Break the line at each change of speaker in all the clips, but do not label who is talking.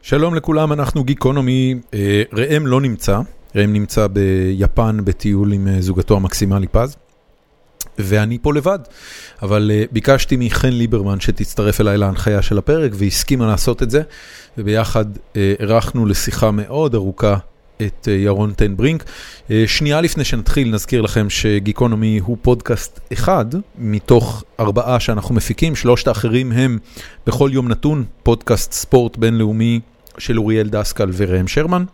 שלום לכולם, אנחנו גיקונומי, אה, ראם לא נמצא, ראם נמצא ביפן בטיול עם אה, זוגתו המקסימה ליפז, ואני פה לבד, אבל אה, ביקשתי מחן ליברמן שתצטרף אליי להנחיה של הפרק, והסכימה לעשות את זה, וביחד אה, אירחנו לשיחה מאוד ארוכה. את אה, ירון טן ברינק. אה, שנייה לפני שנתחיל, נזכיר לכם שגיקונומי הוא פודקאסט אחד מתוך ארבעה שאנחנו מפיקים, שלושת האחרים הם בכל יום נתון, פודקאסט ספורט בינלאומי של אוריאל דסקל וראם שרמן.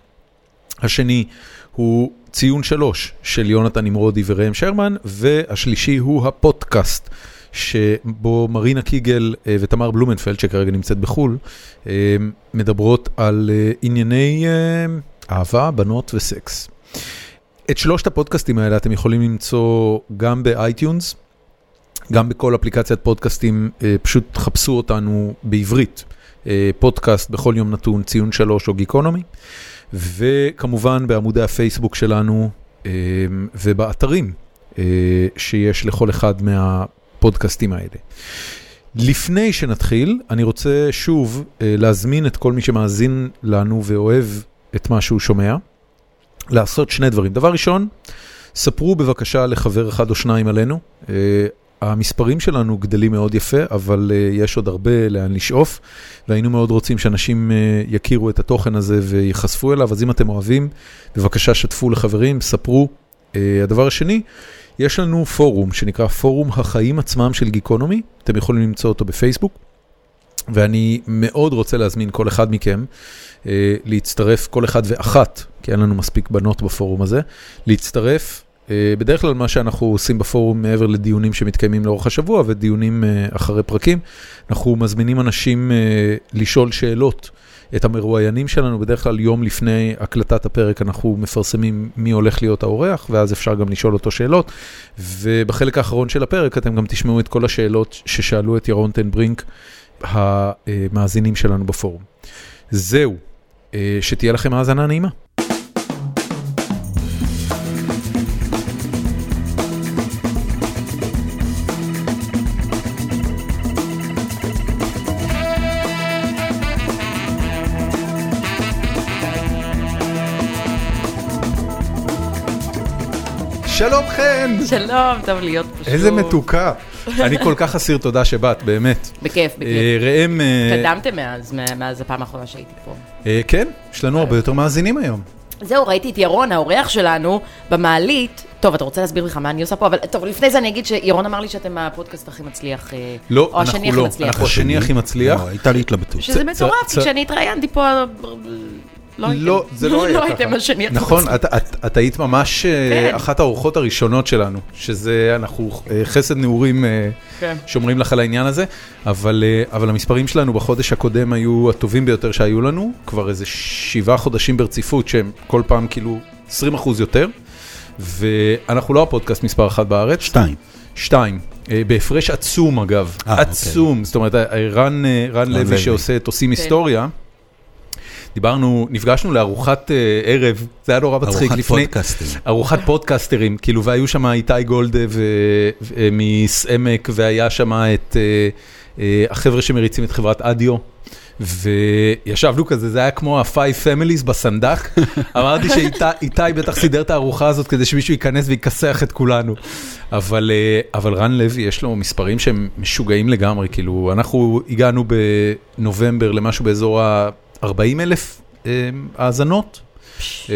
השני הוא ציון שלוש של יונתן נמרודי וראם שרמן, והשלישי הוא הפודקאסט. שבו מרינה קיגל אה, ותמר בלומנפלד, שכרגע נמצאת בחו"ל, אה, מדברות על אה, ענייני אה, אהבה, בנות וסקס. את שלושת הפודקאסטים האלה אתם יכולים למצוא גם באייטיונס, גם בכל אפליקציית פודקאסטים, אה, פשוט חפשו אותנו בעברית. אה, פודקאסט בכל יום נתון, ציון שלוש או גיקונומי. וכמובן בעמודי הפייסבוק שלנו אה, ובאתרים אה, שיש לכל אחד מהפודקאסטים האלה. לפני שנתחיל, אני רוצה שוב אה, להזמין את כל מי שמאזין לנו ואוהב את מה שהוא שומע, לעשות שני דברים. דבר ראשון, ספרו בבקשה לחבר אחד או שניים עלינו. אה, המספרים שלנו גדלים מאוד יפה, אבל אה, יש עוד הרבה לאן לשאוף, והיינו מאוד רוצים שאנשים אה, יכירו את התוכן הזה וייחשפו אליו, אז אם אתם אוהבים, בבקשה שתפו לחברים, ספרו. אה, הדבר השני, יש לנו פורום שנקרא פורום החיים עצמם של גיקונומי, אתם יכולים למצוא אותו בפייסבוק. ואני מאוד רוצה להזמין כל אחד מכם אה, להצטרף, כל אחד ואחת, כי אין לנו מספיק בנות בפורום הזה, להצטרף. אה, בדרך כלל מה שאנחנו עושים בפורום מעבר לדיונים שמתקיימים לאורך השבוע ודיונים אה, אחרי פרקים, אנחנו מזמינים אנשים אה, לשאול שאלות את המרואיינים שלנו, בדרך כלל יום לפני הקלטת הפרק אנחנו מפרסמים מי הולך להיות האורח, ואז אפשר גם לשאול אותו שאלות. ובחלק האחרון של הפרק אתם גם תשמעו את כל השאלות ששאלו את ירון טן ברינק, המאזינים שלנו בפורום. זהו, אה, שתהיה לכם האזנה נעימה. שלום חן!
שלום, טוב להיות פה שוב.
איזה מתוקה. אני כל כך אסיר תודה שבאת, באמת.
בכיף, בכיף.
אה, ראם... אה,
התקדמתם מאז, מה- מאז הפעם האחרונה שהייתי פה.
אה, כן, יש לנו הרבה יותר מאזינים היום.
זהו, ראיתי את ירון, האורח שלנו, במעלית. טוב, אתה רוצה להסביר לך מה אני עושה פה? אבל טוב, לפני זה אני אגיד שירון אמר לי שאתם הפודקאסט הכי מצליח. אה,
לא,
או השני
אנחנו
הכי
לא,
מצליח.
אנחנו השני הכי מצליח.
לא, הייתה לי התלבטות.
שזה
צ-
מטורף,
צ-
כי כשאני התראיינתי פה, לא הייתם.
לא, זה לא היה ככה.
לא הייתם השני הכי
נכון,
מצליח.
את- את- את היית ממש אה,
כן.
אחת האורחות הראשונות שלנו, שזה, אנחנו אה, חסד נעורים אה,
כן.
שומרים לך על העניין הזה, אבל אה, אבל המספרים שלנו בחודש הקודם היו הטובים ביותר שהיו לנו, כבר איזה שבעה חודשים ברציפות, שהם כל פעם כאילו 20 אחוז יותר, ואנחנו לא הפודקאסט מספר אחת בארץ.
שתיים.
שתיים, אה, בהפרש עצום אגב,
אה,
עצום, זאת אומרת, אה, רן, אה, רן לוי
לוי.
שעושה את עושים היסטוריה, דיברנו, נפגשנו לארוחת אה, ערב, זה היה נורא מצחיק,
ארוחת
לפני,
פודקאסטים.
ארוחת פודקסטרים, כאילו, והיו שם איתי גולדה ו- ו- מעמק, והיה שם את אה, אה, החבר'ה שמריצים את חברת אדיו. וישבנו כזה, זה היה כמו ה-Five Families בסנדק. אמרתי שאיתי בטח סידר את הארוחה הזאת כדי שמישהו ייכנס ויכסח את כולנו. אבל, אה, אבל רן לוי, יש לו מספרים שהם משוגעים לגמרי, כאילו, אנחנו הגענו בנובמבר למשהו באזור ה-40 אלף האזנות, אה,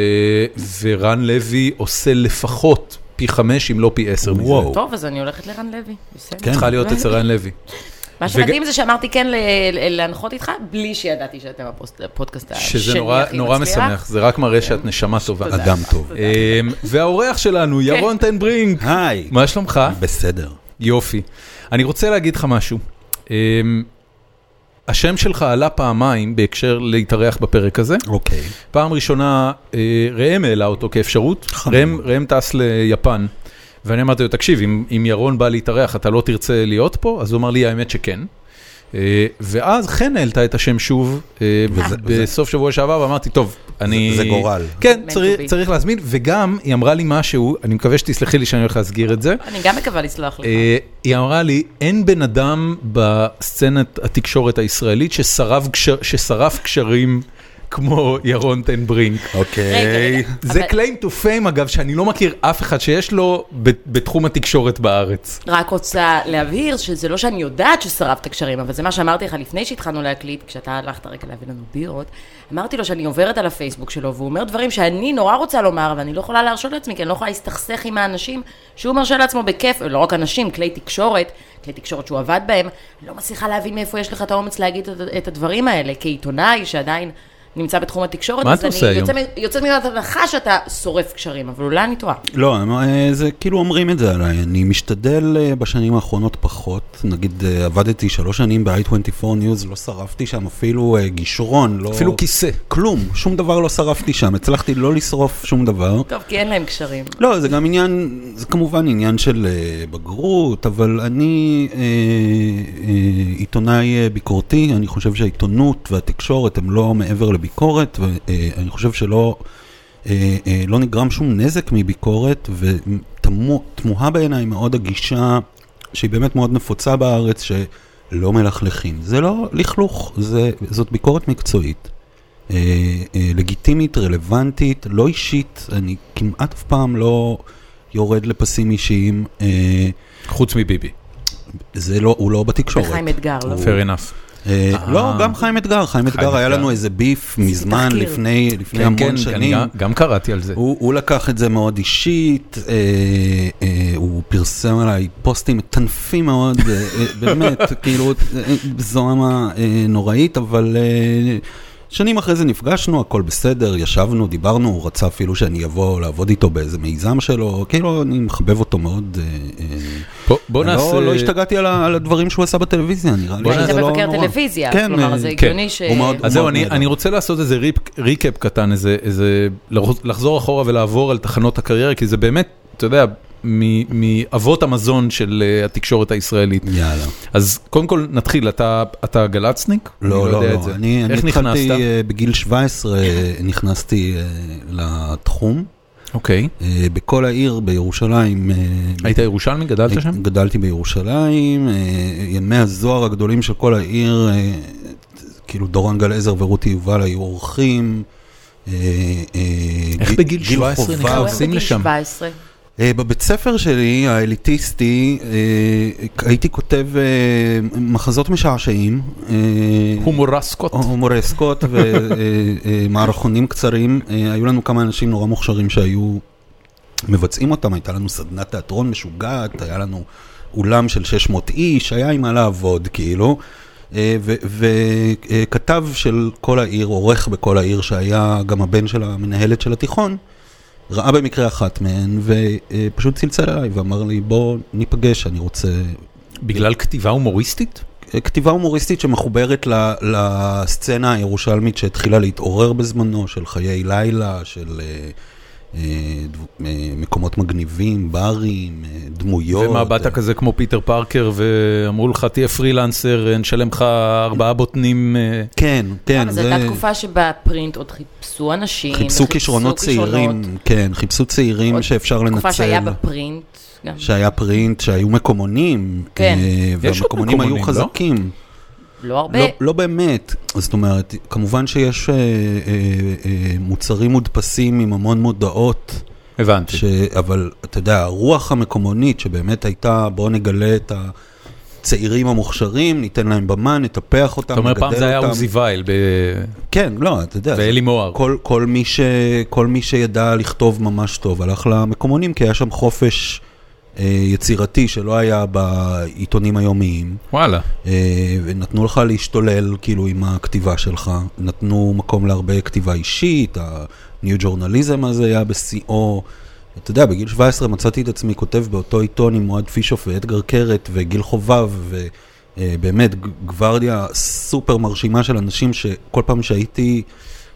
ורן לוי עושה לפחות פי חמש, אם לא פי עשר מזה.
וואו.
טוב, אז אני הולכת לרן לוי, בסדר.
כן.
צריכה להיות אצל רן לוי.
מה
וג-
שמדהים זה שאמרתי כן ל- ל- להנחות איתך, בלי שידעתי שאתם הפוסט- הפודקאסט השני הכי מצליח.
שזה נורא, נורא משמח, זה רק מראה שאת נשמה טובה.
תודה.
אדם טוב.
תודה. כן.
אה, והאורח שלנו, ירון טן ברינק.
היי.
מה שלומך?
בסדר.
יופי. אני רוצה להגיד לך משהו. אה, השם שלך עלה פעמיים בהקשר להתארח בפרק הזה.
אוקיי.
פעם ראשונה, אה, ראם העלה אותו כאפשרות.
חמור.
ראם, ראם טס ליפן, ואני אמרתי לו, תקשיב, אם, אם ירון בא להתארח, אתה לא תרצה להיות פה? אז הוא אמר לי, האמת שכן. אה, ואז חן העלתה את השם שוב אה,
וזה-
בסוף שבוע שעבר, ואמרתי, טוב, אני...
זה גורל."
כן,
Meant to
צריך,
be.
צריך להזמין, וגם היא אמרה לי משהו, אני מקווה שתסלחי לי שאני הולך להסגיר את זה.
אני גם מקווה לסלוח לך.
אה, היא אמרה לי, אין בן אדם בסצנת התקשורת הישראלית ששרף, קשר, ששרף קשרים כמו ירון טן ברינק.
רגע,
אוקיי.
רגע.
זה
אבל-
claim to fame אגב, שאני לא מכיר אף אחד שיש לו ב- בתחום התקשורת בארץ.
רק רוצה להבהיר שזה לא שאני יודעת ששרפת קשרים, אבל זה מה שאמרתי לך לפני שהתחלנו להקליט, כשאתה הלכת רגע להביא לנו בירות, אמרתי לו שאני עוברת על הפייסבוק שלו, והוא אומר דברים שאני נורא רוצה לומר, ואני לא יכולה להרשות לעצמי, כי אני לא יכולה להסתכסך עם האנשים שהוא מרשה לעצמו בכיף, לא רק אנשים, כלי תקשורת, כלי תקשורת שהוא עבד בהם, אני לא מצליחה להבין מאיפה יש לך את האומץ להגיד את, את הדברים האלה, כעיתונאי שעדיין... נמצא בתחום התקשורת,
מה
אז
אתה
אני
עושה היום?
יוצא מ- יוצאת מנקודת הנחה שאתה שורף קשרים, אבל אולי אני טועה.
לא, הם, אה, זה כאילו אומרים את זה עליי. אני משתדל אה, בשנים האחרונות פחות. נגיד אה, עבדתי שלוש שנים ב-i24 News, לא שרפתי שם אפילו אה, גישרון, לא...
אפילו כיסא.
כלום, שום דבר לא שרפתי שם. הצלחתי לא לשרוף שום דבר.
טוב, כי אין להם קשרים.
לא, זה גם עניין, זה כמובן עניין של אה, בגרות, אבל אני אה, אה, עיתונאי אה, ביקורתי, אני חושב שהעיתונות והתקשורת הם לא מעבר לביקורת, ואני חושב שלא אה, אה, לא נגרם שום נזק מביקורת, ותמוהה בעיניי מאוד הגישה שהיא באמת מאוד נפוצה בארץ, שלא מלכלכים. זה לא לכלוך, זה, זאת ביקורת מקצועית. אה, אה, לגיטימית, רלוונטית, לא אישית, אני כמעט אף פעם לא יורד לפסים אישיים, אה,
חוץ מביבי.
זה לא, הוא לא בתקשורת.
בחיים אתגר, לא?
הוא-
Fair enough.
אה,
אה.
לא, גם חיים אתגר, חיים אתגר היה
אתגר.
לנו איזה ביף מזמן,
תחקיר.
לפני לפני
כן,
המון
כן, אני
שנים.
גם- גם קראתי על זה.
הוא, הוא לקח את זה מאוד אישית, אה, אה, הוא פרסם עליי פוסטים מטנפים מאוד, אה, אה, באמת, כאילו, אה, זוהמה אה, נוראית, אבל אה, שנים אחרי זה נפגשנו, הכל בסדר, ישבנו, דיברנו, הוא רצה אפילו שאני אבוא לעבוד איתו באיזה מיזם שלו, כאילו, אני מחבב אותו מאוד. אה, אה,
בוא- בוא
אני
נעשה...
לא, לא השתגעתי על, ה- על הדברים שהוא עשה בטלוויזיה, נראה לי
בוא
שזה
נעשה-
היית
לא נורא.
מבקר טלוויזיה,
כן,
כלומר
אה,
זה
כן.
הגיוני ש...
הוא מאוד-
אז זהו,
מאוד
אני,
נהדר.
אני רוצה לעשות איזה ריפ, ריקאפ קטן, איזה, איזה, לח- לחזור אחורה ולעבור על תחנות הקריירה, כי זה באמת, אתה יודע, מ- מאבות המזון של אה, התקשורת הישראלית.
יאללה.
אז קודם כל נתחיל, אתה, אתה גלצניק?
לא,
אני
לא,
יודע את
לא.
זה.
אני אני
איך
התחלתי
נכנסת?
אה, בגיל 17, אה, נכנסתי אה, לתחום.
אוקיי.
אה, בכל העיר בירושלים. אה,
היית ירושלמי? גדלת שם?
גדלתי בירושלים, אה, ימי הזוהר הגדולים של כל העיר, אה, כאילו דורון גלעזר ורותי יובל היו אורחים. אה, אה,
איך
גיל-
בגיל 17
חובה.
נכנסת? נכנסים
נכנסים
לשם.
לשם. 17.
אה, בבית ספר שלי, האליטיסטי, אה, הייתי כותב אה, מחזות משעשעים. אה,
הומורסקות?
הומורסקות ומערכונים אה, קצרים. אה, היו לנו כמה אנשים נורא מוכשרים שהיו מבצעים אותם, הייתה לנו סדנת תיאטרון משוגעת, היה לנו אולם של 600 איש, היה עם מה לעבוד, כאילו. וכתב אה, של כל העיר, עורך בכל העיר, שהיה גם הבן של המנהלת של התיכון, ראה במקרה אחת מהן, ופשוט צלצל אליי ואמר לי, בוא ניפגש, אני רוצה
בגלל כתיבה הומוריסטית?
כתיבה הומוריסטית שמחוברת ל, לסצנה הירושלמית שהתחילה להתעורר בזמנו, של חיי לילה, של אה, אה, דב- אה, מקומות מגניבים, ברים, אה, דמויות.
ומה, באת
אה,
כזה כמו פיטר פארקר ואמרו לך, תהיה פרילנסר, נשלם לך ארבעה בוטנים? אה,
כן, כן.
זו הייתה תקופה שבה פרינט עוד חיפשו אנשים.
חיפשו כישרונות צעירים, כן, חיפשו צעירים
עוד
שאפשר לנצל.
תקופה שהיה בפרינט. גם.
שהיה פרינט, שהיו מקומונים.
כן.
אה,
יש עוד
והמקומונים
מקומונים,
היו
לא?
חזקים.
לא הרבה.
לא, לא באמת, זאת אומרת, כמובן שיש אה, אה, אה, מוצרים מודפסים עם המון מודעות,
הבנתי.
ש... אבל אתה יודע, הרוח המקומונית שבאמת הייתה, בואו נגלה את הצעירים המוכשרים, ניתן להם במה, נטפח אותם,
אתה אומר, פעם
נגדל
זה היה
אותם.
עוזי וייל ב-
כן, לא, אתה יודע.
ואלי מוהר.
כל, כל, מי ש, כל מי שידע לכתוב ממש טוב הלך למקומונים, כי היה שם חופש אה, יצירתי שלא היה בעיתונים היומיים.
וואלה.
אה, ונתנו לך להשתולל כאילו עם הכתיבה שלך, נתנו מקום להרבה כתיבה אישית, הניו ג'ורנליזם הזה היה בשיאו. אתה יודע, בגיל 17 מצאתי את עצמי כותב באותו עיתון עם אוהד פישוף ואדגר קרת וגיל חובב, אה, ובאמת גווארדיה סופר מרשימה של אנשים שכל פעם שהייתי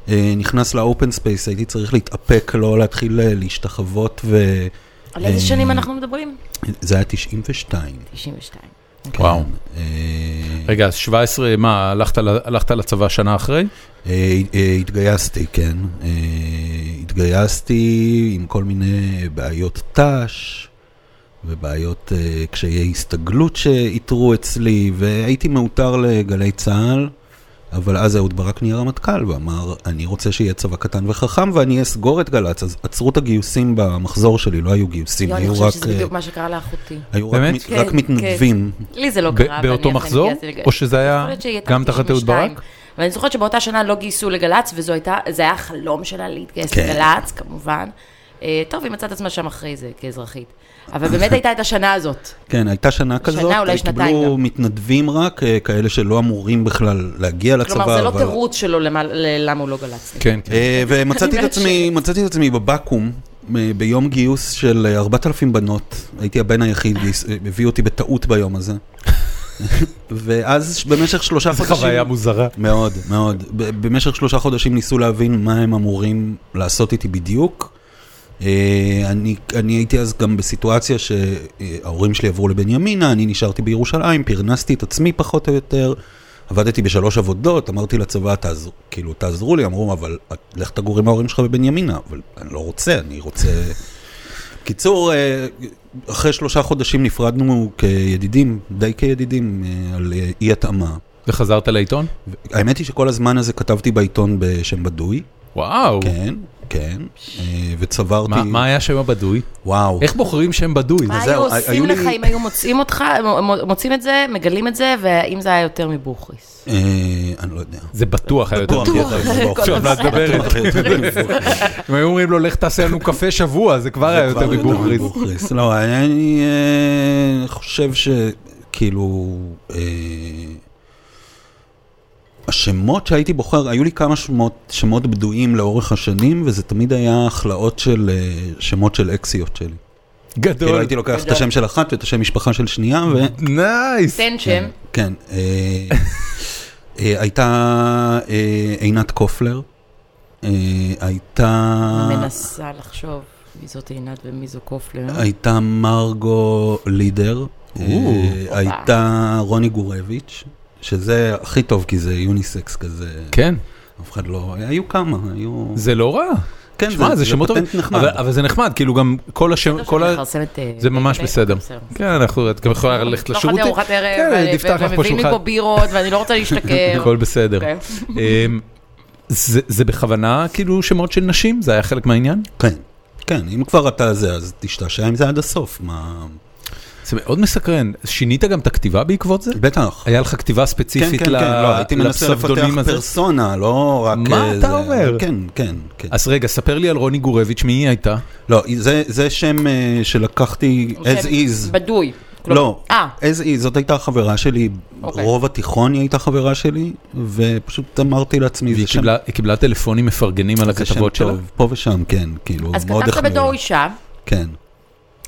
אה, נכנס לאופן ספייס הייתי צריך להתאפק, לא להתחיל אה, להשתחוות,
על
אה,
איזה שנים אנחנו מדברים?
וזה היה 92.
92.
וואו.
אה,
רגע, אז 17, מה, הלכת, ל- הלכת לצבא שנה אחרי?
אה, אה, התגייסתי, כן. אה, התגייסתי עם כל מיני בעיות ת"ש ובעיות אה, קשיי הסתגלות שאיתרו אצלי, והייתי מעוטר לגלי צה"ל, אבל אז אהוד ברק נהיה רמטכ"ל ואמר, אני רוצה שיהיה צבא קטן וחכם ואני אסגור את גל"צ. אז עצרו את הגיוסים במחזור שלי, לא היו גיוסים,
יואו, אני
היו
חושבת
רק,
שזה בדיוק מה שקרה לאחותי.
אה, היו רק
באמת?
מת-
כן,
רק
כן.
מתנדבים.
לי זה לא
ב-
קרה. ואני
באותו
אכן
מחזור?
גייסתי לג-
או שזה היה
יכול להיות שהייתה
גם תחת אהוד
92.
ברק?
אבל אני זוכרת שבאותה שנה לא גייסו לגל"צ, וזה היה החלום שלה להתגייס
כן.
לגל"צ, כמובן. אה, טוב, היא מצאת עצמה שם אחרי זה, כאזרחית. אבל באמת הייתה את השנה הזאת.
כן, הייתה שנה כזאת,
אולי שנתיים
קיבלו
גם.
מתנדבים רק, אה, כאלה שלא אמורים בכלל להגיע לצבא.
כלומר, זה לא
אבל-
תירוץ שלו למה- ל- למה הוא לא גל"צניק.
כן, כן.
אה, ומצאתי את
אני
עצמי, מצאתי את עצמי בבקו"ם, אה, ביום גיוס של אה, 4,000 בנות, הייתי הבן היחיד, גייס- אה, הביאו אותי בטעות ביום הזה. ואז במשך שלושה
זו
חודשים...
חוויה מוזרה.
מאוד, מאוד. ב- במשך שלושה חודשים ניסו להבין מה הם אמורים לעשות איתי בדיוק. אה, אני, אני הייתי אז גם בסיטואציה שההורים שלי עברו לבנימינה, אני נשארתי בירושלים, פרנסתי את עצמי פחות או יותר, עבדתי בשלוש עבודות, אמרתי לצבא, תעזרו, כאילו, תעזרו לי, אמרו, אבל את- לך תגור עם ההורים שלך בבנימינה, אבל אני לא רוצה, אני רוצה... קיצור, אה, אחרי שלושה חודשים נפרדנו כידידים, די כידידים, אה, על אה, אי התאמה.
וחזרת לעיתון?
האמת היא שכל הזמן הזה כתבתי בעיתון בשם בדוי,
וואו.
כן, כן, אה, וצברתי,
מה- מה היה שם הבדוי?
וואו,
איך בוחרים שם בדוי?
מה
זהו,
היו
ה-
עושים
היו
לך
לי-
אם היו מוצאים אותך, מ- מוצאים את זה, מגלים את זה, ואם זה היה יותר מבוכריס?
אה, אני לא יודע.
זה בטוח היה יותר
בטוח,
טוב.
בטוח, זה לא- בטוח.
עכשיו, מה את מדברת?
בטוח, בטוח.
אם היו אומרים לו, לך תעשה לנו קפה שבוע, זה כבר היה
לא- זה
אה, יותר
כבר
מבוכריס.
מבוכריס. לא, אני אה, חושב שכאילו... אה, השמות שהייתי בוחר, היו לי כמה שמות, שמות בדויים לאורך השנים, וזה תמיד היה הכלאות של אה, שמות של אקסיות שלי. כאילו
גדול.
הייתי לוקח את
גדול.
השם של אחת ואת השם משפחה של שנייה, ו...
נייס.
תן שם.
כן. אה, אה, הייתה אה, עינת קופלר, אה, הייתה...
מנסה לחשוב מי זאת לא עינת ומי זו קופלר.
הייתה מרגו לידר, אה,
אוה.
הייתה רוני גורביץ', שזה הכי טוב כי זה יוניסקס כזה,
כן,
אף אחד לא, היו כמה, היו...
זה לא רע.
כן,
שמע,
זה-
זה
זה
שמות טובים.
פטנט נחמד.
אבל- אבל זה נחמד, כאילו גם כל
לא
השם, כל ה...
אה,
זה ממש בסדר. כן, אנחנו, את גם יכולה ללכת
לא אכלתי
לשירותים.
ארוחת ערב,
כן,
ואני-
תפתח לך פה
ומביאים לי
שולחן.
פה בירות, ואני לא רוצה להשתכר.
הכל בסדר.
אוקיי.
אמ, זה זה בכוונה כאילו שמות של נשים? זה היה חלק מהעניין?
כן, כן, אם כבר אתה זה, אז תשתעשע עם זה עד הסוף, מה...
זה מאוד מסקרן. שינית גם את הכתיבה בעקבות זה?
בטח.
היה לך כתיבה ספציפית ל-
לא, הייתי מנסה לפתח
לפסבדונים הזה?
פרסונה, לא רק...
מה
אה,
אתה
זה-
אומר?
כן, כן, כן.
אז רגע, ספר לי על רוני גורביץ', מי היא הייתה?
לא, זה- זה שם אה, שלקחתי as
שם
is.
בדוי. כלומר-
לא,
אה,
as is, זאת הייתה חברה שלי,
אוקיי.
רוב התיכון היא הייתה חברה שלי, ופשוט אמרתי לעצמי,
והיא
זה שם
קיבלה- היא קיבלה טלפונים מפרגנים על
זה שם
הכתבות שלה.
טוב, פה ושם, כן, כאילו,
אז
מאוד
כתבת
החמיא
בתור
לי.
אישה,
כן.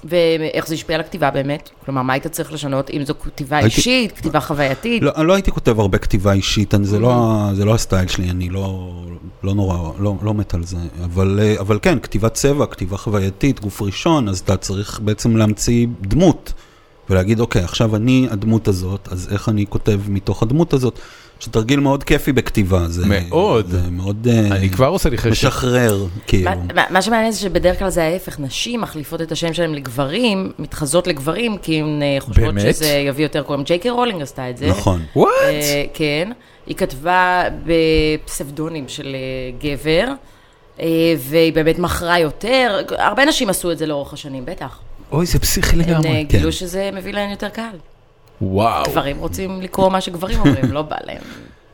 ואיך זה השפיע על הכתיבה באמת? כלומר, מה היית צריך לשנות? אם זו כתיבה
הייתי-
אישית, כתיבה חווייתית?
לא, לא הייתי כותב הרבה כתיבה אישית, אני- זה לא
אוקיי.
ה- זה לא הסטייל שלי, אני לא לא נורא, לא לא מת על זה, אבל אה, אבל כן, כתיבת צבע, כתיבה חווייתית, גוף ראשון, אז אתה צריך בעצם להמציא דמות, ולהגיד, אוקיי, עכשיו אני הדמות הזאת, אז איך אני כותב מתוך הדמות הזאת? שתרגיל מאוד כיפי בכתיבה, זה
מאוד.
זה מאוד אה,
אני כבר עושה לי חשק.
משחרר, כאילו.
מה- מה- מה שמעניין זה שבדרך כלל זה ההפך, נשים מחליפות את השם שלהם לגברים, מתחזות לגברים, כי הן אה, חושבות
באמת?
שזה יביא יותר קוראים. ג'ייקי רולינג עשתה את זה.
נכון.
וואט?
אה, כן, היא כתבה בפסבדונים של אה, גבר, אה, והיא באמת מכרה יותר, הרבה נשים עשו את זה לאורך השנים, בטח.
אוי, זה פסיכי
הן אה,
לגמרי. כן.
גילו שזה מביא להן יותר קהל.
וואו.
גברים רוצים לקרוא מה שגברים אומרים, לא בא להם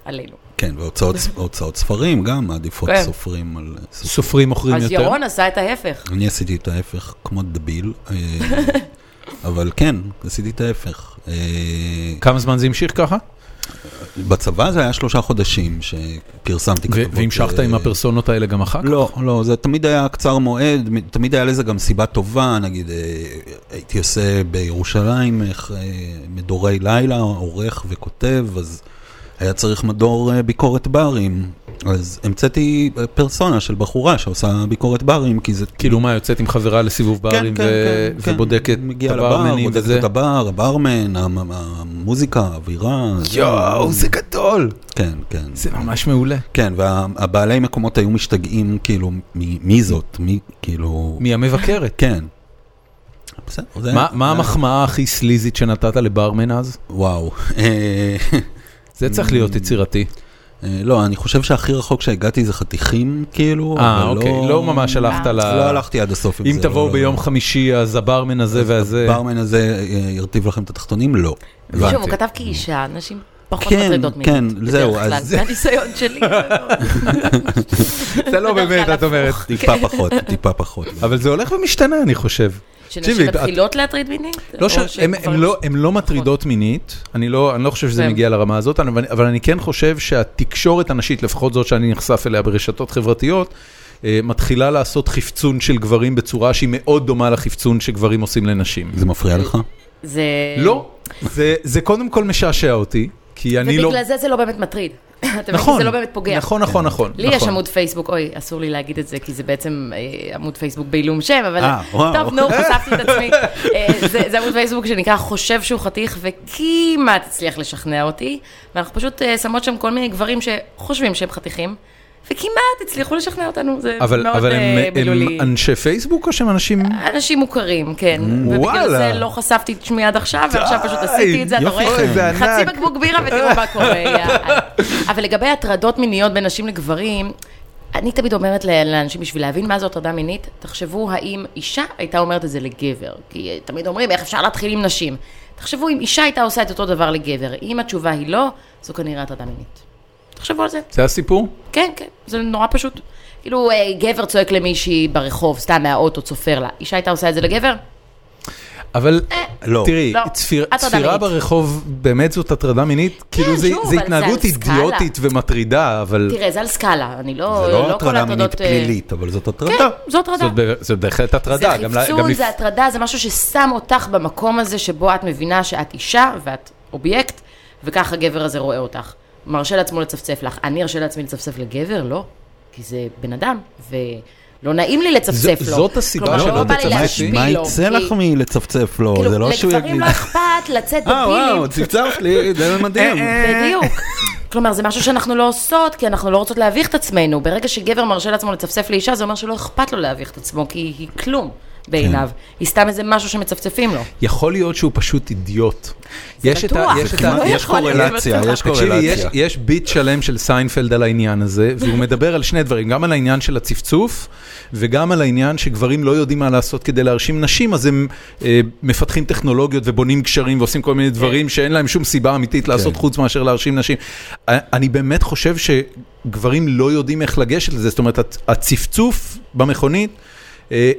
עלינו.
כן, והוצאות הוצאות ספרים גם מעדיפות
כן.
סופרים על אה, סופרים.
סופרים מוכרים
אז
יותר?
ירון עשה את ההפך.
אני עשיתי את ההפך כמו דביל, אה, אבל כן, עשיתי את ההפך. אה,
כמה זמן זה המשיך ככה?
בצבא זה היה שלושה חודשים שפרסמתי
ו-
כתבות.
והמשכת
אה,
עם הפרסונות האלה גם אחר כך?
לא, לא, זה תמיד היה קצר מועד, מ- תמיד היה לזה גם סיבה טובה, נגיד אה, הייתי עושה בירושלים איך, אה, מדורי לילה, עורך וכותב, אז היה צריך מדור אה, ביקורת ברים. אז המצאתי אה, פרסונה של בחורה שעושה ביקורת ברים, כי זה
כאילו מה, יוצאת עם חברה לסיבוב
כן,
ברים ו- ובודקת את
מגיעה כן, לבר,
הברמנים
בודקת
וזה?
את הבר, הברמן, המ- המוזיקה, האווירה. זה-
יואו, זה גדול!
כן, כן.
זה ממש מעולה.
כן, והבעלי מקומות היו משתגעים, כאילו, מ- מי זאת? מי, כאילו...
מי המבקרת?
כן. בסדר, זה...
מה- מה
זה-
המחמאה הכי סליזית שנתת לברמן אז?
וואו. אה, Mm.
זה צריך להיות יצירתי.
אה, לא, אני חושב שהכי רחוק שהגעתי זה חתיכים, כאילו.
אה,
אבל
אוקיי, לא ממש הלכת ל...
לא הלכתי עד הסוף עם
אם
זה.
תבואו
לא-
ביום חמישי, אז הברמן הזה והזה...
הברמן הזה אה, ירטיב לכם את התחתונים? לא.
הבנתי.
שוב, הוא כתב כאישה, נשים פחות
כן,
מטרידות מינית.
כן,
בדרך
זהו,
כלל.
אז-
זה הניסיון שלי.
זה לא
בדרך
באמת,
כלל
את אומרת.
טיפה פחות, טיפה פחות.
אבל זה הולך ומשתנה, אני חושב. תקשיבי,
שנשים
את-
מתחילות להטריד מינית?
לא
או
ש... הם, הם,
שגברים-
לא, הם לא מטרידות מינית, אני לא, אני לא חושב שזה
נכון. כן.
מגיע לרמה הזאת, אבל, אבל אני כן חושב שהתקשורת הנשית, לפחות זאת שאני נחשף אליה ברשתות חברתיות, אה, מתחילה לעשות חפצון של גברים בצורה שהיא מאוד דומה לחפצון שגברים עושים לנשים.
זה מפריע לך?
זה...
לא, זה, זה קודם כל משעשע אותי, כי אני לא...
ובגלל זה זה לא באמת מטריד. אתה מבין?
נכון,
זה לא באמת פוגע.
נכון, נכון, נכון.
לי יש
נכון.
עמוד פייסבוק, אוי, אסור לי להגיד את זה, כי זה בעצם אה, עמוד פייסבוק בעילום שם, אבל
אה, וואו.
טוב, נו, חשפתי את עצמי. אה, זה, זה עמוד פייסבוק שנקרא חושב שהוא חתיך, וכמעט הצליח לשכנע אותי, ואנחנו פשוט אה, שמות שם כל מיני גברים שחושבים שהם חתיכים, וכמעט הצליחו לשכנע אותנו, זה
אבל,
מאוד
אבל הם,
אה, מילולי.
הם אנשי פייסבוק או שהם אנשים...
אנשים מוכרים, כן. ובגלל
וואלה.
זה לא חשפתי את שמי עד עכשיו, ועכשיו פשוט
די,
עשיתי את זה, אתה
יופי,
רואה?
זה ענק.
חצי בקבוק בירה ותראו מה קורה. יא. אבל לגבי הטרדות מיניות בין נשים לגברים, אני תמיד אומרת ל- לאנשים, בשביל להבין מה זו הטרדה מינית, תחשבו האם אישה הייתה אומרת את זה לגבר. כי אה, תמיד אומרים, איך אפשר להתחיל עם נשים? תחשבו אם אישה הייתה עושה את אותו דבר לגבר. אם התשובה היא לא, זו כנראה הטרדה מינית. תחשבו על זה.
זה הסיפור?
כן, כן, זה נורא פשוט. כאילו, אה, גבר צועק למישהי ברחוב, סתם מהאוטו, צופר לה. אישה הייתה עושה את זה לגבר?
אבל
לא.
תראי,
לא.
צפיר,
הטרדה
צפירה
מינית.
ברחוב באמת זאת הטרדה מינית? כאילו זה,
כן, שוב,
זה
אבל זה
התנהגות
על סקאלה.
אידיוטית ומטרידה, אבל
תראה, זה על סקאלה, אני לא...
זה לא
כל
הטרדה מינית
ההטרדות, אה,
פלילית, אבל זאת
כן,
הטרדה.
זו הטרדה.
זאת ב- זאת בהחלט
זה
הטרדה. גם ל- גם
חפצון,
לפ-
זה הטרדה, זה משהו ששם אותך במקום הזה שבו את מבינה שאת אישה ואת אובייקט, וכך הגבר הזה רואה אותך. מרשה לעצמו לצפצף לך. אני ארשה לעצמי לצפצף לגבר? לא. כי זה בן אדם, ולא נעים לי לצפצף
ז-
לו.
זאת הסיבה
כלומר,
שלא
לא בא לי
תצפצפי?
להשפיל
מה
לו,
יצא
כי-
לך מלצפצף לו?
כאילו,
זה לא שהוא
לגברים
יגיד...
לא אכפת לצאת
אה,
דבילים.
וואו, צפצפת לי, זה מדהים.
אה,
בדיוק. כלומר, זה משהו שאנחנו לא עושות, כי אנחנו לא רוצות להביך את עצמנו. ברגע שגבר מרשה לעצמו לצפצף לאישה, זה אומר שלא אכפת לו להביך את עצמו, כי היא כלום בעיניו. היא סתם איזה משהו שמצפצפים לו.
יכול להיות שהוא פשוט אידיוט. יש את ה-
בטוח.
יש את
זה לא
ה...
כמעט-
יש-
יש קורלציה, יש
תקשיבי, יש-
קורלציה.
יש ביט שלם של סיינפלד על העניין הזה, והוא מדבר על שני דברים, גם על העניין של הצפצוף, וגם על העניין שגברים לא יודעים מה לעשות כדי להרשים נשים, אז הם אה, מפתחים טכנולוגיות ובונים גשרים ועושים כל מיני דברים שאין להם שום סיבה אמיתית לעשות
כן.
חוץ מאשר להרשים נשים. אה, אני באמת חושב שגברים לא יודעים איך לגשת לזה, זאת אומרת, הצ- הצפצוף במכונית... אה,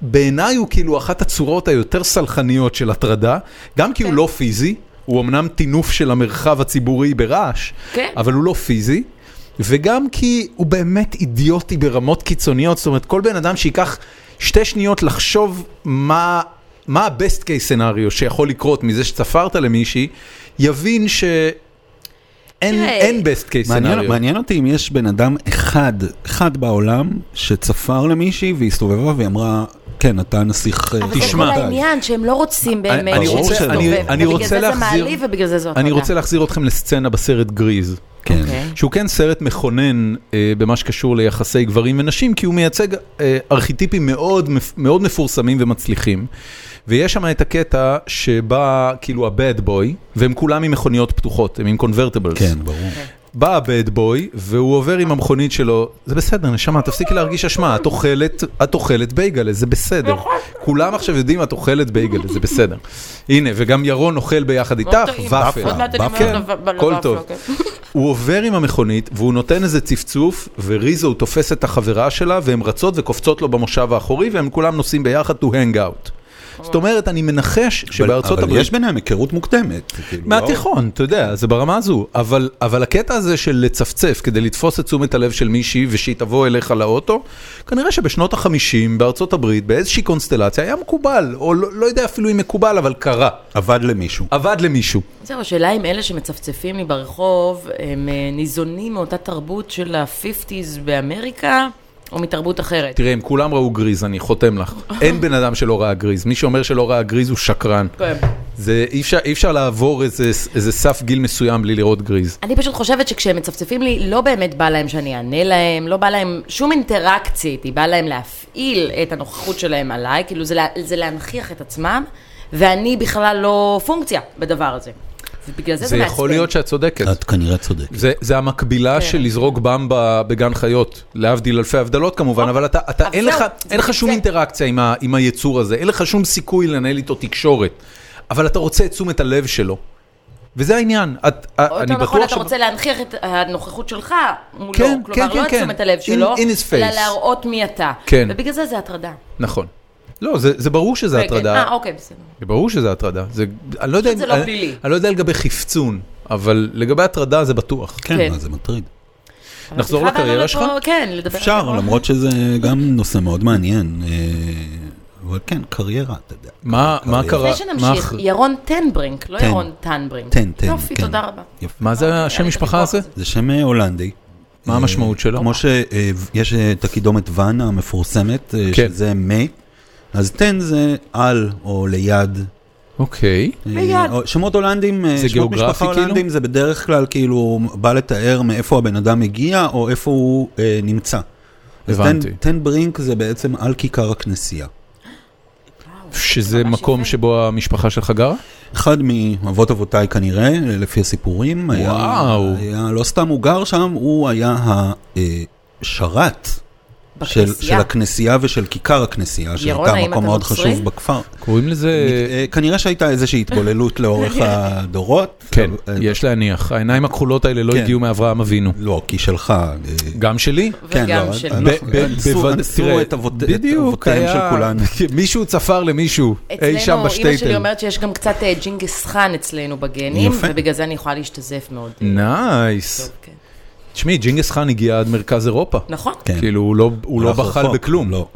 בעיניי הוא כאילו אחת הצורות היותר סלחניות של הטרדה, גם כי הוא
כן.
לא פיזי, הוא אמנם טינוף של המרחב הציבורי ברעש,
כן.
אבל הוא לא פיזי, וגם כי הוא באמת אידיוטי ברמות קיצוניות, זאת אומרת, כל בן אדם שייקח שתי שניות לחשוב מה... מה ה-best case scenario שיכול לקרות מזה שצפרת למישהי, יבין שאין
תראה,
אין best case
מעניין,
scenario.
מעניין אותי אם יש בן אדם אחד, אחד בעולם, שצפר למישהי והיא הסתובבה והיא אמרה, כן, אתה הנסיך... אה,
אבל זה כל
תשמע.
העניין, שהם לא רוצים באמת.
אני
שזה
רוצה-
יסתובב.
אני-
אני רוצה
ובגלל זה זה
להחזיר-
מעליב ובגלל זה זו הטרדה.
אני רוצה להחזיר אתכם לסצנה בסרט גריז.
כן.
אוקיי.
שהוא כן סרט מכונן אה, במה שקשור ליחסי גברים ונשים, כי הוא מייצג אה, ארכיטיפים מאוד, מפ- מאוד מפורסמים ומצליחים. ויש שם את הקטע שבה כאילו הבד בוי, והם כולם עם מכוניות פתוחות, הם עם קונברטבלס.
כן, ברור.
אוקיי.
בא הבד בוי, והוא עובר עם המכונית שלו, זה בסדר, נשמה, תפסיקי להרגיש אשמה, את אוכלת, את אוכלת בייגלה, זה בסדר. כולם עכשיו יודעים, את אוכלת בייגלה, זה בסדר. הנה, וגם ירון אוכל ביחד
מאוד
איתך,
לא טעים.
ופל.
עוד מעט אני אומרת
כן,
לו ו-
הכל
ו-
טוב.
אוקיי.
הוא עובר עם המכונית, והוא נותן איזה צפצוף, וריזו תופס את החברה שלה, והן רצות וקופצות לו במושב האחורי, והם כולם נוסעים ביחד to hang out. זאת אומרת, אני מנחש שבארצות
אבל
הברית...
יש ביניהם היכרות מוקדמת. זה כאילו, לא-
מהתיכון, אתה יודע, זה ברמה הזו. אבל, אבל הקטע הזה של לצפצף כדי לתפוס את תשומת הלב של מישהי ושהיא תבוא אליך לאוטו, כנראה שבשנות החמישים בארצות הברית, באיזושהי קונסטלציה, היה מקובל, או לא, לא יודע אפילו אם מקובל, אבל קרה.
עבד למישהו.
עבד למישהו.
זהו, השאלה אם אלה שמצפצפים לי ברחוב, הם אה, ניזונים מאותה תרבות של ה-50's באמריקה, או מתרבות אחרת.
תראה, הם כולם ראו גריז, אני חותם לך. אין בן אדם שלא ראה גריז. מי שאומר שלא ראה גריז הוא שקרן.
כן.
זה, אי אפשר, אי אפשר לעבור איזה, איזה סף גיל מסוים בלי לראות גריז.
אני פשוט חושבת שכשהם מצפצפים לי, לא באמת בא להם שאני אענה להם, לא בא להם שום אינטראקציה איתי, בא להם להפעיל את הנוכחות שלהם עליי, כאילו זה, לה- זה להנכיח את עצמם, ואני בכלל לא פונקציה בדבר הזה. ובגלל זה זה
זה
מעצבן.
יכול להיות שאת צודקת.
את כנראה צודקת.
זה, זה המקבילה
כן.
של לזרוק במבה בגן חיות, להבדיל אלפי הבדלות כמובן, אבל אתה, אתה
אבל
אין,
זהו,
לך,
זה-
אין לך שום
זה-
אינטראקציה עם, ה, עם היצור הזה, אין לך שום סיכוי לנהל איתו תקשורת, אבל אתה רוצה את תשומת הלב שלו. וזה העניין, את,
או
אני
יותר
בטוח
נכון, אתה
ש-
רוצה להנכיח את הנוכחות שלך מולו,
כן,
כלומר,
כן,
לא
כן,
את
כן.
תשומת הלב
In-
שלו,
in his face.
אלא להראות מי אתה.
כן.
ובגלל זה זה הטרדה.
נכון. לא, זה, זה ברור שזה
רגע,
הטרדה.
אה, אוקיי, בסדר.
זה ברור שזה הטרדה. זה, אני לא יודע,
פשוט זה
אם-
לא
אני-
פלילי.
אני לא יודע לגבי חפצון, אבל לגבי הטרדה זה בטוח.
כן.
כן, מה, זה מטריד.
אבל
נחזור
סליחה, באנו
לקריירה
לפה-
שלך?
כן, לדבר.
אפשר,
על-
למרות שזה גם נושא מאוד מעניין. אה, אבל כן, קריירה, אתה יודע.
מה, מה קרה?
לפני
מה,
שנמשיך,
אחרי-
ירון טנברינק, לא
טן.
ירון טנברינק.
טן, טן,
יופי,
כן.
תודה רבה.
יפה.
מה זה
היה
השם
לי
משפחה
את
הזה?
הוויכוח
זה שם אה, הולנדי.
מה המשמעות שלו?
כמו שיש אה, את הקידומת ואן המפורסמת, אה,
כן.
שזה מ, אז תן זה על או ליד.
אוקיי.
אה,
ליד.
או- שמות הולנדים, אה,
זה
שמות
גיאוגרפי
משפחה
כאילו?
הולנדים זה בדרך כלל כאילו בא לתאר מאיפה הבן אדם הגיע או איפה הוא אה, נמצא. אז תן-
הבנתי.
תן ברינק זה בעצם על כיכר הכנסייה.
וואו,
שזה
ממש
מקום
יפה.
שבו המשפחה שלך גרה?
אחד מאבות אבותיי כנראה, לפי הסיפורים, היה,
וואו.
היה, לא סתם הוא גר שם, הוא היה השרת של, של
בכנסייה.
הכנסייה ושל כיכר הכנסייה,
ירון,
שהייתה
האם
מקום
אתה
מאוד
נוצרי?
חשוב בכפר.
קוראים לזה...
אה, כנראה שהייתה איזושהי התבוללות לאורך
כן.
הדורות.
כן,
אה,
יש להניח. העיניים הכחולות האלה לא
כן.
הגיעו מאברהם אבינו.
לא, כי שלך. אה,
גם שלי?
כן,
וגם
לא,
של-
אה,
ב- ב-
אנסו-
בוודאי-
אנסו
תראה,
את אבות- את
בדיוק,
אבותיהם
היה-
של כולנו.
מישהו צפר למישהו אי שם
אצלנו, אימא שלי
בשטייטל.
אומרת שיש גם קצת אה, ג'ינגיס חאן אצלנו בגנים,
יפה.
ובגלל זה אני יכולה להשתזף מאוד. אה,
נייס.
טוב, כן.
תשמעי, ג'ינגס חאן הגיע עד מרכז אירופה.
נכון,
כן.
כאילו, הוא לא- הוא לא
הלך
בחל
רחוק.
בכלום.
לא.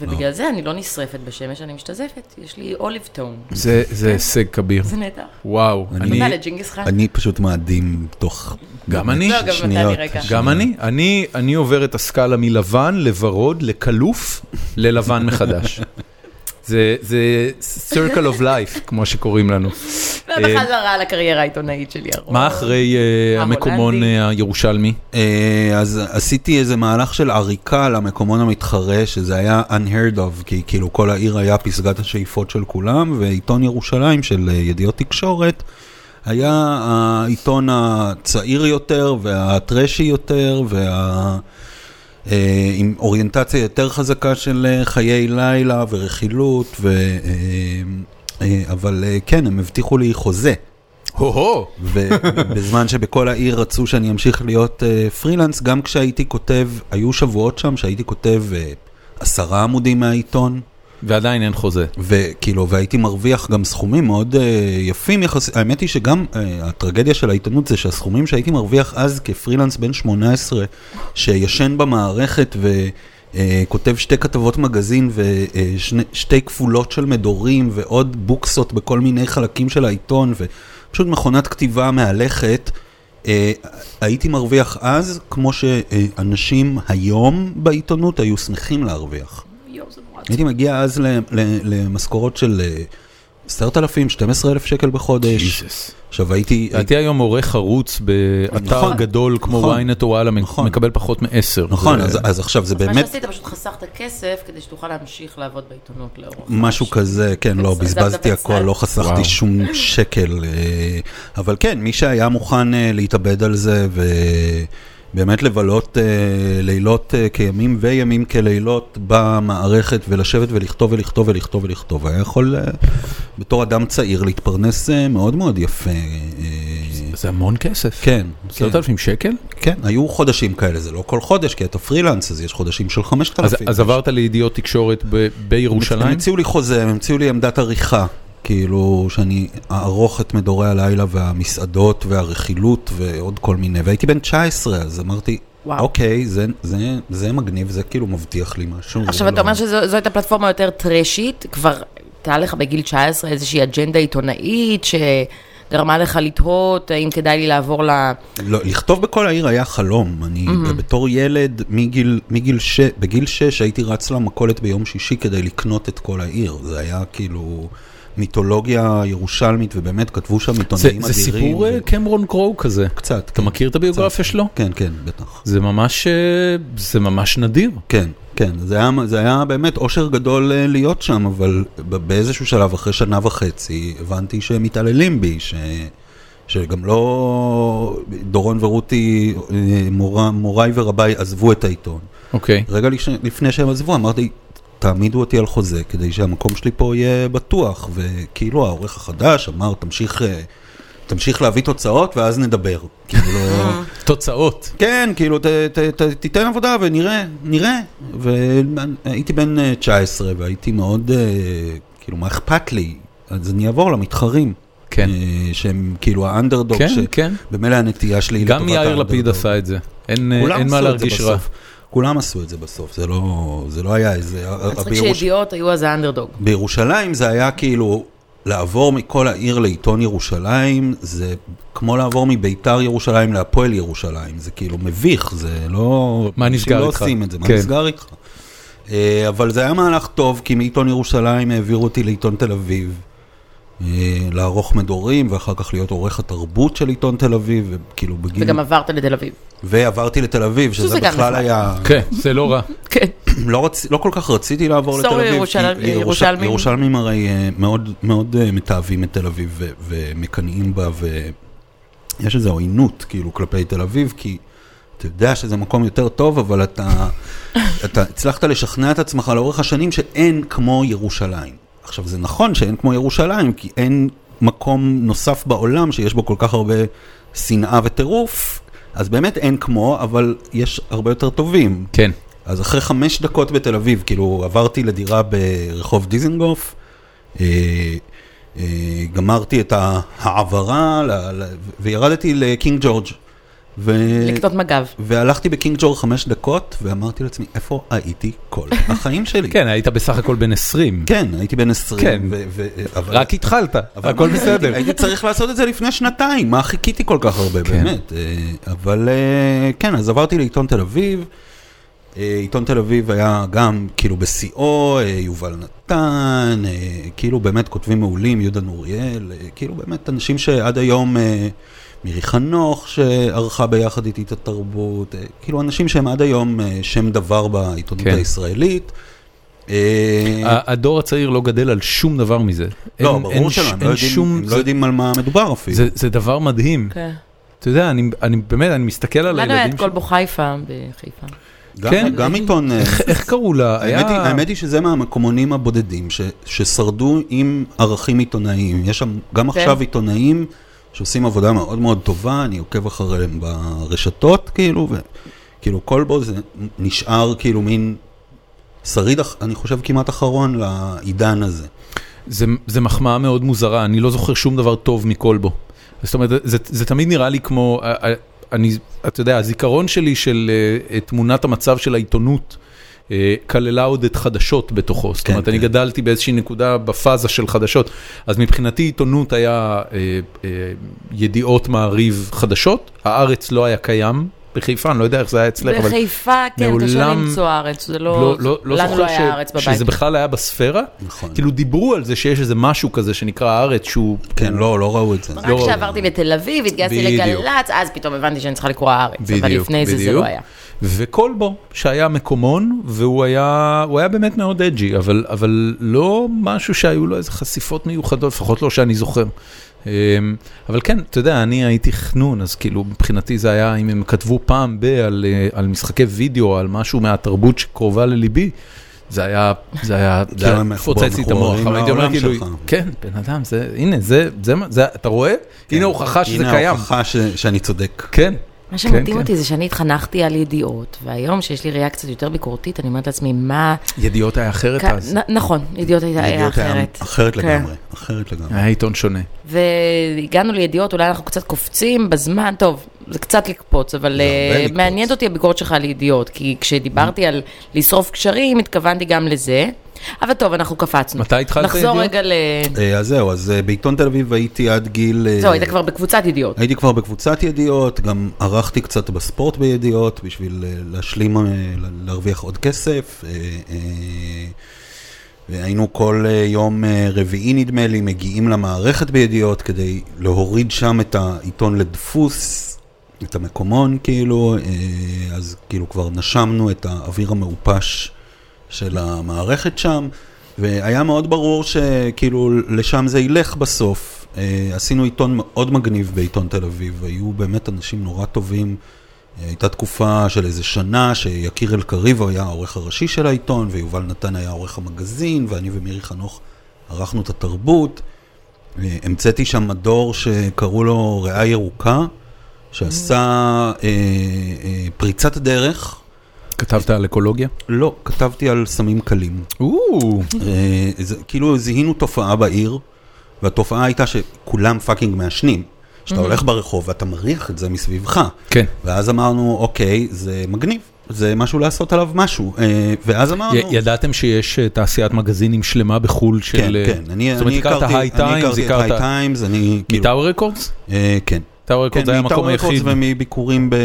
ובגלל זה אני לא נשרפת בשמש, אני משתזפת, יש לי אוליב טון.
זה זה הישג כביר.
זה נהדר.
וואו. אני-
תודה לג'ינגיס חאן.
אני פשוט מאדים תוך
גם אני.
לא, גם אתה
שניות.
מרגע.
גם אני, אני, אני עובר את הסקאלה מלבן לוורוד, לכלוף, ללבן מחדש. זה, זה circle of life, כמו שקוראים לנו.
לא,
אה,
ובחזרה לקריירה העיתונאית שלי. הרוב.
מה אחרי uh, המקומון
ההולנדי.
אה, הירושלמי?
אה, אז עשיתי איזה מהלך של עריקה למקומון המתחרה, שזה היה unheard of, כי כאילו כל העיר היה פסגת השאיפות של כולם, ועיתון ירושלים של אה, ידיעות תקשורת היה העיתון הצעיר יותר והטרשי יותר, וה... אה, עם אוריינטציה יותר חזקה של אה, חיי לילה ורכילות, ו... אה, אה, אבל אה, כן, הם הבטיחו לי חוזה.
הו-הו!
ובזמן שבכל העיר רצו שאני אמשיך להיות אה, פרילנס, גם כשהייתי כותב, היו שבועות שם שהייתי כותב אה, עשרה עמודים מהעיתון,
ועדיין אין חוזה.
וכאילו, והייתי מרוויח גם סכומים מאוד אה, יפים יחסית. האמת היא שגם אה, הטרגדיה של העיתונות זה שהסכומים שהייתי מרוויח אז כפרילנס בן 18, שישן במערכת ו... אה, כותב שתי כתבות מגזין ושתי כפולות של מדורים ועוד בוקסות בכל מיני חלקים של העיתון ופשוט מכונת כתיבה מהלכת. אה, הייתי מרוויח אז כמו שאנשים היום בעיתונות היו שמחים להרוויח.
יואו, זה נורא
הייתי מגיע אז ל- ל- למשכורות של אה, 10,000, 12,000 שקל בחודש.
Jesus.
עכשיו הייתי,
לדעתי היום עורך חרוץ באתר
נכון,
גדול כמו
נכון,
ynet או וואלה
נכון.
מקבל פחות מעשר.
נכון,
זה-
אז- אז עכשיו זה
מה
באמת
שעשית, פשוט חסכת כסף כדי שתוכל להמשיך לעבוד בעיתונות לאורך.
משהו כזה, כן, לא,
בצד-
בזבזתי
בצד.
הכל, לא חסכתי
וואו.
שום שקל. אה, אבל כן, מי שהיה מוכן אה, להתאבד על זה ובאמת לבלות אה, לילות אה, כימים וימים כלילות במערכת ולשבת ולכתוב ולכתוב ולכתוב ולכתוב, היה יכול אה, בתור אדם צעיר להתפרנס אה, מאוד מאוד יפה. אה,
זה המון כסף.
כן, כן.
10,000 שקל?
כן, היו חודשים כאלה, זה לא כל חודש, כי אתה פרילנס, אז יש חודשים של
אז-
5,000.
אז עברת לידיעות תקשורת ב-
הם
בירושלים?
המציאו לי חוזה, הם המציאו לי עמדת עריכה, כאילו שאני אערוך את מדורי הלילה והמסעדות והרכילות ועוד כל מיני, והייתי בן 19, אז אמרתי,
וואו.
אוקיי, זה, זה, זה מגניב, זה כאילו מבטיח לי משהו. זה
עכשיו,
לא-
אתה אומר שזו זו הייתה פלטפורמה יותר טרשית, כבר הייתה לך בגיל 19 איזושהי אג'נדה עיתונאית שגרמה לך לתהות האם כדאי לי לעבור ל...
לא, לכתוב בכל העיר היה חלום. אני בתור ילד, מגיל, מגיל ש... בגיל שש הייתי רץ למכולת ביום שישי כדי לקנות את כל העיר. זה היה כאילו מיתולוגיה ירושלמית, ובאמת כתבו שם
זה
עיתונאים
זה
אדירים.
סיפור אה, קמרון קרואו כזה.
קצת.
אתה מכיר את הביוגרפיה שלו?
כן, כן, בטח.
זה ממש, אה, זה ממש נדיר.
כן, כן, זה היה, זה היה באמת אושר גדול אה, להיות שם, אבל ב- באיזשהו שלב, אחרי שנה וחצי, הבנתי שהם מתעללים בי, ש... שגם לא דורון ורותי, אה, מורה- מוריי ורביי עזבו את העיתון.
אוקיי.
רגע לפני- לפני שהם עזבו, אמרתי, תעמידו אותי על חוזה, כדי שהמקום שלי פה יהיה בטוח, וכאילו העורך החדש אמר, תמשיך, אה, תמשיך להביא תוצאות ואז נדבר. כאילו,
תוצאות.
כן, כאילו, ת, ת, ת, תיתן עבודה ונראה, נראה. והייתי בן אה, 19 והייתי מאוד, אה, כאילו, מה אכפת לי? אז אני אעבור למתחרים.
כן.
אה, שהם כאילו האנדרדוג,
כן,
ש-
כן.
במילא הנטייה שלי היא
גם
לטובת
יאיר לפיד
האנדרדוג.
עשה את זה. אין אה,
כולם
אין מה
עשו את זה
להרגיש רע.
בסוף. כולם עשו את זה בסוף, זה לא, זה לא היה איזה...
מצחיק
בירוש...
שידיעות היו אז האנדרדוג.
בירושלים זה היה כאילו, לעבור מכל העיר לעיתון ירושלים, זה כמו לעבור מביתר ירושלים להפועל ירושלים, זה כאילו מביך, זה לא...
מה נסגר
אנשים
איתך?
לא עושים את זה, מה
כן.
נסגר איתך? אה, אבל זה היה מהלך טוב, כי מעיתון ירושלים העבירו אותי לעיתון תל אביב. אה, לערוך מדורים, ואחר כך להיות עורך התרבות של עיתון תל אביב, וכאילו בגיל...
וגם עברת לתל אביב.
ועברתי לתל אביב, שזה
שזה גם
בכלל
נחמד.
היה...
כן, זה לא רע.
כן.
לא, רצ... לא כל כך רציתי לעבור לתל
תחזור
אביב,
לירושל-
כי ירוש-
ירושלמים.
ירושלמים הרי אה, מאוד, מאוד אה, מתעבים את תל אביב ו... ומקנאים בה, ויש איזו עוינות כאילו כלפי תל אביב, כי אתה יודע שזה מקום יותר טוב, אבל אתה, אתה הצלחת לשכנע את עצמך לאורך השנים שאין כמו ירושלים. עכשיו, זה נכון שאין כמו ירושלים, כי אין מקום נוסף בעולם שיש בו כל כך הרבה שנאה וטירוף. אז באמת אין כמו, אבל יש הרבה יותר טובים.
כן.
אז אחרי חמש דקות בתל אביב, כאילו עברתי לדירה ברחוב דיזנגוף, אה, אה, גמרתי את ההעברה ל, ל, וירדתי לקינג ג'ורג'. ו...
לקנות מג"ב.
והלכתי בקינג ג'ורג' חמש דקות, ואמרתי לעצמי, איפה הייתי כל החיים שלי?
כן, היית בסך הכל בן 20.
כן, הייתי בן 20.
כן.
ו- ו- אבל-
רק התחלת,
אבל
הכל
מה, אה,
בסדר.
הייתי- הייתי צריך לעשות את זה לפני שנתיים, מה חיכיתי כל כך הרבה,
כן.
באמת. אה, אבל אה, כן, אז עברתי לעיתון תל אביב. אה, עיתון תל אביב היה גם כאילו בשיאו, אה, יובל נתן, אה, כאילו באמת כותבים מעולים, יהודה נוריאל, אה, כאילו באמת אנשים שעד היום, אה, מירי חנוך שערכה ביחד איתי את התרבות, אה, כאילו אנשים שהם עד היום אה, שם דבר בעיתונות
כן.
הישראלית. אה,
ה- הדור הצעיר לא גדל על שום דבר מזה. אין-
לא,
אין
ברור
ש-
שלא, הם לא
אין
יודעים-
שום-
הם לא
זה-
יודעים על מה מדובר אפילו.
זה- זה דבר מדהים.
כן.
אתה יודע, אני אני באמת, אני מסתכל על
לנו היה את
הילדים
כלבו חיפה בחיפה.
גם,
כן.
כן. גם עיתון... אה,
ש- איך קראו לה?
האמת, היא,
היה...
האמת היא שזה מהמקומונים הבודדים ש, ששרדו עם ערכים עיתונאיים. יש שם גם
כן.
עכשיו עיתונאים שעושים עבודה מאוד מאוד טובה, אני עוקב אחריהם ברשתות, כאילו, וכאילו כלבו זה נשאר כאילו מין שריד, אח- אני חושב, כמעט אחרון לעידן הזה.
זה, זה מחמאה מאוד מוזרה, אני לא זוכר שום דבר טוב מכלבו. זאת אומרת, זה, זה תמיד נראה לי כמו, אה, אה, אני, אתה יודע, הזיכרון שלי של אה, תמונת המצב של העיתונות אה, כללה עוד את חדשות בתוכו. זאת
כן,
אומרת, אני
כן.
גדלתי באיזושהי נקודה בפאזה של חדשות, אז מבחינתי עיתונות היה אה, אה, ידיעות מעריב חדשות, הארץ לא היה קיים בחיפה, אני לא יודע איך זה היה אצלך, אבל...
בחיפה, כן, קשה
מעולם-
למצוא ארץ, זה
לא,
לא...
לא, לא
לנו
זוכר
לא היה ארץ
ש... שזה
בבית.
בכלל היה בספירה.
נכון.
כאילו דיברו על זה שיש איזה משהו כזה שנקרא הארץ שהוא...
כן, לא, לא ראו את זה.
רק
לא-
כשעברתי לתל אביב, התגייסתי
בדיוק.
לגל"צ, אז פתאום הבנתי שאני צריכה לקרוא הארץ. אבל לפני זה זה לא היה.
וקולבו, שהיה מקומון, והוא היה, הוא היה באמת מאוד אג'י, אבל, אבל לא משהו שהיו לו איזה חשיפות מיוחדות, לפחות לא שאני זוכר. אמ, אבל כן, אתה יודע, אני הייתי חנון, אז כאילו מבחינתי זה היה, אם הם כתבו פעם ב... על, אה, על משחקי וידאו, על משהו מהתרבות שקרובה לליבי, זה היה, זה היה, זה היה
כן, הם
פוצץ לי את המוח,
מחוברים
אבל הייתי אומר
לעולם
כאילו,
שלך.
כן, בן אדם, זה, הנה, זה, זה, מה- זה, אתה רואה? הנה הוכחה שזה
כן. הנה
קיים.
ההוכחה ש- שאני צודק.
כן.
מה
כן,
שמדהים
כן.
אותי זה שאני התחנכתי על ידיעות, והיום שיש לי ראייה קצת יותר ביקורתית, אני אומרת לעצמי, מה...
ידיעות היה אחרת
כ-
אז.
נ- נכון, ידיעות הייתה היה
ידיעות היה
אחרת.
אחרת
כן.
לגמרי, אחרת לגמרי.
היה עיתון שונה.
והגענו לידיעות, אולי אנחנו קצת קופצים בזמן, טוב, זה קצת לקפוץ, אבל
זה
אה,
הרבה לקפוץ.
מעניינת אותי הביקורת שלך על ידיעות, כי כשדיברתי על לשרוף קשרים, התכוונתי גם לזה, אבל טוב, אנחנו קפצנו.
מתי התחלת
נחזור
ידיעות?
רגע ל...
אה, אז זהו, אז אה, בעיתון תל אביב הייתי עד גיל... אה,
זהו, היית כבר בקבוצת ידיעות.
הייתי כבר בקבוצת ידיעות, גם ערכתי קצת בספורט בידיעות, בשביל אה, להשלים, אה, ל- להרוויח עוד כסף. אה, אה, והיינו כל אה, יום אה, רביעי, נדמה לי, מגיעים למערכת בידיעות כדי להוריד שם את העיתון לדפוס, את המקומון, כאילו, אה, אז כאילו כבר נשמנו את האוויר המעופש של המערכת שם, והיה מאוד ברור שכאילו לשם זה ילך בסוף. אה, עשינו עיתון מאוד מגניב בעיתון תל אביב, היו באמת אנשים נורא טובים. אה, הייתה תקופה של איזה שנה שיקיר אלקריב היה העורך הראשי של העיתון, ויובל נתן היה עורך המגזין, ואני ומירי חנוך ערכנו את התרבות. אה, המצאתי שם מדור שקראו לו ריאה ירוקה, שעשה אה, אה, פריצת דרך.
כתבת על אקולוגיה?
לא, כתבתי על סמים קלים.
או,
אה, זה, כאילו זיהינו תופעה בעיר, והתופעה הייתה שכולם פאקינג מעשנים. שאתה הולך ברחוב ואתה מריח את זה מסביבך.
כן.
ואז אמרנו, אוקיי, זה מגניב, זה משהו לעשות עליו משהו. אה, ואז אמרנו...
י- ידעתם שיש אה, תעשיית מגזינים שלמה בחו"ל של...
כן,
אה,
כן, אני,
זאת אומרת,
אני
הכרת
הכרתי
היי
אני
טיימס,
הכרתי את היי
הכרת...
טיימס, אני כאילו...
מטאור רקורדס?
אה, כן.
טאור רקורדס
כן,
היה המקום
מטאור רקורדס
היחיד.
ומביקורים ב, אה,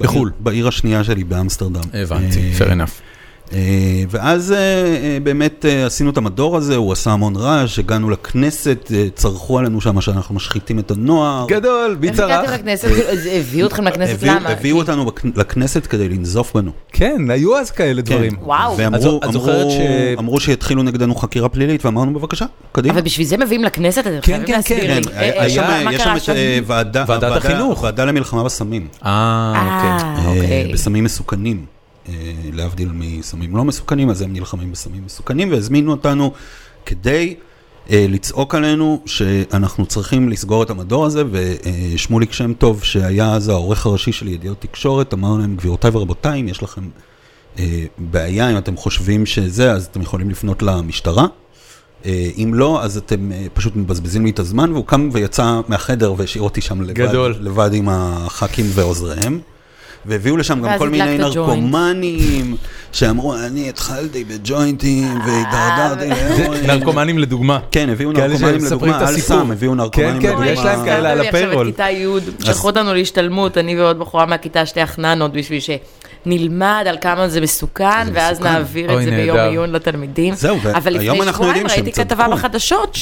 בחו"ל.
בעיר, בעיר השנייה שלי, באמסטרדם.
הבנתי,
אה,
fair enough.
אה, ואז אה, אה, באמת אה, עשינו את המדור הזה, הוא עשה המון רעש, הגענו לכנסת, אה, צרחו עלינו שם שאנחנו משחיתים את הנוער.
גדול,
איך הגעתם לכנסת? זה הביאו אתכם לכנסת,
הביאו-
למה?
הביאו אותנו בכ- לכנסת כדי לנזוף בנו.
כן, היו אז כאלה דברים.
כן. וואו.
את זו-
ואמרו
את זוכרת
אמרו-
ש-
אמרו שיתחילו נגדנו חקירה פלילית, ואמרנו בבקשה, קדימה.
אבל בשביל זה מביאים לכנסת, אתם
כן,
חייבים
כן.
להסביר לי.
אה,
אה,
היה-
אה,
שם-
מה
יש שם
קרה
את
עכשיו?
אה, ועדה-
ועדת
הוועדה-
החינוך.
הוועדה למלחמה בסמים.
אה, אוקיי.
אה, אוקיי.
אה, בסמים מסוכנים, אה, להבדיל מסמים לא מסוכנים, אז הם נלחמים בסמים מסוכנים, והזמינו אותנו כדי אה, לצעוק עלינו שאנחנו צריכים לסגור את המדור הזה, ושמוליק שם טוב, שהיה אז העורך הראשי של ידיעות תקשורת, אמר להם, גבירותיי ורבותיי, אם יש לכם אה, בעיה, אם אתם חושבים שזה, אז אתם יכולים לפנות למשטרה. אה, אם לא, אז אתם אה, פשוט מבזבזים לי את הזמן, והוא קם ויצא מהחדר והשאיר אותי שם לבד,
גדול.
לבד עם הח"כים ועוזריהם. והביאו לשם גם
ואז
כל מיני
הדלקת ג'וינט.
נרקומנים, שאמרו, אני התחלתי בג'וינטים
אה,
והידרדרתי
זה
להרואין."
נרקומנים לדוגמה.
כן, הביאו
כאלה
נרקומנים
שמספרים את
לדוגמה, אל
הסיפור.
סם, הביאו נרקומנים
כן,
לדוגמה.
כן, יש להם כאלה על
הזכרת לי עכשיו
הפיירול.
את כיתה י', שלחו אותנו להשתלמות, אני ועוד בחורה מהכיתה, שתי אחננות, בשביל שנלמד על כמה זה מסוכן,
זה
ואז
מסוכן.
נעביר
אוי,
את זה ביום
נהדר.
עיון לתלמידים.
זהו, והיום
אבל לפני
אנחנו
שבועיים
יודעים שהם
ראיתי כתבה
צדקו.
בחדשות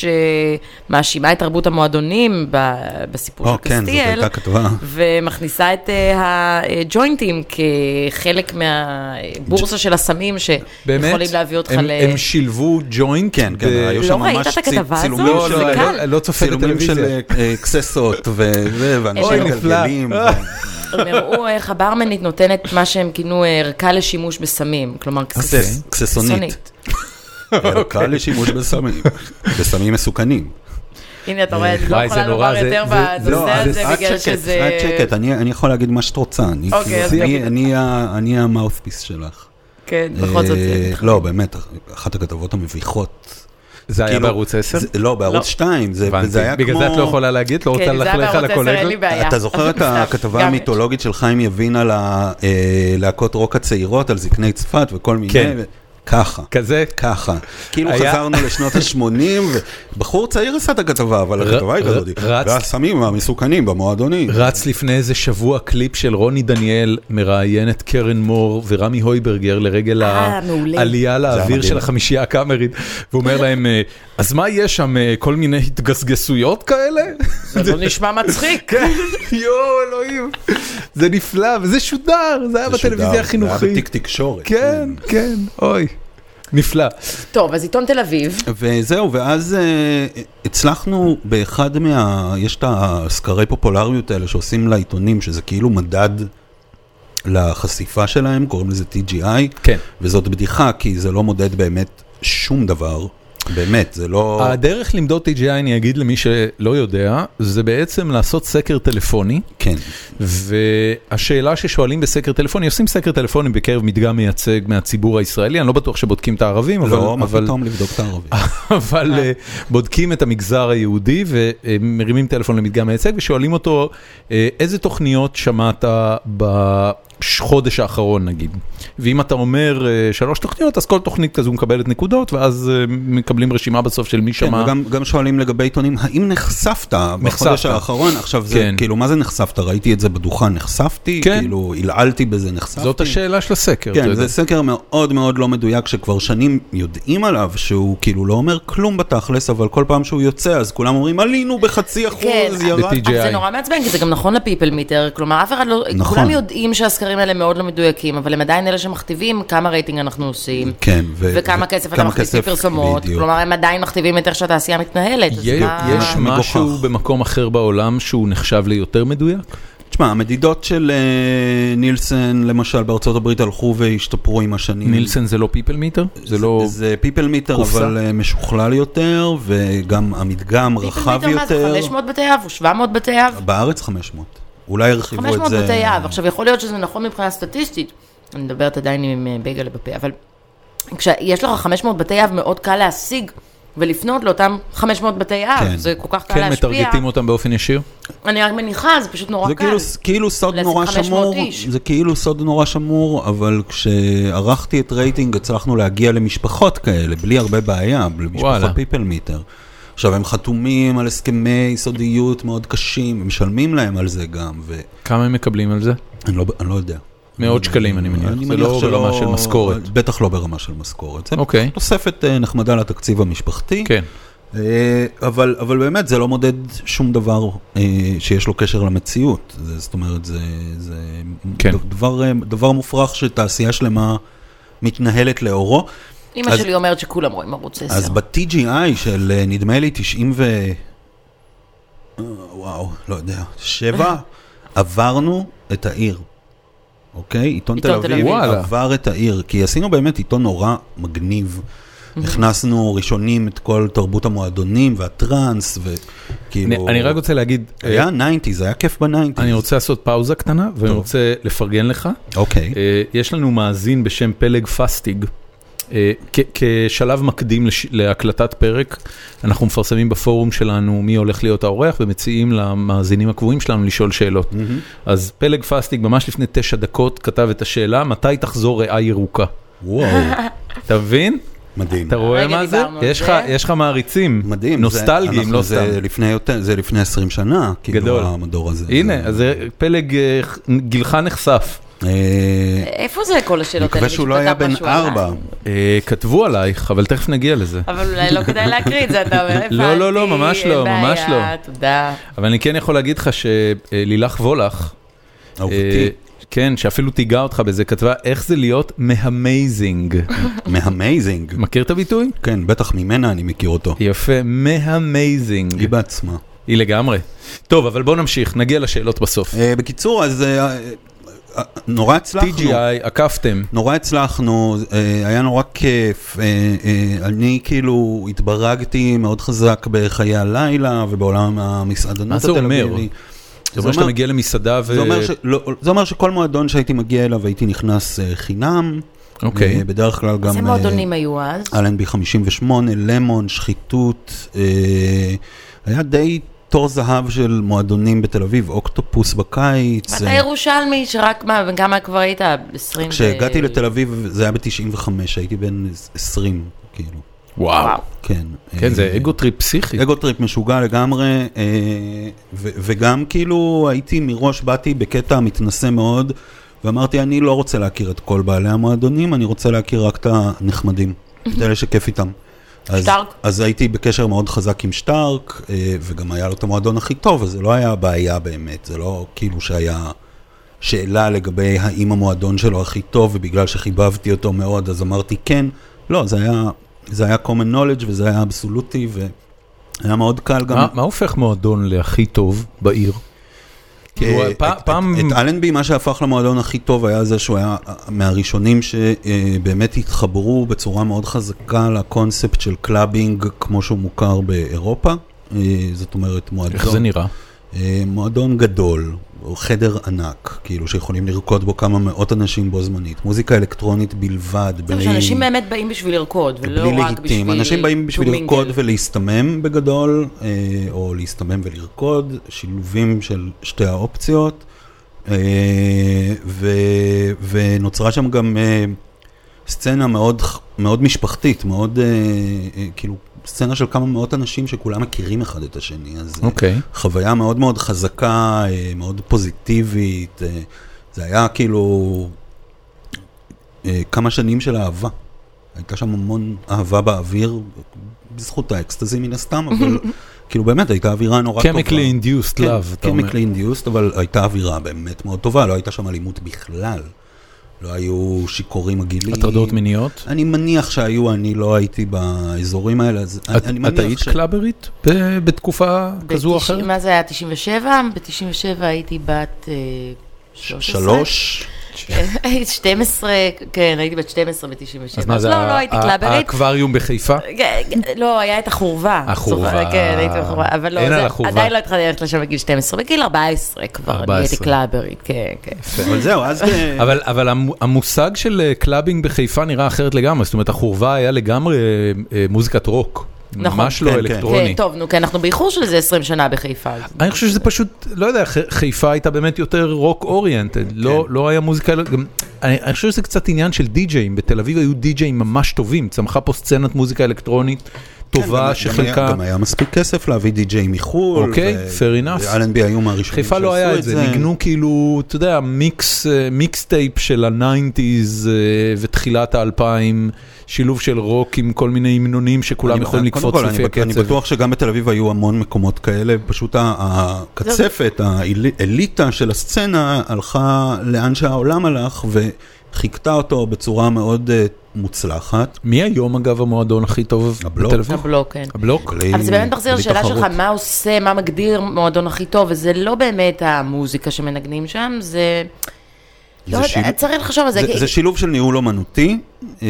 שמאשימה את תרבות המועדונים ב- בסיפור של
או, כן, זאת
קסטיאל,
הייתה כתבה.
ומכניסה את אה, הג'וינטים כחלק מהבורסה של הסמים, שיכולים להביא אותך
הם-
ל...
הם שילבו ג'וינט?
כן, כן,
ב-
היו
לא
שם
ראית
ממש
את הכתבה
צי- צילומים
הזאת?
לא,
של...
לא,
זה
אני
קל.
לא- אני לא צופה
צילומים של
בטלוויזיה.
אה, קססות וזה,
אוי,
ואנשים
נפלא.
מגלגלים.
הם הראו איך הברמנית נותנת מה שהם כינו אה, ערכה לשימוש בסמים, כלומר
אה, קסס,
קסס-
קססונית. אה, קל לשימוש בסמים, בסמים מסוכנים.
הנה, אתה
אה,
רואה, אני לא
וואי, זה
יכולה
נורא,
לומר
זה-
יותר
זה-
בנושא
לא,
הזה,
זה-
את
בגלל
שקט,
שזה...
את שקט, אני אני יכול להגיד מה שאת רוצה. אני
אוקיי,
כאילו-
אז
אני-
תגידי.
אני ה- אני המאוטפיס שלך.
כן, בכל זאת.
אה,
זה-
לא, באמת, אחת הכתבות המביכות.
זה היה
כאילו,
בערוץ 10?
זה- לא,
לא.
בערוץ 2. זה
הבנתי.
זה היה כמו...
בגלל זה את לא יכולה להגיד, לא רוצה
כן, זה היה
ללכלך על
בערוץ 10, אין לי
הקולגה.
בעיה.
אתה זוכר את
סתם,
הכתבה
גם-
המיתולוגית של חיים יבין על הלהקות רוק הצעירות, על זקני צפת וכל מיני?
כן.
ו- ככה.
כזה.
ככה. כאילו
היה-
חזרנו לשנות ה-80, ובחור צעיר עשה את הכתבה, אבל
ר-
הכתבה היא
ר-
כזאת,
רץ-
והסמים המסוכנים במועדונים.
רץ לפני איזה שבוע קליפ של רוני דניאל מראיין את קרן מור ורמי הויברגר לרגל
אה, מעולה.
העלייה לאוויר
מדהים.
של החמישייה הקאמרית, ואומר להם, אה, אז מה יש שם, אה, כל מיני התגסגסויות כאלה?
זה לא נשמע מצחיק.
כן, יואו אלוהים, זה נפלא, וזה שודר, זה היה
זה שודר,
בטלוויזיה
זה היה
החינוכית.
בתיק תקשורת.
כן, כן, אוי, נפלא.
טוב, אז עיתון תל אביב.
וזהו, ואז אה, הצלחנו באחד מה... יש את הסקרי פופולריות האלה שעושים לעיתונים, שזה כאילו מדד לחשיפה שלהם, קוראים לזה TGI.
כן.
וזאת בדיחה, כי זה לא מודד באמת שום דבר. באמת, זה לא...
הדרך למדוד TGI, אני אגיד למי שלא יודע, זה בעצם לעשות סקר טלפוני,
כן.
והשאלה ששואלים בסקר טלפוני, עושים סקר טלפוני בקרב מדגם מייצג מהציבור הישראלי, אני לא בטוח שבודקים את הערבים, אבל...
לא, מה
אבל-
פתאום לבדוק את הערבים.
אבל אה, בודקים את המגזר היהודי ומרימים טלפון למדגם מייצג ושואלים אותו אה, איזה תוכניות שמעת בחודש האחרון נגיד. ואם אתה אומר אה, שלוש תוכניות אז כל תוכנית כזו מקבלת נקודות ואז אה, מקבלים רשימה בסוף של מי
כן,
שמע.
וגם גם שואלים לגבי עיתונים, האם נחשפת בחודש
נחשפת.
האחרון? עכשיו, זה
כן.
כאילו, מה זה נחשפת? ראיתי את זה בדוכן, נחשפתי?
כן.
כאילו, עלעלתי בזה, נחשפתי?
זאת השאלה של הסקר. אתה
כן,
יודע.
זה סקר מאוד מאוד לא מדויק שכבר שנים יודעים עליו, שהוא כאילו לא אומר כלום בתכלס, אבל כל פעם שהוא יוצא, אז כולם אומרים, עלינו בחצי אחוז,
כן.
ירד.
ב-TGI.
אבל זה נורא מעצבן, כי זה גם נכון לפיפל מיטר, כלומר, אף אחד לא...
נכון.
כולם יודעים שהסקרים הדברים האלה מאוד לא מדויקים, אבל הם עדיין אלה שמכתיבים כמה רייטינג אנחנו עושים.
כן, ו-
וכמה
ו-
כסף אתה
כמה
מכניס
כסף,
לפרסומות,
בדיוק.
כלומר הם עדיין מכתיבים את איך שהתעשייה מתנהלת. אז
יש
מה-
יש משהו
מגוחך.
במקום אחר בעולם שהוא נחשב ליותר מדויק?
תשמע, המדידות של אה, נילסן, למשל, בארצות הברית הלכו והשתפרו עם השנים.
נילסון זה לא פיפל מיטר? זה לא...
זה פיפל מיטר,
קופסה.
אבל אה, משוכלל יותר, וגם המדגם רחב
פתאום מה זה,
יותר.
500 בתי אב או 700 בתי אב?
בארץ 500. אולי הרחיבו את
500
זה.
בתי אב. עכשיו, יכול להיות שזה נכון מבחינה סטטיסטית, אני מדברת עדיין עם אה, בייגלה בפה, אבל כשיש לך 500 בתי אב, מאוד קל להשיג ולפנות לאותם 500 בתי אב.
כן.
זה כל כך קל
כן,
להשפיע.
מטרגטים אותם באופן ישיר?
אני רק מניחה, זה פשוט נורא
זה
קל.
כאילו, כאילו סוד
להשיג
נורא
500
שמור,
איש.
זה כאילו סוד נורא שמור, אבל כשערכתי את רייטינג הצלחנו להגיע למשפחות כאלה, בלי הרבה בעיה, למשפחות
וואלה.
פיפל מיטר. עכשיו, הם חתומים על הסכמי סודיות מאוד קשים, הם משלמים להם על זה גם, ואני
כמה הם מקבלים על זה?
לא, אני לא יודע.
מאות שקלים אני מניח, זה
מניח
לא
שלא-
ברמה של משכורת.
בטח לא ברמה של משכורת. זה
אוקיי.
תוספת אה, נחמדה לתקציב המשפחתי.
כן.
אה, אבל, אבל באמת זה לא מודד שום דבר אה, שיש לו קשר למציאות. זה, זאת אומרת, זה, זה
כן.
ד- דבר, אה, דבר מופרך שתעשייה שלמה מתנהלת לאורו.
אימא
אז-
שלי אומרת שכולם רואים ערוץ 10.
אז ב-TGI של אה, נדמה לי 90 ו... אה, וואו, לא יודע, שבע, עברנו את העיר. אוקיי? עיתון תל
עיתון תל
אביב
אביב. וואלה.
עבר את העיר, כי עשינו באמת עיתון נורא מגניב. הכנסנו ראשונים את כל תרבות המועדונים והטראנס, וכאילו...
אני רק רוצה להגיד, אה,
היה 90's, היה כיף ב-90's.
אני רוצה לעשות פאוזה קטנה ואני
טוב.
רוצה לפרגן לך.
אוקיי.
אה, יש לנו מאזין בשם פלג פסטיג. אה, כ- כשלב מקדים לש- להקלטת פרק, אנחנו מפרסמים בפורום שלנו מי הולך להיות האורח ומציעים למאזינים הקבועים שלנו לשאול שאלות.
Mm-hmm.
אז פלג פסטיג ממש לפני תשע דקות כתב את השאלה, מתי תחזור ריאה ירוקה?
וואו,
אתה מבין?
מדהים.
אתה רואה
רגע,
מה זה?
דיברנו על
יש לך-
זה.
יש לך מעריצים,
מדהים. זה-
נוסטלגיים,
אנחנו-
לא סתם.
זה לפני יותר, זה לפני 20 שנה,
גדול.
כאילו המדור הזה.
הנה,
זה-
אז זה פלג אה, גילך נחשף.
אה,
איפה זה כל השאלות האלה?
אני מקווה
מישהו
שהוא לא היה
כתב
בן
משהו עליי.
ארבע.
אה, כתבו עלייך, אבל תכף נגיע לזה.
אבל אולי לא כדאי להקריא את זה, אתה אומר, הבנתי,
לא, לא, לא, ממש לא,
אין
ממש
בעיה,
לא.
תודה.
אבל אני כן יכול להגיד לך שלילך וולך, אה,
אהובתי,
כן, שאפילו תיגע אותך בזה, כתבה איך זה להיות מהמייזינג.
מהמייזינג.
מכיר את הביטוי?
כן, בטח ממנה אני מכיר אותו.
יפה, מהמייזינג.
היא בעצמה.
היא לגמרי. טוב, אבל בוא נמשיך, נגיע לשאלות בסוף.
אה, בקיצור, אז אה, אה, אה, נורא הצלחנו.
TGI, עקפתם.
נורא הצלחנו, אה, היה נורא כיף, אה, אה, אני כאילו התברגתי מאוד חזק בחיי הלילה ובעולם
מה
המסעדנות
זה אומר?
התל-אביבי.
זה אומר שאתה מגיע למסעדה ו...
זה אומר, ש... לא, זה אומר שכל מועדון שהייתי מגיע אליו הייתי נכנס אה, חינם.
אוקיי.
אה, בדרך כלל גם...
איזה
אה,
מועדונים היו אז?
אלנבי 58, למון, שחיתות, אה, היה די תור זהב של מועדונים בתל אביב, אוקטופוס בקיץ.
ואתה
אה,
ירושלמי, שרק מה, בן כמה כבר היית? 20...
כשהגעתי לתל אביב זה היה ב-95, הייתי בן 20, כאילו,
וואו.
כן.
כן,
אה,
זה אגו טריפ פסיכי.
אגו טריפ משוגע לגמרי, אה, ו- וגם כאילו הייתי מראש, באתי בקטע מתנשא מאוד, ואמרתי, אני לא רוצה להכיר את כל בעלי המועדונים, אני רוצה להכיר רק את הנחמדים, את אלה שכיף איתם. אז-
שטארק.
אז הייתי בקשר מאוד חזק עם שטארק, אה, וגם היה לו את המועדון הכי טוב, אז זה לא היה בעיה באמת, זה לא כאילו שהיה שאלה לגבי האם המועדון שלו הכי טוב, ובגלל שחיבבתי אותו מאוד אז אמרתי כן. לא, זה היה, זה היה common knowledge וזה היה אבסולוטי, והיה מאוד קל גם...
מה מה הופך מועדון להכי טוב בעיר? כאילו,
אה,
פ-
את-
פעם...
את אלנבי, מה שהפך למועדון הכי טוב היה זה שהוא היה אה, מהראשונים שבאמת התחברו בצורה מאוד חזקה לקונספט של קלאבינג כמו שהוא מוכר באירופה. אה, זאת אומרת, מועדון...
איך זה נראה?
אה, מועדון גדול, או חדר ענק, כאילו שיכולים לרקוד בו כמה מאות אנשים בו זנית. מוזיקה אלקטרונית בלבד,
זהו,
בלי...
שאנשים באמת באים בשביל לרקוד, ולא
בלי
רק בשביל... כן.
להיטים, אנשים באים בשביל
to
לרקוד
mingle.
ולהסתמם בגדול, אה, או להסתמם ולרקוד, שילובים של שתי האופציות, אה, ו- ונוצרה שם גם אה, סצנה מאוד ח- מאוד משפחתית, מאוד אה, אה, כאילו סצנה של כמה מאות אנשים שכולם מכירים אחד את השני, אז אה,
אוקיי.
חוויה מאוד מאוד חזקה, אה, מאוד פוזיטיבית, אה, זה היה כאילו אה, כמה שנים של אהבה. הייתה שם המון אהבה באוויר, בזכות האקסטזי מן הסתם, אבל, כאילו באמת הייתה אווירה נורא טובה.
Chemically
כן,
induced love, אתה אומר.
קמיקלי אינדיוסט, אבל הייתה אווירה באמת מאוד טובה, לא הייתה שם אלימות בכלל. לא היו שיכורים מגעילים.
הטרדות מיניות?
אני מניח שהיו, אני לא הייתי באזורים האלה, אז אני- אני
את- את היית
מניח ש...
קלאברית ב- בתקופה כזו או
בתש-
אחרת?
מה זה היה, 97? ב-97 הייתי בת אה, 13.
שלוש?
הייתי 12, כן, הייתי בת 12 ב-97.
אז מה זה,
לא,
ה-
לא הייתי
ה-
קלאברית.
האקווריום בחיפה?
אה.
כן, כן, לא, היה את החורבה.
החורבה.
זוכר, כן, הייתי בחורבה, אבל לא,
אין
זה-
על החורבה.
עדיין לא התחלתי ללכת לשם בגיל 12, בגיל 14 כבר, אני
14.
הייתי קלאברית, כן, כן.
אבל זהו, אז... אה,
אבל, אבל המ- המושג של אה, קלאבינג בחיפה נראה אחרת לגמרי, זאת אומרת החורבה היה לגמרי אה, אה, מוזיקת רוק,
נכון.
ממש לא
כן, כן.
אלקטרוני.
כן, טוב, נו, כן, אנחנו באיחור של איזה 20 שנה בחיפה. אז-
אני חושב שזה פשוט, לא יודע, ח- חיפה הייתה באמת יותר רוק אוריינטד,
כן.
לא, לא היה מוזיקה, לא- גם, אני, אני חושב שזה קצת עניין של די-ג'אים, בתל אביב היו די-ג'אים ממש טובים, צמחה פה סצנת מוזיקה אלקטרונית
גם-
טובה
כן, גם
שחלקה,
היה- גם היה מספיק כסף להביא די-ג'יי מחו"ל.
אוקיי,
ו-
fair enough.
ו-R&B היו מהראשונים
חיפה לא היה את זה, ניגנו כאילו, אתה יודע, מיקס, אה, מיקסטייפ של הניינטיז ותחילת האלפיים, שילוב של רוק עם כל מיני המנונים שכולם
אני-
יכולים
קודם
לקפוץ
כל, אני
לפי
בט- אני
הקצב.
בטוח שגם בתל אביב היו המון מקומות כאלה, פשוט ה- הקצפת, האליטה של הסצנה הלכה לאן שהעולם הלך וחיכתה אותו בצורה מאוד אה, מוצלחת.
מי היום אגב המועדון הכי טוב
הבלוק.
בתל אביב?
הבלוק, כן.
הבלוק?
בלי-
אבל זה באמת מחזיר
בלי
לשאלה
תחרות.
שלך, מה עושה, מה מגדיר מועדון הכי טוב, וזה לא באמת המוזיקה שמנגנים שם, זה... לא
שילוב-
יודע, צריך לחשוב על זה. כן.
זה,
כי-
זה שילוב של ניהול אומנותי, אה,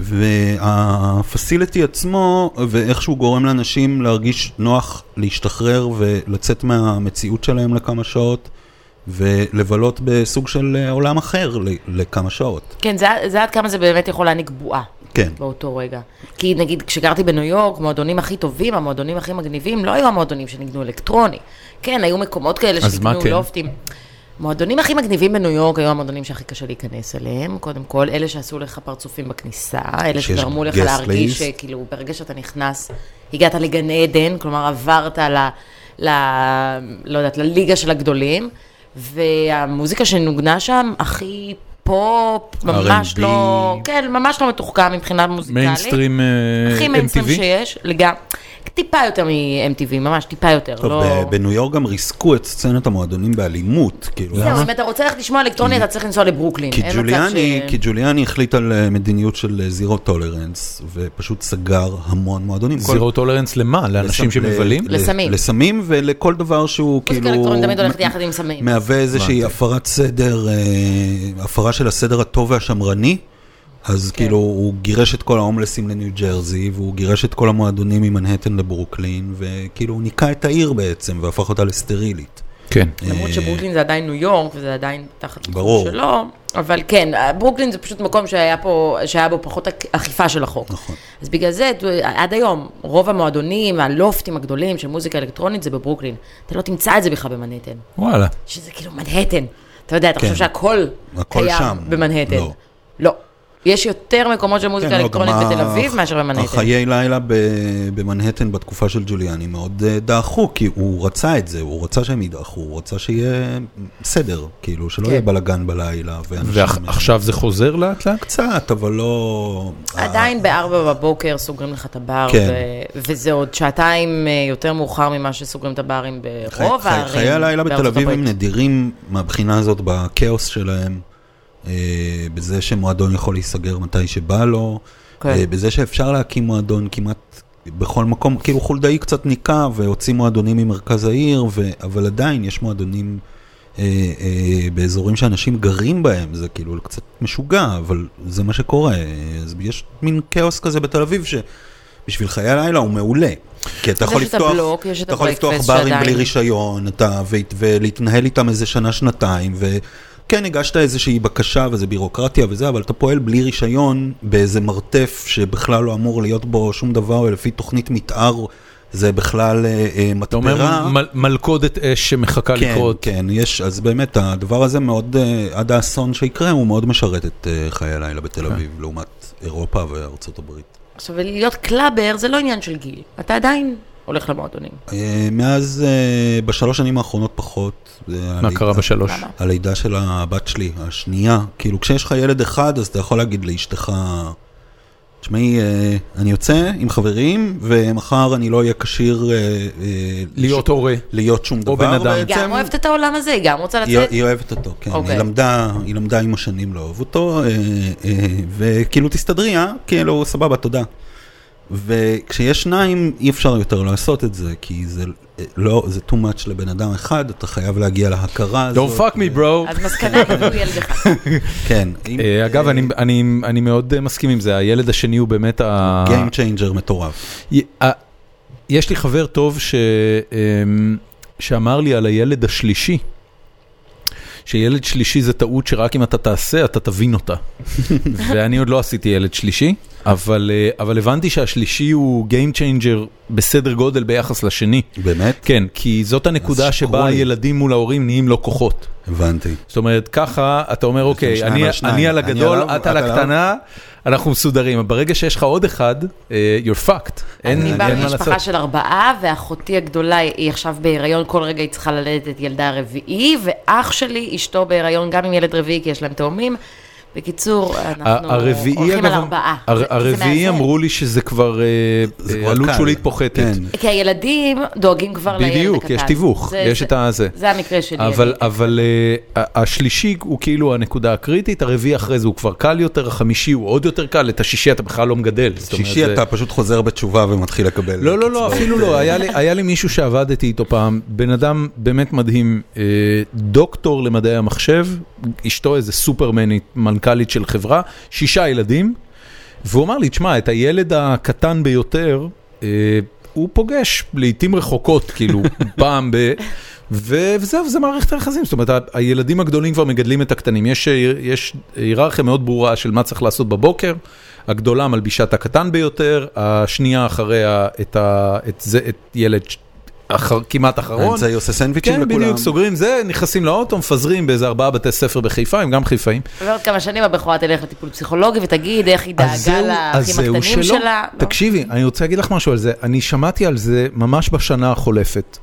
והפסיליטי עצמו, ואיך שהוא גורם לאנשים להרגיש נוח להשתחרר ולצאת מהמציאות שלהם לכמה שעות, ולבלות בסוג של אה, עולם אחר ל- לכמה שעות.
כן, זה, זה עד כמה זה באמת יכול להעניק בועה.
כן.
באותו רגע. כי נגיד, כשגרתי בניו יורק, מועדונים הכי טובים, המועדונים הכי מגניבים, לא היו המועדונים שניגנו אלקטרוני. כן, היו מקומות כאלה
אז מה
שניגנו
כן?
לופטים. המועדונים הכי מגניבים בניו יורק היו המועדונים שהכי קשה להיכנס אליהם. קודם כל, אלה שעשו לך פרצופים בכניסה, אלה
שיש
שגרמו לך
guest
להרגיש
list.
שכאילו, כאילו, ברגע שאתה נכנס, הגעת לגן עדן, כלומר עברת ל... ל... לא יודעת, לליגה של הגדולים, והמוזיקה שנוגנה שם הכי פופ, ממש
R&B.
לא... כן, ממש לא מתוחכם מבחינה מוזיקלית.
מיינסטרים אה,
הכי מיינסטרים
MTV?
שיש, לגמרי. טיפה יותר מ-MTV, ממש טיפה יותר,
טוב,
לא...
ב- בניו יורק גם ריסקו את סצנת המועדונים באלימות, כאילו.
זהו, אם אתה רוצה ללכת לשמוע אלקטרוני, אתה צריך לנסוע לברוקלין.
כי
אין מצב
ג'וליאני,
ש-
כי ג'וליאני החליט על אה, מדיניות של זירו טולרנס, ופשוט סגר המון מועדונים. כל-
זירו טולרנס למה? לאנשים
לס-
שמבלים?
ל-
לסמים.
לסמים ולכל דבר שהוא
מוזיקה
כאילו...
אלקטרונית תמיד
מ-
הולכת יחד עם סמים.
מהווה איזושהי
הבנתי.
הפרת סדר, אה, הפרה של הסדר הטוב והשמרני.
כן.
אז כאילו הוא גירש את כל ההומלסים לניו ג'רזי, והוא גירש את כל המועדונים ממנהטן לברוקלין, וכאילו הוא ניקה את העיר בעצם והפך אותה לסטרילית.
כן.
אה,
למרות שברוקלין זה עדיין ניו יורק, וזה עדיין תחת התחום
ברור.
שלו, אבל כן, ברוקלין זה פשוט מקום שהיה, פה, שהיה בו פחות אכיפה של החוק.
נכון.
אז בגלל זה, אתה- עד היום, רוב המועדונים, הלופטים הגדולים של מוזיקה אלקטרונית זה בברוקלין. אתה לא תמצא את זה בכלל במנהטן,
וואלה.
שזה כאילו מנהטן. אתה יודע, אתה חושב שהכל
כן. הכל
קיים
שם.
במנהטן.
לא.
לא. יש יותר מקומות של מוזיקה
כן, לא,
אלקטרונית
גם
בתל
ה-
אביב מאשר במנהטן.
החיי לילה ב- במנהטן בתקופה של ג'וליאני מאוד אה, דעכו, כי הוא רצה את זה, הוא רצה שהם ידעכו, הוא רצה שיהיה סדר, כאילו, שלא
כן.
יהיה בלאגן בלילה. ואנשים-
ועכשיו זה חוזר לאט לאט?
קצת, אבל לא...
אה,
עדיין בארבע בבוקר סוגרים לך את הבר,
כן.
ו- וזה עוד שעתיים אה, יותר מאוחר ממה שסוגרים את הברים
חי-
ברוב
חי-
הערים.
חיי הלילה בתל
בארצות
אביב הם
הברית.
נדירים מהבחינה הזאת בכאוס שלהם, אה, בזה שמועדון יכול להיסגר מתי שבא לו,
כן.
אה, בזה שאפשר להקים מועדון כמעט בכל מקום, כאילו חולדאי קצת ניקה והוציא מועדונים ממרכז העיר, ו- אבל עדיין יש מועדונים אה, אה, באזורים שאנשים גרים בהם, זה כאילו קצת משוגע, אבל זה מה שקורה, אז יש מין כאוס כזה בתל אביב ש... בשביל חיי הלילה הוא מעולה. כי אתה
אז
יכול
יש את
לפתוח,
הבלוק, יש את
אתה יכול לפתוח
הברקפסט
ברים בלי
שעדיין-
רישיון, אתה, ו, ולהתנהל איתם איזה שנה-שנתיים, וכן כן, הגשת איזושהי בקשה וזה בירוקרטיה וזה, אבל אתה פועל בלי רישיון באיזה מרתף שבכלל לא אמור להיות בו שום דבר, ולפי תוכנית מתאר זה בכלל אה, אה,
אתה
מתפרה.
אומר מל- מלכודת אש שמחכה
כן,
לקרות.
כן, יש, אז באמת הדבר הזה מאוד, אה, עד האסון שיקרה, הוא מאוד משרת את אה, חיי הלילה בתל
כן.
אביב, לעומת אירופה וארצות הברית.
עכשיו, להיות קלאבר זה לא עניין של גיל. אתה עדיין הולך למועדונים.
אה, מאז, אה, בשלוש שנים האחרונות פחות. אה, זה
מה
הלידה-
קרה בשלוש?
למה?
הלידה של הבת שלי, השנייה. כאילו, כשיש לך ילד אחד, אז אתה יכול להגיד לאשתך, תשמעי, אה, אני יוצא עם חברים, ומחר אני לא אהיה כשיר אה, אה,
להיות
ש-
הורה.
להיות שום דבר
או בן אדם.
היא
בעצם.
גם אוהבת את העולם הזה, היא גם רוצה
היא,
לצאת.
היא אוהבת אותו, כן. Okay.
אוקיי.
היא, למדה, היא למדה עם השנים לאהוב אותו, אה, אה, וכאילו תסתדרי, אה? כאילו, סבבה, תודה. וכשיש שניים, אי אפשר יותר לעשות את זה, כי זה אה, לא, זה too much לבן אדם אחד, אתה חייב להגיע להכרה הזאת. אה,
Don't fuck me, bro.
אז מסקנה כאילו ילד אחד.
כן. אם-
אה, אגב, אני- אני- אני מאוד אה, מסכים עם זה, הילד השני הוא באמת ה...
Game changer מטורף.
י- ה- יש לי חבר טוב ש... אמ, שאמר לי על הילד השלישי, שילד שלישי זה טעות שרק אם אתה תעשה, אתה תבין אותה. ואני עוד לא עשיתי ילד שלישי, אבל, אה, אבל הבנתי שהשלישי הוא Game Changer בסדר גודל ביחס לשני.
באמת?
כן, כי זאת הנקודה
שיקרו
שבה
לי.
הילדים מול ההורים נהיים לו כוחות.
הבנתי.
זאת אומרת, ככה אתה אומר, אוקיי,
שניים
אני,
על שניים.
אני על
אני
הגדול,
עליו,
את על
את עליו.
הקטנה, אנחנו מסודרים. אבל ברגע שיש לך עוד אחד, אה, you're fucked. אין
אני
אין
באה
מה לעשות.
ממשפחה של ארבעה, ואחותי הגדולה היא עכשיו בהיריון, כל רגע היא צריכה ללדת את ילדה הרביעי, ואח שלי, אשתו בהיריון גם עם ילד רביעי, כי יש להם תאומים. בקיצור, אנחנו
ה- הרביעי,
הולכים על
אגב,
ארבעה.
הר-
זה- זה
הרביעי
מאזן.
אמרו לי שזה כבר אה,
זה
אה,
כבר
עלות
קל.
שולית פוחתת.
כן.
כי הילדים דואגים כבר לא לילד הקטן.
בדיוק, יש תיווך,
זה-
יש
זה-
את הזה.
זה המקרה שלי.
אבל,
אני-
אבל אה, ה- השלישי הוא כאילו הנקודה הקריטית, הרביעי אחרי זה הוא כבר קל יותר, החמישי הוא עוד יותר קל, את השישי אתה בכלל לא מגדל. זאת אומרת,
שישי
זה-
אתה פשוט חוזר בתשובה ומתחיל לקבל
לא, לא, לא,
קצבאות.
אפילו לא. היה לי, היה לי מישהו שעבדתי איתו פעם, בן אדם באמת מדהים, אה, דוקטור למדעי המחשב, אשתו איזה סופרמנית, מנכ"לית של חברה, שישה ילדים, והוא אמר לי, תשמע, את הילד הקטן ביותר, אה, הוא פוגש לעיתים רחוקות, כאילו, פעם ב... ו- וזהו, זה מערכת היחסים, זאת אומרת, ה- הילדים הגדולים כבר מגדלים את הקטנים. יש, אה, יש היררכיה מאוד ברורה של מה צריך לעשות בבוקר, הגדולה מלבישה את הקטן ביותר, השנייה אחריה את, ה, את, זה, את ילד ש- אחר, כמעט אחרון.
האמצעי עושה סנדוויצ'ים
כן,
לכולם.
בדיוק, סוגרים זה, נכנסים לאוטו, מפזרים באיזה ארבעה בתי ספר בחיפה, הם גם חיפאים.
ועוד כמה שנים הבכורה תלך לטיפול פסיכולוגי ותגיד איך היא דאגה לאחים הקטנים
שלא.
שלה. לא.
תקשיבי, אני רוצה להגיד לך משהו על זה. אני שמעתי על זה ממש בשנה החולפת.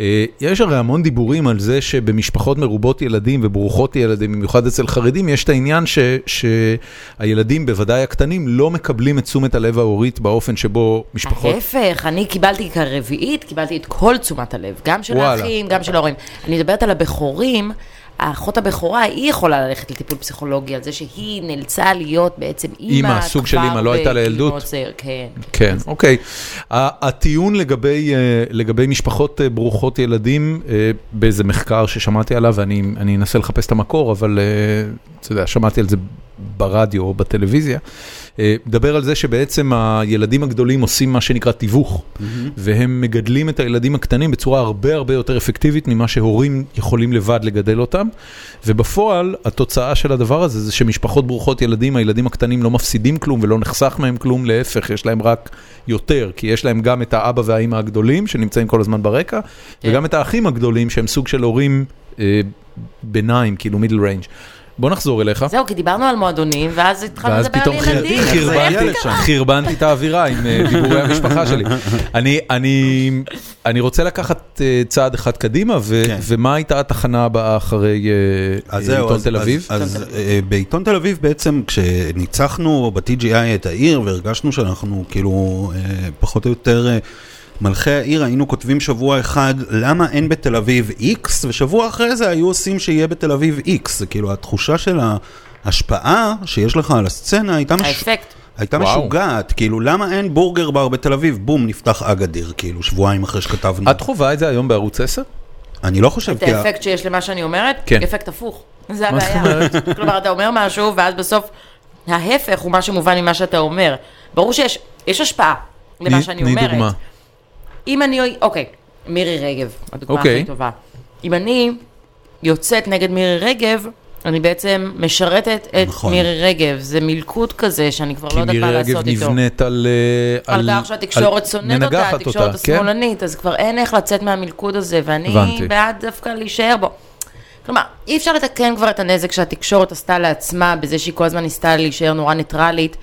אה, יש הרי המון דיבורים על זה שבמשפחות מרובות ילדים וברוכות ילדים, במיוחד אצל חרדים, יש את העניין ש, שהילדים, בוודאי הקטנים, לא מקבלים את תשומת הלב ההורית באופן שבו משפחות...
ההפך, אני קיבלתי כרביעית, קיבלתי את כל תשומת הלב, גם של
וואלה.
האחים, גם של ההורים. אני מדברת על הבכורים, האחות הבכורה, היא יכולה ללכת לטיפול פסיכולוגי, על זה שהיא נאלצה להיות בעצם אימא.
אימא, סוג של
כבר
אימא, לא הייתה לה
בגיל
ילדות?
מאוד צעיר, כן.
כן, אוקיי. ה- הטיעון לגבי, אה, לגבי משפחות אה, ברוכות ילדים, אה, באיזה מחקר ששמעתי עליו, ואני אני אנסה לחפש את המקור, אבל אה, אתה יודע, שמעתי על זה ברדיו או בטלוויזיה, אה, מדבר על זה שבעצם הילדים הגדולים עושים מה שנקרא תיווך, והם מגדלים את הילדים הקטנים בצורה הרבה הרבה יותר אפקטיבית ממה שהורים יכולים לבד לגדל אותם, ובפועל התוצאה של הדבר הזה זה שמשפחות ברוכות ילדים, הילדים הקטנים לא מפסידים כלום ולא נחסך מהם כלום, להפך, יש להם רק יותר, כי יש להם גם את האבא והאימא הגדולים שנמצאים כל הזמן ברקע, וגם את האחים הגדולים שהם סוג של הורים אה, ביניים, כאילו מידל ריינג'. בוא נחזור אליך.
זהו, כי דיברנו על מועדונים, ואז התחלנו
ואז
לדבר
פתאום
על ילדים.
חיר-
זה
חרבנתי.
איך
חרבנתי- חרבנתי את האווירה עם אה, דיבורי המשפחה שלי. אני- אני- אני רוצה לקחת אה, צעד אחד קדימה, ו-
כן.
ומה הייתה התחנה הבאה אחרי אה,
אז זהו,
עיתון
אז-
תל אביב?
אז, אז אה, בעיתון תל אביב בעצם, כשניצחנו ב-TGI את העיר והרגשנו שאנחנו כאילו אה, פחות או יותר אה, מלכי העיר, היינו כותבים שבוע אחד למה אין בתל אביב X, ושבוע אחרי זה היו עושים שיהיה בתל אביב X. זה כאילו התחושה של ההשפעה שיש לך על הסצנה הייתה מש...
האפקט.
הייתה
וואו.
משוגעת, כאילו למה אין בורגר בר בתל אביב? בום, נפתח אגדיר, כאילו שבועיים אחרי שכתבנו.
את חווה את זה היום בערוץ 10?
אני לא חושב,
את האפקט שיש למה שאני אומרת,
כן.
אפקט הפוך. זה
מה
הבעיה.
זאת
כלומר, אתה אומר משהו, ואז בסוף ההפך הוא מה שמובן ממה שאתה אומר. ברור שיש יש השפעה למה שאני
תני
אומרת.
דוגמה.
אם אני, אוקיי, מירי רגב, הדוגמה
אוקיי.
הכי טובה. אם אני יוצאת נגד מירי רגב, אני בעצם משרתת את
נכון.
מירי רגב. זה מלכוד כזה שאני כבר לא
כי
יודעת מה
מירי
לעשות איתו.
רגב נבנית על... אה,
על כך שהתקשורת
על-
שונאת אותה,
מנגחת
התקשורת
כן?
השמאלנית, אז כבר אין איך לצאת מהמלכוד הזה,
הבנתי.
ואני בעד דווקא להישאר בו. כלומר, אי אפשר לתקן כבר את הנזק שהתקשורת עשתה לעצמה, בזה שהיא כל הזמן ניסתה להישאר נורא ניטרלית,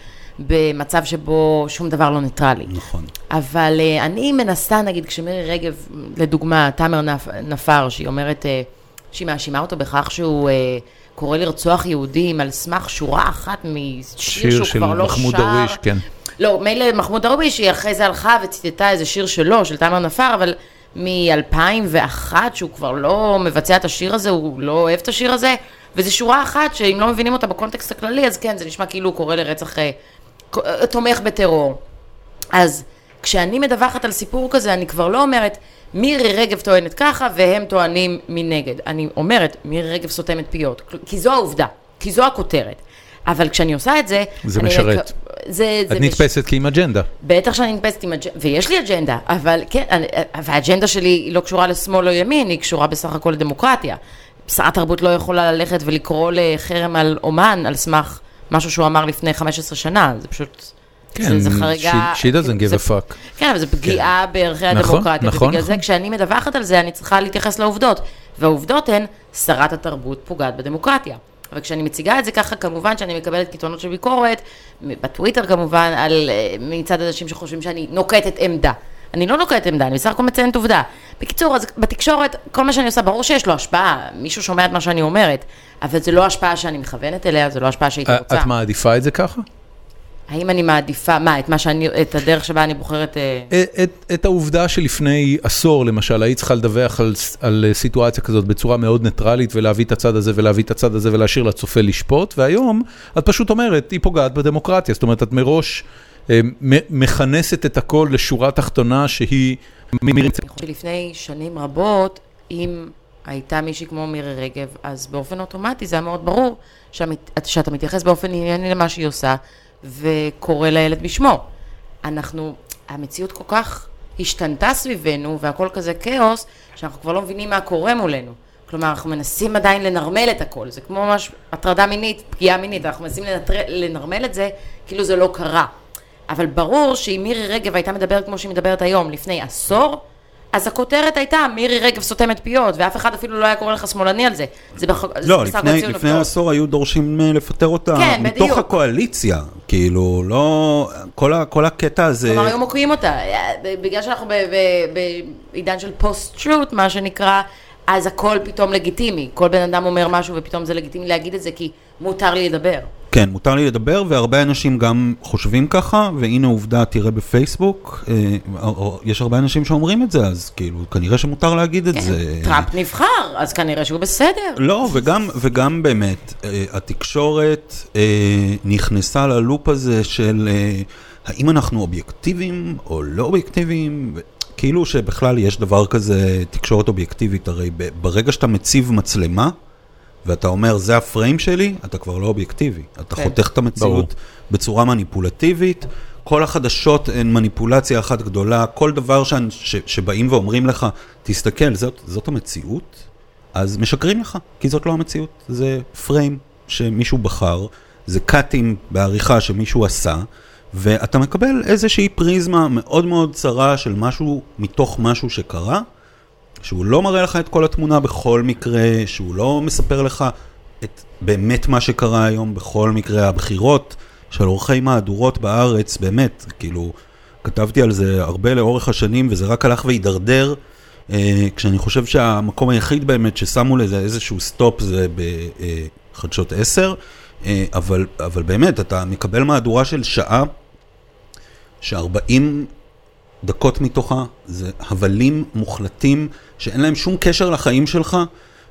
במצב שבו שום דבר לא ניטרלי.
נכון.
אבל אה, אני מנסה, נגיד, כשמירי רגב, לדוגמה, תאמר נפ- נפאר, שהיא אומרת אה, שהיא מאשימה אותו בכך שהוא אה, שקורא לרצוח יהודים על סמך שורה אחת משיר
שיר
שהוא
של
כבר לא שר.
מחמוד דרוויש, כן.
לא, מילא מחמוד דרוויש, היא אחרי זה הלכה וציטטה איזה שיר שלו, של תמר נפאר, אבל מ-2001, שהוא כבר לא מבצע את השיר הזה, הוא לא אוהב את השיר הזה, וזו שורה אחת שאם לא מבינים אותה בקונטקסט הכללי, אז כן, זה נשמע כאילו הוא קורא לרצח, אה, ק- אה, תומך בטרור. אז כשאני מדווחת על סיפור כזה, אני כבר לא אומרת, מירי רגב טוענת ככה והם טוענים מנגד. אני אומרת, מירי רגב סותמת פיות, כי זו העובדה, כי זו הכותרת. אבל כשאני עושה את זה...
זה
אני
משרת.
זה,
את
זה מש-
נתפסת כי עם אג'נדה.
בטח שאני נתפסת עם אג'נדה, ויש לי אג'נדה, אבל כן, אני- והאג'נדה שלי היא לא קשורה לשמאל או ימין, היא קשורה בסך הכל לדמוקרטיה. שרת תרבות לא יכולה ללכת ולקרוא לחרם על אומן על סמך משהו שהוא אמר לפני 15 שנה, זה פשוט...
כן,
זה חריגה...
she- she doesn't give
זה-
a fuck.
כן, אבל זו פגיעה בערכי
נכון,
הדמוקרטיה,
נכון,
ובגלל זה
נכון.
כשאני מדווחת על זה אני צריכה להתייחס לעובדות, והעובדות הן שרת התרבות פוגעת בדמוקרטיה. וכשאני מציגה את זה ככה, כמובן שאני מקבלת קיתונות של ביקורת, מ- בטוויטר כמובן, על, אה, מצד אנשים שחושבים שאני נוקטת עמדה. אני לא נוקטת עמדה, אני בסך הכל מציינת עובדה. בקיצור, אז בתקשורת, כל מה שאני עושה, ברור שיש לו השפעה, מישהו שומע את מה שאני אומרת, אבל זה לא השפעה שאני מכוונת אליה, זה לא השפעה שהייתי
אה,
רוצה.
את מעדיפה את זה ככה?
האם אני מעדיפה, מה, את מה שאני, את הדרך שבה אני בוחרת... אה,
אה, את, את העובדה שלפני עשור, למשל, היית צריכה לדווח על, ס- על אה, סיטואציה כזאת בצורה מאוד ניטרלית, ולהביא את הצד הזה ולהביא את הצד הזה ולהשאיר לצופה לשפוט, והיום את פשוט אומרת, היא פוגעת בדמוקרטיה. זאת אומרת, את מראש אה, מ- מכנסת את הכל לשורה תחתונה שהיא... מ- מ-
אני חושבת שלפני שנים רבות, אם הייתה מישהי כמו מירי רגב, אז באופן אוטומטי זה היה מאוד ברור שהמת- שאתה מתייחס באופן ענייני למה שהיא עושה, וקורא לילד בשמו. אנחנו, המציאות כל כך השתנתה סביבנו, והכל כזה כאוס, שאנחנו כבר לא מבינים מה קורה מולנו. כלומר, אנחנו מנסים עדיין לנרמל את הכל, זה כמו ממש הטרדה מינית, פגיעה מינית, אנחנו מנסים לנטר- לנרמל את זה כאילו זה לא קרה. אבל ברור שאם מירי רגב הייתה מדברת כמו שהיא מדברת היום, לפני עשור, אז הכותרת הייתה, מירי רגב סותמת פיות, ואף אחד אפילו לא היה קורא לך שמאלני על זה. זה בח... זה
לא,
בסך הכל
לפני,
ציון
לפני
עובדות.
עשור היו דורשים אה, לפטר אותה
כן,
מתוך
בדיוק.
הקואליציה. כאילו, לא... כל, ה, כל הקטע הזה...
כלומר, היו מוקיעים אותה. אה, ב- בגלל שאנחנו ב- ב- בעידן של פוסט-טרוט, מה שנקרא, אז הכל פתאום לגיטימי. כל בן אדם אומר משהו ופתאום זה לגיטימי להגיד את זה, כי מותר לי לדבר.
כן, מותר לי לדבר, והרבה אנשים גם חושבים ככה, והנה עובדה, תראה בפייסבוק, אה, או- או- יש הרבה אנשים שאומרים את זה, אז כאילו, כנראה שמותר להגיד את זה.
כן, טראמפ נבחר, אז כנראה שהוא בסדר.
לא, וגם, וגם באמת, אה, התקשורת אה, נכנסה ללופ הזה של אה, האם אנחנו אובייקטיביים או לא אובייקטיביים, ו- כאילו שבכלל יש דבר כזה, תקשורת אובייקטיבית, הרי ב- ברגע שאתה מציב מצלמה, ואתה אומר, זה הפריים שלי, אתה כבר לא אובייקטיבי. אתה
כן.
חותך את
ברור.
המציאות בצורה מניפולטיבית. כל החדשות הן מניפולציה אחת גדולה, כל דבר ש, ש, שבאים ואומרים לך, תסתכל, זאת, זאת המציאות, אז משקרים לך, כי זאת לא המציאות. זה פריים שמישהו בחר, זה קאטים בעריכה שמישהו עשה, ואתה מקבל איזושהי פריזמה מאוד מאוד צרה של משהו מתוך משהו שקרה, שהוא לא מראה לך את כל התמונה בכל מקרה, שהוא לא מספר לך את באמת מה שקרה היום בכל מקרה הבחירות של עורכי מהדורות בארץ, באמת, כאילו, כתבתי על זה הרבה לאורך השנים וזה רק הלך והידרדר, אה, כשאני חושב שהמקום היחיד באמת ששמו לזה איזשהו סטופ זה בחדשות 10, אה, אבל, אבל באמת, אתה מקבל מהדורה של שעה, ש-40 דקות מתוכה, זה הבלים מוחלטים שאין להם שום קשר לחיים שלך,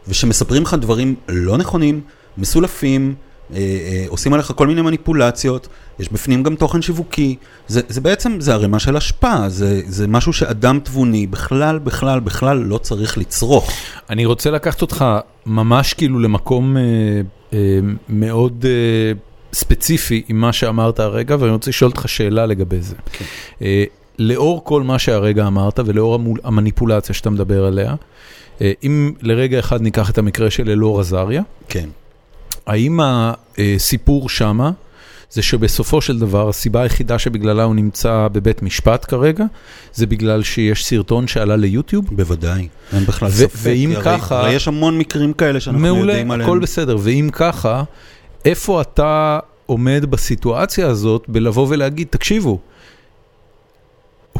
ושמספרים לך דברים לא נכונים, מסולפים, אה, אה, עושים עליך כל מיני מניפולציות, יש בפנים גם תוכן שיווקי, זה, זה בעצם, זה ערימה של השפעה, זה, זה משהו שאדם תבוני בכלל, בכלל, בכלל לא צריך לצרוך.
אני רוצה לקחת אותך ממש כאילו למקום אה, אה, מאוד אה, ספציפי עם מה שאמרת הרגע, ואני רוצה לשאול אותך שאלה לגבי זה.
כן.
אה, לאור כל מה שהרגע אמרת ולאור המול, המניפולציה שאתה מדבר עליה, אה, אם לרגע אחד ניקח את המקרה של אלאור עזריה,
כן.
האם הסיפור שמה זה שבסופו של דבר הסיבה היחידה שבגללה הוא נמצא בבית משפט כרגע, זה בגלל שיש סרטון שעלה ליוטיוב?
בוודאי, אין בכלל
ו-
ספק.
ואם
כי הרי-
ככה-
הרי יש המון מקרים כאלה שאנחנו
מעולה,
יודעים עליהם.
הכל בסדר. ואם ככה, איפה אתה עומד בסיטואציה הזאת בלבוא ולהגיד, תקשיבו,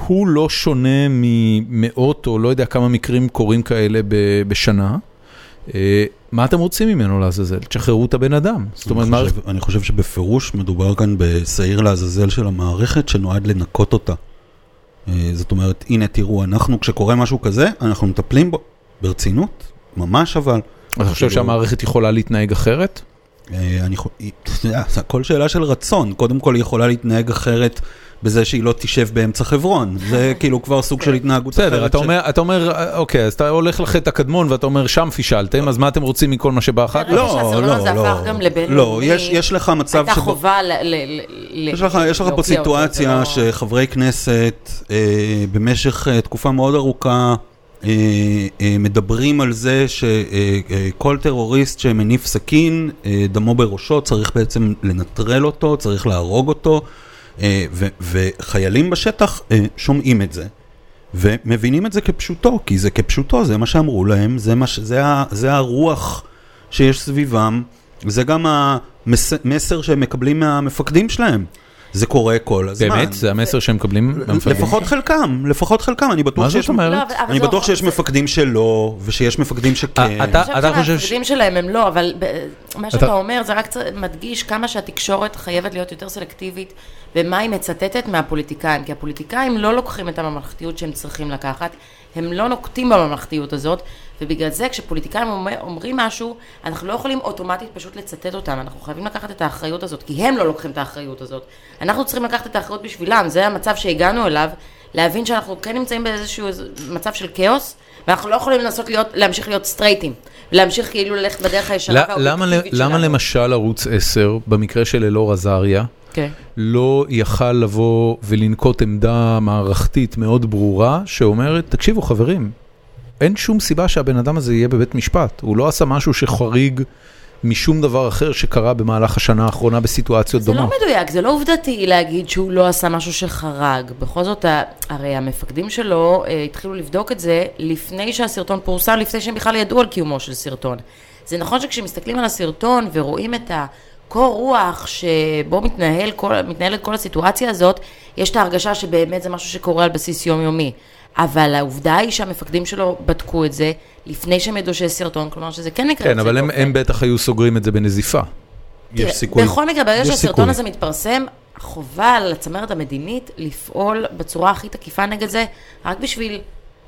הוא לא שונה ממאות או לא יודע כמה מקרים קורים כאלה ב- בשנה. אה, מה אתם רוצים ממנו לעזאזל? תשחררו את הבן אדם. זאת אומרת,
אני
מערכת...
חושב, אני חושב שבפירוש מדובר כאן בשעיר לעזאזל של המערכת שנועד לנקות אותה. אה, זאת אומרת, הנה תראו, אנחנו כשקורה משהו כזה, אנחנו מטפלים בו ברצינות, ממש אבל.
אתה חושב
כאילו,
שהמערכת יכולה להתנהג אחרת?
אה, אני חו- היא- אתה יודע, זה הכל שאלה של רצון, קודם כל היא יכולה להתנהג אחרת בזה שהיא לא תשב באמצע חברון, זה כאילו כבר סוג
כן.
של התנהגות אחרת.
בסדר, אתה
ש-
אומר, אתה אומר, אה, אוקיי, אז אתה הולך לחטא הקדמון ואתה אומר, שם פישלתם, אז מה אתם רוצים מכל מה שבא אחר כך?
ברגע שהסרטון הזה הפך גם לבינלאומי,
לא, יש, יש לך מצב
הייתה חובה ל... ל- ל-
יש לך, יש לך
להוקיע
פה
אותו, זה
סיטואציה
לא-
שחברי כנסת אה, במשך אה, תקופה מאוד ארוכה אה, אה, מדברים על זה שכל טרוריסט שמניף סכין, אה, דמו בראשו, צריך בעצם לנטרל אותו, צריך להרוג אותו, אה, ו, וחיילים בשטח אה, שומעים את זה. ומבינים את זה כפשוטו, כי זה כפשוטו, זה מה שאמרו להם, זה, מה ש... זה, ה... זה הרוח שיש סביבם, זה גם המסר שהם מקבלים מהמפקדים שלהם. זה קורה כל הזמן.
באמת? זה המסר שהם מקבלים? לא מהמפקדים?
לפחות חלקם, לפחות חלקם, אני בטוח
מה
שיש...
זאת אומרת?
לא, אבל- אבל
אני
זה-
בטוח שיש
זה-
מפקדים שלא, ושיש מפקדים שכן.
אה, אתה-
אני חושבת
חושב ש-
שהמפקדים שלהם הם לא, אבל ב- מה
אתה-
שאתה אומר זה רק צר- מדגיש כמה שהתקשורת חייבת להיות יותר סלקטיבית במה היא מצטטת מהפוליטיקאים, כי הפוליטיקאים לא לוקחים את הממלכתיות שהם צריכים לקחת, הם לא נוקטים בממלכתיות הזאת, ובגלל זה כשפוליטיקאים אומר- אומרים משהו, אנחנו לא יכולים אוטומטית פשוט לצטט אותם, אנחנו חייבים לקחת את האחריות הזאת, כי הם לא לוקחים את האחריות הזאת. אנחנו צריכים לקחת את האחריות בשבילם, זה המצב שהגענו אליו, להבין שאנחנו כן נמצאים באיזשהו איז- מצב של כאוס, ואנחנו לא יכולים לנסות להיות, להמשיך להיות סטרייטים, ולהמשיך כאילו ללכת בדרך הישנה
ל- למה ל-
והאובייקטיבית
למה
שלנו.
למשל ערוץ 10, במקרה של אלאור עזריה,
כן.
לא יכל לבוא ולנקוט עמדה מערכתית מאוד ברורה, שאומרת, תקשיבו חברים, אין שום סיבה שהבן אדם הזה יהיה בבית משפט. הוא לא עשה משהו שחריג משום דבר אחר שקרה במהלך השנה האחרונה בסיטואציות
זה לא
דומות.
מדויק, זה לא עובדתי להגיד שהוא לא עשה משהו שחרג. בכל זאת, ה- הרי המפקדים שלו אה, התחילו לבדוק את זה לפני שהסרטון פורסם, לפני שהם בכלל ידעו על קיומו של סרטון. זה נכון שכשמסתכלים על הסרטון ורואים את הקור רוח שבו מתנהל כל, מתנהלת כל הסיטואציה הזאת, יש את ההרגשה שבאמת זה משהו שקורה על בסיס יומיומי. אבל העובדה היא שהמפקדים שלו בדקו את זה לפני שהם ידעו שיש סרטון, כלומר שזה כן נקרא
כן, אבל הם- הם בטח היו סוגרים את זה בנזיפה.
יש
תראה,
סיכוי.
בכל מקרה, ברגע
יש
שהסרטון
סיכוי.
הזה מתפרסם, חובה על הצמרת המדינית לפעול בצורה הכי תקיפה נגד זה, רק בשביל...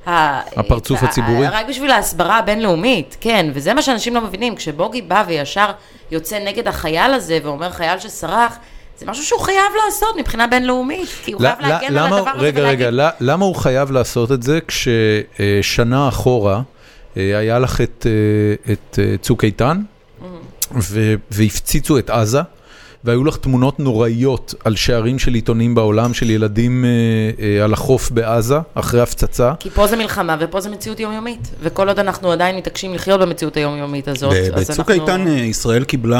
ה-
הפרצוף
ה-
הציבורי.
רק בשביל ההסברה הבינלאומית, כן, וזה מה שאנשים לא מבינים. כשבוגי בא וישר יוצא נגד החייל הזה ואומר חייל שסרח, זה משהו שהוא חייב לעשות מבחינה בינלאומית, כי הוא
ל-
חייב
ל-
להגן על
למה-
הדבר הזה
רגע, רגע,
ולהגיד...
ל- למה הוא חייב לעשות את זה כששנה אחורה אה, היה לך את, אה, את אה, צוק איתן
Mm-hmm.
ו- והפציצו את עזה? והיו לך תמונות נוראיות על שערים של עיתונים בעולם, של ילדים אה, אה, על החוף בעזה, אחרי הפצצה.
כי פה זה מלחמה ופה זה מציאות יומיומית, וכל עוד אנחנו עדיין מתעקשים לחיות במציאות היומיומית הזאת,
ב-
אז
בצוק
אנחנו...
איתן אה, ישראל קיבלה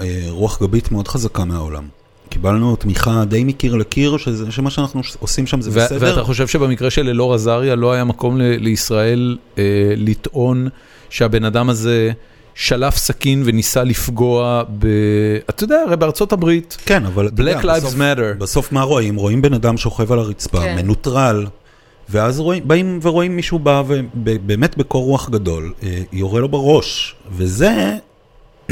אה, רוח גבית מאוד חזקה מהעולם. קיבלנו תמיכה די מקיר לקיר, שזה- שמה שאנחנו ש- עושים שם זה
ו- ואתה
בסדר.
חושב שבמקרה של אלאור עזריה לא היה מקום ל- לישראל אה, לטעון שהבן אדם הזה שלף סכין וניסה לפגוע ב... אתה יודע, הרי בארצות הברית
כן, אבל אתה יודע,
Black Lives
בסוף-
Matter.
בסוף מה רואים? רואים בן אדם שוכב על הרצפה,
כן.
מנוטרל, ואז רואים, באים ורואים מישהו בא ובאמת בקור רוח גדול, אה, יורה לו בראש, וזה,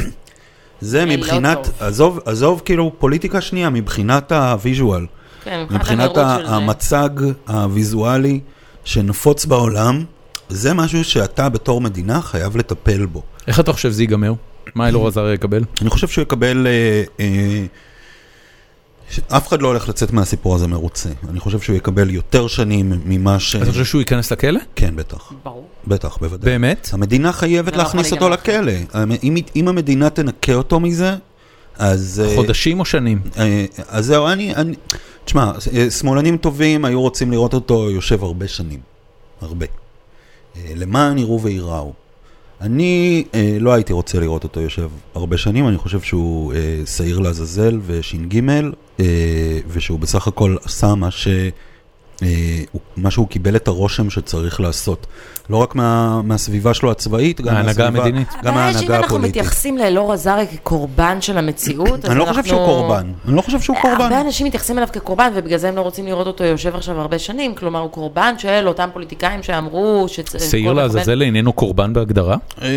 זה
לא
מבחינת,
טוב.
עזוב, עזוב כאילו פוליטיקה שנייה, מבחינת הוויז'ואל.
כן,
מבחינת
הנראות של
ה-
זה.
המצג הוויזואלי שנפוץ בעולם, זה משהו שאתה בתור מדינה חייב לטפל בו.
איך אתה חושב זה ייגמר? מה אלאור עזריה יקבל?
אני חושב שהוא יקבל... אה, אה, ש- אף אחד לא הולך לצאת מהסיפור הזה מרוצה. אני חושב שהוא יקבל יותר שנים ממה ש...
אתה חושב שהוא ייכנס לכלא?
כן, אה, בטח.
ברור.
בטח, בוודאי.
באמת?
המדינה חייבת
זה לא
להכניס
יכול
אותו
להיגמר.
לכלא. המ- אם היא- אם המדינה תנקה אותו מזה, אז... אה,
חודשים או שנים?
אה, אז זהו, אני, אני, תשמע, אה, שמאלנים טובים היו רוצים לראות אותו יושב הרבה שנים, הרבה. אה, למען יראו וייראו. אני אה, לא הייתי רוצה לראות אותו יושב הרבה שנים, אני חושב שהוא אה, שעיר לעזאזל וש"ג, אה, ושהוא בסך הכל עשה מה ש... אה, הוא- מה שהוא קיבל את הרושם שצריך לעשות. לא רק מה, מהסביבה שלו הצבאית, גם
מההנהגה
מהסביבה-
המדינית.
הבעיה
גם
שאם
מההנהגה
אנחנו
הפוליטית.
מתייחסים לאלאור עזרי כקורבן של המציאות, אז
אני לא חושב שהוא
אנחנו- אה,
קורבן, אני לא חושב שהוא קורבן.
הרבה אנשים מתייחסים אליו כקורבן, ובגלל זה הם לא רוצים לראות אותו יושב עכשיו הרבה שנים, כלומר הוא קורבן של אותם פוליטיקאים שאמרו שצריך...
שעיר
כל מחבל-
לעזאזל איננו קורבן בהגדרה?
אה,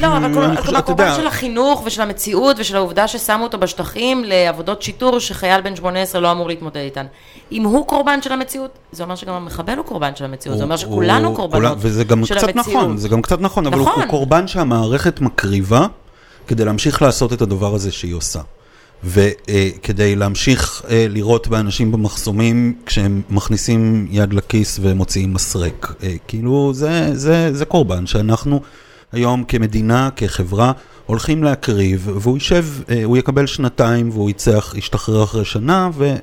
לא, אבל
אני
כלומר-
חושב-
כלומר
אתה יודע,
קורבן של החינוך ושל המציאות ושל העובדה ששמו אותו בשטחים לעבודות שיטור שחייל בן 18 לא אמור להתמודד איתן. אם הוא קורבן של המציאות, זה אומר שגם המחבל הוא קורבן של המציאות, זה אומר
הוא-
שכולנו
הוא-
קורבנות
וזה גם
של
קצת
המציאות.
נכון, זה גם קצת נכון, אבל הוא
נכון.
הוא קורבן שהמערכת מקריבה כדי להמשיך לעשות את הדבר הזה שהיא עושה. וכדי להמשיך אה, לירות באנשים במחסומים כשהם מכניסים יד לכיס ומוציאים מסרק. אה, כאילו, זה, זה, זה קורבן שאנחנו היום כמדינה, כחברה, הולכים להקריב, והוא יישב, אה, הוא יקבל שנתיים והוא יצח, ישתחרר אחרי שנה, ו,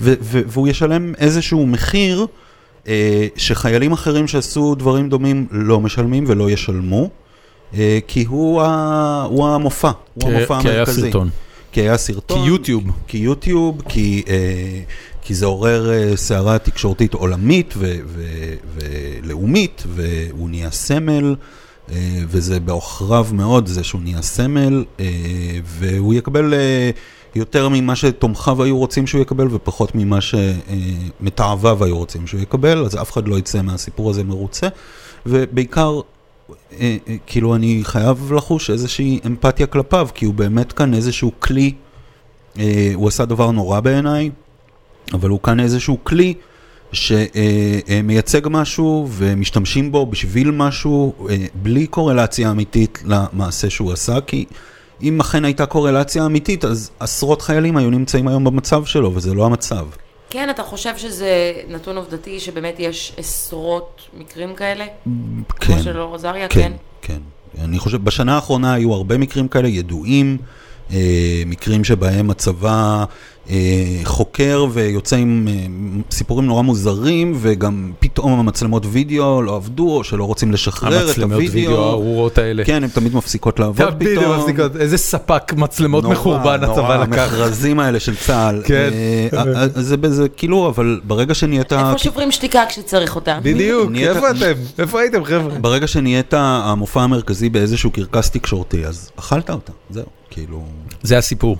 ו, ו, והוא ישלם איזשהו מחיר אה, שחיילים אחרים שעשו דברים דומים לא משלמים ולא ישלמו, אה, כי הוא, ה, הוא המופע, הוא
כי-
המופע
כי היה
המרכזי.
סרטון.
כי היה סרטון.
כי יוטיוב.
כי יוטיוב, כי, אה, כי זה עורר אה, סערה תקשורתית עולמית ו, ו, ולאומית, והוא נהיה סמל, אה, וזה בעוכריו מאוד זה שהוא נהיה סמל, אה, והוא יקבל אה, יותר ממה שתומכיו היו רוצים שהוא יקבל, ופחות ממה שמתעביו היו רוצים שהוא יקבל, אז אף אחד לא יצא מהסיפור הזה מרוצה, ובעיקר... אה, אה, כאילו אני חייב לחוש איזושהי אמפתיה כלפיו, כי הוא באמת כאן איזשהו כלי אה, הוא עשה דבר נורא בעיניי, אבל הוא כאן איזשהו כלי שמייצג משהו ומשתמשים בו בשביל משהו, אה, בלי קורלציה אמיתית למעשה שהוא עשה, כי אם אכן הייתה קורלציה אמיתית, אז עשרות חיילים היו נמצאים היום במצב שלו, וזה לא המצב.
כן, אתה חושב שזה נתון עובדתי, שבאמת יש עשרות מקרים כאלה?
כן.
כמו של אור עזריה, כן.
כן, כן. אני חושב, בשנה האחרונה היו הרבה מקרים כאלה ידועים, אה, מקרים שבהם הצבא אה, חוקר ויוצא עם אה, סיפורים נורא מוזרים, וגם פתאום המצלמות וידאו לא עבדו, או שלא רוצים
אה,
לשחרר את הוידאו.
המצלמות וידאו הארורות האלה.
כן, הן תמיד מפסיקות לעבוד
אתה
פתאום.
אה, כן, בדיוק מפסיקות, איזה ספק מצלמות
נורא,
מחורבן
נורא,
הצבא לקח.
המכרזים האלה של צה"ל.
כן.
אה, אה, אה, זה בזה, כאילו, אבל ברגע שנהיית...
איפה שוברים שתיקה כשצריך אותה?
בדיוק,
נהיית-
איפה אתם? איפה הייתם חבר'ה?
ברגע שנהיית המופע המרכזי באיזשהו קרקס תקשורתי, אז אכלת אותה, זהו, כאילו...
זה הסיפור.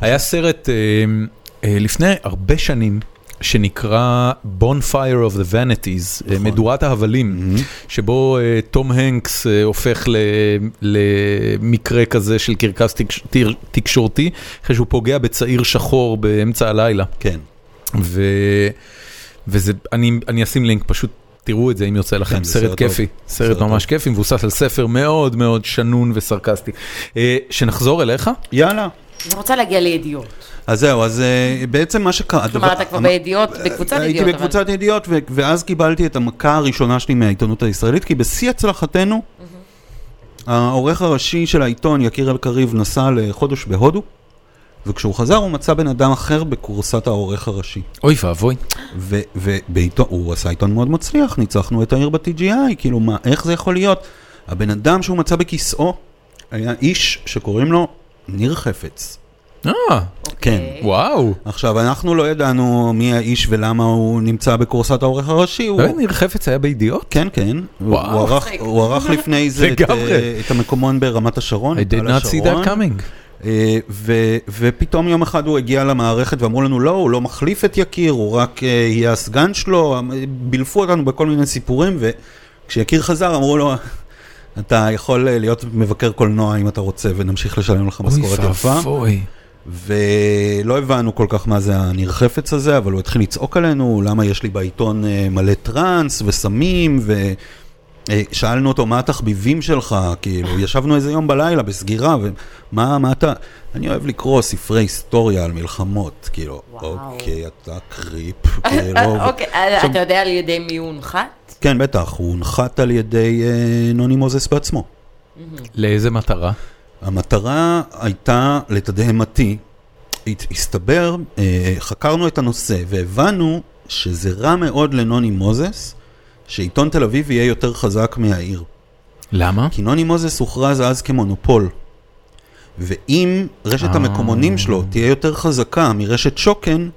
היה סרט אה, אה, לפני הרבה שנים. שנקרא Bonfire of the Vanities, נכון. מדורת ההבלים, שבו אה, תום הנקס אה, הופך ל- למקרה כזה של קרקס תקש- תיר- תקשורתי, אחרי שהוא פוגע בצעיר שחור באמצע הלילה.
כן.
ו... וזה, אני, אני אשים לינק, פשוט תראו את זה אם יוצא לכם,
כן,
כן,
זה
סרט,
סרט
סרט כיפי,
טוב.
סרט
סרט
ממש כיפי, מבוסס על ספר מאוד מאוד שנון וסרקסטי. אה, שנחזור אליך,
יאללה.
אני רוצה להגיע לידיעות.
אז זהו, אז אה, בעצם מה שקרה...
כלומר, אתה כבר בידיעות, בקבוצת ידיעות.
אמ- אה, הייתי
אבל-
בקבוצת ידיעות, ו- ואז קיבלתי את המכה הראשונה שלי מהעיתונות הישראלית, כי בשיא הצלחתנו, העורך הראשי של העיתון, יקיר אלקריב, נסע לחודש בהודו, וכשהוא חזר הוא מצא בן אדם אחר בכורסת העורך הראשי.
אוי ואבוי.
והוא עשה עיתון מאוד מצליח, ניצחנו את העיר ב-TGI, כאילו מה, איך זה יכול להיות? הבן אדם שהוא מצא בכיסאו היה איש שקוראים לו ניר חפץ.
אה,
כן.
וואו,
עכשיו, אנחנו לא ידענו מי האיש ולמה הוא נמצא בכורסת העורך הראשי. הוא...
לא ניר חפץ היה בידיעות?
כן, כן. הוא-
וואו.
הוא ערך- הוא ערך לפני זה את,
לגמרי.
אה, את המקומון ברמת השרון,
I did
על
not see
השרון.
that coming.
אה, ו- ופתאום יום אחד הוא הגיע למערכת ואמרו לנו, לא, הוא לא מחליף את יקיר, הוא רק אה, יהיה הסגן שלו. אה, בילפו אותנו בכל מיני סיפורים, וכשיקיר חזר אמרו לו... אתה יכול אה, להיות מבקר קולנוע אם אתה רוצה, ונמשיך לשלם לך
אוי
משכורת יפה.
ואבוי.
ולא הבנו כל כך מה זה הנרחפץ הזה, אבל הוא התחיל לצעוק עלינו, למה יש לי בעיתון אה, מלא טראנס וסמים, ושאלנו אותו, מה התחביבים שלך? כאילו, ישבנו איזה יום בלילה בסגירה, ומה מה אתה... אני אוהב לקרוא ספרי היסטוריה על מלחמות, כאילו,
וואו.
אוקיי, אתה קריפ, כאילו, ו-
אוקיי, אה, אתה יודע על ידי מי הוא הונחת?
כן, בטח, הוא הונחת על ידי אה, נוני מוזס בעצמו.
לאיזה מטרה?
המטרה הייתה, לתדהמתי, הת- הסתבר, אה, חקרנו את הנושא והבנו שזה רע מאוד לנוני מוזס, שעיתון תל אביב יהיה יותר חזק מהעיר.
למה?
כי נוני מוזס הוכרז אז כמונופול. ואם רשת
אה.
המקומונים שלו תהיה יותר חזקה מרשת שוקן,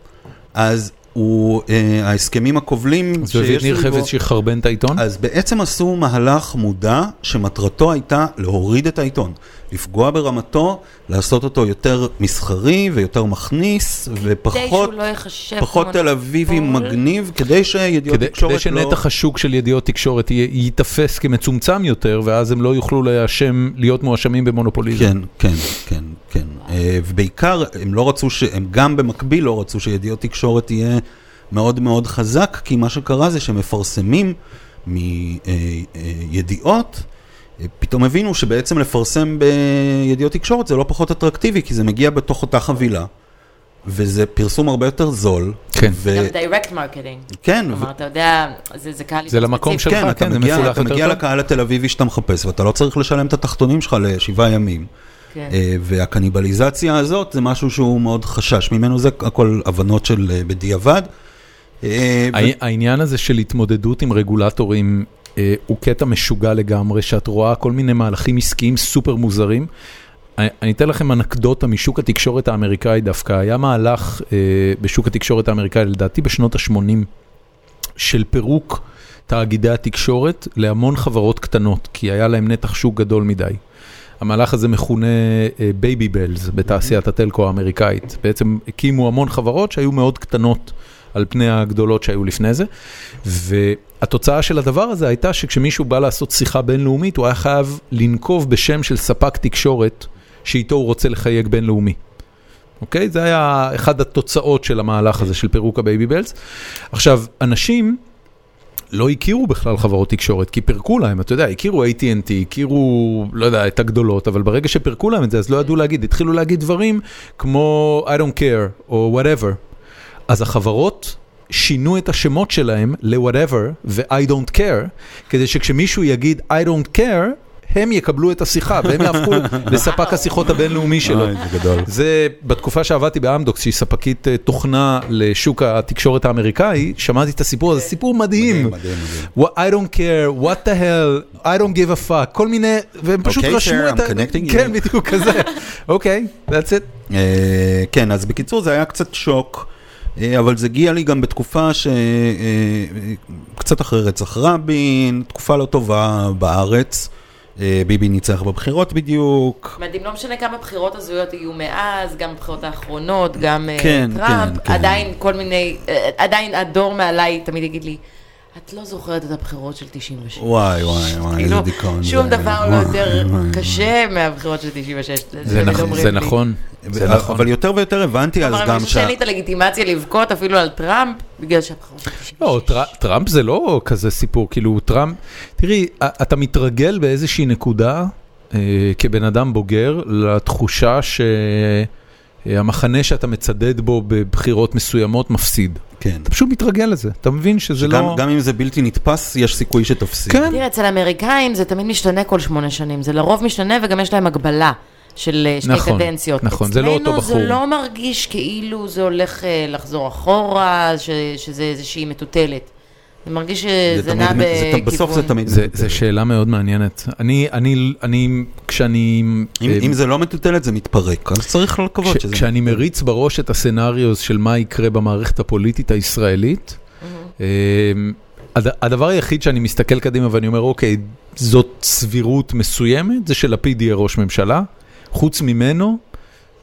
אז הוא אה, ההסכמים הכובלים
אז הוא הביא את ניר
לנו בו-
חפץ שיחרבן את העיתון?
אז בעצם עשו מהלך מודע שמטרתו הייתה להוריד את העיתון, לפגוע ברמתו, לעשות אותו יותר מסחרי ויותר מכניס
כדי שהוא
ופחות
לא ייחשב
פחות
כמו
תל אביבי
מונופול.
מגניב, כדי שידיעות
כדי,
תקשורת
כדי שנתח
לא...
השוק של ידיעות תקשורת יהיה- ייתפס כמצומצם יותר, ואז הם לא יוכלו להאשם, להיות מואשמים במונופוליזם.
כן, כן, כן, כן. אה, ובעיקר, הם לא רצו, ש... הם גם במקביל לא רצו שידיעות תקשורת תהיה מאוד מאוד חזק, כי מה שקרה זה שמפרסמים אה, מידיעות, אה, פתאום הבינו שבעצם לפרסם בידיעות תקשורת זה לא פחות אטרקטיבי, כי זה מגיע בתוך אותה חבילה, וזה פרסום הרבה יותר זול.
כן.
ו...
גם direct marketing.
כן, ו...
כלומר, אתה יודע, זה זה קהל...
זה למקום
ספציפי.
שלך,
כן, אתה
כן, זה
מגיע,
מפולח
אתה
יותר
מגיע
טוב.
לקהל התל אביבי שאתה מחפש, ואתה לא צריך לשלם את התחתונים שלך לשבעה ימים.
כן.
אה, והקניבליזציה הזאת זה משהו שהוא מאוד חשש ממנו, זה הכל הבנות של אה, בדיעבד. אה,
העני- העניין הזה של התמודדות עם רגולטורים אה, הוא קטע משוגע לגמרי, שאת רואה כל מיני מהלכים עסקיים סופר מוזרים. אני אני אתן לכם אנקדוטה משוק התקשורת האמריקאי דווקא. היה מהלך אה, בשוק התקשורת האמריקאי, לדעתי בשנות ה-80, של פירוק תאגידי התקשורת להמון חברות קטנות, כי היה להם נתח שוק גדול מדי. המהלך הזה מכונה בייבי בלז בתעשיית הטלקו האמריקאית. בעצם הקימו המון חברות שהיו מאוד קטנות על פני הגדולות שהיו לפני זה, והתוצאה של הדבר הזה הייתה שכשמישהו בא לעשות שיחה בינלאומית, הוא היה חייב לנקוב בשם של ספק תקשורת שאיתו הוא רוצה לחייג בינלאומי. אוקיי? זה היה אחד התוצאות של המהלך הזה, של פירוק הבייבי בלס. עכשיו, אנשים לא הכירו בכלל חברות תקשורת, כי פירקו להם, אתה יודע, הכירו AT&T, הכירו, לא יודע, את הגדולות, אבל ברגע שפירקו להם את זה, אז לא ידעו להגיד, התחילו להגיד דברים כמו I don't care, או whatever. אז החברות שינו את השמות שלהם ל-whatever ו-I don't care, כדי שכשמישהו יגיד I don't care, הם יקבלו את השיחה, והם יהפכו לספק השיחות הבינלאומי שלו.
אוי, אה, זה גדול.
זה בתקופה שעבדתי באמדוקס, שהיא ספקית אה, תוכנה לשוק התקשורת האמריקאי, שמעתי את הסיפור הזה, סיפור מדהים.
מדהים, מדהים.
What- I don't care, what the hell, I don't give a fuck, כל מיני, והם פשוט
Okay,
רשמו
sir,
את ה...
I'm connecting you.
כן, בדיוק כזה. אוקיי, that's it.
אה, כן, אז בקיצור זה היה קצת שוק, אה, אבל זה הגיע לי גם בתקופה ש... אה, אה, קצת אחרי רצח רבין, תקופה לא טובה בארץ. אה, ביבי ניצח בבחירות בדיוק,
מדהים, לא משנה כמה בחירות הזויות יהיו מאז, גם הבחירות האחרונות, גם אה,
כן,
טראמפ,
כן, כן.
עדיין כל מיני, אה, עדיין הדור מעליי תמיד יגיד לי, את לא זוכרת את הבחירות של 96.
וואי וואי וואי, איזה
כאילו,
דיכאון.
שום
זה.
דבר לא
וואי,
יותר
וואי, וואי.
קשה מהבחירות של 96.
זה
תמיד
נכון,
אומרים
זה
לי.
נכון. זה
אבל-
נכון.
אבל יותר ויותר הבנתי אז
כלומר, אני
גם
חושבת שאין לי את הלגיטימציה לבכות אפילו על טראמפ, בגלל שהבחירות של 96.
לא, טר- טראמפ זה לא כזה סיפור, כאילו טראמפ, תראי, א- אתה מתרגל באיזושהי נקודה אה, כבן אדם בוגר לתחושה שהמחנה שאתה מצדד בו בבחירות מסוימות מפסיד.
כן.
אתה פשוט מתרגל לזה, אתה מבין שזה
גם,
לא...
גם אם זה בלתי נתפס, יש סיכוי שתפסיד.
כן.
תראה, אצל האמריקאים זה תמיד משתנה כל שמונה שנים, זה לרוב משתנה וגם יש להם הגבלה של אה, שתי
נכון,
קדנציות.
נכון, זה לא אותו
אצלנו
בחור.
זה לא מרגיש כאילו זה הולך אה, לחזור אחורה, ש- שזה איזושהי מטוטלת. זה מרגיש
זה
שזה
תמיד-
נע
זה- זה-
בכיוון.
בסוף זה תמיד
זה,
מטוטלת.
זה שאלה מאוד מעניינת. אני, אני, אני, כשאני...
אם,
אה,
אם זה לא מטוטלת, זה מתפרק, אז צריך לקוות
כש-
שזה...
כשאני מריץ בראש את הסצנריוס של מה יקרה במערכת הפוליטית הישראלית,
Mm-hmm.
אה, הד- הדבר היחיד שאני מסתכל קדימה ואני אומר, אוקיי, זאת סבירות מסוימת, זה שלפיד יהיה ראש ממשלה. חוץ ממנו,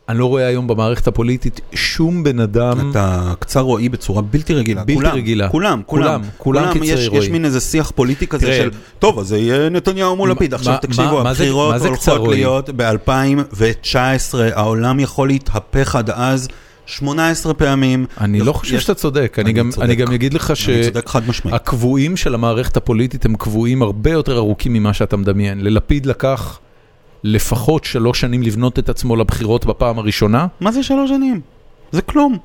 אני לא רואה היום במערכת הפוליטית שום בן אדם...
אתה קצר רואי בצורה בלתי רגילה.
בלתי
כולם,
רגילה.
כולם, כולם.
כולם, כולם קצרי
יש, יש
רואי.
מין איזה שיח פוליטי כזה
תראה,
של, טוב, אז זה יהיה נתניהו מול
מה-
לפיד. עכשיו
מה-
תקשיבו,
מה זה-
הבחירות
מה זה קצר
הולכות
רואי?
להיות ב-2019, העולם יכול להתהפך עד אז 18 פעמים.
אני לא חושב
יש-
שאתה צודק, אני
אני
גם-
צודק.
אני גם אגיד לך ש...
אני צודק חד משמעית.
הקבועים של המערכת הפוליטית הם קבועים הרבה יותר ארוכים ממה שאתה מדמיין. ללפיד לקח לפחות שלוש שנים לבנות את עצמו לבחירות בפעם הראשונה.
מה זה שלוש שנים? זה כלום.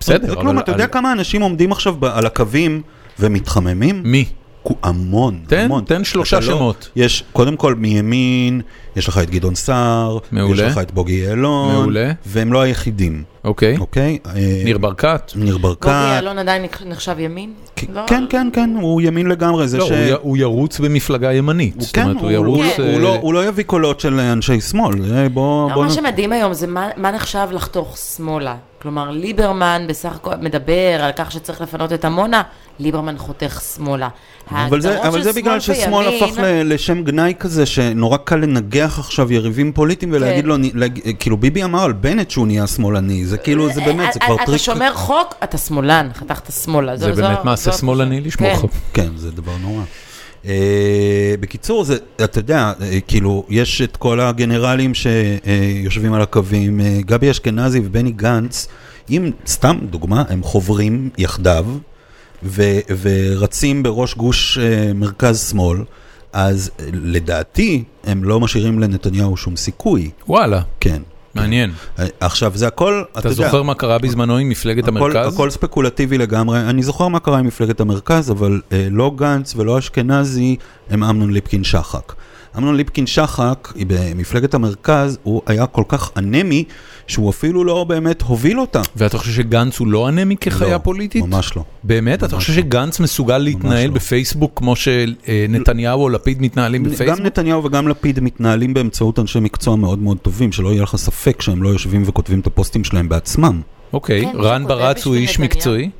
בסדר,
זה כלום,
אבל-
אתה יודע
אבל-
כמה אנשים עומדים עכשיו ב- על הקווים ומתחממים?
מי?
הוא המון,
תן-
המון.
תן שלושה
אתה לא-
שמות.
יש, קודם כל מימין, יש לך את גדעון סער,
מעולה.
יש לך את בוגי יעלון,
מעולה.
והם לא היחידים.
אוקיי.
אוקיי? אה,
ניר ברקת?
ניר
קובי
ברקת.
אלון עדיין נחשב ימין?
כ-
לא?
כן, כן, כן, הוא ימין לגמרי. זה
לא,
ש...
הוא י- הוא ירוץ במפלגה ימנית. זאת
כן,
אומרת, הוא ירוץ...
הוא-
אה,
הוא לא- הוא לא יביא קולות של אנשי שמאל. אה, בוא...
לא,
בוא
מה
נ-
שמדהים היום זה מה, מה נחשב לחתוך שמאלה. כלומר, ליברמן בסך הכל מדבר על כך שצריך לפנות את עמונה, ליברמן חותך שמאלה.
אבל זה,
ההגדרות
אבל
של
זה בגלל
שמאל
ששמאל
וימין-
הפך ל, לשם גנאי כזה, שנורא קל לנגח עכשיו יריבים פוליטיים ולהגיד
כן.
לו, אני- להג- כאילו ביבי אמר על בנט שהוא נהיה שמאלני, זה כאילו, זה באמת, זה
אה,
כבר
אה,
טריק.
אתה שומר חוק, אתה שמאלן, חתכת שמאלה.
זה
זו-
באמת
זו-
מעשה
זו-
שמאלני לשמור
כן.
חוק.
כן, זה דבר נורא. אה, בקיצור, זה, אתה יודע, אה, כאילו, יש את כל הגנרלים שיושבים על הקווים, אה, גבי אשכנזי ובני גנץ, אם, סתם דוגמה, הם חוברים יחדיו ו, ורצים בראש גוש אה, מרכז-שמאל, אז אה, לדעתי, הם לא משאירים לנתניהו שום סיכוי,
וואלה,
כן.
מעניין.
אה, עכשיו, זה הכל, אתה,
אתה
יודע...
זוכר מה קרה בזמנו עם מפלגת
הכל,
המרכז?
הכל ספקולטיבי לגמרי, אני זוכר מה קרה עם מפלגת המרכז, אבל אה, לא גנץ ולא אשכנזי הם אמנון ליפקין שחק. אמנון ליפקין שחק במפלגת המרכז, הוא היה כל כך אנמי, שהוא אפילו לא באמת הוביל אותה.
ואתה חושב שגנץ הוא לא אנמי כחיה
לא,
פוליטית?
ממש לא.
באמת? אתה חושב שגנץ מסוגל להתנהל
לא.
בפייסבוק כמו שנתניהו או לפיד מתנהלים
גם
בפייסבוק?
נתניהו וגם לפיד מתנהלים באמצעות אנשי מקצוע מאוד מאוד טובים, שלא יהיה לך ספק שהם לא יושבים וכותבים את הפוסטים שלהם בעצמם.
אוקיי,
כן,
רן
שכותב
ברץ הוא
בשביל
איש
נתניהו.
מקצועי?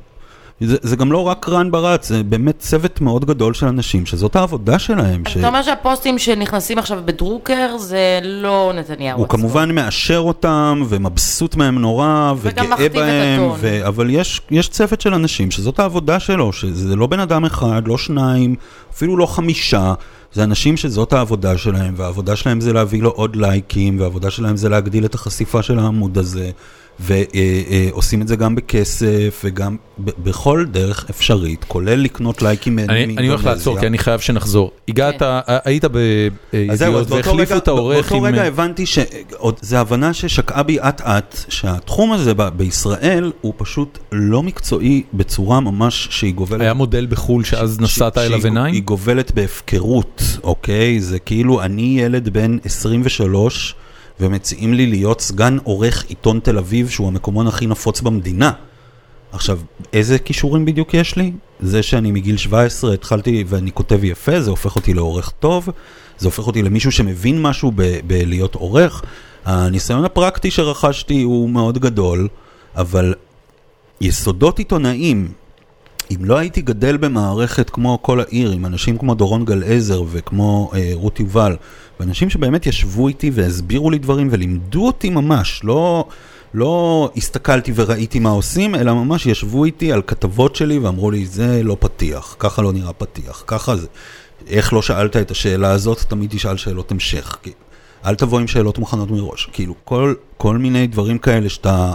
זה, זה גם לא רק רן ברץ, זה באמת צוות מאוד גדול של אנשים, שזאת העבודה שלהם.
אז אתה אומר שהפוסטים שנכנסים עכשיו בדרוקר זה לא נתניהו
הוא
עצמו.
כמובן מאשר אותם, ומבסוט מהם נורא,
וגם
וגאה
מכתיב את
בהם,
הטון.
ו... אבל יש, יש צוות של אנשים שזאת העבודה שלו, שזה לא בן אדם אחד, לא שניים, אפילו לא חמישה, זה אנשים שזאת העבודה שלהם, והעבודה שלהם זה להביא לו עוד לייקים, והעבודה שלהם זה להגדיל את החשיפה של העמוד הזה, ועושים את זה גם בכסף, וגם ב- בכל דרך אפשרית, כולל לקנות לייקים
אני-
מאינדונזיה.
אני הולך לעצור כי אני חייב שנחזור. הגעת,
כן.
אה, היית
אז זהו, אז
בידיעות
באותו
והחליפו
רגע,
את העורך
באותו
עם...
רגע הבנתי שזו הבנה ששקעה בי אט-אט, שהתחום הזה ב- בישראל הוא פשוט לא מקצועי בצורה ממש שהיא גובלת...
היה מודל בחו"ל שאז נשאת
שהיא-
אליו
שהיא-
עיניים?
היא גובלת בהפקרות, אוקיי? זה כאילו אני ילד בן 23 ומציעים לי להיות סגן עורך עיתון תל אביב, שהוא המקומון הכי נפוץ במדינה. עכשיו, איזה כישורים בדיוק יש לי? זה שאני מגיל 17 התחלתי ואני כותב יפה, זה הופך אותי לעורך טוב, זה הופך אותי למישהו שמבין משהו ב- בלהיות עורך. הניסיון הפרקטי שרכשתי הוא מאוד גדול, אבל יסודות עיתונאיים, אם לא הייתי גדל במערכת כמו כל העיר, עם אנשים כמו דורון גלעזר וכמו אה, רות יובל, ואנשים שבאמת ישבו איתי והסבירו לי דברים ולימדו אותי ממש, לא, לא הסתכלתי וראיתי מה עושים, אלא ממש ישבו איתי על כתבות שלי ואמרו לי, זה לא פתיח, ככה לא נראה פתיח, ככה זה. איך לא שאלת את השאלה הזאת, תמיד תשאל שאלות המשך. כי- אל תבוא עם שאלות מוכנות מראש. כאילו, כל, כל מיני דברים כאלה שאתה,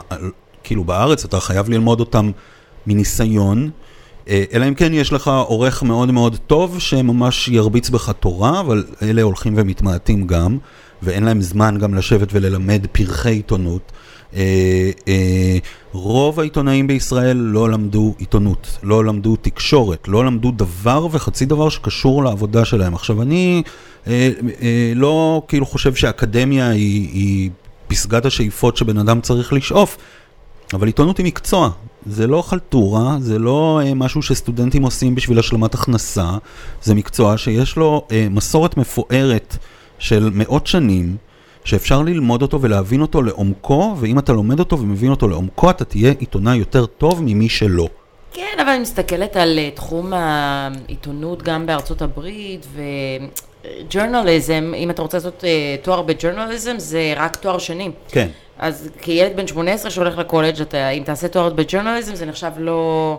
כאילו בארץ אתה חייב ללמוד אותם מניסיון, אה, אלא אם כן יש לך עורך מאוד מאוד טוב שממש ירביץ בך תורה, אבל אלה הולכים ומתמעטים גם, ואין להם זמן גם לשבת וללמד פרחי עיתונות. אה, אה, רוב העיתונאים בישראל לא למדו עיתונות, לא למדו תקשורת, לא למדו דבר וחצי דבר שקשור לעבודה שלהם. עכשיו, אני אה, אה, לא כאילו חושב שהאקדמיה היא, היא פסגת השאיפות שבן אדם צריך לשאוף, אבל עיתונות היא מקצוע, זה לא חלטורה, זה לא אה, משהו שסטודנטים עושים בשביל השלמת הכנסה, זה מקצוע שיש לו אה, מסורת מפוארת של מאות שנים, שאפשר ללמוד אותו ולהבין אותו לעומקו, ואם אתה לומד אותו ומבין אותו לעומקו, אתה תהיה עיתונאי יותר טוב ממי שלא.
כן, אבל אני מסתכלת על אה, תחום העיתונות גם בארצות הברית, וג'ורנליזם, אם אתה רוצה לעשות אה, תואר בג'ורנליזם, זה רק תואר שני.
כן.
אז כילד בן 18 שהולך לקולג', אתה, אם תעשה תואר בג'ורנליזם, זה נחשב לא...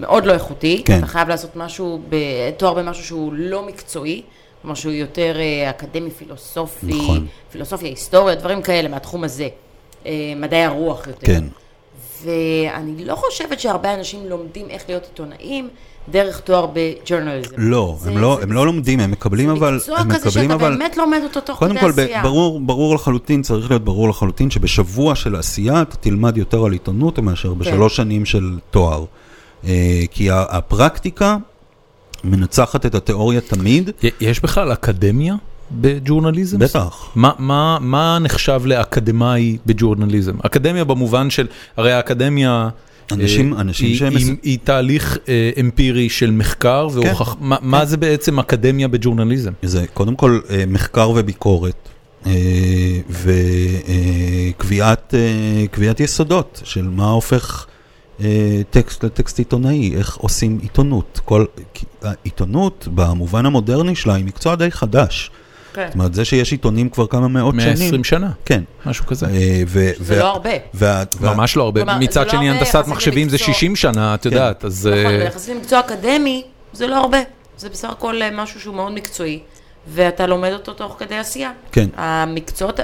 מאוד לא איכותי.
כן.
אתה חייב לעשות משהו, ב, תואר במשהו שהוא לא מקצועי, כלומר שהוא יותר אה, אקדמי, פילוסופי,
נכון.
פילוסופיה, היסטוריה, דברים כאלה מהתחום הזה. אה, מדעי הרוח יותר.
כן.
ואני לא חושבת שהרבה אנשים לומדים איך להיות עיתונאים דרך תואר בג'ורנליזם.
לא,
זה-
הם לא,
זה-
הם לא לומדים, הם מקבלים
זה
אבל,
מקצוע
הם
כזה
מקבלים
שאתה
אבל,
באמת לומד אותו תוך
קודם
כדי
כל,
עשייה.
ב- ברור, ברור לחלוטין, צריך להיות ברור לחלוטין שבשבוע של עשייה אתה תלמד יותר על עיתונות מאשר בשלוש שנים של תואר. אה, כי ה- הפרקטיקה מנצחת את התיאוריה תמיד.
י- יש בכלל אקדמיה בג'ורנליזם?
בטח.
מה, מה, מה נחשב לאקדמאי בג'ורנליזם? אקדמיה במובן של, הרי האקדמיה... אה,
אנשים- אנשים
היא,
שהם- כן.
היא, היא תהליך אה, אמפירי של מחקר והוכח... מה, מה זה בעצם אקדמיה בג'ורנליזם?
זה קודם כל אה, מחקר וביקורת אה, וקביעת אה, קביעת יסודות של מה הופך אה, טקסט לטקסט עיתונאי, איך עושים עיתונות. כל כי העיתונות במובן המודרני שלה היא מקצוע די חדש.
כן.
זאת אומרת, זה שיש עיתונים כבר כמה מאות שנים.
120 שנה,
כן.
משהו כזה.
אה, ו-
זה
וה-
לא הרבה.
וה- וה- כן.
ממש לא הרבה.
כלומר,
מצד
זה
שני,
לא
הנדסת
יחסית
מחשבים זה
למקצוע.
60 שנה, את יודעת, אז...
נכון,
אה,
וליחסית למקצוע אקדמי, זה לא הרבה. זה בסך הכל אה, משהו שהוא מאוד מקצועי, ואתה לומד אותו תוך כדי עשייה.
כן.
המקצועות,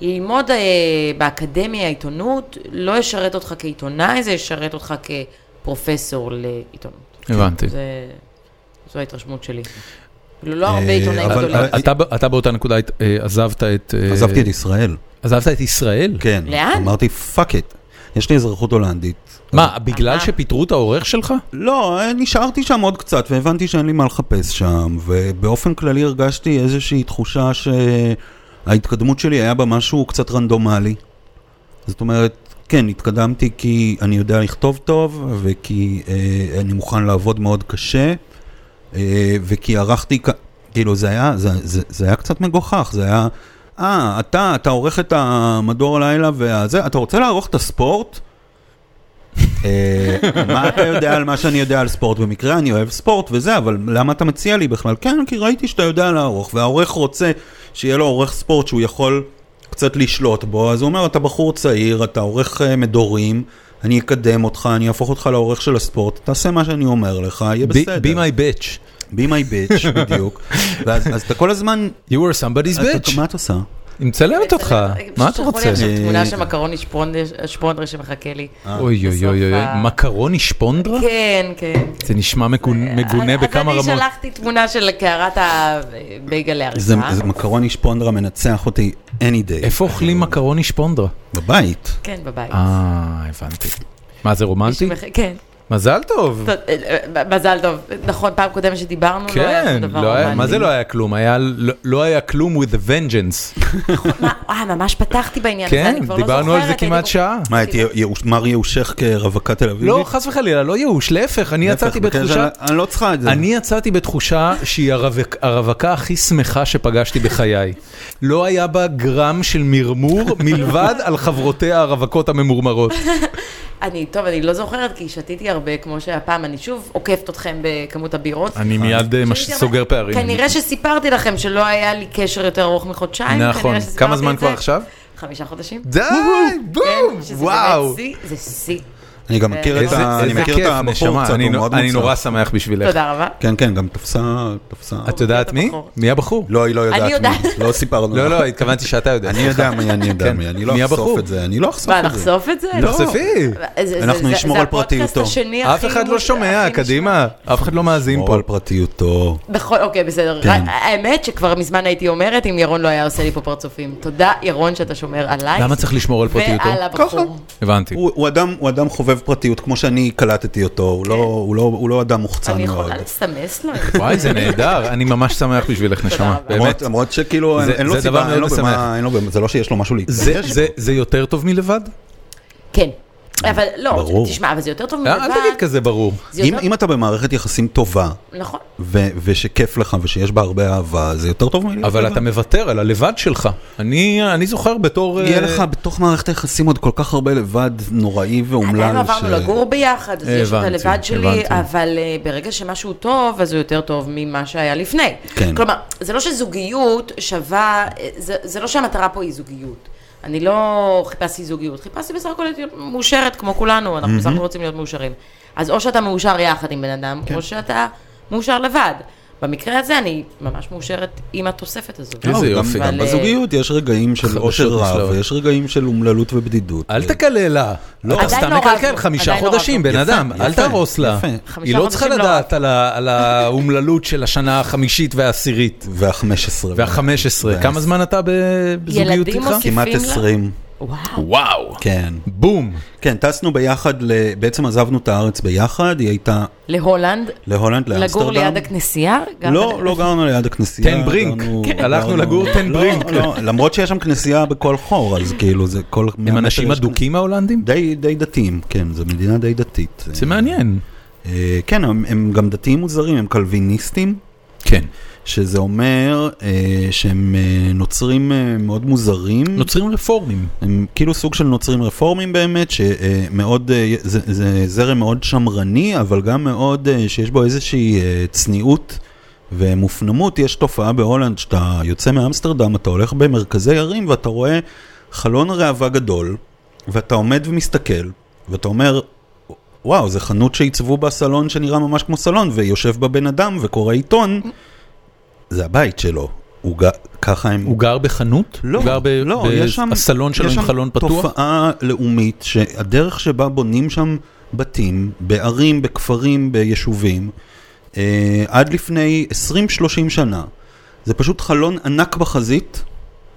ללמוד אה, באקדמיה עיתונות, לא ישרת אותך כעיתונאי, זה ישרת אותך כפרופסור לעיתונות.
הבנתי.
זה, זו ההתרשמות שלי. כאילו, לא הרבה עיתונאים
אבל-
גדולים.
אבל-
אתה ב- אתה באותה נקודה הת- אה, עזבת את... אה,
עזבתי את ישראל.
עזבת את ישראל?
כן.
לאן?
אמרתי, פאק איט. יש לי אזרחות הולנדית.
מה, בגלל
אה.
שפיטרו את העורך שלך?
לא, נשארתי שם עוד קצת, והבנתי שאין לי מה לחפש שם, ובאופן כללי הרגשתי איזושהי תחושה שההתקדמות שלי היה בה משהו קצת רנדומלי. זאת אומרת, כן, התקדמתי כי אני יודע לכתוב טוב, וכי אה, אני מוכן לעבוד מאוד קשה, אה, וכי ערכתי, כ- כאילו זה היה, זה, זה, זה היה קצת מגוחך, זה היה, אה, אתה, אתה עורך את המדור הלילה והזה, אתה רוצה לערוך את הספורט? אה, מה אתה יודע על מה שאני יודע על ספורט? במקרה אני אוהב ספורט וזה, אבל למה אתה מציע לי בכלל? כן, כי ראיתי שאתה יודע לערוך, והעורך רוצה שיהיה לו עורך ספורט שהוא יכול קצת לשלוט בו, אז הוא אומר, אתה בחור צעיר, אתה עורך אה, מדורים, אני אקדם אותך, אני אהפוך אותך לעורך של הספורט, תעשה מה שאני אומר לך, יהיה
Be-
בסדר.
be my bitch.
be my bitch, בדיוק. ואז אז אתה כל הזמן...
You were somebody's
אתה-
bitch.
מה את עושה?
היא מצלמת אותך, מה אתה
שלחו לי
רוצה?
עכשיו
אה,
תמונה של מקרוני שפונדר- שפונדר שמחכה לי.
אוי אוי אוי אוי,
בסוף ה-
מקרוני שפונדרה?
כן, כן. אה,
זה נשמע מגונה- מגונה
אז-
בכמה
אז אני
רמות.
שלחתי תמונה של קערת הבייגלה
זה
הראשונה.
זה מקרוני שפונדרה מנצח אותי any day.
איפה אוכלים מקרוני שפונדרה?
בבית.
כן, בבית.
אה, הבנתי. מה, זה
מישהו
רומנטי?
מח- כן,
מזל טוב.
טוב, אה, אה, מזל טוב. נכון, פעם קודמת שדיברנו, לא היה
כן,
שום דבר
לא היה- מה
רומנטי.
זה לא היה כלום? היה- לא- לא היה כלום with a vengeance.
מה, אה, ממש פתחתי בעניין הזה,
כן,
אני כבר לא זוכרת.
דיברנו על זה
הייתי
כמעט
כל-
שעה.
מה, את ייאוש- מר יאושך כרווקה תל אביבית?
לא, חס וחלילה, לא ייאוש, להפך, אני
להפך,
יצאתי
בקטע של-
בתחושה...
אני לא צריכה את זה.
אני יצאתי בתחושה שהיא הרווק, הרווקה הכי שמחה שפגשתי בחיי. לא היה בה גרם של מרמור מלבד על חברותיה הרווקות הממורמרות.
אני, טוב, אני לא זוכרת, כי שתיתי הרבה, כמו שהפעם אני שוב עוקפת אתכם בכמות הבירות.
אני מיד אה, מש- סוגר פערים.
כנראה שסיפרתי לכם שלא היה לי קשר יותר ארוך מחודשיים.
נכון.
כנראה שסיפרתי
כמה זמן
את זה.
כבר עכשיו?
חמישה חודשים.
די,
כן,
בום,
שזה
וואו.
באמת שיא, זה שיא.
אני גם מכיר את
איזה
ה... אני
איזה
מכיר
כיף,
את הבחור
נשמה,
קצת,
אני
הוא
נו-
מאוד
אני נורא
מוצלח.
שמח בשבילך.
תודה רבה.
כן, כן, גם תפסה, תפסה.
את יודעת מי?
הבחור.
מי הבחור?
לא, היא לא יודעת.
אני יודעת.
מי, לא סיפרנו.
לא,
לך.
לא, התכוונתי שאתה יודע.
אני יודע מי, אני יודע
כן.
מי. אני לא
מי
אחשוף
הבחור?
את זה. אני לא אחשוף
מה,
את זה.
נחשוף את זה?
לא.
תחשפי,
זה- זה-
אנחנו
זה-
נשמור
זה
על פרטיותו.
הפודקאסט השני
אף
הכי
אחד לא
מוש-
שומע,
הכי
קדימה, אף אחד לא מאזין
מור
פה.
על פרטיותו.
נשמע. בכל, אוקיי, בסדר.
כן.
רק- האמת שכבר מזמן הייתי אומרת אם ירון לא היה עושה לי פה פרצופים. תודה, ירון, שאתה שומר עליי.
למה צריך לשמור על פרטיותו?
ועל הבחור.
ככה.
הבנתי.
הוא הוא אדם- הוא אדם חובב פרטיות, כמו שאני קלטתי אותו. הוא לא- הוא לא- הוא לא אדם מוחצן
כן. אני
מאוד.
יכולה לסמס לו?
וואי, זה נהדר, אני ממש שמח בשבילך, נשמה,
רבה.
באמת.
למרות- למרות שכאילו, אין
זה-
אין לו
זה דבר
סיבה, אין לו
מאוד משמח.
במה, אין לו במה, זה לא שיש לו משהו
זה-
להתרגש.
זה- זה יותר טוב מלבד?
כן. אבל לא,
ברור.
תשמע, אבל זה יותר טוב מלבד.
אה, אל תגיד כזה ברור.
זה יותר-
אם אתה במערכת יחסים טובה,
נכון.
ו- ושכיף לך ושיש בה הרבה אהבה, זה יותר טוב מלבד.
אבל אתה מוותר על הלבד שלך. אני אני זוכר בתור...
יהיה
אה,
לך בתוך מערכת היחסים עוד כל כך הרבה לבד נוראי ואומלל.
אנחנו עברנו
ש-
לגור ביחד, אז יש את
הבנתי,
הלבד שלי,
הבנתי.
אבל אה, ברגע שמשהו טוב, אז הוא יותר טוב ממה שהיה לפני.
כן.
כלומר, זה לא שזוגיות שווה, אה, זה- זה לא שהמטרה פה היא זוגיות. אני לא חיפשתי זוגיות, חיפשתי בסך הכל להיות מאושרת כמו כולנו, אנחנו בסך הכל רוצים להיות מאושרים. אז או שאתה מאושר יחד עם בן אדם,
כן.
או שאתה מאושר לבד. במקרה הזה אני ממש מאושרת עם התוספת הזאת.
איזה
לא, גם-
יופי.
גם
אבל, אה,
בזוגיות יש רגעים של
חדשות
אושר רב,
נפלאות.
ויש רגעים של אומללות ובדידות.
אל תקלל לה.
עדיין
אתה סתם
לא
מקלקל
רבנו,
חמישה
עדיין לא
חודשים,
רבנו.
בן
יפה,
אדם,
יפה,
אל תהרוס לה.
יפה.
חמישה
היא לא צריכה
חודשים לא
לדעת על ה- על האומללות של השנה החמישית והעשירית
וה-15.
והחמש עשרה.
וה-
כמה זמן אתה בזוגיות
ילדים
איתך? כן.
עושים-
כמעט
מוסיפים לה?
20.
וואו.
וואו.
כן.
בום.
כן, טסנו ביחד, ל... בעצם עזבנו את הארץ ביחד, היא הייתה
להולנד?
להולנד, לאמסטרדם.
לגור ליד הכנסייה? גרת
לא,
ב-
לא גרנו ליד הכנסייה.
טן ברינק.
גרנו-
כן. הלכנו
גרנו-
לגור טן
לא,
ברינק.
לא, למרות שיש שם כנסייה בכל חור, אז כאילו זה כל...
הם
מאה
אנשים
מטר יש-
אדוקים ההולנדים?
די, די דתיים, כן, זו מדינה די דתית.
זה מעניין.
אה, כן, הם, הם גם דתיים מוזרים, הם קלוויניסטים,
כן.
שזה אומר אה, שהם אה, נוצרים אה, מאוד מוזרים.
נוצרים רפורמים.
הם כאילו סוג של נוצרים רפורמים באמת, שמאוד, אה, זה, זה זרם מאוד שמרני, אבל גם מאוד, אה, שיש בו איזושהי אה, צניעות ומופנמות. יש תופעה בהולנד, שאתה יוצא מאמסטרדם, אתה הולך במרכזי ערים ואתה רואה חלון ראווה גדול, ואתה עומד ומסתכל, ואתה אומר, וואו, זו חנות שעיצבו בה סלון שנראה ממש כמו סלון, ויושב בה בן אדם וקורא עיתון, זה הבית שלו. הוא ג... ככה הם...
הוא גר בחנות?
לא,
הוא גר ב-
לא, יש שם,
בסלון שלו
יש
עם
שם
חלון פתוח?
תופעה לאומית שהדרך שבה בונים שם בתים, בערים, בכפרים, ביישובים, אה, עד לפני 20-30 שנה, זה פשוט חלון ענק בחזית,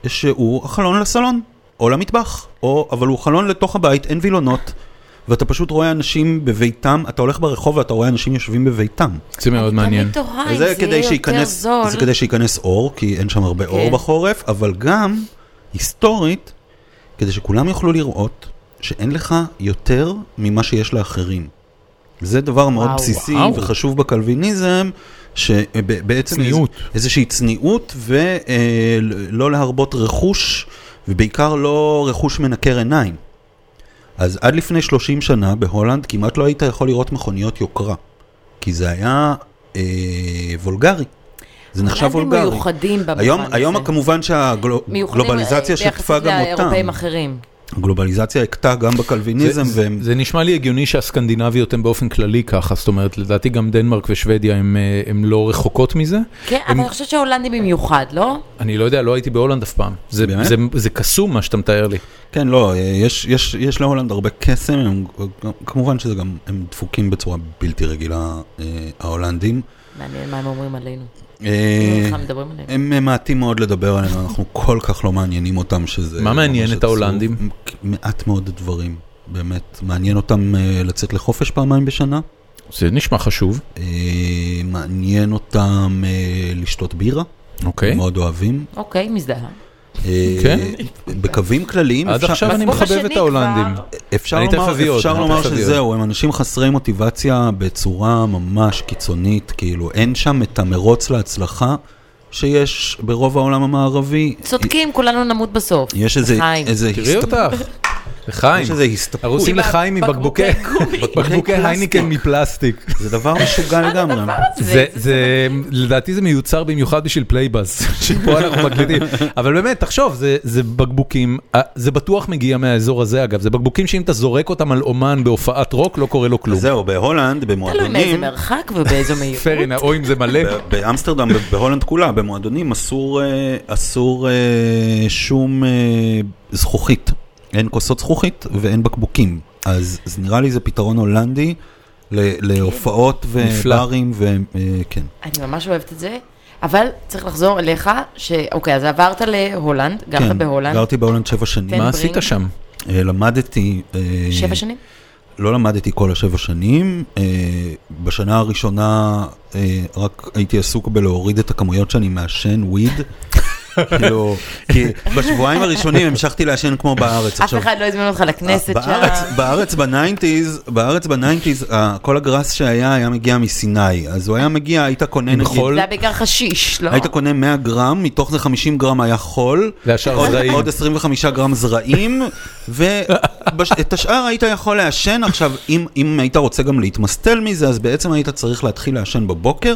שהוא החלון לסלון, או למטבח, או, אבל הוא חלון לתוך הבית, אין וילונות. ואתה פשוט רואה אנשים בביתם, אתה הולך ברחוב ואתה רואה אנשים יושבים בביתם.
זה מאוד מעניין.
אני תוהה אם זה
וזה כדי
יהיה יותר
שייכנס,
זול.
זה כדי שייכנס אור, כי אין שם הרבה אור
כן.
בחורף, אבל גם, היסטורית, כדי שכולם יוכלו לראות שאין לך יותר ממה שיש לאחרים. זה דבר מאוד
וואו.
בסיסי
וואו.
וחשוב בקלוויניזם, שבעצם
צניעות.
איזושהי צניעות ולא להרבות רכוש, ובעיקר לא רכוש מנקר עיניים. אז עד לפני 30 שנה בהולנד כמעט לא היית יכול לראות מכוניות יוקרה, כי זה היה אה, וולגרי. זה נחשב
הולנדים
וולגרי.
מיוחדים במובן
היום,
הזה. אה,
היום כמובן שהגלובליזציה שטפה גם
ביחסית
אותם.
לאירופאים אחרים.
הגלובליזציה הכתה גם בקלוויניזם,
זה,
והם...
זה, זה נשמע לי הגיוני שהסקנדינביות הן באופן כללי ככה, זאת אומרת, לדעתי גם דנמרק ושוודיה הן לא רחוקות מזה.
כן, אבל אני חושבת שההולנדים במיוחד, לא?
אני לא יודע, לא הייתי בהולנד אף פעם. זה,
באמת?
זה, זה קסום מה שאתה מתאר לי.
כן, לא, אה, יש, יש, יש להולנד הרבה קסם, הם, כמובן שזה גם, הם דפוקים בצורה בלתי רגילה, אה, ההולנדים.
מעניין מה הם אומרים עלינו.
אה,
בכלל מדברים עליהם.
הם ממעטים מאוד לדבר עלינו, אנחנו כל כך לא מעניינים אותם שזה...
מה מעניין
ממש
את
עצוב.
ההולנדים?
מעט מאוד דברים, באמת. מעניין אותם אה, לצאת לחופש פעמיים בשנה,
זה נשמע חשוב.
אה, מעניין אותם אה, לשתות בירה,
אוקיי.
הם מאוד אוהבים.
אוקיי, מזדהה.
אה,
כן.
בקווים כלליים
עד
אפשר- נכון.
עכשיו אני
בפור
מחבב
השני
את ההולנדים.
כבר-
אפשר
אני תכף אביא
לומר,
עוד,
אפשר
אני
לומר
תכף אביא
שזהו, הם אנשים חסרי מוטיבציה בצורה ממש קיצונית, כאילו אין שם את המרוץ להצלחה שיש ברוב העולם המערבי.
צודקים, כולנו נמות בסוף.
יש איזה,
חיים.
איזה,
תראי
הסת-
אותך. לחיים.
יש איזה הסתפקות,
הרוסים
עם
לחיים מבקבוקי,
הבקבוקי גומי.
בקבוקי הייניקן מפלסטיק.
זה דבר משוגע לגמרי.
זה, זה, לדעתי זה מיוצר במיוחד בשביל פלייבאז, שפה אנחנו מקליטים. אבל באמת, תחשוב, זה, זה בקבוקים, אה, זה בטוח מגיע מהאזור הזה אגב, זה בקבוקים שאם אתה זורק אותם על אומן בהופעת רוק, לא קורה לו כלום.
זהו, בהולנד,
תלוי מאיזה
במועדונים,
מרחק ובאיזו מהירות.
פרינה, או אם זה מלא.
ב- באמסטרדם, ב- בהולנד כולה, במועדונים אסור, אה, אסור אה, שום אה, זכוכית. אין כוסות זכוכית ואין בקבוקים. אז אז נראה לי זה פתרון הולנדי ל- להופעות אה,
נפלא.
וברים וכן.
אני ממש אוהבת את זה, אבל צריך לחזור אליך, שאוקיי, אז עברת להולנד, גרת בהולנד,
כן, גרתי בהולנד שבע שנים.
כן.
מה עשית שם?
אה, למדתי... אה,
שבע שנים?
לא למדתי כל השבע שנים. אה, בשנה הראשונה אה, רק הייתי עסוק בלהוריד את הכמויות שאני מעשן וויד. כאילו, כי בשבועיים הראשונים המשכתי לעשן כמו בארץ.
אף אחד לא הזמין אותך לכנסת
אה, בארץ,
שם.
בארץ בניינטיז, בארץ בניינטיז, אה, כל הגראס שהיה היה מגיע מסיני, אז הוא היה מגיע, היית קונה נגיד,
חול?
זה היה בעיקר חשיש, לא?
היית קונה 100 גרם, מתוך זה 50 גרם היה חול,
והשאר
עוד-
זרעים.
עוד 25 גרם זרעים, ואת השאר היית יכול לעשן. עכשיו, אם, אם היית רוצה גם להתמסטל מזה, אז בעצם היית צריך להתחיל לעשן בבוקר,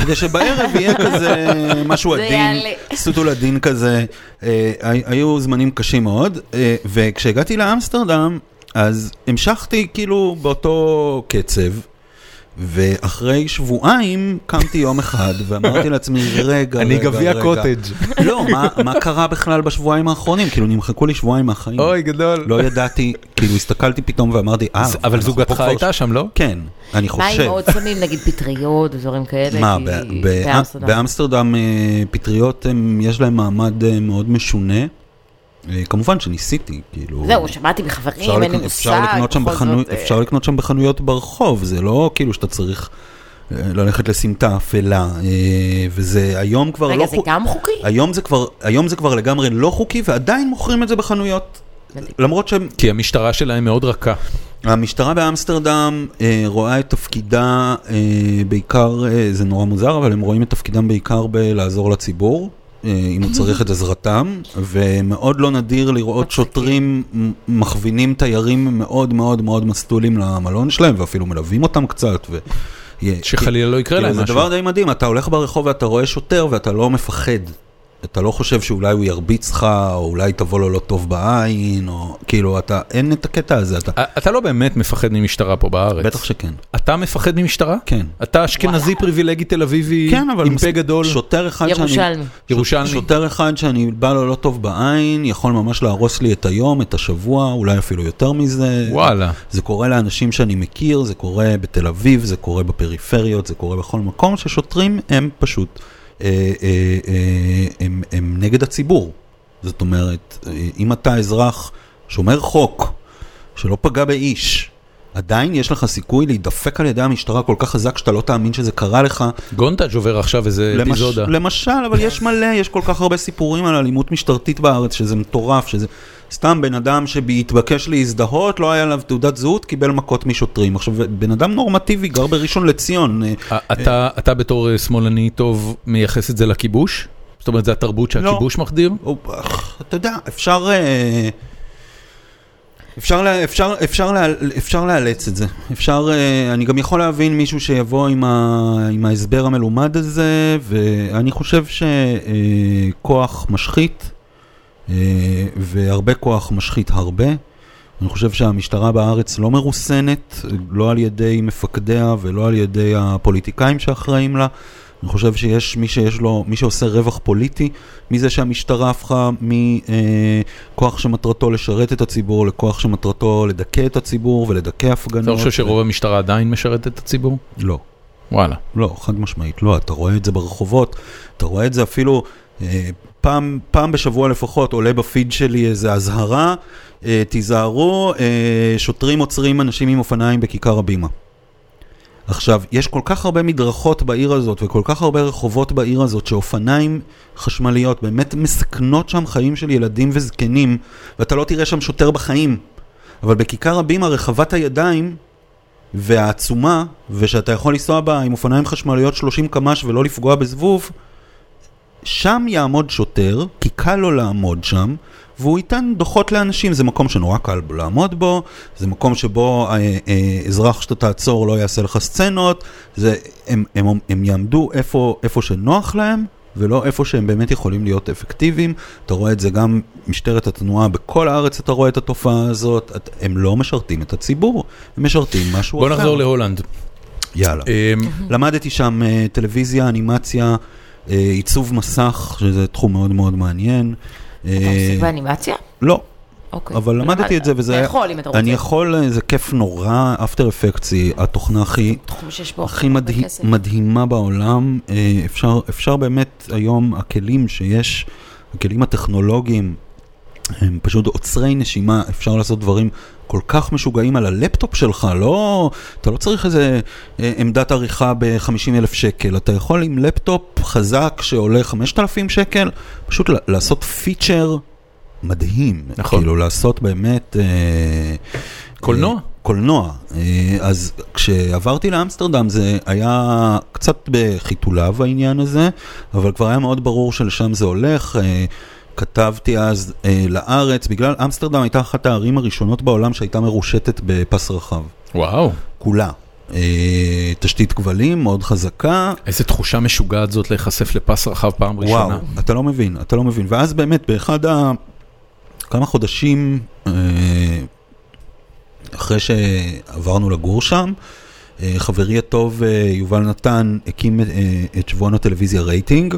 כדי שבערב יהיה כזה משהו
זה
עדין,
יעלה.
סוטול עדין כזה. אה, הי- היו זמנים קשים מאוד, אה, וכשהגעתי לאמסטרדם, אז המשכתי כאילו באותו קצב. ואחרי שבועיים קמתי יום אחד ואמרתי לעצמי, רגע,
אני
רגע,
גביע
רגע."
קוטג'.
לא, מה, מה קרה בכלל בשבועיים האחרונים? כאילו, נמחקו לי שבועיים מהחיים.
אוי, גדול.
לא ידעתי, כאילו, הסתכלתי פתאום ואמרתי, אה,
אז- אבל
אנחנו
זוגתך
פה כבר-
הייתה שם, לא?
כן, אני
מה
חושב.
עם עוד סמים, נגיד פטריות ודברים כאלה?
מה,
כי
ב- ב-
באמסטרדם.
באמסטרדם אה, פטריות, הם- יש להם מעמד אה, מאוד אה, משונה. אה, כמובן שניסיתי, כאילו...
זהו, שמעתי מחברים,
אפשר,
אין לי
לקנות,
מושג.
אפשר, לקנות שם
בכל
בחנו...
זאת, אה,
אפשר לקנות שם בחנויות ברחוב, זה לא כאילו שאתה צריך אה, ללכת לסמטה אפלה, אה, וזה היום כבר לא
רגע, זה
חוק-
גם חוקי?
היום זה, כבר, היום זה כבר לגמרי לא חוקי ועדיין מוכרים את זה בחנויות.
מדהים.
למרות שהם
כי המשטרה שלהם מאוד רכה.
המשטרה באמסטרדם אה, רואה את תפקידה אה, בעיקר, אה, זה נורא מוזר, אבל הם רואים את תפקידם בעיקר בלעזור לציבור, אה, אם הוא צריך את עזרתם, ומאוד לא נדיר לראות שוטרים מ- מכווינים תיירים מאוד מאוד מאוד מסטולים למלון שלהם, ואפילו מלווים אותם קצת. ו...
שחלילה לא יקרה
כאילו,
להם
זה
משהו.
דבר די מדהים, אתה הולך ברחוב ואתה רואה שוטר ואתה לא מפחד. אתה לא חושב שאולי הוא ירביץ לך, או אולי תבוא לו לא טוב בעין, או כאילו, אתה, אין את הקטע הזה, אתה...
אה,
א- אתה לא באמת מפחד ממשטרה פה בארץ.
בטח שכן.
אתה מפחד ממשטרה?
כן.
אתה אשכנזי פריבילגי תל אביבי
כן, אבל
עם פה
מספיק-
גדול?
שוטר אחד שאני...
ירושלמי.
ירושלמי.
שוטר אחד שאני בא לו לא טוב בעין, יכול ממש להרוס לי את היום, את השבוע, אולי אפילו יותר מזה.
וואלה.
זה קורה לאנשים שאני מכיר, זה קורה בתל אביב, זה קורה בפריפריות, זה קורה בכל מקום, ששוטרים הם פשוט, אה, אה, אה, הם, הם נגד הציבור. זאת אומרת, אה, אם אתה אזרח שומר חוק, שלא פגע באיש, עדיין יש לך סיכוי להידפק על ידי המשטרה כל כך חזק שאתה לא תאמין שזה קרה לך,
גונטג' עובר עכשיו איזה
למש-
אפיזודה.
למשל, אבל יש מלא, יש כל כך הרבה סיפורים על אלימות משטרתית בארץ, שזה מטורף, שזה... סתם בן אדם שהתבקש להזדהות, לא היה עליו תעודת זהות, קיבל מכות משוטרים. עכשיו, בן אדם נורמטיבי, גר בראשון לציון. אה,
א- אתה- אתה בתור אה, שמאלני טוב מייחס את זה לכיבוש? זאת אומרת, זו התרבות
לא.
שהכיבוש מחדיר?
הוא- אך, אתה יודע, אפשר... אה, אפשר, לה, אפשר, אפשר, לה, אפשר לאלץ את זה, אפשר, אה, אני גם יכול להבין מישהו שיבוא עם, ה, עם ההסבר המלומד הזה, ואני חושב שכוח משחית, אה, והרבה כוח משחית הרבה. אני חושב שהמשטרה בארץ לא מרוסנת, לא על ידי מפקדיה ולא על ידי הפוליטיקאים שאחראים לה. אני חושב שיש מי שיש לו, מי שעושה רווח פוליטי מזה שהמשטרה הפכה מכוח שמטרתו לשרת את הציבור לכוח שמטרתו לדכא את הציבור ולדכא הפגנות.
אתה לא חושב שרוב המשטרה עדיין משרת את הציבור?
לא.
וואלה.
לא, חד משמעית, לא, אתה רואה את זה ברחובות, אתה רואה את זה אפילו אה, פעם, פעם בשבוע לפחות עולה בפיד שלי איזו אזהרה, אה, תיזהרו, אה, שוטרים עוצרים אנשים עם אופניים בכיכר הבימה. עכשיו, יש כל כך הרבה מדרכות בעיר הזאת וכל כך הרבה רחובות בעיר הזאת שאופניים חשמליות באמת מסכנות שם חיים של ילדים וזקנים, ואתה לא תראה שם שוטר בחיים. אבל בכיכר הבימה רחבת הידיים והעצומה, ושאתה יכול לנסוע בה עם אופניים חשמליות 30 קמ"ש ולא לפגוע בזבוב, שם יעמוד שוטר, כי קל לו לעמוד שם, והוא ייתן דוחות לאנשים. זה מקום שנורא קל לעמוד בו, זה מקום שבו אה, אה, אזרח שאתה תעצור לא יעשה לך סצנות, זה, הם, הם, הם, הם יעמדו איפה, איפה שנוח להם. ולא איפה שהם באמת יכולים להיות אפקטיביים. אתה רואה את זה גם משטרת התנועה בכל הארץ, אתה רואה את התופעה הזאת. את- הם לא משרתים את הציבור, הם משרתים משהו
בוא
אחר.
נחזור להולנד.
יאללה.
אמ,
למדתי שם אה, טלוויזיה, אנימציה, אה, עיצוב מסך, שזה תחום מאוד מאוד מעניין.
אתה
אה,
עוסק באנימציה?
לא,
אוקיי.
אבל למדתי את זה וזה
אתה
היה...
יכול אם אתה רוצה.
אני יכול, אה, זה כיף נורא, אפטר אפקטס היא התוכנה הכי...
תחום שיש בו
הכי
הרבה
מדהי-
כסף.
מדהימה בעולם, אה, אפשר, אפשר באמת היום, הכלים שיש, הכלים הטכנולוגיים, הם פשוט עוצרי נשימה, אפשר לעשות דברים כל כך משוגעים על הלפטופ שלך, לא, אתה לא צריך איזה אה, עמדת עריכה ב-50 אלף שקל, אתה יכול עם לפטופ חזק שעולה 5,000 שקל, פשוט ל- לעשות פיצ'ר מדהים.
נכון.
כאילו לעשות באמת... אה,
קולנוע.
אה, קולנוע. אה, אז כשעברתי לאמסטרדם זה היה קצת בחיתוליו העניין הזה, אבל כבר היה מאוד ברור שלשם זה הולך. אה, כתבתי אז אה, לארץ, בגלל אמסטרדם הייתה אחת הערים הראשונות בעולם שהייתה מרושתת בפס רחב.
וואו,
כולה. אה, תשתית כבלים מאוד חזקה.
איזה תחושה משוגעת זאת להיחשף לפס רחב פעם ראשונה.
וואו, אתה לא מבין, אתה לא מבין. ואז באמת, באחד ה... כמה חודשים אה, אחרי שעברנו לגור שם, אה, חברי הטוב אה, יובל נתן הקים אה, את שבועון הטלוויזיה רייטינג.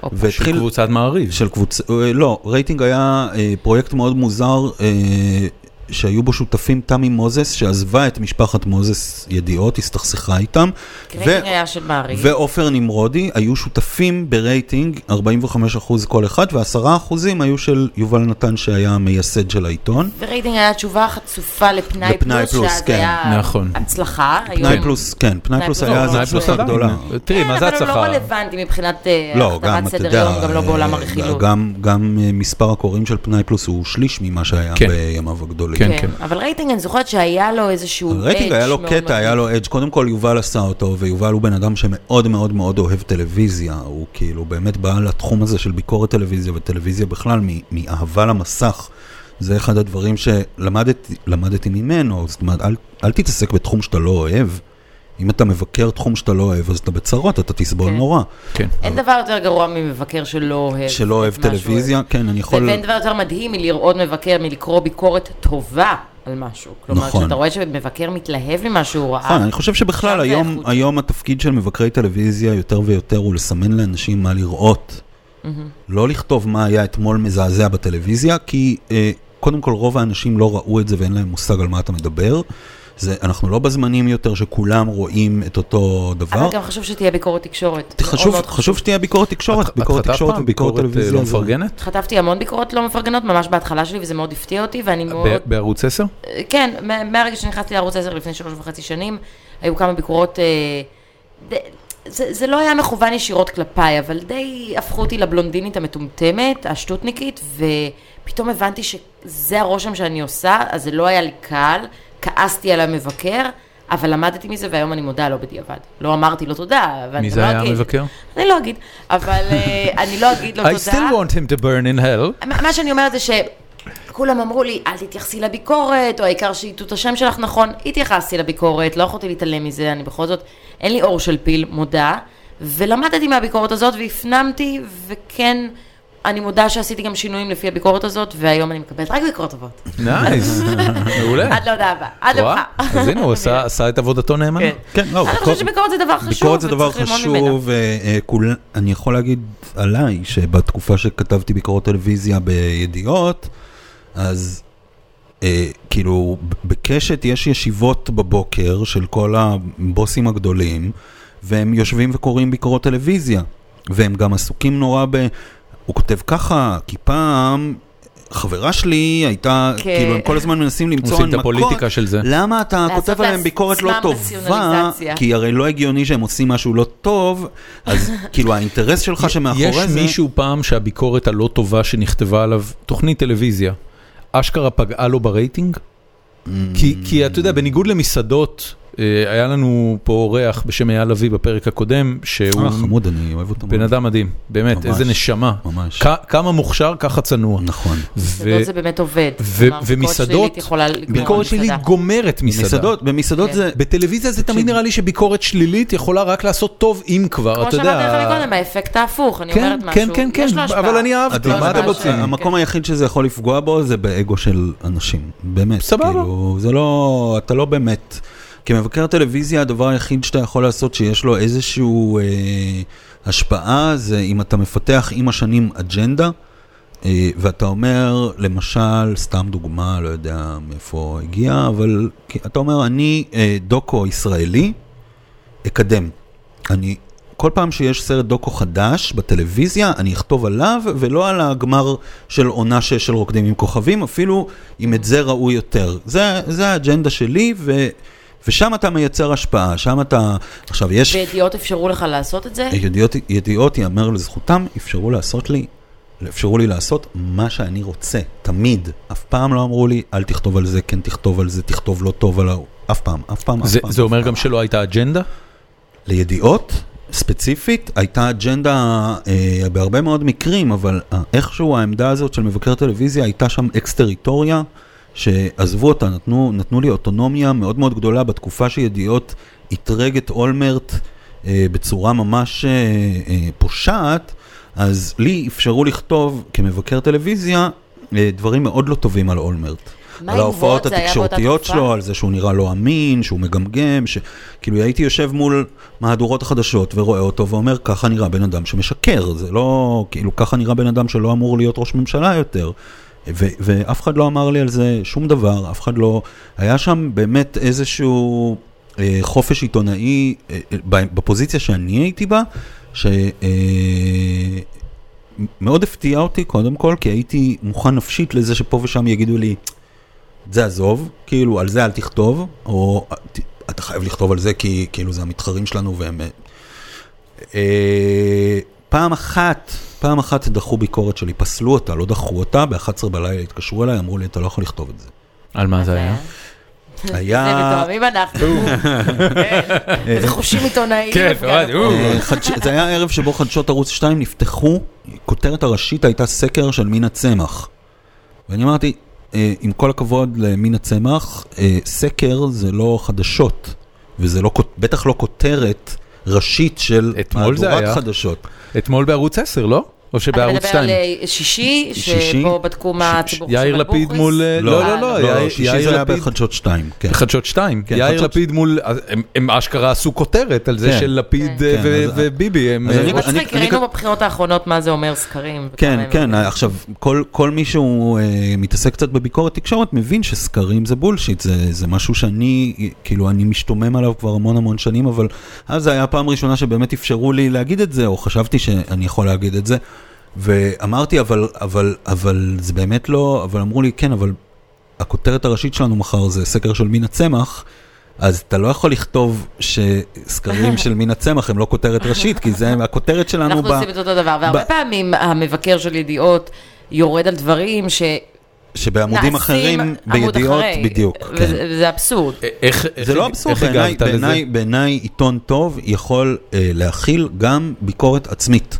הופה.
והתחיל-
של קבוצת מעריב.
של קבוצה, אה, לא, רייטינג היה אה, פרויקט מאוד מוזר אה, שהיו בו שותפים תמי מוזס, שעזבה את משפחת מוזס ידיעות, הסתכסכה איתם.
קרייטינג היה של מעריב.
ועופר נמרודי היו שותפים ברייטינג 45% כל אחד, ו-10% היו של יובל נתן שהיה המייסד של העיתון.
ורייטינג היה תשובה חצופה לפנאי
לפנאי
פלוס,
פלוס,
שאז
כן,
היה
נכון.
הצלחה.
פנאי
היום-
פלוס, כן, פנאי
פנאי
פלוס
לא,
פלוס, לא,
היה אז
פנאי פלוס
הצלחה
עדיין.
גדולה.
תראי,
כן,
מה זה
אבל הוא
הצלחה?
לא רלוונטי מבחינת אה,
לא, גם,
הכתבת
אתה
סדר יום,
יודע,
גם לא בעולם
אה,
הרכילות.
גם, גם אה, מספר הקוראים של פנאי פלוס הוא שליש ממה שהיה
כן.
בימיו הגדולים.
כן,
כן, אבל רייטינג, אני זוכרת שהיה לו איזשהו אדג'
הרייטינג היה לו
מאוד
קטע, היה
מגניב.
לו אדג'. קודם כל יובל עשה אותו, ויובל הוא בן אדם שמאוד מאוד מאוד אוהב טלוויזיה. הוא כאילו באמת בא לתחום הזה של ביקורת טלוויזיה וטלוויזיה בכלל, מ- מאהבה למסך. זה אחד הדברים שלמדתי למדתי ממנו, זאת אומרת, אל, אל תתעסק בתחום שאתה לא אוהב. אם אתה מבקר תחום שאתה לא אוהב, אז אתה בצרות, אתה תסבול
כן.
נורא.
כן.
אין דבר יותר גרוע ממבקר שלא אוהב.
שלא אוהב
את מה שהוא
טלוויזיה, כן, אני יכול...
ואין דבר יותר מדהים מלראות מבקר, מלקרוא ביקורת טובה על משהו. כלומר,
נכון.
כשאתה רואה שמבקר מתלהב ממה שהוא ראה,
נכון, אני חושב שבכלל
שם זה
היום,
איכות.
היום התפקיד של מבקרי טלוויזיה יותר ויותר הוא לסמן לאנשים מה לראות.
Mm-hmm.
לא לכתוב מה היה אתמול מזעזע בטלוויזיה, כי אה, קודם כל רוב האנשים לא ראו את זה ואין להם מושג על מה אתה מדבר. זה, אנחנו לא בזמנים יותר שכולם רואים את אותו דבר.
אבל גם חשוב שתהיה ביקורת תקשורת.
חשוב,
מאוד מאוד
חשוב שתהיה ביקורת תקשורת, ביקורת
חטפת
תקשורת
פעם
וביקורת
ביקורת, אה,
טלוויזיה.
לא
זה-
מפרגנת?
חטפתי המון ביקורות לא מפרגנות ממש בהתחלה שלי, וזה מאוד הפתיע אותי, ואני מאוד...
ב- בערוץ 10?
כן, מה- מהרגע שנכנסתי לערוץ 10 לפני שלוש וחצי שנים, היו כמה ביקורות... אה, ד- זה, זה לא היה מכוון ישירות כלפיי, אבל די הפכו אותי לבלונדינית המטומטמת, השטותניקית, ופתאום הבנתי שזה הרושם שאני עושה, אז זה לא היה לי קל, כעסתי על המבקר, אבל למדתי מזה, והיום אני מודה לו בדיעבד. לא אמרתי לו תודה, ואני
מי
גם
זה
לא
היה
אגיד.
המבקר?
אני לא אגיד, אבל אה, אני לא אגיד לו
I
תודה.
still want him to burn in hell.
מה מה שאני אומרת זה שכולם אמרו לי, אל תתייחסי לביקורת, או העיקר שיטו את השם שלך נכון. התייחסתי לביקורת, לא יכולתי להתעלם מזה, אני בכל זאת, אין לי עור של פיל, מודה. ולמדתי מהביקורת הזאת, והפנמתי, וכן, אני מודה שעשיתי גם שינויים לפי הביקורת הזאת, והיום אני מקבלת רק ביקורות טובות.
נייס, מעולה.
עד להודעה הבאה, עד
וואה,
לבך.
אז הנה, הוא עשה- עשה את עבודתו נאמנה.
כן.
כן, לא,
אני
ביקורת-
חושבת שביקורת זה דבר חשוב,
ביקורת זה דבר
וצריך ללמוד ממנה.
חשוב, אה, ואני יכול להגיד עליי שבתקופה שכתבתי ביקורות טלוויזיה בידיעות, אז אה, כאילו ב- בקשת יש ישיבות בבוקר של כל הבוסים הגדולים, והם יושבים וקוראים ביקורות טלוויזיה, והם גם עסוקים נורא ב... הוא כותב ככה, כי פעם... חברה שלי הייתה,
כן.
כאילו הם כל הזמן מנסים למצוא
עושים את
הנמקות,
הפוליטיקה של זה.
למה אתה
לעשות
כותב עליהם ביקורת לא
לעצמם
טובה,
רציונליזציה.
כי הרי לא הגיוני שהם עושים משהו לא טוב, אז כאילו האינטרס שלך שמאחורי
יש
זה...
מישהו פעם שהביקורת הלא טובה שנכתבה עליו, תוכנית טלוויזיה, אשכרה פגעה לו ברייטינג?
Mm.
כי, כי אתה יודע, בניגוד למסעדות, אה, היה לנו פה אורח בשם אייל לביא בפרק הקודם, שהוא
אה, חמוד, אני אוהב אותו.
בן
מאוד.
אדם מדהים, באמת,
ממש.
איזה נשמה.
ממש.
כ- כמה מוכשר, ככה צנוע.
נכון.
ו-
מסעדות זה באמת עובד.
ו-
כלומר, ביקורת
ומסעדות-
שלילית יכולה לגמור
ביקורת
מסעדה.
שלילית גומרת מסעדה.
מסעדות, במסעדות
כן.
זה...
בטלוויזיה זה תמיד נראה לי שביקורת שלילית יכולה רק לעשות טוב אם כבר,
כמו
אתה יודע.
שאמרתי לך מקודם, האפקט ההפוך, אני
כן,
אומרת
כן,
משהו,
כן, כן,
יש לו השפעה.
אבל אני אהבתי,
הדבר-
מה אתם
השפעה
רוצים?
של-
המקום היחיד שזה יכול לפגוע בו זה באגו של אנשים, באמת.
סבבה.
כאילו, זה לא, אתה לא באמת. כמבקר טלוויזיה הדבר היחיד שאתה יכול לעשות שיש לו איזשהו אה, השפעה זה אם אתה מפתח עם השנים אג'נדה. אה, ואתה אומר, למשל, סתם דוגמה, לא יודע מאיפה הגיע, אבל כי- אתה אומר, אני אה, דוקו ישראלי, אקדם. אני, כל פעם שיש סרט דוקו חדש בטלוויזיה, אני אכתוב עליו, ולא על הגמר של עונה שש של רוקדים עם כוכבים, אפילו אם את זה ראו יותר. זה, זה האג'נדה שלי, ו, ושם אתה מייצר השפעה, שם אתה... עכשיו, יש...
וידיעות אפשרו לך לעשות את זה?
ידיעות, ידיעות יאמר לזכותם, אפשרו לעשות לי, אפשרו לי לעשות מה שאני רוצה, תמיד. אף פעם לא אמרו לי, אל תכתוב על זה, כן תכתוב על זה, תכתוב לא טוב על ההוא. אף פעם, אף פעם, אף
זה-
פעם.
זה אומר גם שלא הייתה אג'נדה?
לידיעות, ספציפית, הייתה אג'נדה אה, בהרבה מאוד מקרים, אבל אה, איכשהו העמדה הזאת של מבקר טלוויזיה הייתה שם אקס-טריטוריה, שעזבו אותה, נתנו, נתנו לי אוטונומיה מאוד מאוד גדולה בתקופה שידיעות אתרג את אולמרט אה, בצורה ממש אה, אה, פושעת, אז לי אפשרו לכתוב כמבקר טלוויזיה אה, דברים מאוד לא טובים על אולמרט.
מה
על
עם
ההופעות
וולט? זה היה באותה
התקשורתיות
תקופה?
שלו, על זה שהוא נראה לא אמין, שהוא מגמגם, שכאילו הייתי יושב מול מהדורות החדשות ורואה אותו ואומר, ככה נראה בן אדם שמשקר, זה לא, כאילו ככה נראה בן אדם שלא אמור להיות ראש ממשלה יותר. ו- ואף אחד לא אמר לי על זה שום דבר, אף אחד לא... היה שם באמת איזשהו אה, חופש עיתונאי אה, אה, ב- בפוזיציה שאני הייתי בה, שמאוד הפתיע אותי קודם כל, כי הייתי מוכן נפשית לזה שפה ושם יגידו לי, "את זה עזוב, כאילו על זה אל תכתוב, או "ת- אתה חייב לכתוב על זה כי כאילו זה המתחרים שלנו והם... אה, אה, פעם אחת, פעם אחת דחו ביקורת שלי, פסלו אותה, לא דחו אותה, ב-11 בלילה התקשרו אליי, אמרו לי, אתה לא יכול לכתוב את זה.
על מה זה היה?
כן. זה
היה...
מתואמים אנחנו. כן. וחושים עיתונאיים.
כן,
וכאלה.
פרד, הוא.
אה, חדש- זה היה ערב שבו חדשות ערוץ 2 נפתחו, כותרת הראשית הייתה סקר של מין הצמח. ואני אמרתי, אה, עם כל הכבוד למין הצמח, אה, סקר זה לא חדשות, וזה לא, כות- בטח לא כותרת ראשית של
אתמול זה היה.
חדשות.
אתמול בערוץ 10, לא? או
אתה
שבערוץ
מדבר
2?
על אה, שישי,
שישי?
שבו בדקו מה הציבור
יאיר
חושב על
לפיד
בוכריס?
מול... אה, לא,
אה,
לא, לא,
לא,
יאיר-
לא, שישי זה
יאיר
היה
לפיד.
בחדשות 2, כן.
חדשות 2,
כן,
יאיר
חדשות-
לפיד מול, אז הם- הם אשכרה עשו כותרת על זה
כן.
של לפיד אה,
כן,
ו-
אז-
וביבי, הם...
אז
אה,
זה
אני-
מצחיק,
אני-
ראינו בבחירות האחרונות מה זה אומר סקרים. וכמה
כן,
הם-
כן, עכשיו, כל, כל מי שהוא אה, מתעסק קצת בביקורת תקשורת מבין שסקרים זה בולשיט, זה, זה משהו שאני, כאילו, אני משתומם עליו כבר המון המון שנים, אבל אז זו הייתה הפעם הראשונה שבאמת אפשרו לי להגיד את זה, או חשבתי שאני יכול להגיד את זה, ואמרתי, אבל, אבל, אבל זה באמת לא, אבל אמרו לי, כן, אבל הכותרת הראשית שלנו מחר זה סקר של מין הצמח. אז אתה לא יכול לכתוב שסקרים של מין הצמח הם לא כותרת ראשית, כי זה הכותרת שלנו
אנחנו
ב-
עושים את אותו דבר, והרבה
ב-
פעמים המבקר של ידיעות יורד על דברים שנעשים
שבעמודים אחרים,
עמוד
בידיעות,
אחרי.
בדיוק. כן.
וזה וזה אבסורד.
אה, איך... איך-
זה לא אבסורד,
איך
בעיניי-
הגבת לזה?
בעיניי- בעיניי עיתון טוב יכול אה, להכיל גם ביקורת עצמית.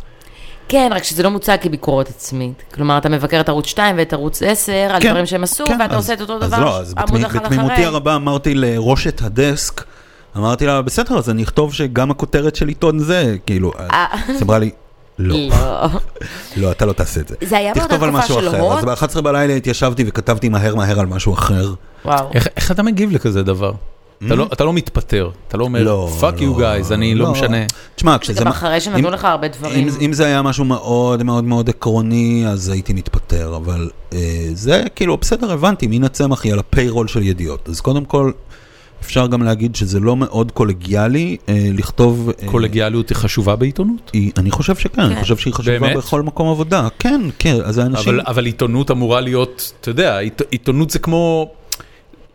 כן, רק שזה לא מוצג כביקורת עצמית. כלומר, אתה מבקר את ערוץ 2 ואת ערוץ 10 על
כן,
דברים שהם עשו,
כן,
ואתה
אז-
עושה את אותו
אז לא,
דבר
אז
עמוד
בתמי-
אחד
בתמימותי
אחרי.
הרבה אמרתי לראשת הדסק, אמרתי לה, בסדר, אז אני אכתוב שגם הכותרת של עיתון זה, כאילו,
אה.
אז אמרה לי, לא,
לא.
לא, אתה לא תעשה את זה.
זה היה באותה
תכתוב על
תקופה
משהו
של
אחר.
הוט?
אז ב-11 בלילה התיישבתי וכתבתי מהר מהר על משהו אחר.
וואו.
איך- איך אתה מגיב לכזה דבר? אתה
Hmm?
לא- אתה לא מתפטר, אתה לא אומר,
לא,
fuck
לא,
you guys, אני לא משנה.
אה.
תשמע, כשזה...
גם
מה-
אחרי
אם-
שנתנו לך הרבה דברים.
אם, אם זה היה משהו מאוד מאוד מאוד עקרוני, אז הייתי מתפטר, אבל אה, זה כאילו, בסדר, הבנתי, מן הצמח היא על הפיירול של ידיעות. אז קודם כל, אפשר גם להגיד שזה לא מאוד קולגיאלי אה, לכתוב... אה,
קולגיאליות היא חשובה בעיתונות?
היא, אני חושב שכן, אני חושב שהיא חשובה
באמת?
בכל מקום עבודה. כן, כן, אז האנשים...
אבל- אבל עיתונות אמורה להיות, אתה יודע, עית- עיתונות זה כמו...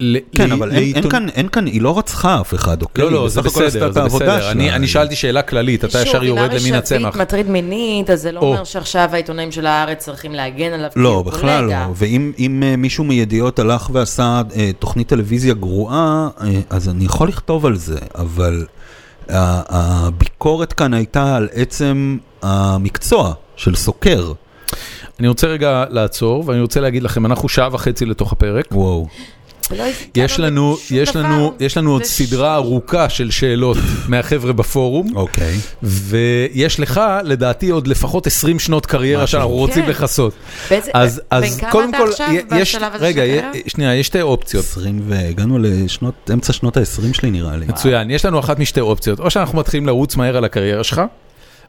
ל-
כן,
ל-
אבל אין, אין,
לעיתונ-
כאן, אין כאן, היא לא רצחה אף אחד, אוקיי?
לא,
היא
לא,
בסך
זה
הכל עשתה
בסדר,
את
זה
העבודה
בסדר.
שלה.
אני אני שאלתי שאלה כללית, אתה ישר יורד למין
שוב, אם
הצמח.
ארי שביט מטריד מינית, אז זה לא
או.
אומר שעכשיו העיתונאים של הארץ צריכים להגן עליו. כאילו
לא,
כי הוא
בכלל לא.
קולגה.
ואם אם, אה, מישהו מידיעות הלך ועשה אה, תוכנית טלוויזיה גרועה, אה, אז אני יכול לכתוב על זה, אבל ה- הביקורת כאן הייתה על עצם המקצוע של סוקר.
אני רוצה רגע לעצור, ואני רוצה להגיד לכם, אנחנו שעה וחצי לתוך הפרק.
וואו.
ולא הפתענו
יש לנו,
לא בשום
יש
דבר.
לנו, יש לנו עוד
זה
סדרה ארוכה של שאלות מהחבר'ה בפורום,
אוקיי.
ויש לך, לדעתי, עוד לפחות 20 שנות קריירה
משהו.
שאנחנו רוצים
כן.
לכסות.
באיזה-
אז,
בן
אז
כמה
קודם
אתה
כל,
עכשיו
י- יש,
בשלב הזה
רגע,
של
י-
אה,
הקריירה?
שנייה, יש שתי אופציות.
20 והגענו לשנות, אמצע שנות ה-20 שלי נראה לי.
מצוין, יש לנו אחת משתי אופציות, או שאנחנו מתחילים לרוץ מהר על הקריירה שלך,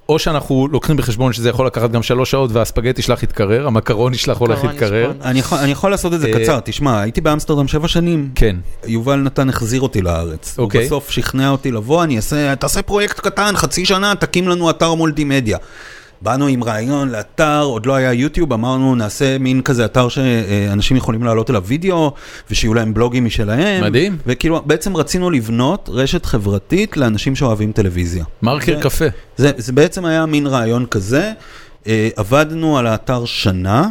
או שאנחנו לוקחים בחשבון שזה יכול לקחת גם שלוש שעות והספגטי שלך יתקרר, המקרוני שלך הולך
קרון
להתקרר.
לשפון.
אני יכול, אני יכול לעשות את זה
אה,
קצר, תשמע, הייתי באמסטרדם שבע שנים.
כן.
יובל נתן החזיר אותי לארץ.
אוקיי.
הוא בסוף שכנע אותי לבוא, אני אעשה, תעשה פרויקט קטן, חצי שנה, תקים לנו אתר מולטימדיה. באנו עם רעיון לאתר, עוד לא היה יוטיוב, אמרנו נעשה מין כזה אתר שאנשים יכולים לעלות אליו וידאו, ושיהיו להם בלוגים משלהם.
מדהים.
וכאילו, בעצם רצינו לבנות רשת חברתית לאנשים שאוהבים טלוויזיה.
מרקר קפה.
זה, זה בעצם היה מין רעיון כזה. אה, עבדנו על האתר שנה,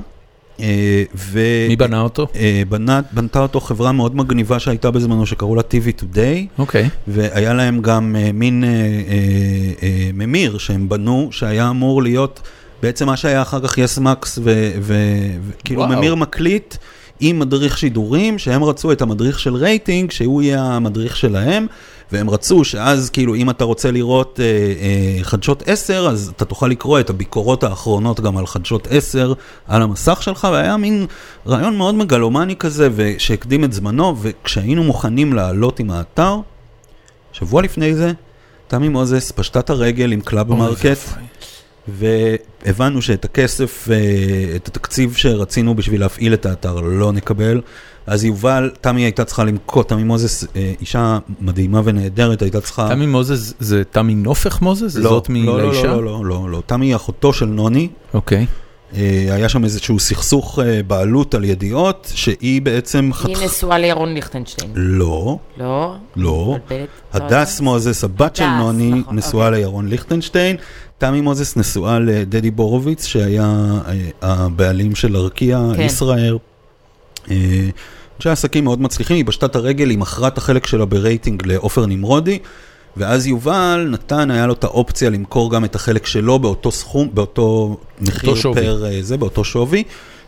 אה, ו...
מי בנה אותו?
אה, בנה, בנתה אותו חברה מאוד מגניבה שהייתה בזמנו, שקראו לה TV Today,
אוקיי.
והיה להם גם אה, מין אה, אה, אה, ממיר שהם בנו, שהיה אמור להיות בעצם מה שהיה אחר כך יס מקס, וכאילו
וואו.
כאילו ממיר מקליט. עם מדריך שידורים, שהם רצו את המדריך של רייטינג, שהוא יהיה המדריך שלהם, והם רצו שאז כאילו אם אתה רוצה לראות אה, אה, חדשות 10, אז אתה תוכל לקרוא את הביקורות האחרונות גם על חדשות 10 על המסך שלך, והיה מין רעיון מאוד מגלומני כזה, ושהקדים את זמנו, וכשהיינו מוכנים לעלות עם האתר, שבוע לפני זה, תמי מוזס פשטה את הרגל עם קלאב מרקט, והבנו שאת הכסף, אה, את התקציב שרצינו בשביל להפעיל את האתר לא נקבל. אז יובל, תמי הייתה צריכה למכור, תמי מוזס, אה, אישה מדהימה ונהדרת, הייתה צריכה...
תמי מוזס זה תמי נופך מוזס?
לא,
זאת
לא, לא,
מלאישה?
לא, לא, לא, לא. תמי היא אחותו של נוני.
אוקיי.
אה, היה שם איזשהו סכסוך אה, בעלות על ידיעות, שהיא בעצם
היא
חתכה...
נשואה לירון ליכטנשטיין.
לא,
לא?
לא.
מבלבלת.
הדס מוזס, הבת של
הדס,
נוני,
נכון,
נשואה לירון ליכטנשטיין. תמי מוזס נשואה לדדי בורוביץ, שהיה אה, הבעלים של ארקיע,
כן.
ישראל. אה, אנשי עסקים מאוד מצליחים, היא פשטה את הרגל, היא מכרה את החלק שלה ברייטינג לעופר נמרודי, ואז יובל נתן, היה לו את האופציה למכור גם את החלק שלו באותו סכום, באותו מחיר
שווי.
פר אה, זה, באותו שווי,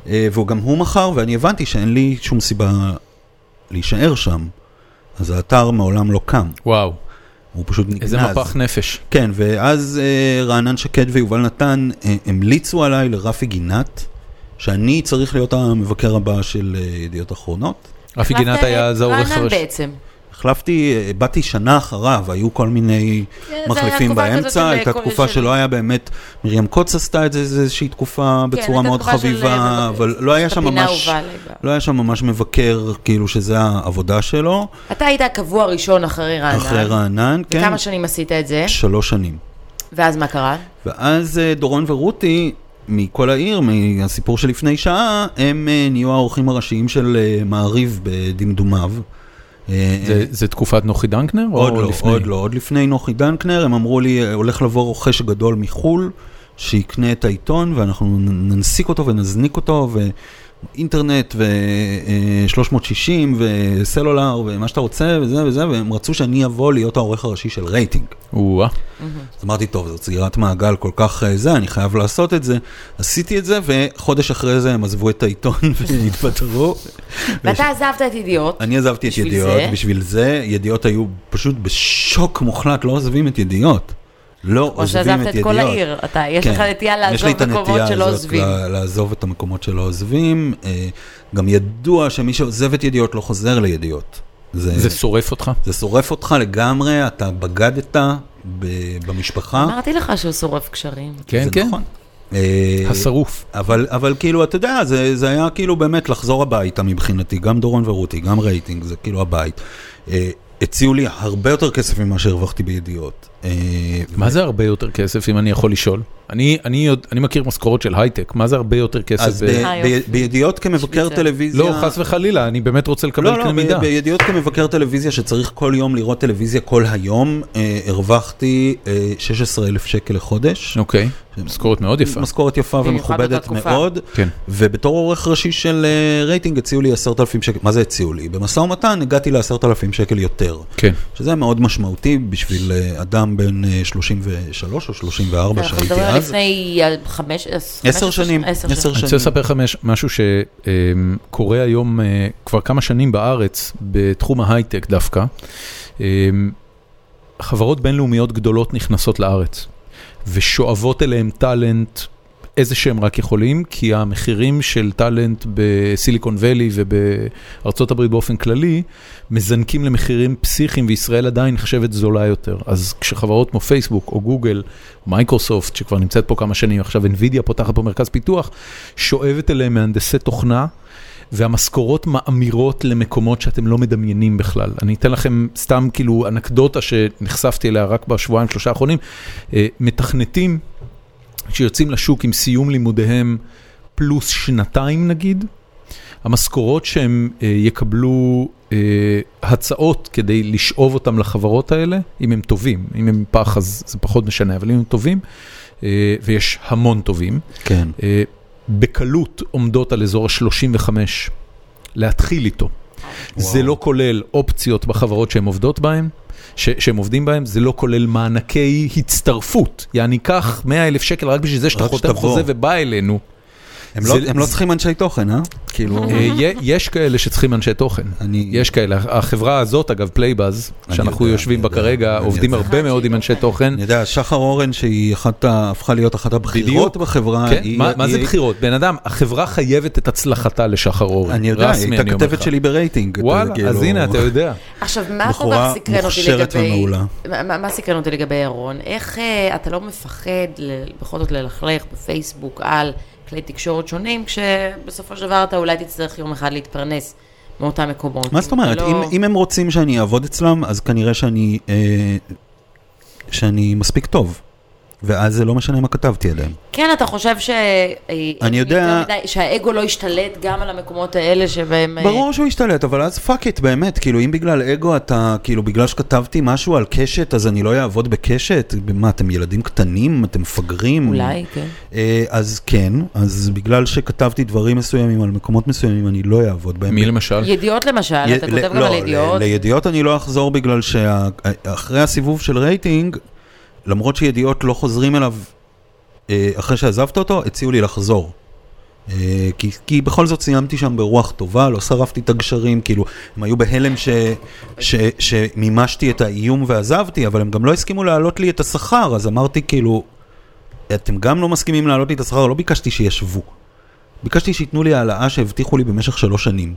אה, והוא גם הוא מכר, ואני הבנתי שאין לי שום סיבה להישאר שם. אז האתר מעולם לא קם,
וואו,
הוא פשוט נגנז.
איזה מפח נפש.
כן, ואז אה, רענן שקד ויובל נתן אה, המליצו עליי לרפי גינת, שאני צריך להיות המבקר הבא של אה, ידיעות אחרונות.
רפי גינת היה אז העורך
רענן
הראשי.
בעצם.
החלפתי, אה, באתי שנה אחריו, היו כל מיני
כן, זה היה
מחליפים
תקופה כזאת של, אה,
באמצע, הייתה
כל-
תקופה
של-
שלא היה באמת, מרים קוץ עשתה את זה איזה- איזושהי תקופה בצורה
כן, הייתה
מאוד
תקופה של,
חביבה,
אה,
אבל לא היה שם
הפינה
ממש,
האהובה עליי גם.
לא היה שם ממש מבקר, כאילו שזה העבודה שלו,
אתה היית הקבוע הראשון אחרי רענן.
אחרי רענן, כן,
וכמה שנים עשית את זה?
שלוש שנים.
ואז מה קרה?
ואז אה, דורון ורותי, מכל העיר, מהסיפור שלפני שעה, הם אה, נהיו האורחים הראשיים של אה, מעריב בדמדומיו. אה,
זה- זה תקופת נוחי דנקנר? או
עוד לא,
לפני?
עוד לא, עוד לפני נוחי דנקנר, הם אמרו לי, "אה, הולך לבוא רוכש גדול מחו"ל, שיקנה את העיתון, ואנחנו נ- ננסיק אותו ונזניק אותו, ואינטרנט, אה, ו-360, וסלולר, ומה שאתה רוצה, וזה וזה, והם רצו שאני אבוא להיות העורך הראשי של רייטינג.
או-אה.
אז אמרתי, טוב, זאת סגירת מעגל כל כך אה, זה, אני חייב לעשות את זה. עשיתי את זה, וחודש אחרי זה הם עזבו את העיתון והתפטרו.
ואתה עזבת את ידיעות.
אני עזבתי את
בשביל
ידיעות,
זה?
בשביל זה ידיעות היו פשוט בשוק מוחלט, לא עוזבים את ידיעות. לא
או
עוזבים את ידיעות.
שעזבת את כל העיר. אתה, יש
כן.
לך נטייה
יש לי
לעזוב
את הנטייה
מקומות שלא
הזאת
עוזבים.
לה- לעזוב את המקומות שלא עוזבים. אה, גם ידוע שמי שעוזב את ידיעות לא חוזר לידיעות.
זה שורף אותך?
זה שורף אותך לגמרי, אתה בגדת ב- במשפחה.
אמרתי לך שהוא שורף קשרים.
כן,
זה
כן.
נכון. אה,
השרוף.
אבל, אבל כאילו, אתה יודע, זה, זה היה כאילו באמת לחזור הביתה מבחינתי, גם דורון ורותי, גם רייטינג, זה כאילו הבית. אה, הציעו לי הרבה יותר כסף ממה שהרווחתי בידיעות. אה,
מה זה הרבה יותר כסף, אם אני יכול לשאול? אני, אני, יודע- אני מכיר משכורות של הייטק, מה זה הרבה יותר כסף?
אז ב,
ב-
אה,
ב,
יופי.
בידיעות כמבקר
שוויצר.
טלוויזיה...
לא, חס וחלילה, אני באמת רוצה לקבל
לא,
קנה
לא,
מידה.
ב, בידיעות כמבקר טלוויזיה, שצריך כל יום לראות טלוויזיה כל היום, אה, הרווחתי אה, 16,000 שקל לחודש.
אוקיי, משכורת מאוד יפה.
משכורת יפה
במיוחד
ומכובדת
באותה תקופה.
מאוד,
כן.
ובתור עורך ראשי של אה, רייטינג הציעו לי 10,000 שקל, מה זה הציעו לי? במשא ומתן הגעתי ל-10,000 שקל יותר,
כן.
שזה מאוד משמעותי בשביל אה, אדם בן אה, 33 או 34
אנחנו
שהייתי
מדברים על
אז.
לפני אה, חמש... אז
עשר
חמש-
שנים,
עשר
עשר
אני
שנים.
רוצה לספר לך מש- משהו שקורה היום אה, כבר כמה שנים בארץ, בתחום ההייטק דווקא. אה, חברות בינלאומיות גדולות נכנסות לארץ, ושואבות אליהם טאלנט איזה שהם רק יכולים, כי המחירים של טאלנט בסיליקון וואלי ובארצות הברית באופן כללי, מזנקים למחירים פסיכיים, וישראל עדיין נחשבת זולה יותר. אז כשחברות כמו פייסבוק או גוגל, מייקרוסופט, שכבר נמצאת פה כמה שנים, עכשיו NVIDIA פותחת פה מרכז פיתוח, שואבת אליהם מהנדסי תוכנה, והמשכורות מאמירות למקומות שאתם לא מדמיינים בכלל. אני אתן לכם סתם כאילו אנקדוטה שנחשפתי אליה רק בשבועיים, שלושה האחרונים. אה, מתכנתים שיוצאים לשוק עם סיום לימודיהם פלוס שנתיים נגיד, המשכורות שהם אה, יקבלו אה, הצעות כדי לשאוב אותם לחברות האלה, אם הם טובים, אם הם פח אז זה פחות משנה, אבל אם הם טובים, אה, ויש המון טובים,
כן,
אה, בקלות עומדות על אזור ה-35 להתחיל איתו. וואו. זה לא כולל אופציות בחברות שהם עובדות בהן, ש- שהם עובדים בהן, זה לא כולל מענקי הצטרפות. יעני, קח 100 אלף שקל רק בשביל זה שאתה
רק
חותם
שתבוא.
חוזה ובא אלינו.
הם לא- הם לא צריכים אנשי תוכן, אה? כאילו...
אה, יה- יש כאלה שצריכים אנשי תוכן,
אני-
יש כאלה. החברה הזאת, אגב, פלייבאז,
אני
שאנחנו
יודע,
יושבים
אני
בה
יודע,
כרגע,
אני
עובדים
יודע.
הרבה מאוד עם אנשי תוכן.
אני יודע, שחר אורן, שהיא אחת ה- הפכה להיות אחת הבכירות בחברה.
כן,
היא-
מה מה זה
היא-
בחירות? בן אדם, החברה חייבת את הצלחתה לשחר אורן.
אני יודע, היא
רסמי,
הייתה
אני אומר
כתבת
לך.
שלי ברייטינג. אתה
וואלה, אז
כאילו-
הנה, אתה יודע.
עכשיו, מה כל
בחורה
כך סקרן אותי לגבי...
מוכשרת ומעולה.
מה- מה מה סקרן אותי לגבי ירון? איך אה, אתה לא מפחד ל- בכל זאת ללכלך בפייסבוק על כלי תקשורת שונים, כשבסופו של דבר אתה אולי תצטרך יום אחד להתפרנס מאותם מקומות.
מה זאת אומרת?
לא-
אם, אם הם רוצים שאני אעבוד אצלם, אז כנראה שאני, אה, שאני מספיק טוב. ואז זה לא משנה מה כתבתי עליהם.
כן, אתה חושב ש... אה,
אני יודע-
יותר מדי- שהאגו לא ישתלט גם על המקומות האלה שבהם... אה,
ברור שהוא ישתלט, אבל אז פאק איט, באמת, כאילו, אם בגלל אגו אתה, כאילו, בגלל שכתבתי משהו על קשת, אז אני לא אעבוד בקשת? מה, אתם ילדים קטנים? אתם מפגרים?
אולי, כן.
אה, אז כן, אז בגלל שכתבתי דברים מסוימים על מקומות מסוימים, אני לא אעבוד בהם.
מי למשל?
ידיעות למשל,
י-
אתה כותב
ל-
גם על
לא,
ידיעות.
ל- לידיעות אני לא אחזור בגלל שאחרי הסיבוב של רייטינג, למרות שידיעות לא חוזרים אליו אה, אחרי שעזבת אותו, הציעו לי לחזור. אה, כי, כי בכל זאת סיימתי שם ברוח טובה, לא שרפתי את הגשרים, כאילו, הם היו בהלם ש, ש, שמימשתי את האיום ועזבתי, אבל הם גם לא הסכימו להעלות לי את השכר, אז אמרתי כאילו, אתם גם לא מסכימים להעלות לי את השכר, לא ביקשתי שישבו. ביקשתי שייתנו לי העלאה שהבטיחו לי במשך שלוש שנים.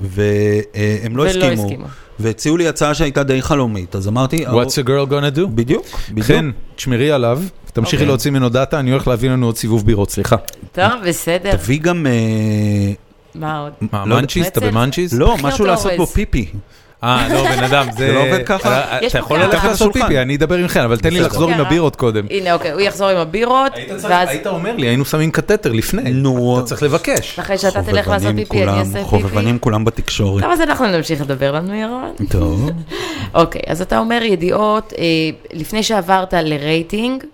והם לא
ולא
הסכימו.
הסכימו.
והציעו לי הצעה שהייתה די חלומית, אז אמרתי... "אה,
What's a כן. girl gonna do?
בדיוק, בדיוק.
חן, תשמרי עליו, תמשיכי
אוקיי.
להוציא ממנו דאטה, אני הולך להביא לנו עוד סיבוב בירות, סליחה.
טוב, בסדר.
תביא גם, אה,
מה עוד?
מה,
לא יודע.
מאנצ'יז? אתה
רצף?
במאנצ'יז?
לא,
תחיות
משהו לעשות בו
אורז.
פיפי.
אה, לא, בן אדם, זה...
זה לא עובד ככה?
אתה-
יש
אתה
פה
יכול
קערה.
ללכת לעשות
השולחן.
פיפי, אני אדבר עם חן, אבל תן לי
בסדר.
לחזור עם
קערה.
הבירות קודם.
הנה, אוקיי, הוא יחזור עם הבירות, ואז
היית אומר לי, היינו שמים קתטר לפני.
נו.
אתה צריך לבקש.
אחרי שאתה תלך לעשות
חובבנים
פיפי, אני
כולם,
אעשה פיפי.
חובבנים כולם בתקשורת.
טוב, אז אנחנו נמשיך לדבר לנו, ירון.
טוב.
אוקיי, אז אתה אומר ידיעות, אה, לפני שעברת לרייטינג,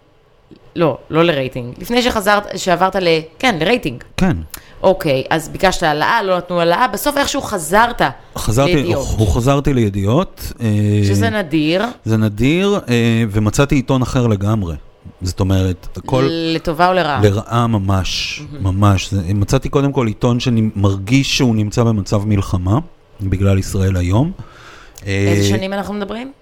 לא, לא לרייטינג, לפני שחזרת, שעברת ל... כן, לרייטינג.
כן.
אוקיי, אז ביקשת העלאה, לא נתנו העלאה, בסוף איכשהו חזרת
חזרתי,
לידיעות.
הוא חזרתי לידיעות. אה,
שזה נדיר,
זה נדיר, אה, ומצאתי עיתון אחר לגמרי. זאת אומרת, הכל...
לטובה או לרעה.
לרעה ממש, ממש. זה- מצאתי קודם כל עיתון שאני מרגיש שהוא נמצא במצב מלחמה, בגלל ישראל היום. אה,
איזה שנים אנחנו מדברים?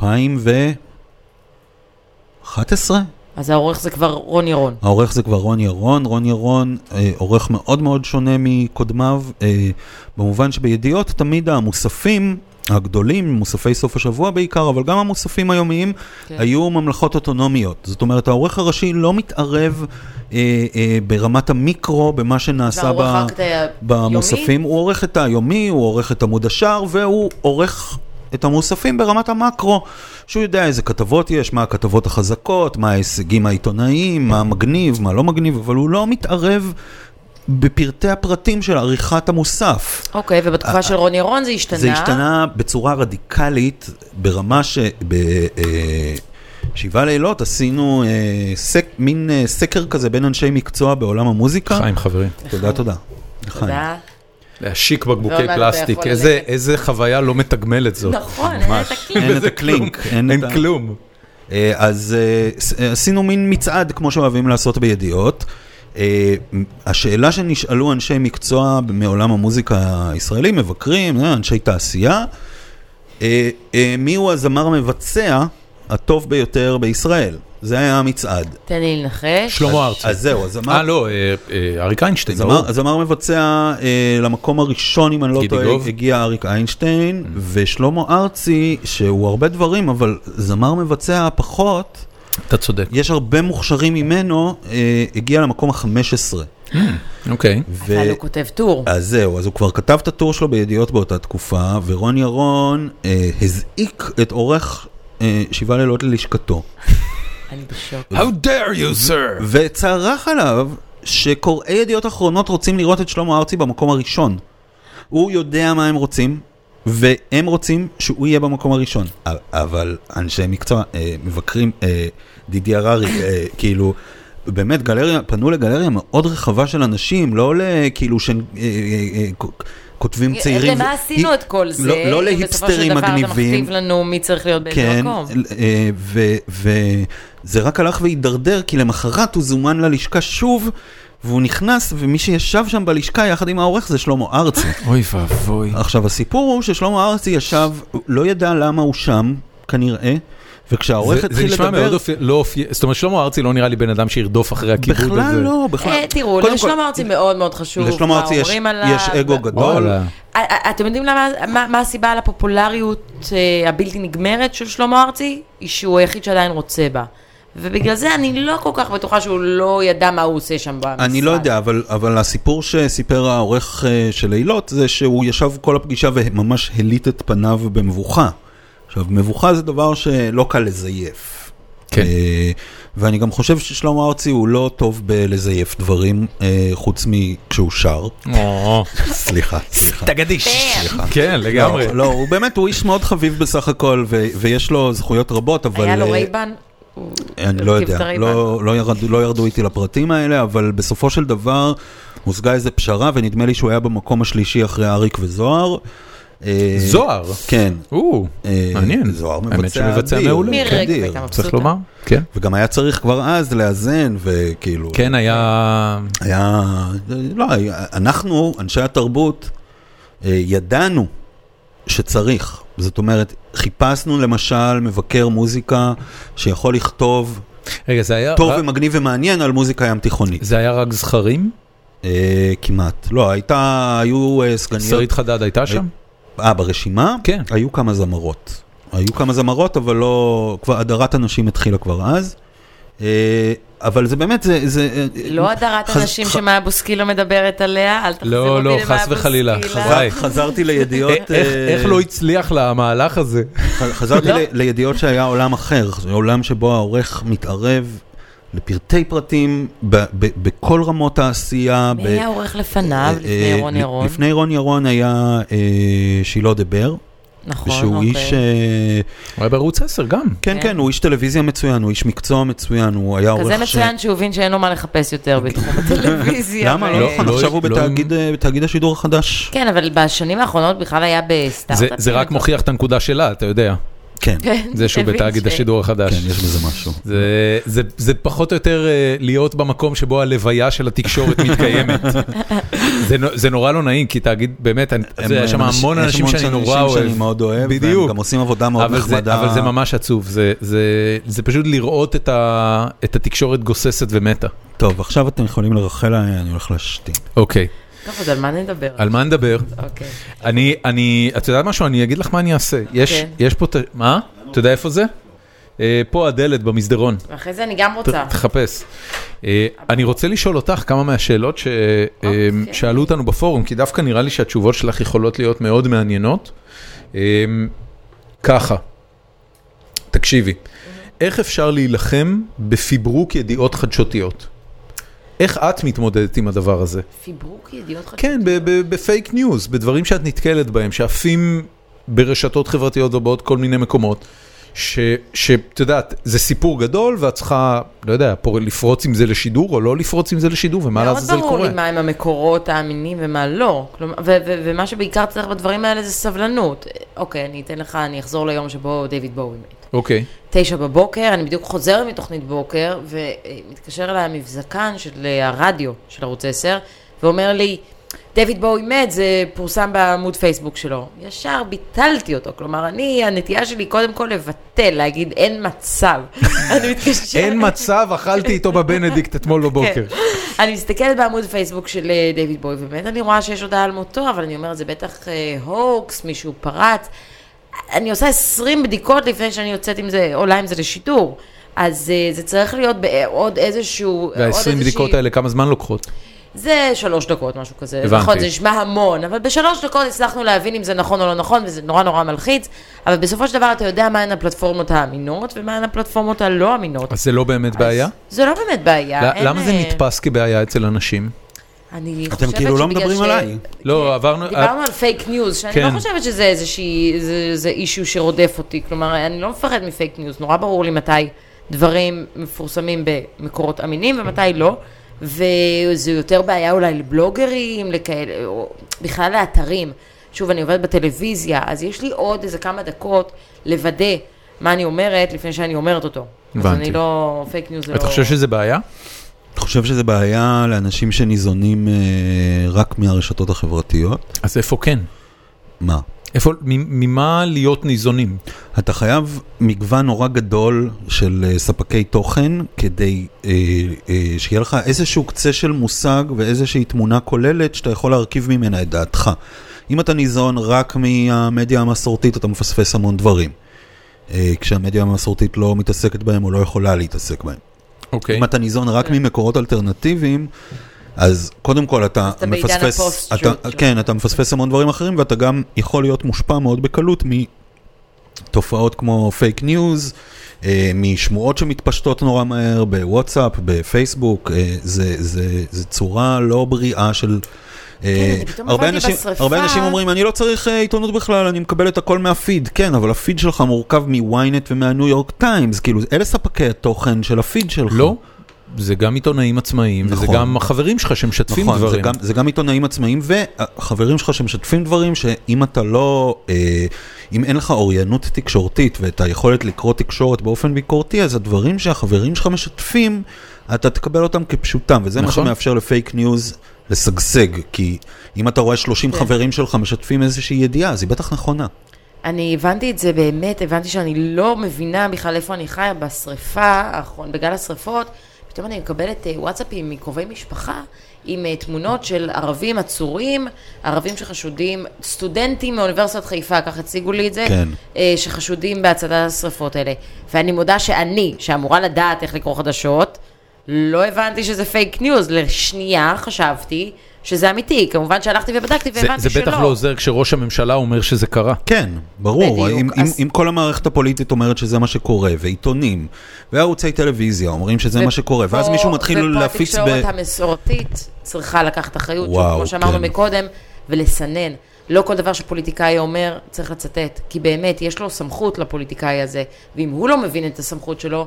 2011?
אז העורך זה כבר רון ירון.
העורך זה כבר רון ירון. רון ירון אה, עורך מאוד מאוד שונה מקודמיו, אה, במובן שבידיעות תמיד המוספים הגדולים, מוספי סוף השבוע בעיקר, אבל גם המוספים היומיים,
כן.
כן. היו ממלכות אוטונומיות. זאת אומרת, העורך הראשי לא מתערב אה, אה, ברמת המיקרו, במה שנעשה ב...
והעורך רק את היומי?
במוספים. הוא עורך את היומי, הוא עורך את עמוד השער, והוא עורך... את המוספים ברמת המקרו, שהוא יודע איזה כתבות יש, מה הכתבות החזקות, מה ההישגים העיתונאיים, מה מגניב, מה לא מגניב, אבל הוא לא מתערב בפרטי הפרטים של עריכת המוסף.
אוקיי, ובתקופה של רון ירון זה השתנה.
אה, זה השתנה בצורה רדיקלית, ברמה ש... ב... אה, שבעה לילות עשינו אה, סק, מין אה, סקר כזה בין אנשי מקצוע בעולם המוזיקה.
חיים, חברים.
תודה, תודה. חיים.
תודה.
להשיק בקבוקי
ועוד מעט לא, אתה
פלסטיק,
יכול
איזה-
ללכת.
איזה חוויה לא מתגמלת זאת.
נכון, אין את הקליפ.
אין את הקלינק,
אין
את ה-
כלום.
אה, אז אה, ס- אה, עשינו מין מצעד, כמו שאוהבים לעשות בידיעות. אה, מ- השאלה שנשאלו אנשי מקצוע מעולם המוזיקה הישראלי, מבקרים, אה, אנשי תעשייה, אה, אה, מי הוא הזמר המבצע הטוב ביותר בישראל? זה היה המצעד.
תן לי לנחש.
שלמה ארצי.
אז זהו, הזמר...
אה, לא, אה, אה, אריק איינשטיין.
הזמר,
ברור.
הזמר מבצע אה, למקום הראשון, אם אני לא טועה,
גידיגוב?
הגיע אריק איינשטיין, ושלמה ארצי, שהוא הרבה דברים, אבל זמר מבצע פחות,
אתה צודק.
יש הרבה מוכשרים ממנו, אה, הגיע למקום ה-15.
אוקיי.
ו...
אבל הוא לא כותב טור.
אז זהו, אז הוא כבר כתב את הטור שלו בידיעות באותה תקופה, ורון ירון אה, הזעיק את עורך אה, שבעה לילות ללשכתו,
אני בשוק.
How dare you, sir?
וצרח עליו שקוראי ידיעות אחרונות רוצים לראות את שלמה ארצי במקום הראשון. הוא יודע מה הם רוצים, והם רוצים שהוא יהיה במקום הראשון. א- אבל אנשי מקצוע, אה, מבקרים, אה, דידי הררי, אה, כאילו... באמת, גלריה, פנו לגלריה מאוד רחבה של אנשים, לא לכאילו ש... אה, אה, אה, כ- כותבים צעירים.
למה
ו-
עשינו
היא-
את כל זה?
לא, לא
אם
להיפסטרים
בסופו של דבר אתה
מגניבים.
מכתיב לנו מי צריך להיות באיזה
כן,
מקום.
אה, ו- וזה רק הלך והידרדר, כי למחרת הוא זומן ללשכה שוב, והוא נכנס, ומי שישב שם בלשכה יחד עם העורך זה שלמה ארצי.
אוי ואבוי.
עכשיו, הסיפור הוא ששלמה ארצי ישב, הוא לא ידע למה הוא שם, כנראה, וכשהעורך
זה, זה
התחיל
נשמע מאוד
לדבר...
אופי... לא אופי... זאת אומרת, שלמה ארצי לא נראה לי בן אדם שירדוף אחרי הכיבוד הזה.
בכלל לא, בכלל.
אה, תראו,
קודם
לשלמה ארצי מאוד מאוד חשוב,
לשלמה
מה
ארצי יש-
אומרים עליו.
יש אגו גדול.
וואלה.
אה, אה, אתם יודעים למה, מה, מה הסיבה לפופולריות אה, הבלתי נגמרת של שלמה ארצי? היא שהוא היחיד שעדיין רוצה בה. ובגלל זה אני לא כל כך בטוחה שהוא לא ידע מה הוא עושה שם במשרד.
אני לא יודע, אבל, אבל הסיפור שסיפר העורך אה, של אילות זה שהוא ישב כל הפגישה וממש הליט את פניו במבוכה. עכשיו, מבוכה זה דבר שלא קל לזייף.
כן.
אה, ואני גם חושב ששלמה ארצי הוא לא טוב בלזייף דברים, אה, חוץ מכשהוא שר.
או,
סליחה, סליחה.
אה. תגדיש.
סליחה.
כן, לגמרי.
לא, לא, הוא באמת, הוא איש מאוד חביב בסך הכל, ו- ויש לו זכויות רבות, אבל...
היה לו
אה,
רייבן? הוא
אני לא
הרכיב את
יודע,
הרייבן.
לא, לא, ירד, לא ירדו איתי לפרטים האלה, אבל בסופו של דבר הושגה איזה פשרה, ונדמה לי שהוא היה במקום השלישי אחרי אריק וזוהר. אה,
זוהר.
כן.
או,
אה,
מעניין.
זוהר
האמת
מבצע
שמבצע
אדיר.
מעולה.
מירי
כן.
רגב
אדיר.
הייתה מבסוטה.
צריך לומר, כן.
וגם היה צריך כבר אז לאזן, וכאילו...
כן, היה...
היה... לא, היה- אנחנו, אנשי התרבות, אה, ידענו שצריך. זאת אומרת, חיפשנו למשל מבקר מוזיקה שיכול לכתוב
רגע, זה היה...
טוב
רק-
ומגניב ומעניין על מוזיקה ים תיכונית.
זה היה רק זכרים?
אה, כמעט. לא, הייתה, היו אה, סגניות...
שרית חדד הייתה שם?
אה, ברשימה?
כן.
היו כמה זמרות. היו כמה זמרות, אבל לא... כבר הדרת הנשים התחילה כבר אז. אה, אבל זה באמת, זה... זה אה,
לא הדרת
חז-
הנשים
ח-
שמאיה בוסקילו מדברת עליה, אל תחזיר
לא,
אותי
לא,
למאיה
חס וחלילה,
בוסקילה.
חזק.
חזר- אה, חזרתי לידיעות...
אה, איך-
אה,
איך לא הצליח לה המהלך הזה?
ח- חזרתי
לא.
ל- לידיעות שהיה עולם אחר, זה עולם שבו העורך מתערב לפרטי פרטים, ב- ב- בכל רמות העשייה.
מי
ב-
היה עורך לפניו, לפני
אה,
רון
ל-
ירון?
לפני רון ירון היה אה, שילה דבר,
נכון,
שהוא איש... אה,
הוא היה בערוץ 10 גם.
כן,
כן.
כן, הוא איש טלוויזיה מצוין, הוא איש מקצוע מצוין, הוא היה עורך
כזה מצוין שהוא הבין שאין לו מה לחפש יותר בתחום הטלוויזיה.
למה?
ו-
לא נכון,
לא-
עכשיו הוא
לא-
בתאגיד, אה, בתאגיד השידור החדש.
כן, אבל בשנים האחרונות בכלל היה
זה-
בסטארט-אפ.
זה רק מוכיח את הנקודה שלה, אתה יודע.
כן, כן,
זה שהוא בתאגיד השידור החדש.
יש בזה משהו.
זה, זה, זה פחות או יותר אה, להיות במקום שבו הלוויה של התקשורת מתקיימת. זה, נו- זה נורא לא נעים, כי תאגיד, באמת, אני,
הם-
זה, יש שם
הם
המון
יש
אנשים
המון
שאני נורא
אנשים
אוהב.
שאני מאוד אוהב, והם
בדיוק.
גם עושים עבודה מאוד
אבל זה,
נחמדה.
אבל זה ממש עצוב, זה, זה, זה פשוט לראות את, ה, את התקשורת גוססת ומתה.
טוב, עכשיו אתם יכולים לרחל, אה, אני הולך להשתין.
אוקיי,
טוב, אז על מה נדבר?
על מה נדבר?
אוקיי.
אני, אני, את יודעת משהו? אני אגיד לך מה אני אעשה. יש,
כן.
יש פה, ת- מה? אתה יודע איפה זה? אה, פה הדלת במסדרון.
ואחרי זה אני גם
ת-
רוצה.
תחפש. אה, אני רוצה לשאול אותך כמה מהשאלות ש- אה,
אוקיי.
שאלו אותנו בפורום, כי דווקא נראה לי שהתשובות שלך יכולות להיות מאוד מעניינות. אה, ככה, תקשיבי, איך אפשר להילחם בפברוק ידיעות חדשותיות? איך את מתמודדת עם הדבר הזה?
פיברוק ידיעות חדשות.
כן, ב- ב- בפייק ניוז, בדברים שאת נתקלת בהם, שעפים ברשתות חברתיות ובעוד כל מיני מקומות, ש- שאת יודעת, זה סיפור גדול ואת צריכה, לא יודע, פה לפרוץ עם זה לשידור או לא לפרוץ עם זה לשידור, ומה לעזאזל
מאוד ברור
קורה.
לי מה הם המקורות האמינים ומה לא. כלומר, ו- ו- ומה שבעיקר צריך בדברים האלה זה סבלנות. אוקיי, אני אתן לך, אני אחזור ליום שבו דיוויד בואו מת.
אוקיי,
תשע בבוקר, אני בדיוק חוזרת מתוכנית בוקר, ומתקשר אליי המבזקן של אה, הרדיו של ערוץ 10, ואומר לי, דויד בואי מת, זה פורסם בעמוד פייסבוק שלו. ישר ביטלתי אותו, כלומר, אני, הנטייה שלי קודם כל לבטל, להגיד אין מצב. כן, אני מתקשרת...
אין מצב, אכלתי איתו בבנדיקט אתמול בבוקר.
כן. אני מסתכלת בעמוד פייסבוק של אה, דיוויד בוי, ובאמת אני רואה שיש הודעה על מותו, אבל אני אומרת, זה בטח אה, הוקס, מישהו פרץ. אני עושה 20 בדיקות לפני שאני יוצאת עם זה, עולה עם זה לשידור. אז אה, זה צריך להיות בעוד איזשהו... עוד
וה-20
איזושהי-
בדיקות האלה כמה זמן לוקחות?
זה שלוש דקות, משהו כזה.
הבנתי.
נכון, זה נשמע המון, אבל בשלוש דקות הצלחנו להבין אם זה נכון או לא נכון, וזה נורא נורא מלחיץ, אבל בסופו של דבר אתה יודע מהן הפלטפורמות האמינות ומהן הפלטפורמות הלא אמינות.
אז זה לא באמת בעיה?
זה לא באמת בעיה.
ל-
אין,
למה זה
אה,
נתפס כבעיה אצל אנשים?
אני חושבת
אתם כאילו לא
שבגלל
מדברים
ש-
עליי.
לא, עברנו...
כן. דיברנו על פייק ניוז, שאני
כן.
לא חושבת שזה איזושהי, זה- זה אישיו שרודף אותי, כלומר, אני לא מפחד מפייק ניוז, נורא ברור לי מתי דברים מפורסמים במקורות אמינים ומתי לא, וזה יותר בעיה אולי לבלוגרים, לכאלה, או בכלל לאתרים. שוב, אני עובדת בטלוויזיה, אז יש לי עוד איזה כמה דקות לוודא מה אני אומרת לפני שאני אומרת אותו. אז
הבנתי.
אני לא, פייק ניוז זה לא...
את חושבת שזה בעיה?
חושב שזה בעיה לאנשים שניזונים אה, רק מהרשתות החברתיות?
אז איפה כן?
מה?
איפה, מ- ממה להיות ניזונים?
אתה חייב מגוון נורא גדול של אה, ספקי תוכן כדי אה, אה, שיהיה לך איזשהו קצה של מושג ואיזושהי תמונה כוללת שאתה יכול להרכיב ממנה את דעתך. אם אתה ניזון רק מהמדיה המסורתית, אתה מפספס המון דברים. אה, כשהמדיה המסורתית לא מתעסקת בהם או לא יכולה להתעסק בהם.
אוקיי.
אם אתה ניזון רק
כן.
ממקורות אלטרנטיביים, אז קודם כל אתה
אתה בעידן
מפספס,
הפוסט
אתה,
שהוא-
כן, אתה מפספס המון דברים אחרים ואתה גם יכול להיות מושפע מאוד בקלות מתופעות כמו פייק ניוז, אה, משמועות שמתפשטות נורא מהר בוואטסאפ, בפייסבוק, אה, זה, זה, זה צורה לא בריאה של... אה,
אני כן, פתאום
הרבה
הבנתי
אנשים,
בשריפה-
הרבה אנשים אומרים, אני לא צריך אה, עיתונות בכלל, אני מקבל את הכל מהפיד. כן, אבל הפיד שלך מורכב מ-ynet ומהניו יורק טיימס, כאילו, אלה ספקי התוכן של הפיד שלך.
לא, זה גם עיתונאים עצמאיים, וזה
נכון.
גם החברים שלך שמשתפים
נכון, זה
דברים.
גם, זה גם עיתונאים עצמאיים וחברים שלך שמשתפים דברים שאם אתה לא, אה, אם אין לך אוריינות תקשורתית ואת היכולת לקרוא תקשורת באופן ביקורתי, אז הדברים שהחברים שלך משתפים, אתה תקבל אותם כפשוטם, וזה נכון.
נכון.
מה שמאפשר לפייק ניוז לשגשג, כי אם אתה רואה
כן.
30 חברים שלך משתפים איזושהי ידיעה, אז היא בטח נכונה.
אני הבנתי את זה באמת, הבנתי שאני לא מבינה בכלל איפה אני חיה בשריפה, האחרון, בגל השריפות, פתאום אני מקבלת אה, וואטסאפים מקרובי משפחה עם אה, תמונות של ערבים עצורים, ערבים שחשודים, סטודנטים מאוניברסיטת חיפה, כך הציגו לי את זה,
כן.
אה, שחשודים בהצתת השריפות האלה. ואני מודה שאני, שאמורה לדעת איך לקרוא חדשות, לא הבנתי שזה פייק ניוז, לשנייה חשבתי שזה אמיתי, כמובן שהלכתי ובדקתי
זה,
והבנתי
זה
שלא.
בטח לא עוזר כשראש הממשלה אומר שזה קרה.
כן, ברור.
בדיוק,
אם,
אז-
אם, אם כל המערכת הפוליטית אומרת שזה מה שקורה, ועיתונים, וערוצי טלוויזיה אומרים שזה מה שקורה, ואז
פה-
מישהו מתחיל להפיץ ב...
ופה התקשורת המסורתית צריכה לקחת אחריות, שוב,
וואו,
כמו שאמרנו
כן.
מקודם, ולסנן. לא כל דבר שפוליטיקאי אומר צריך לצטט, כי באמת, יש לו סמכות לפוליטיקאי הזה, ואם הוא לא מבין את הסמכות שלו,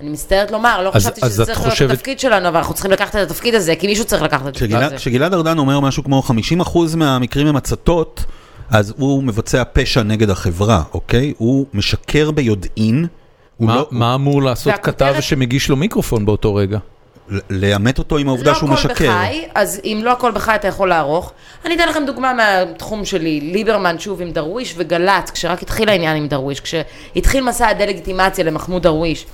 אני מצטערת לומר, לא
אז-
חשבתי
אז
שזה
את
צריך להיות
חושבת-
התפקיד שלנו, אבל אנחנו צריכים לקחת את התפקיד הזה, כי מישהו צריך לקחת את התפקיד
כשגלעד,
הזה.
כשגלעד ארדן אומר משהו כמו 50% מהמקרים הם הצתות, אז הוא מבצע פשע נגד החברה, אוקיי? הוא משקר ביודעין. הוא
מה,
לא-
מה אמור לעשות
והכותרת-
כתב שמגיש לו מיקרופון באותו רגע?
הוא- לאמת אותו עם העובדה
לא
שהוא
הכל
משקר.
בחי, אז אם לא הכל בחי אתה יכול לערוך. אני אתן לכם דוגמה מהתחום שלי, ליברמן שוב עם דרוויש וגל"צ, כשרק התחיל העניין עם דרוויש, כשהתחיל מסע הדה-לגיטימציה למחמוד דרוויש.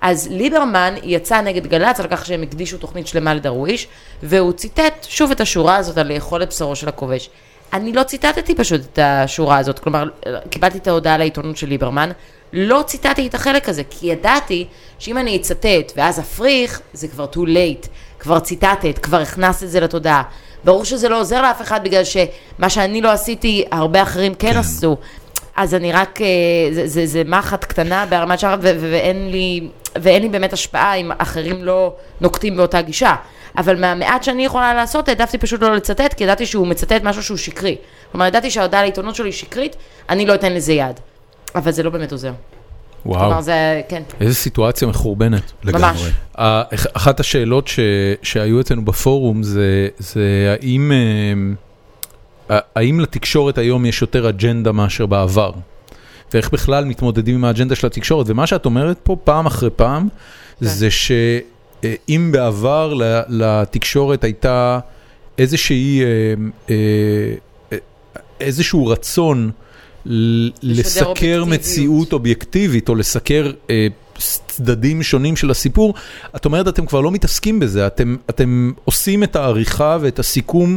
אז ליברמן יצא נגד גל"צ על כך שהם הקדישו תוכנית שלמה לדרוויש, והוא ציטט שוב את השורה הזאת על לאכול את בשרו של הכובש. אני לא ציטטתי פשוט את השורה הזאת, כלומר, קיבלתי את ההודעה לעיתונות של ליברמן, לא ציטטתי את החלק הזה, כי ידעתי שאם אני אצטט ואז אפריך, זה כבר too late, כבר ציטטת, כבר הכנסת את זה לתודעה. ברור שזה לא עוזר לאף אחד בגלל שמה שאני לא עשיתי, הרבה אחרים כן, כן. עשו. אז אני רק, אה, זה, זה, זה מחט קטנה בהרמת שחת ו- ו- ואין לי, ואין לי באמת השפעה אם אחרים לא נוקטים באותה גישה. אבל מהמעט שאני יכולה לעשות, העדפתי פשוט לא לצטט, כי ידעתי שהוא מצטט משהו שהוא שקרי. כלומר, ידעתי שההודעה לעיתונות שלי היא שקרית, אני לא אתן לזה יד. אבל זה לא באמת עוזר.
וואו,
כלומר, זה, כן,
איזה סיטואציה מחורבנת.
ממש.
לגמרי.
אה, אח- אחת השאלות ש, שהיו אצלנו בפורום זה, זה האם, אה, האם לתקשורת היום יש יותר אג'נדה מאשר בעבר? ואיך בכלל מתמודדים עם האג'נדה של התקשורת? ומה שאת אומרת פה פעם אחרי פעם,
כן.
זה שאם בעבר ל- לתקשורת הייתה איזושהי, אה, אה, אה, איזשהו רצון ל-
לשדר
לסקר
אובייקטיביות.
מציאות הסתכלות אובייקטיבית או לסקר אה, צדדים שונים של הסיפור, את אומרת אתם כבר לא מתעסקים בזה, אתם, אתם עושים את העריכה ואת הסיכום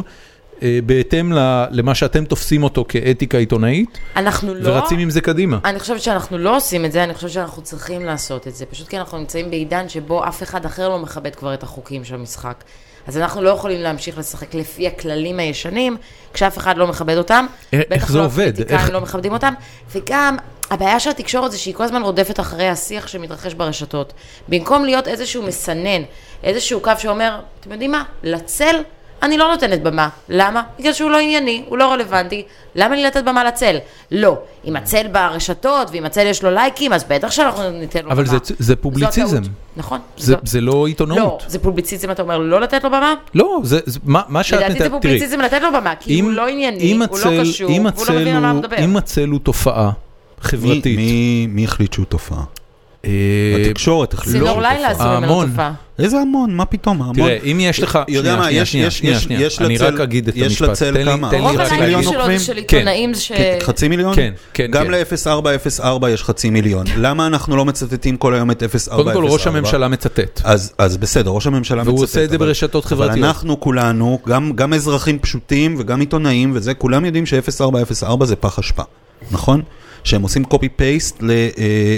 אה, בהתאם ל, למה שאתם תופסים אותו כאתיקה עיתונאית,
אנחנו לא...
ורצים עם זה קדימה.
אני חושבת שאנחנו לא עושים את זה, אני חושבת שאנחנו צריכים לעשות את זה. פשוט כי אנחנו נמצאים בעידן שבו אף אחד אחר לא מכבד כבר את החוקים של המשחק. אז אנחנו לא יכולים להמשיך לשחק לפי הכללים הישנים, כשאף אחד לא מכבד אותם.
אה,
בטח
איך זה
לא
עובד?
הפוליטיקאים
איך-
לא מכבדים אותם. וגם, הבעיה של התקשורת זה שהיא כל הזמן רודפת אחרי השיח שמתרחש ברשתות. במקום להיות איזשהו מסנן, איזשהו קו שאומר, אתם יודעים מה, לצל אני לא נותנת במה. למה? בגלל שהוא לא ענייני, הוא לא רלוונטי. למה לי לתת במה לצל? לא. אם הצל ברשתות, ואם הצל יש לו לייקים, אז בטח שאנחנו ניתן לו במה.
אבל זה, זה
זו
פובליציזם,
הטעות. נכון.
זה,
זו-
זה לא
לא,
עיתונאות.
זה פובליציזם, אתה אומר, לא לתת לו במה?
לא, זה, זה מה, מה שאת
לדעתי זה
מתארת, תראי,
פובליציזם לתת לו במה, כי הוא לא ענייני,
אם
הוא לא
הצל-
קשור,
אם
והוא לא
הצל
מבין על מה
הוא-
הוא מדבר.
אם הצל הוא תופעה
מי,
חברתית, אה,
מי, מי החליט שהוא תופעה?
אה,
התקשורת החליטה.
צינור
שהיא
לא לילה
לא תופעה.
עשו ממנו
ההמון.
תופעה.
איזה המון, מה פתאום, ההמון.
תראה, אם יש לך...
יודע
שנייה,
מה,
שנייה,
יש-
שנייה,
יש-
שנייה,
יש-
שנייה.
יש
אני
לצל-
רק אגיד את
יש
המשפט.
לצל
תן לי-
כמה?
תן לי
רוב
רק
הלייקים
להגיד.
מיליון
שלו
עוקבים?
זה של
כן.
עיתונאים ש...
כן, חצי מיליון?
כן, כן,
גם
כן.
ל-0404 יש חצי מיליון. למה אנחנו לא מצטטים כל היום את 0404?
קודם כל, ראש הממשלה מצטט.
אז, אז בסדר, ראש הממשלה מצטט.
והוא עושה את זה
אבל-
ברשתות
אבל
חברתיות.
אנחנו כולנו, גם, גם אזרחים פשוטים וגם עיתונאים וזה, כולם יודעים ש-0404 זה פח אשפה, נכון? שהם עושים copy-paste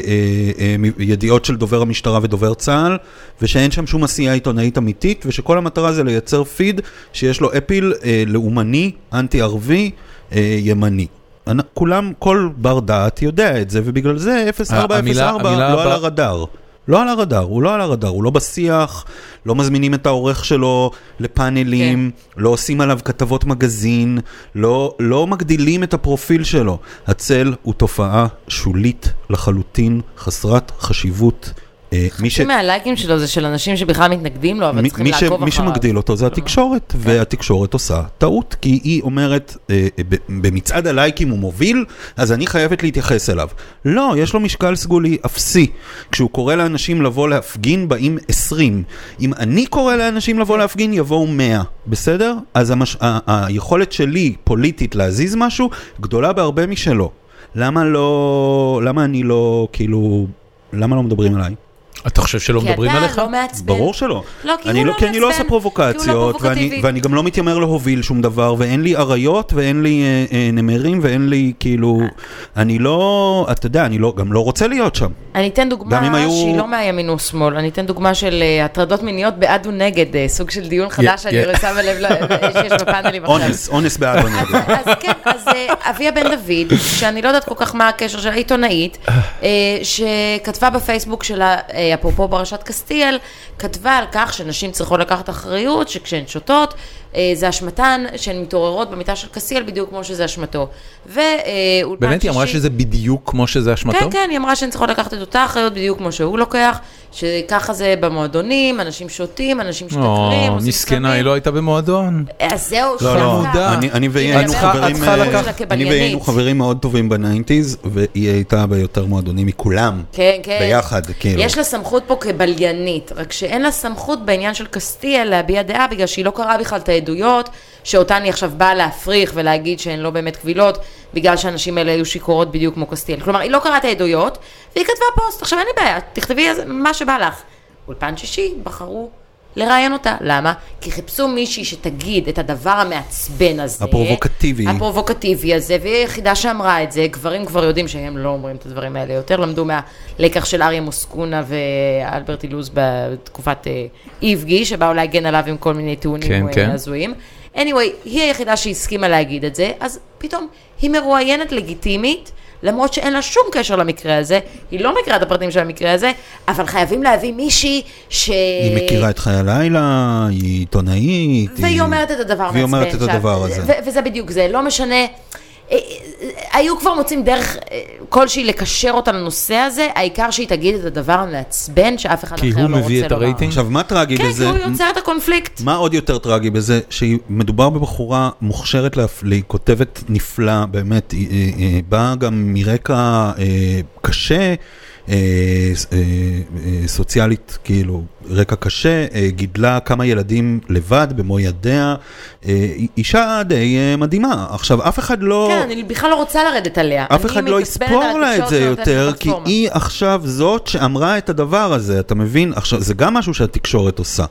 אה, לידיעות של דובר המשטרה ודובר צה"ל, ושאין שם שום עשייה עיתונאית אמיתית, ושכל המטרה זה לייצר פיד שיש לו אפיל אה, לאומני, אנטי-ערבי, אה, ימני. אנ- כולם, כל בר דעת יודע את זה, ובגלל זה 0404
המילה
לא על
הבא-
הרדאר. לא על הרדאר, הוא לא על הרדאר, הוא לא בשיח, לא מזמינים את העורך שלו לפאנלים, כן. לא עושים עליו כתבות מגזין, לא, לא מגדילים את הפרופיל שלו. הצל הוא תופעה שולית לחלוטין, חסרת חשיבות. אה, מי ש...
חצי מהלייקים שלו זה של אנשים שבכלל מתנגדים לו, אבל
מי-
צריכים
מי ש-
לעקוב אחריו. אה. כן.
מי שמגדיל אותו זה התקשורת, והתקשורת עושה טעות, כי היא אומרת, אה, ב- במצעד הלייקים הוא מוביל, אז אני חייבת להתייחס אליו. לא, יש לו משקל סגולי אפסי. כשהוא קורא לאנשים לבוא להפגין, באים 20. אם אני קורא לאנשים לבוא להפגין, יבואו 100, בסדר? אז המש- ה- היכולת שלי, פוליטית, להזיז משהו, גדולה בהרבה משלו. למה לא... למה אני לא, כאילו... למה לא מדברים עליי?
אתה חושב שלא מדברים
כי
עליך?
אתה לא מעצבן.
ברור שלא.
לא, כי
אני
הוא
לא,
לא
כי אני לא
מעצבן,
עושה
כי הוא לא
פרובוקציות, ואני,
פרובוקטיבי.
ואני גם לא מתיימר להוביל שום דבר, ואין לי אריות, ואין לי אה, אה, נמרים, ואין לי כאילו... אני לא, אתה יודע, אני לא, גם לא רוצה להיות שם.
אני אתן
גם אם
דוגמה
היו-
שהיא לא מהימין ושמאל, אני אתן דוגמה של אה, הטרדות מיניות בעד ונגד, אה, סוג של דיון חדש שאני לא
yeah.
שמה לב ל- שיש בפאנלים עכשיו.
אונס, אונס בעד או נגד.
אז כן, אז אה, אביה בן דוד, שאני לא יודעת כל כך מה הקשר שלה, עיתונאית, אה, שכתבה בפייסבוק שלה, אה, אפרופו פרשת קסטיאל, כתבה על כך שנשים צריכות לקחת אחריות, שכשהן שותות, אה, זה אשמתן, שהן מתעוררות במיטה של קסטיאל, בדיוק כמו שזה אשמתו. ואולפן
באמת היא אמרה שזה בדיוק כמו שזה אשמתו?
כן, כן, היא אמרה שהן צריכות לקחת את אותה אחריות בדיוק כמו שהוא לוקח, שככה זה במועדונים, אנשים שותים, אנשים משתכרים,
או,
עושים
לא, מסכנה,
סמים. אה,
היא לא הייתה במועדון.
אז זהו,
לא, לא,
חמודה.
אני- אני והיא היינו
את צריכה- את
חברים,
צריכה
אה,
לקחת-
אני והיא היינו חברים מאוד טובים בניינטיז, והיא הייתה ביותר מועדונים מכולם.
כן, כן.
ביחד, כאילו.
יש לה סמכות פה כבליינית, רק שאין לה סמכות בעניין של קסטיאל להביע דעה, בגלל שהיא לא קראה בכלל את העדויות, שאותן היא עכשיו באה להפריך ולהגיד שהן לא באמת קבילות, בגלל שהנשים האלה היו שיכורות בדיוק כמו קסטיאל. כלומר, היא לא קראה את העדויות, והיא כתבה פוסט. עכשיו, אין לי בעיה, תכתבי איזה- מה שבא לך. אולפן שישי, בחרו לראיין אותה. למה? כי חיפשו מישהי שתגיד את הדבר המעצבן הזה.
הפרובוקטיבי.
הפרובוקטיבי הזה, והיא היחידה שאמרה את זה, גברים כבר יודעים שהם לא אומרים את הדברים האלה יותר, למדו מהלקח של אריה מוסקונה ואלברט אילוז בתקופת אה, איבגי, שבאו להגן עליו עם כל מיני טיעונים
כן,
אה,
כן.
הזויים. anyway, היא היחידה שהסכימה להגיד את זה, אז פתאום היא מרואיינת לגיטימית. למרות שאין לה שום קשר למקרה הזה, היא לא מכירה את הפרטים של המקרה הזה, אבל חייבים להביא מישהי ש...
היא מכירה את חיי הלילה, היא עיתונאית.
והיא
היא-
אומרת את הדבר
והיא אומרת
מעצבן
את הדבר הזה.
ו- וזה בדיוק זה, לא משנה. אה, אה, היו כבר מוצאים דרך אה, כלשהי לקשר אותה לנושא הזה, העיקר שהיא תגיד את הדבר המעצבן שאף אחד אחר
כי
לא רוצה
הוא
לומר.
מביא את הרייטינג?
עכשיו, מה טרגי
כן,
בזה?
כי הוא יוצר את הקונפליקט.
מה עוד יותר טרגי בזה? שמדובר בבחורה מוכשרת להפליא, כותבת נפלא, באמת, היא, היא, היא באה גם מרקע אה, קשה, אה, ס- אה, אה, סוציאלית, כאילו, רקע קשה, אה, גידלה כמה ילדים לבד, במו ידיה, אה, אישה די אה, מדהימה. עכשיו, אף אחד לא...
כן, אני בכלל לא רוצה לרדת עליה.
אף
אני
אחד לא
מתעצבנת
יספור
על
לה את
התקשורת
זה
שנותנת
יותר,
לה
כי
פלטפורמה.
היא עכשיו זאת שאמרה את הדבר הזה, אתה מבין? עכשיו, זה גם משהו שהתקשורת עושה.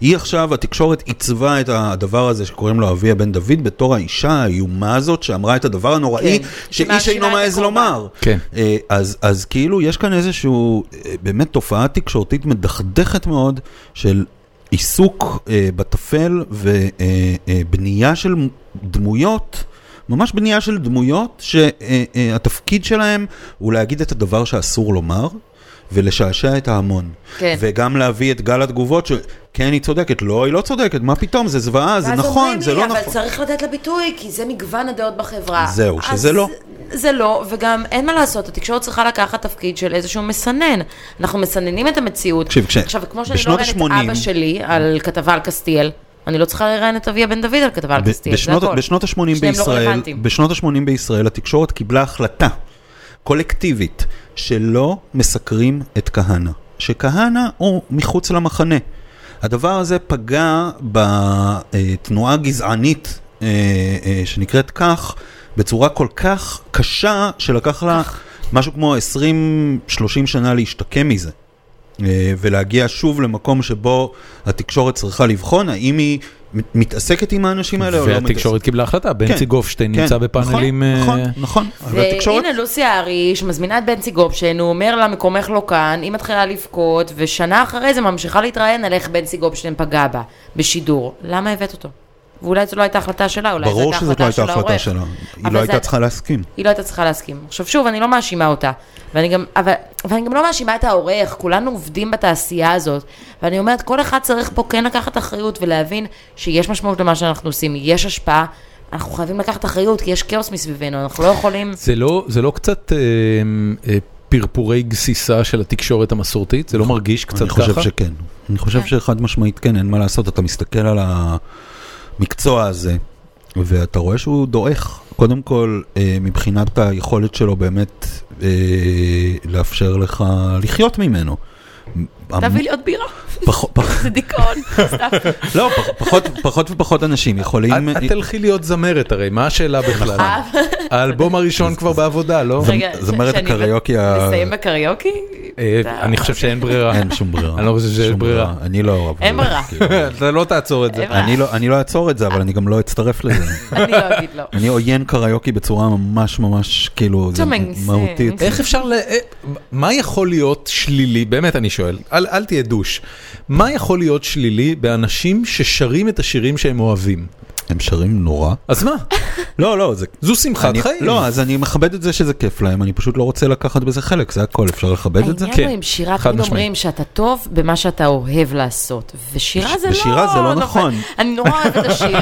היא עכשיו, התקשורת עיצבה את הדבר הזה שקוראים לו אביה בן דוד, בתור האישה האיומה הזאת שאמרה את הדבר הנוראי,
כן,
שאיש
שמאשימה
אינו
את
מעז
הקורבן.
לומר.
כן.
אה, אז, אז כאילו, יש כאן איזשהו, אה, באמת תופעה תקשורתית מדכדכת מאוד של... עיסוק אה, בטפל ובנייה אה, בנייה של דמויות ממש בנייה של דמויות שהתפקיד שלהם הוא להגיד את הדבר שאסור לומר. ולשעשע את ההמון.
כן.
וגם להביא את גל התגובות של כן, היא צודקת, לא, היא לא צודקת, מה פתאום, זה זוועה, זה
ואז אומרים
נכון, זה
לי,
לא
אבל
נכון.
צריך לתת לה ביטוי, כי זה מגוון הדעות בחברה.
זהו,
אז
שזה לא.
זה לא, וגם אין מה לעשות, התקשורת צריכה לקחת תפקיד של איזשהו מסנן. אנחנו מסננים את המציאות.
תקשיב, כש-
עכשיו, כמו שאני לא
בשנות
ראיינת את
ה-שמונים
אבא שלי על כתבה על קסטיאל, אני לא צריכה לראיין את אביה בן דוד על כתבה על
ב-
קסטיאל, זה
בשנות-
הכל.
בשנות ה-80
שניהם לא
בישראל,
רלוונטיים.
בשנות ה-80 בישראל התקשורת קיבלה החלטה. קולקטיבית, שלא מסקרים את כהנא, שכהנא הוא מחוץ למחנה. הדבר הזה פגע בתנועה הגזענית אה, אה, שנקראת כך, בצורה כל כך קשה, שלקח לה משהו כמו 20-30 שנה להשתקם מזה. אה, ולהגיע שוב למקום שבו התקשורת צריכה לבחון האם היא מתעסקת עם האנשים האלה או לא מתעסקת.
והתקשורת קיבלה החלטה, בנצי
כן,
גופשטיין
כן,
נמצא
נכון,
בפאנלים... אה,
נכון, נכון, אבל התקשורת...
והנה לוסי האריש מזמינה את בנצי גופשטיין, הוא אומר לה מקומך לא כאן, היא מתחילה לבכות, ושנה אחרי זה ממשיכה להתראיין על איך בנצי גופשטיין פגע בה, בשידור. למה הבאת אותו? ואולי זו לא הייתה החלטה שלה, אולי זו
ברור
הייתה
שזאת לא
החלטה של
הייתה החלטה
העורך.
שלה, היא
אבל
לא
זה-
הייתה צריכה להסכים.
היא לא הייתה צריכה להסכים. עכשיו שוב, אני לא מאשימה אותה, ואני גם, אבל, ואני גם לא מאשימה את העורך, כולנו עובדים בתעשייה הזאת, ואני אומרת, כל אחד צריך פה כן לקחת אחריות ולהבין שיש משמעות למה שאנחנו עושים, יש השפעה, אנחנו חייבים לקחת אחריות, כי יש כאוס מסביבנו, אנחנו לא יכולים...
זה לא, זה לא קצת אה, אה, פרפורי גסיסה של התקשורת המסורתית? זה לא מרגיש קצת
נכון. אני
ככה?
חושב שכן. אני חושב שחד משמעית כן, אין מה לעשות, אתה מסתכל על המקצוע הזה, ואתה רואה שהוא דועך. קודם כל, אה, מבחינת היכולת שלו באמת אה, לאפשר לך לחיות ממנו.
תביא לי עוד בירה,
פחות- פח-
זה דיכאון, סתם.
לא, פח- פחות- פחות ופחות אנשים יכולים...
את את תלכי להיות זמרת הרי, מה השאלה
כן,
בכלל?
אה,
נכון.
האלבום הראשון כבר בעבודה, לא?
רגע,
זמ- זמרת
ש- שאני
הקריוקי ה-
נסיים בקריוקי?
אה,
אתה-
אני חושב שאין ברירה.
אין שום ברירה.
אני לא חושב שיש
שום
ברירה.
אני לא... אבל-
אין ברירה.
כאילו,
אתה לא תעצור את זה.
אין ברירה.
אני לא- אני לא אעצור את זה, אבל אני גם לא אצטרף לזה.
אני לא אגיד לא.
אני עוין קריוקי בצורה ממש ממש כאילו זה
Doing
מהותית.
things.
איך אפשר ל... אה, מה יכול להיות שלילי, באמת אני שואל, אל, אל תהיה דוש, מה יכול להיות שלילי באנשים ששרים את השירים שהם אוהבים?
הם שרים נורא.
אז מה?
לא, לא, זה...
זו שמחת
אני-
חיים.
לא, אז אני מכבד את זה שזה כיף להם, אני פשוט לא רוצה לקחת בזה חלק, זה הכל, אפשר לכבד את זה?
העניין
כן.
הוא עם שירה,
חד
תמיד
משמעית.
אומרים שאתה טוב במה שאתה אוהב לעשות, ושירה זה לא...
בשירה זה לא נכון.
אני נורא אוהבת את השיר,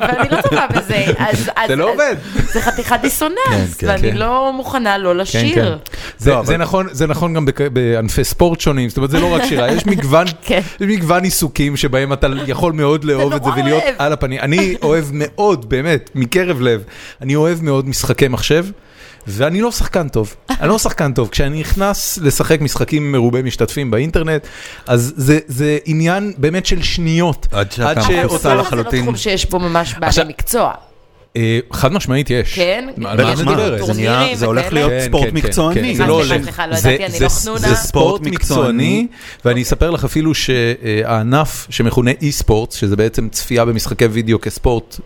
ואני לא טובה בזה. אז- אז-
זה לא
אז-
עובד.
זה חתיכת דיסוננס,
כן, כן,
ואני
כן.
לא מוכנה לא לשיר.
זה,
לא,
כן, זה,
אבל-
נכון, זה נכון גם בק- בענפי ספורט שונים, זאת אומרת זה לא רק שירה, יש מגוון,
כן.
יש מגוון עיסוקים שבהם אתה יכול מאוד לאהוב את זה
נורא
ולהיות
אוהב.
על הפנים. אני אוהב מאוד, באמת, מקרב לב, אני אוהב מאוד משחקי מחשב, ואני לא שחקן טוב, אני לא שחקן טוב. כשאני נכנס לשחק משחקים מרובי משתתפים באינטרנט, אז זה, זה עניין באמת של שניות.
עד שאתה
שאותו-
מכוסה
אבל זה לא
לחלוטין.
תחום שיש בו ממש בעלי
עכשיו-
מקצוע.
אה, חד משמעית יש.
כן?
על
בטח,
מה
ואז
את
יש
מה,
מדברת?
זה נהיה,
טורנירים
זה הולך
וכאלה.
להיות
כן,
ספורט
כן, כן,
מקצועני.
כן,
זה
לא
סליחה,
הולך.
סליחה, לא
זה-
ידעתי, אני
זה-
לא חנונה.
זה ספורט מקצועני, ואני אספר לך אפילו שהענף שמכונה אי-ספורט, שזה בעצם צפייה במשחקי וידאו כספורט,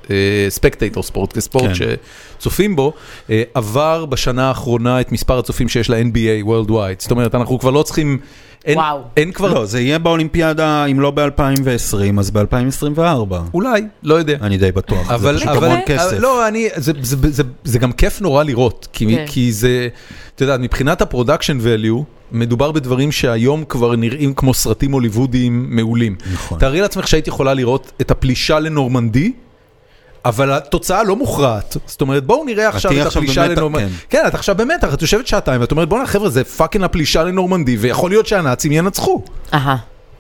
ספקטייטור ספורט, כספורט
כן.
שצופים בו, אה, עבר בשנה האחרונה את מספר הצופים שיש ל-NBA Worldwide. זאת אומרת, אנחנו כבר לא צריכים... אין-
וואו.
אין כבר...
לא, זה יהיה באולימפיאדה, אם לא ב-2020, אז ב-2024.
אולי, לא יודע.
אני די בטוח, זה
אבל,
פשוט
אבל,
המון
אבל
כסף.
לא, אני, זה, זה, זה, זה, זה גם כיף נורא לראות, כי,
כן.
כי זה, אתה יודע, מבחינת הפרודקשן value, מדובר בדברים שהיום כבר נראים כמו סרטים הוליוודיים מעולים.
נכון.
תארי לעצמך שהיית יכולה לראות את הפלישה לנורמנדי. אבל התוצאה לא מוכרעת, זאת אומרת בואו נראה עכשיו את
עכשיו
הפלישה
במתח,
לנורמנדי.
כן.
כן, את עכשיו במתח, את יושבת שעתיים ואת אומרת בואנה חבר'ה זה פאקינג הפלישה לנורמנדי ויכול להיות שהנאצים ינצחו.
אהה,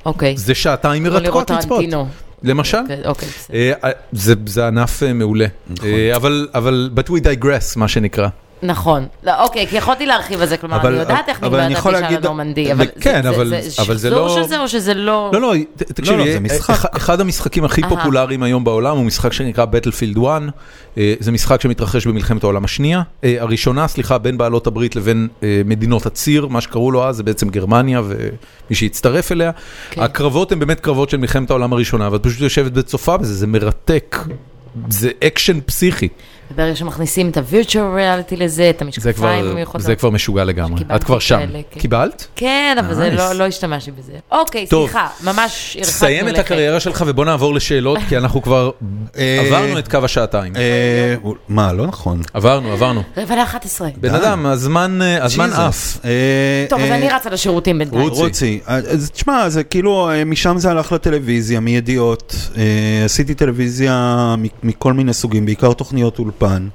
אוקיי.
זה שעתיים
כמו לראות
מרתקות לצפות.
טרנטינו.
למשל.
אוקיי, בסדר.
אה, אה, זה, זה ענף אה, מעולה, אה, אבל, אבל, but we digress, מה שנקרא.
נכון. לא, אוקיי, כי יכולתי להרחיב על זה, כלומר,
אבל-
אני יודעת איך
אבל
נגמרת
אני יכול
הפגישה
להגיד-
לנורמנדי, אבל
כן,
זה-
אבל-
זה-
אבל זה
שחזור
לא-
של זה או שזה לא...
לא, לא, ת- תקשיבי,
לא, זה
אה,
משחק.
אח- אחד המשחקים הכי
אהה.
פופולריים היום בעולם הוא משחק שנקרא Battlefield 1, אה, זה משחק שמתרחש במלחמת העולם השנייה, אה, הראשונה, סליחה, בין בעלות הברית לבין אה, מדינות הציר, מה שקראו לו אז זה בעצם גרמניה ומי שהצטרף אליה.
כן.
הקרבות הם באמת קרבות של מלחמת העולם הראשונה, ואת פשוט יושבת וצופה בזה, זה מרתק, זה אקשן פסיכי.
ברגע שמכניסים את ה-virtual reality לזה, את
זה
המשקפיים
כבר,
המיוחדות.
זה כבר משוגע לגמרי,
שקיבלתי
את כבר שם.
כאלה, כן.
קיבלת?
כן, אבל זה
Nice.
לא, לא השתמשתי בזה. אוקיי,
טוב.
סליחה, ממש הרחקנו לכת.
סיים את הקריירה שלך ובוא נעבור לשאלות, כי אנחנו כבר
אה,
עברנו את קו השעתיים.
אה, מה, לא נכון.
עברנו, עברנו.
רבע לאחת עשרה.
בן אדם, הזמן אה, הזמן עף.
אה,
טוב, אז
אה,
אני רצה לשירותים בינתיים.
רוצי.
רוצי. אז תשמע, זה כאילו, אה, משם זה הלך לטלוויזיה, מידיעות. אה, עשיתי טלוויזיה מ- מכל מיני סוגים, בעיקר תוכניות אולפן.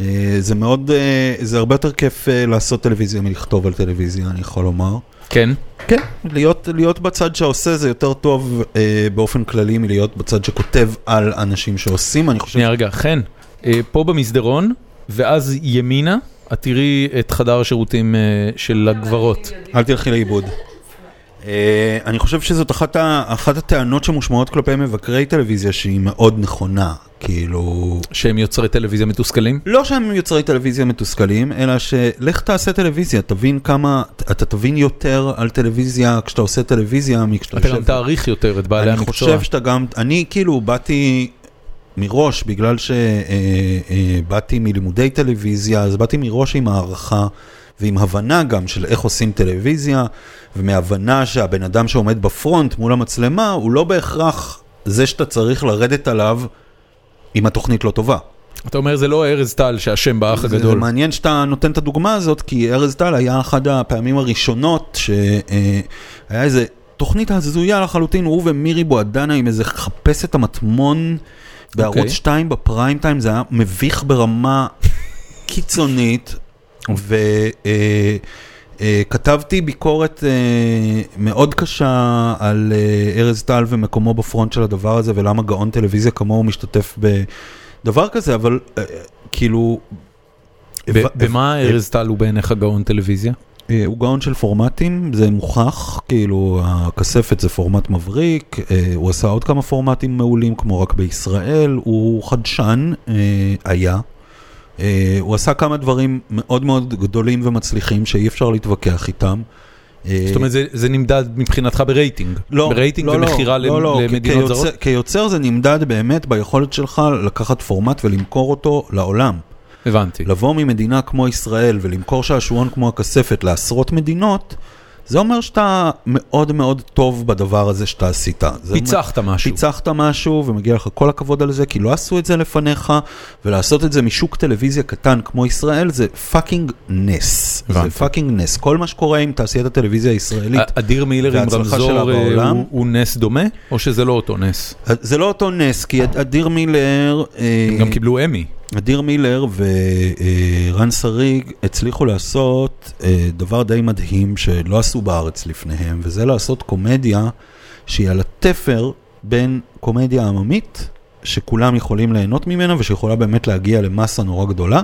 אה, זה מאוד, אה, זה הרבה יותר כיף אה, לעשות טלוויזיה מלכתוב על טלוויזיה, אני יכול לומר.
כן.
כן, להיות, להיות בצד שעושה זה יותר טוב אה, באופן כללי מלהיות בצד שכותב על אנשים שעושים, אני חושב.
שנייה רגע, חן, אה, פה במסדרון, ואז ימינה,
את תראי את חדר השירותים אה, של הגברות.
אל תלכי לאיבוד. אה, אני חושב שזאת אחת, ה, אחת הטענות שמושמעות כלפי מבקרי טלוויזיה שהיא מאוד נכונה, כאילו...
שהם יוצרי טלוויזיה מתוסכלים?
לא שהם יוצרי טלוויזיה מתוסכלים, אלא שלך תעשה טלוויזיה, תבין כמה, אתה תבין יותר על טלוויזיה כשאתה עושה טלוויזיה מכשאתה
אתה גם תעריך יותר את בעלי
אני
המקצוע.
חושב שאתה גם, אני כאילו באתי מראש, בגלל שבאתי מלימודי טלוויזיה, אז באתי מראש עם הערכה ועם הבנה גם של איך עושים טלוויזיה, ומהבנה שהבן אדם שעומד בפרונט מול המצלמה, הוא לא בהכרח זה שאתה צריך לרדת עליו אם התוכנית לא טובה.
אתה אומר זה לא ארז טל שאשם באח
זה, זה
הגדול.
מעניין שאתה נותן את הדוגמה הזאת, כי ארז טל היה אחת הפעמים הראשונות שהיה איזה תוכנית הזויה לחלוטין, הוא ומירי בועדנה עם איזה חפשת המטמון בערוץ
אוקיי.
2 בפריים טיים, זה היה מביך ברמה קיצונית, וכתבתי ביקורת אה, מאוד קשה על אה, ארז טל ומקומו בפרונט של הדבר הזה, ולמה גאון טלוויזיה כמוהו משתתף בדבר כזה, אבל אה, כאילו...
ב-
הבנ-
במה ארז טל הוא בעיניך גאון טלוויזיה?
אה, הוא גאון של פורמטים, זה מוכח, כאילו הכספת זה פורמט מבריק, אה, הוא עשה עוד כמה פורמטים מעולים כמו רק בישראל, הוא חדשן, אה, היה. אה, הוא עשה כמה דברים מאוד מאוד גדולים ומצליחים שאי אפשר להתווכח איתם. אה,
זאת אומרת זה- זה נמדד מבחינתך ברייטינג.
לא,
ברייטינג
לא, לא,
ומכירה
לא,
למ-
לא,
למדינות
כיוצר-
זרות?
כיוצר זה נמדד באמת ביכולת שלך לקחת פורמט ולמכור אותו לעולם.
הבנתי.
לבוא ממדינה כמו ישראל ולמכור שעשועון כמו הכספת לעשרות מדינות, זה אומר שאתה מאוד מאוד טוב בדבר הזה שאתה עשית. זה
פיצחת משהו.
פיצחת משהו ומגיע לך כל הכבוד על זה, כי לא עשו את זה לפניך, ולעשות את זה משוק טלוויזיה קטן כמו ישראל זה פאקינג נס. זה
הבנתי.
פאקינג נס. כל מה שקורה עם תעשיית הטלוויזיה הישראלית,
אדיר מילר עם
וההצלחה שלה
רמזור אה,
בעולם.
הוא- הוא נס דומה, או שזה לא אותו נס?
זה לא אותו נס, כי אדיר מילר... אה,
הם גם קיבלו אמי.
אדיר מילר ורן שריג הצליחו לעשות אה, דבר די מדהים שלא עשו בארץ לפניהם, וזה לעשות קומדיה שהיא על התפר בין קומדיה עממית, שכולם יכולים ליהנות ממנה ושיכולה באמת להגיע למסה נורא גדולה,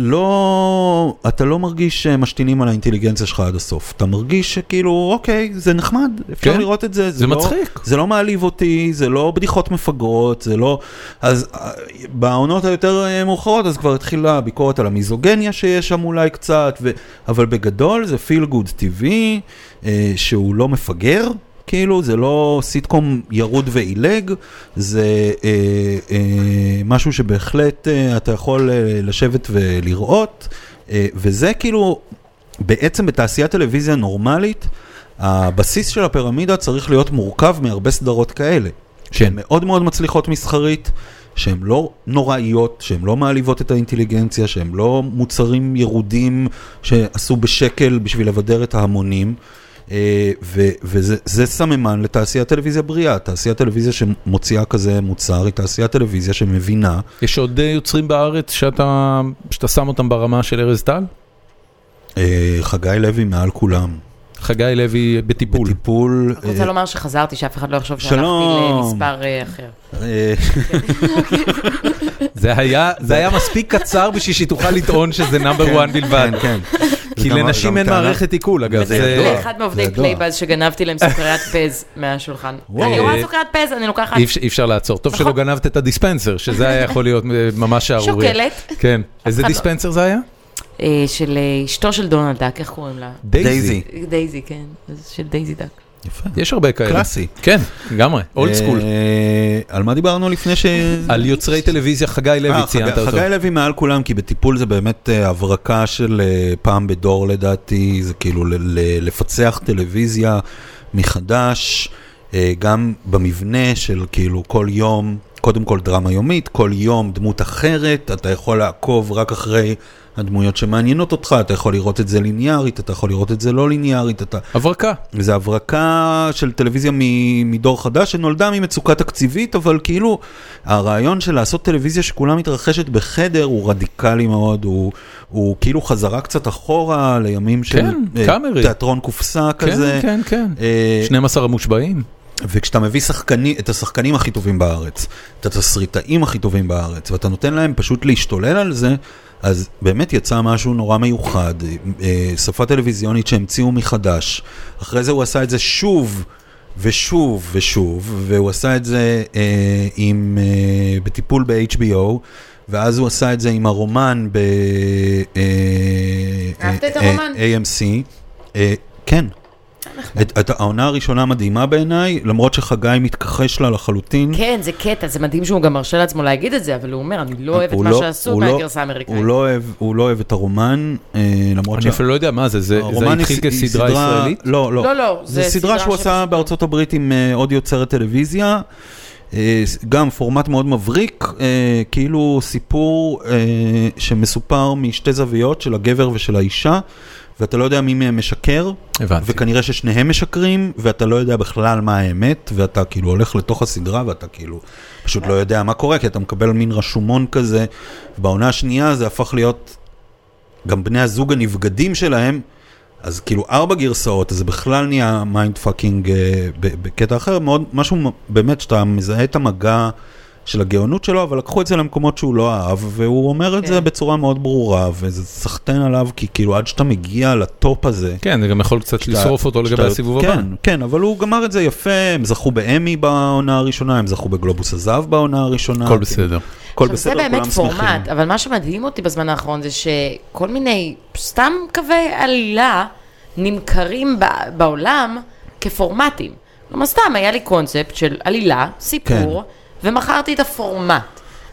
שלא, אתה לא מרגיש שמשתינים על האינטליגנציה שלך עד הסוף. אתה מרגיש שכאילו, אוקיי, זה נחמד, אפשר
כן.
לראות את זה.
זה
לא,
מצחיק.
זה לא מעליב אותי, זה לא בדיחות מפגרות, זה לא... אז אה, בעונות היותר אה, מאוחרות, אז כבר התחילה הביקורת על המיזוגניה שיש שם אולי קצת, ו... אבל בגדול זה פיל גוד טבעי, אה, שהוא לא מפגר. כאילו זה לא סיטקום ירוד ועילג, זה אה, אה, משהו שבהחלט אה, אתה יכול אה, לשבת ולראות, אה, וזה כאילו בעצם בתעשיית טלוויזיה נורמלית, הבסיס של הפירמידה צריך להיות מורכב מהרבה סדרות כאלה. שהן מאוד מאוד מצליחות מסחרית, שהן לא נוראיות, שהן לא מעליבות את האינטליגנציה, שהן לא מוצרים ירודים שעשו בשקל בשביל לבדר את ההמונים. אה, ו- וזה זה סממן לתעשיית טלוויזיה בריאה, תעשיית טלוויזיה שמוציאה כזה מוצר היא תעשיית טלוויזיה שמבינה
יש עוד אה, יוצרים בארץ שאתה שאתה שם אותם ברמה של ארז טל?
אה, חגי לוי מעל כולם.
חגי לוי בטיפול.
טיפול,
אה,
אני רוצה לומר שחזרתי, שאף אחד לא יחשוב שהלכתי
שלום.
למספר אה, אחר.
אה,
זה היה זה היה מספיק קצר בשביל שהיא תוכל לטעון שזה נאמבר 1 בלבד.
כן.
כי
גם- גם
לנשים אין
טענה-
מערכת עיכול אגב.
זה
אה,
זה-
ידוע.
לאחד
זה
לא, מעובדי
לא.
ידוע.
פלייבאז שגנבתי להם סוכריית פז מהשולחן.
וואו.
אני רואה סוכריית פז, אני לוקחת
אי אפשר- אי אפשר לעצור. טוב שלא
נכון.
גנבת את הדיספנסר, שזה היה יכול להיות אה, ממש שערורייה.
שוקלת
כן. איזה
אחד לא-
דיספנסר זה היה?
אה, של אה, אשתו של דונלד דאק, איך קוראים לה?
דייזי.
דייזי, כן, זה של דייזי דאק.
יפה.
יש הרבה כאלה.
קלאסי.
כן, לגמרי. אולד סקול.
אה, על מה דיברנו לפני ש...
על יוצרי טלוויזיה חגי לוי
אה,
ציינת
חגי-
אותו.
חגי לוי מעל כולם, כי בטיפול זה באמת אה, הברקה של אה, פעם בדור לדעתי, זה כאילו ל- ל- לפצח טלוויזיה מחדש, אה, גם במבנה של כאילו כל יום, קודם כל דרמה יומית, כל יום דמות אחרת, אתה יכול לעקוב רק אחרי הדמויות שמעניינות אותך, אתה יכול לראות את זה ליניארית, אתה יכול לראות את זה לא ליניארית, אתה...
הברקה.
זה הברקה של טלוויזיה מ- מדור חדש שנולדה ממצוקה תקציבית, אבל כאילו הרעיון של לעשות טלוויזיה שכולה מתרחשת בחדר הוא רדיקלי מאוד, הוא, הוא כאילו חזרה קצת אחורה לימים של
כן,
אה,
קאמרי.
תיאטרון קופסה
כן,
כזה.
כן, כן.
אה,
12 המושבעים.
וכשאתה מביא שחקני, את השחקנים הכי טובים בארץ, את התסריטאים הכי טובים בארץ, ואתה נותן להם פשוט להשתולל על זה, אז באמת יצא משהו נורא מיוחד, אה, שפה טלוויזיונית שהמציאו מחדש. אחרי זה הוא עשה את זה שוב ושוב ושוב, והוא עשה את זה אה, עם, אה, בטיפול ב-HBO, ואז הוא עשה את זה עם הרומן ב... אה,
אהבת את
אה,
הרומן?
AMC. אה, כן. את, את, העונה הראשונה מדהימה בעיניי, למרות שחגי מתכחש לה לחלוטין.
כן, זה קטע, זה מדהים שהוא גם מרשה לעצמו להגיד את זה, אבל הוא אומר, אני לא אוהב את
הוא
מה
לא-
שעשו
הוא לא-
מהגרסה האמריקאית.
הוא לא אוהב- הוא לא אוהב את הרומן, אה, למרות
אני אפילו לא יודע מה זה, זה זה
הרומן
התחיל
אה, היא- היא
כסדרה
סדרה-
ישראלית?
לא, לא.
לא, לא,
זה
זה
סדרה
סדרה
שהוא עשה
שפשוט-
בארצות הברית עם אה, עוד יוצרת טלוויזיה. אה, ס- גם פורמט מאוד מבריק, אה, כאילו סיפור אה, שמסופר משתי זוויות של הגבר ושל האישה, ואתה לא יודע מי מהם משקר,
הבנתי.
וכנראה ששניהם משקרים, ואתה לא יודע בכלל מה האמת, ואתה כאילו הולך לתוך הסדרה ואתה כאילו פשוט לא יודע מה קורה, כי אתה מקבל מין רשומון כזה, ובעונה השנייה זה הפך להיות גם בני הזוג הנבגדים שלהם, אז כאילו ארבע גרסאות, אז זה בכלל נהיה מיינד פאקינג בקטע אחר, מאוד, משהו מ- באמת שאתה מזהה את המגע של הגאונות שלו, אבל לקחו את זה למקומות שהוא לא אהב, והוא אומר את
כן.
זה בצורה מאוד ברורה, וזה סחטיין עליו, כי כאילו עד שאתה מגיע לטופ הזה,
כן, זה גם יכול קצת
שאתה-
לשרוף אותו לגבי
שאתה-
הסיבוב
כן,
הבא.
כן, אבל הוא גמר את זה יפה, הם זכו באמי בעונה הראשונה, הם זכו בגלובוס הזהב בעונה הראשונה.
הכל בסדר.
אוקיי. הכל
עכשיו,
לא בסדר,
זה באמת
כולם שמחים.
פורמט, אבל מה שמדהים אותי בזמן האחרון זה שכל מיני, סתם קווי עלילה נמכרים ב- בעולם כפורמטים. כלומר, סתם היה לי קונספט של עלילה, סיפור, ומכרתי את הפורמט.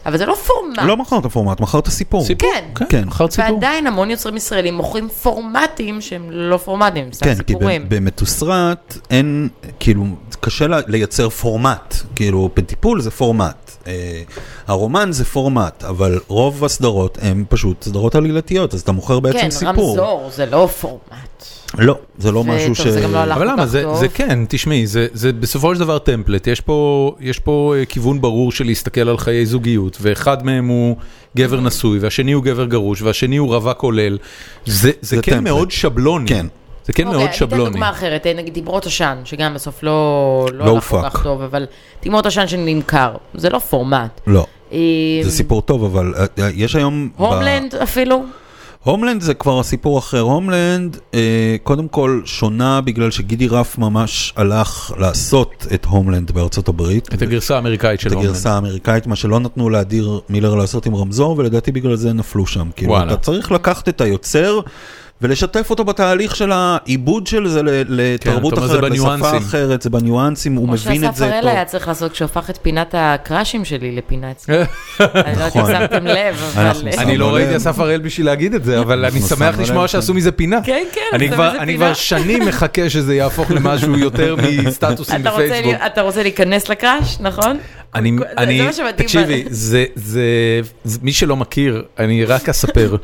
אבל זה לא פורמט.
כן. לא מכרת פורמט, מכרת סיפור.
סיפור,
כן.
כן.
כן, אחר ציבור.
ועדיין המון יוצרים ישראלים מוכרים פורמטים שהם לא פורמטים, הם סתם
כן, כי
סיפורים.
ב- במתוסרט אין, כאילו, קשה ל- לייצר פורמט, כאילו, בטיפול זה פורמט. אה, הרומן זה פורמט, אבל רוב הסדרות הן פשוט סדרות עלילתיות, אז אתה מוכר בעצם
כן,
סיפור.
רמזור, זה לא פורמט.
לא, זה לא
ו-
משהו ש...
טוב, זה גם לא הלך.
אבל
כל
למה?
כך
זה,
טוב.
זה כן, תשמעי, זה, זה בסופו של דבר טמפלט. יש פה, יש פה אה, כיוון ברור של להסתכל על חיי זוגיות, ואחד מהם הוא גבר נשוי, והשני הוא גבר גרוש, והשני הוא רווק כולל. זה, זה,
זה
כן
טמפלט.
מאוד שבלוני.
כן.
זה כן מאוד
אוקיי, אני אתן
שבלוני.
דוגמה אחרת, אה, נגיד תמרות עשן, שגם בסוף לא
לא
לא הלך כל
הופק.
כך טוב, אבל תמרות עשן שנמכר, זה לא פורמט.
לא.
אה,
זה סיפור טוב, אבל אה, אה, יש היום... ב-
הומלנד אפילו,
הומלנד זה כבר סיפור אחר. הומלנד, אה, קודם כל, שונה בגלל שגידי רף ממש הלך לעשות את הומלנד בארצות הברית.
את הגרסה האמריקאית של
את
הומלנד.
הגרסה האמריקאית, מה שלא נתנו לאדיר מילר לעשות עם רמזור, ולדעתי בגלל זה נפלו שם. כאילו,
וואלה.
אתה צריך לקחת את היוצר ולשתף אותו בתהליך של העיבוד של זה ל- לתרבות
כן, אתה אומר, זה
אחרת, לשפה
בניואנסים.
אחרת, זה בניואנסים, הוא
כמו
מבין את
שאסף
זה
הראל
טוב.
היה צריך לעשות כשהוא הפך את פינת הקראשים שלי לפינה אצלי. אני לא יודעת אם
נכון.
שמתם לב, אבל... אה,
אנחנו
אני
אבל
לא ראיתי
הם-
אסף הראל בשביל להגיד את זה, אבל אני
אנחנו
שמח
שמנו
לשמוע
לב
שעשו מזה פינה.
כן, כן,
אני
עשו
כבר-
מזה
אני
פינה.
כבר שנים מחכה שזה יהפוך למשהו יותר מסטטוסים
אתה רוצה
בפייסבוק.
לי- אתה רוצה להיכנס לקראש, נכון?
אני,
זה- זה
אני,
מה שמדהים
תקשיבי,
ב-
זה, זה, זה, מי שלא מכיר, אני רק אספר.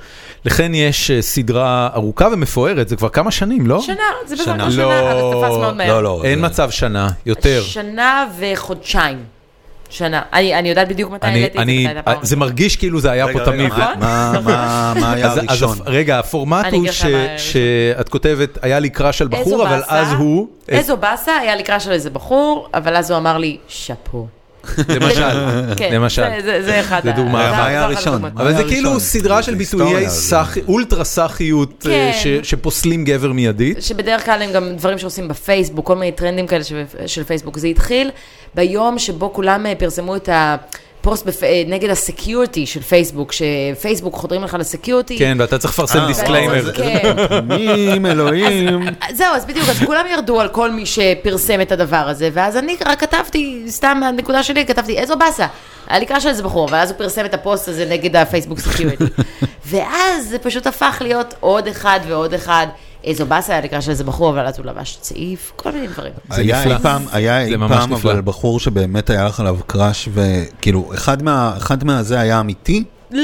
לכן יש אה, סדרה ארוכה ומפוארת, זה כבר כמה שנים, לא?
שנה, זה בסך
שנה.
הכל שנה, אבל זה תפס מאוד מהר.
לא, לא.
אין
זה-
מצב שנה, יותר.
שנה וחודשיים. שנה. אני אני יודעת בדיוק מתי
אני,
העליתי את זה.
אני,
מתי הייתה פעם.
זה מרגיש כאילו זה היה פה תמיד.
נכון?
מה- מה מה היה
אז- אז
הראשון?
הפ- רגע, הפורמט
אני
הוא
גרסה
ש-
מהראשון.
שאת כותבת, היה לי קראש על
איזו
בחור, אבל
באסה,
אז הוא...
איזו באסה, היה לי קראש על איזה בחור, אבל אז הוא אמר לי, שאפו.
אה, למשל,
כן,
למשל.
זה- זה- זה אחד
זה
ה-
דוגמה. מה
זה אחת
היה
הדוגמאות.
הראשון? מה?
אבל זה
היה
כאילו
הראשון?
סדרה של
זה
ביטויי
היסטוריה, זה-
סאח- אולטרה סאחיות אה,
כן.
ש- שפוסלים גבר מיידית.
שבדרך כלל הם גם דברים שעושים בפייסבוק, כל מיני טרנדים כאלה של- של פייסבוק. זה התחיל ביום שבו כולם אה, פרסמו את הפוסט בפ- אה, נגד הסקיורטי של פייסבוק, שפייסבוק חודרים לך לסקיורטי.
כן, ואתה צריך לפרסם
אה,
דיסקליימר.
ואז- כן.
מי, אלוהים.
זהו, אז בדיוק, אז כולם ירדו על כל מי שפרסם את הדבר הזה, ואז אני רק כתבתי, סתם הנקודה שלי, כתבתי, איזו באסה. היה לי קרש על איזה בחור, ואז הוא פרסם את הפוסט הזה נגד הפייסבוק סקיוריטי. ואז זה פשוט הפך להיות עוד אחד ועוד אחד. איזו באסה היה לי קרש על איזה בחור, אבל אז הוא לבש צעיף, כל מיני דברים.
זה
היה
נפלא.
אי פעם, היה
זה
אי
ממש
פעם,
נפלא.
אבל בחור שבאמת היה לך עליו קראש, וכאילו, אחד מה- אחד מהזה היה אמיתי?
לא,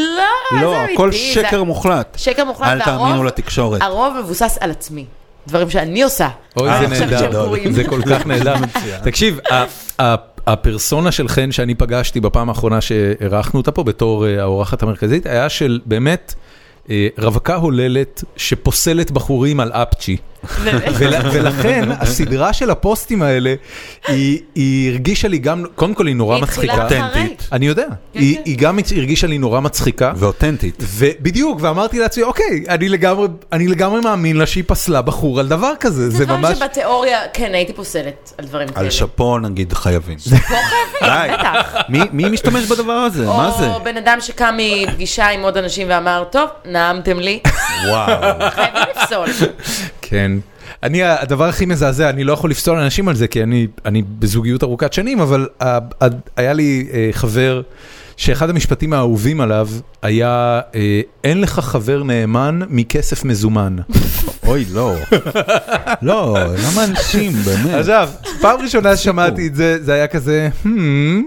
לא,
זה אמיתי.
הכל
זה-
שקר מוחלט.
שקר מוחלט,
אל
והרוב-
תאמינו לתקשורת.
הרוב מבוסס על עצמי. דברים שאני עושה.
אוי,
אה,
זה
עכשיו
שהם
נהדר,
קוראים.
זה כל כך נהדר. תקשיב, ה- ה- הפרסונה של חן שאני פגשתי בפעם האחרונה שאירחנו אותה פה בתור אה, האורחת המרכזית, היה של באמת אה, רווקה הוללת שפוסלת בחורים על אפצ'י. ול- ולכן הסדרה של הפוסטים האלה, היא- היא הרגישה לי גם, קודם כל היא נורא
היא התחילה
מצחיקה.
אחרי.
אותנטית.
אני יודע, היא
כן.
היא גם הרגישה לי נורא מצחיקה.
ואותנטית.
ובדיוק, ואמרתי לעצמי, אוקיי, אני לגמרי, אני לגמרי מאמין לה שהיא פסלה בחור על דבר כזה,
זה
זה
דברים
ממש...
שבתיאוריה, כן, הייתי פוסלת על דברים כאלה.
על שאפו נגיד חייבים.
חייבים, בטח.
מי- מי משתמש בדבר הזה? מה זה?
או בן אדם שקם מפגישה עם עוד אנשים ואמר, טוב, נעמתם לי,
וואו.
חייבים לפסול.
כן. אני, הדבר הכי מזעזע, אני לא יכול לפסול אנשים על זה, כי אני, אני בזוגיות ארוכת שנים, אבל ה, ה, היה לי אה, חבר שאחד המשפטים האהובים עליו היה, אה, אין לך חבר נאמן מכסף מזומן.
אוי, לא. לא, למה אנשים, באמת?
עזב, פעם ראשונה ששמעתי את זה, זה היה כזה, "הם,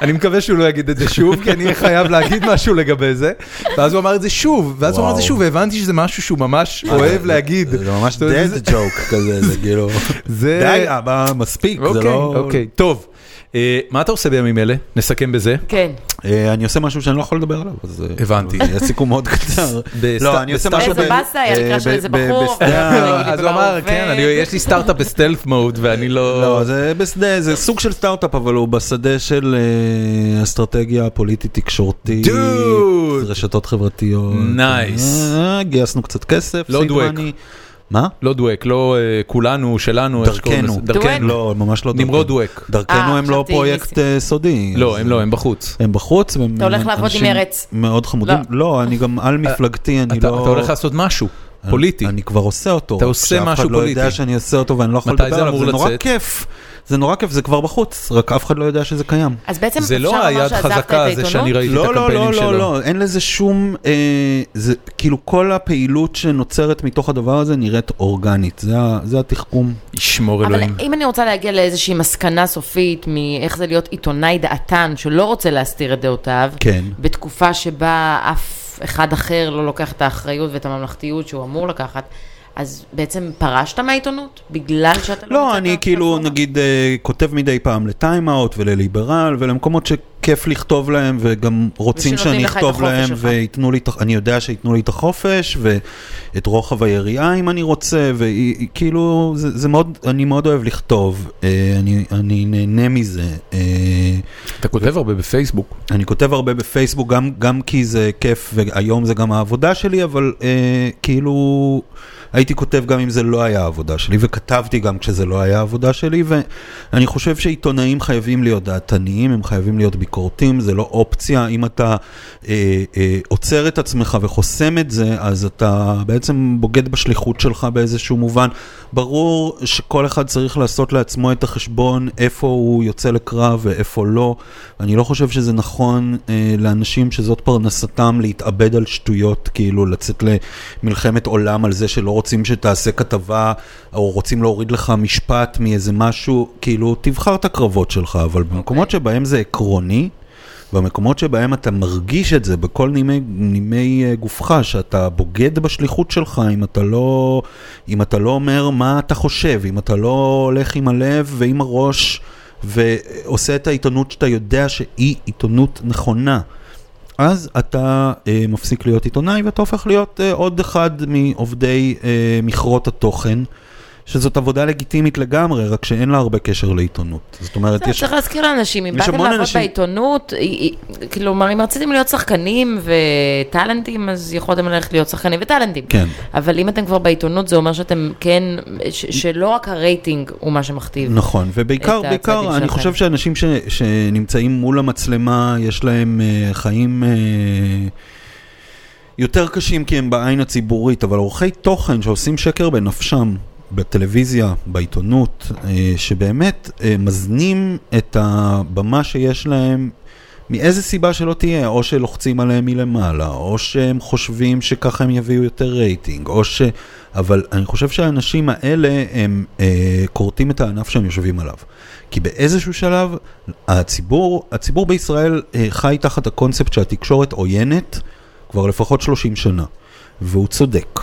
אני מקווה שהוא לא יגיד את זה שוב, כי אני אהיה חייב להגיד משהו לגבי זה. ואז הוא אמר את זה שוב, ואז הוא אמר את זה
וואו. אה,
שוב, והבנתי שזה משהו שהוא ממש אוהב להגיד.
זה ממש
זאת אומרת,
dead joke כזה, זה כאילו...
זה-
די, אבא, מספיק, זה
אוקיי,
לא...
אוקיי, טוב. אה, מה אתה עושה בימים אלה? נסכם בזה.
כן.
אה, אני עושה משהו שאני לא יכול לדבר עליו, אז... אה,
הבנתי.
יהיה סיכום מאוד קצר.
בסט-
לא, אני עושה
בסטארט-אפ-
משהו...
איזה
ב-
באסה היה
אה,
נקרא של
ב-
איזה
ב-
בחור, לא
בשדה
ואתה אומר, נגיד,
ה-
אז
זה
הוא אמר,
בהווה.
כן, אני- יש לי סטארט-אפ בסטלף מוד ואני לא...
לא, זה בשדה, זה סוג של סטארט-אפ, אבל הוא בשדה של אה, אסטרטגיה פוליטית תקשורתית,
Dude.
רשתות חברתיות.
Nice.
אה, גייסנו קצת כסף,
לא
סיד
דואק.
מאני. מה?
לא דואק, לא אה, כולנו, שלנו, איך שקוראים
דרכנו.
לזה. דרכנו.
לא, ממש לא דרכנו.
נמרוד דואק.
דרכנו
אה,
הם לא
חשבתי
פרויקט
ניסים.
אה, סודי.
לא,
אז
הם לא, הם בחוץ.
הם בחוץ. והם
אתה הולך לעבוד
אנשים
עם מרצ.
מאוד חמודים.
לא.
לא, אני גם על מפלגתי, אני
אתה
לא...
אתה הולך לעשות משהו,
אני-
פוליטי.
אה, אני כבר עושה אותו.
אתה עושה
שאף
משהו
אחד לא יודע
פוליטי.
שאני עושה אותו ואני לא יכול
מתי
לדבר
זה
עליו.
אמור
זה נורא
לצאת?
כיף. זה נורא כיף, זה כבר בחוץ, רק אף אחד לא יודע שזה קיים.
אז בעצם
זה
אפשר
לא
לומר
היד
שעזבת את
חזקה הזה שאני
העיתונות?
ראיתי את
לא, לא,
הקמפיינים
לא,
שלו.
לא, לא, אין לזה שום, אה, זה כאילו כל הפעילות שנוצרת מתוך הדבר הזה נראית אורגנית, זה, ה- זה התחכום.
ישמור
אבל
אלוהים.
אם אני רוצה להגיע לאיזושהי מסקנה סופית מאיך זה להיות עיתונאי דעתן שלא רוצה להסתיר את דעותיו,
כן.
בתקופה שבה אף אחד אחר לא לוקח את האחריות ואת הממלכתיות שהוא אמור לקחת, אז בעצם פרשת מהעיתונות? בגלל שאתה לא...
לא,
מצאת
אני
את
כאילו
הפלטפורמה?
נגיד אה, כותב מדי פעם לטיים-אאוט ולליברל ולמקומות שכיף לכתוב להם וגם רוצים
ושנותנים
שאני
לך את
אכתוב
החופש
להם
שלך.
וייתנו לי, את הח- אני יודע שייתנו לי את החופש ואת רוחב היריעה אם אני רוצה וכאילו זה זה מאוד, אני מאוד אוהב לכתוב, אה, אני- אני נהנה מזה. אה,
אתה כותב הרבה בפייסבוק.
אני כותב הרבה בפייסבוק, גם, גם כי זה כיף, והיום זה גם העבודה שלי, אבל אה, כאילו הייתי כותב גם אם זה לא היה העבודה שלי, וכתבתי גם כשזה לא היה העבודה שלי, ואני חושב שעיתונאים חייבים להיות דעתניים, הם חייבים להיות ביקורתיים, זה לא אופציה. אם אתה אה, אה, עוצר את עצמך וחוסם את זה, אז אתה בעצם בוגד בשליחות שלך באיזשהו מובן. ברור שכל אחד צריך לעשות לעצמו את החשבון איפה הוא יוצא לקרב ואיפה לא. אני לא חושב שזה נכון אה, לאנשים שזאת פרנסתם להתאבד על שטויות, כאילו לצאת למלחמת עולם על זה שלא רוצים שתעשה כתבה, או רוצים להוריד לך משפט מאיזה משהו, כאילו תבחר את הקרבות שלך, אבל במקומות שבהם זה עקרוני, במקומות שבהם אתה מרגיש את זה בכל נימי, נימי אה, גופך, שאתה בוגד בשליחות שלך, אם אתה, לא, אם אתה לא אומר מה אתה חושב, אם אתה לא הולך עם הלב ועם הראש ועושה את העיתונות שאתה יודע שהיא עיתונות נכונה, אז אתה אה, מפסיק להיות עיתונאי ואתה הופך להיות אה, עוד אחד מעובדי אה, מכרות התוכן. שזאת עבודה לגיטימית לגמרי, רק שאין לה הרבה קשר לעיתונות. זאת אומרת,
בסדר,
יש...
צריך להזכיר לאנשים, אם
יש
באתם
המון
לעבוד
אנשים-
בעיתונות, היא- היא- כלומר, אם רציתם להיות שחקנים וטאלנטים, אז יכולתם ללכת להיות שחקנים וטאלנטים.
כן.
אבל אם אתם כבר בעיתונות, זה אומר שאתם כן, ש- שלא רק הרייטינג הוא מה שמכתיב.
נכון, ובעיקר,
את
בעיקר,
הצדדים
אני
שלכם.
חושב שאנשים ש, שנמצאים מול המצלמה, יש להם אה, חיים אה, יותר קשים כי הם בעין הציבורית, אבל עורכי תוכן שעושים שקר בנפשם, בטלוויזיה, בעיתונות, אה, שבאמת אה, מזנים את הבמה שיש להם מאיזה סיבה שלא תהיה, או שלוחצים עליהם מלמעלה, או שהם חושבים שככה הם יביאו יותר רייטינג, או ש... אבל אני חושב שהאנשים האלה, הם אה, כורתים את הענף שהם יושבים עליו. כי באיזשהו שלב, הציבור, הציבור בישראל אה, חי תחת הקונספט שהתקשורת עוינת כבר לפחות 30 שנה, והוא צודק.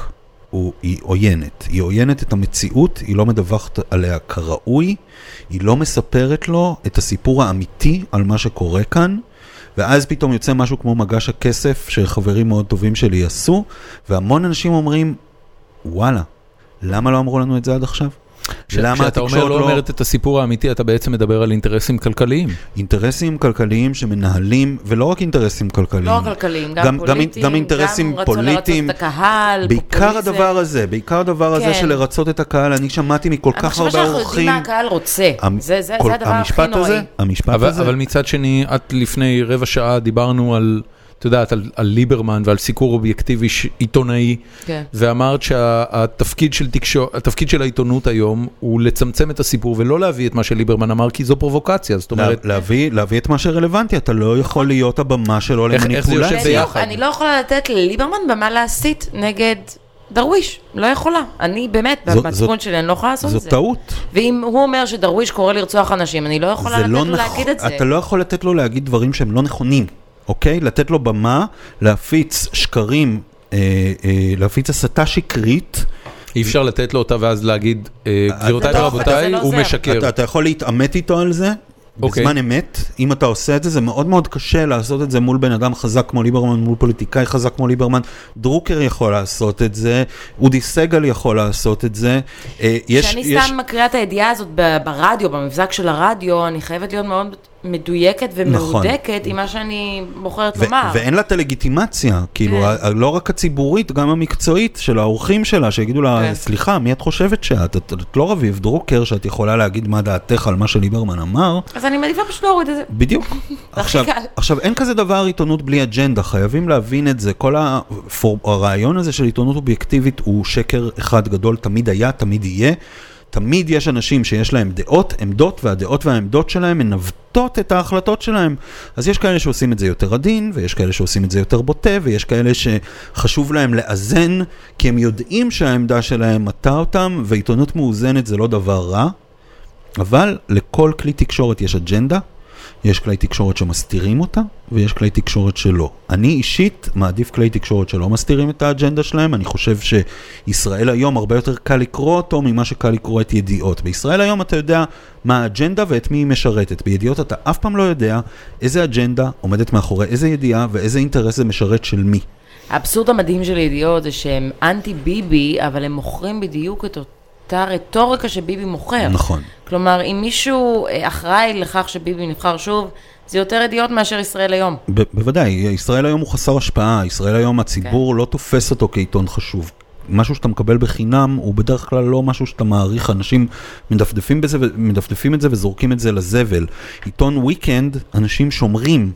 הוא, היא עוינת, היא עוינת את המציאות, היא לא מדווחת עליה כראוי, היא לא מספרת לו את הסיפור האמיתי על מה שקורה כאן, ואז פתאום יוצא משהו כמו מגש הכסף שחברים מאוד טובים שלי עשו, והמון אנשים אומרים, וואלה, למה לא אמרו לנו את זה עד עכשיו? למה
כשאתה אומר
התקשורת
לא
לא...
אומרת את הסיפור האמיתי, אתה בעצם מדבר על אינטרסים כלכליים.
אינטרסים כלכליים שמנהלים, ולא רק אינטרסים כלכליים.
לא רק כלכליים, גם,
גם- גם-
פוליטיים,
גם אינטרסים
גם
פוליטיים.
רצון לרצות את הקהל,
בעיקר
פופוליזם.
הדבר הזה, בעיקר הדבר הזה
כן.
של לרצות את הקהל, אני שמעתי מכל כך
המחשבה
הרבה
שאנחנו יודעים
אורחים.
מה הקהל רוצה,
המ-
זה, זה,
כל-
זה הדבר הכי
המשפט
נוראי.
הזה, המשפט
אבל,
הזה,
אבל מצד שני, את לפני רבע שעה דיברנו על, את יודעת, על, על ליברמן ועל סיקור אובייקטיבי ש... עיתונאי,
כן.
ואמרת שהתפקיד של, תקשור... התפקיד של העיתונות היום הוא לצמצם את הסיפור ולא להביא את מה שליברמן אמר, כי זו פרובוקציה, זאת
לה-
אומרת,
להביא- להביא את מה שרלוונטי, אתה לא יכול להיות הבמה שלו
איך- איך זה יושב
למניפולציה.
בדיוק,
ביחד.
אני לא יכולה לתת לליברמן במה להסית נגד דרוויש, לא יכולה. אני באמת,
זו-
במצפון
זאת-
שלי, אני לא יכולה לעשות
זו
את זה.
טעות.
ואם הוא אומר שדרוויש קורא לרצוח אנשים, אני לא יכולה
זה
לתת
לא
לו
נכון,
להגיד את זה.
אתה לא יכול לתת לו להגיד דברים שהם לא נכונים, אוקיי? לתת לו במה, להפיץ שקרים, אה, אה, להפיץ הסתה שקרית.
אי אפשר לתת לו אותה ואז להגיד, אה,
אתה-
גבירותיי
לא, אבל
ורבותיי,
זה לא
הוא
זה.
משקר.
אתה, אתה יכול להתעמת איתו על זה.
אוקיי.
בזמן אמת, אם אתה עושה את זה, זה מאוד מאוד קשה לעשות את זה מול בן אדם חזק כמו ליברמן, מול פוליטיקאי חזק כמו ליברמן. דרוקר יכול לעשות את זה, אודי סגל יכול לעשות את זה. אה, יש,
כשאני
יש...
סתם מקריאה את הידיעה הזאת ב- ברדיו, במבזק של הרדיו, אני חייבת להיות מאוד מדויקת ומהודקת עם מה שאני בוחרת לומר.
נכון. ואין לה את הלגיטימציה, כאילו,
כן.
ה- ה- לא רק הציבורית, גם המקצועית של האורחים שלה, שיגידו לה,
כן.
סליחה, מי את חושבת שאת? את את לא רביב דרוקר, שאת יכולה להגיד מה דעתך על מה שליברמן אמר.
אז אני מעדיפה פשוט להוריד את זה.
בדיוק. עכשיו,
קל.
עכשיו, אין כזה דבר עיתונות בלי אג'נדה, חייבים להבין את זה. כל הפור- הרעיון הזה של עיתונות אובייקטיבית הוא שקר אחד גדול, תמיד היה, תמיד יהיה. תמיד יש אנשים שיש להם דעות, עמדות, והדעות והעמדות שלהם מנווטות את ההחלטות שלהם. אז יש כאלה שעושים את זה יותר עדין, ויש כאלה שעושים את זה יותר בוטה, ויש כאלה שחשוב להם לאזן, כי הם יודעים שהעמדה שלהם מטעה אותם, ועיתונות מאוזנת זה לא דבר רע. אבל לכל כלי תקשורת יש אג'נדה, יש כלי תקשורת שמסתירים אותה, ויש כלי תקשורת שלא. אני אישית מעדיף כלי תקשורת שלא מסתירים את האג'נדה שלהם, אני חושב שישראל היום הרבה יותר קל לקרוא אותו ממה שקל לקרוא את ידיעות. בישראל היום אתה יודע מה האג'נדה ואת מי היא משרתת. בידיעות אתה אף פעם לא יודע איזה אג'נדה עומדת מאחורי איזה ידיעה ואיזה אינטרס זה משרת של מי.
האבסורד המדהים של הידיעות זה שהם אנטי ביבי, אבל הם מוכרים בדיוק את אותה רטוריקה שביבי מוכר.
נכון.
כלומר, אם מישהו אה, אחראי לכך שביבי נבחר שוב, זה יותר ידיעות מאשר ישראל היום.
ב- בוודאי, ישראל היום הוא חסר השפעה, ישראל היום הציבור לא תופס אותו כעיתון חשוב. משהו שאתה מקבל בחינם הוא בדרך כלל לא משהו שאתה מעריך, אנשים מדפדפים, בזה, ו- מדפדפים את זה וזורקים את זה לזבל. עיתון weekend, אנשים שומרים.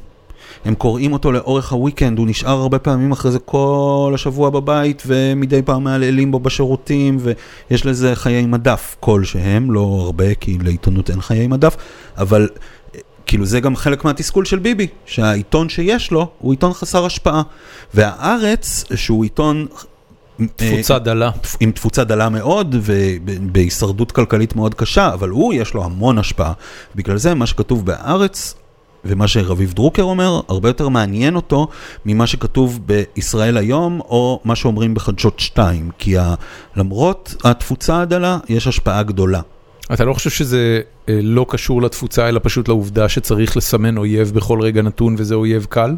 הם קוראים אותו לאורך הוויקנד, הוא נשאר הרבה פעמים אחרי זה כל השבוע בבית ומדי פעם מעלעלים בו בשירותים ויש לזה חיי מדף כלשהם, לא הרבה כי לעיתונות אין חיי מדף, אבל כאילו זה גם חלק מהתסכול של ביבי, שהעיתון שיש לו הוא עיתון חסר השפעה. והארץ, שהוא עיתון... אה,
תפוצה דלה.
עם תפוצה דלה מאוד ובהישרדות כלכלית מאוד קשה, אבל הוא, יש לו המון השפעה. בגלל זה מה שכתוב בהארץ ומה שרביב דרוקר אומר, הרבה יותר מעניין אותו ממה שכתוב בישראל היום, או מה שאומרים בחדשות 2, כי ה... למרות התפוצה הדלה, יש השפעה גדולה.
אתה לא חושב שזה אה, לא קשור לתפוצה, אלא פשוט לעובדה שצריך לסמן אויב בכל רגע נתון וזה אויב קל?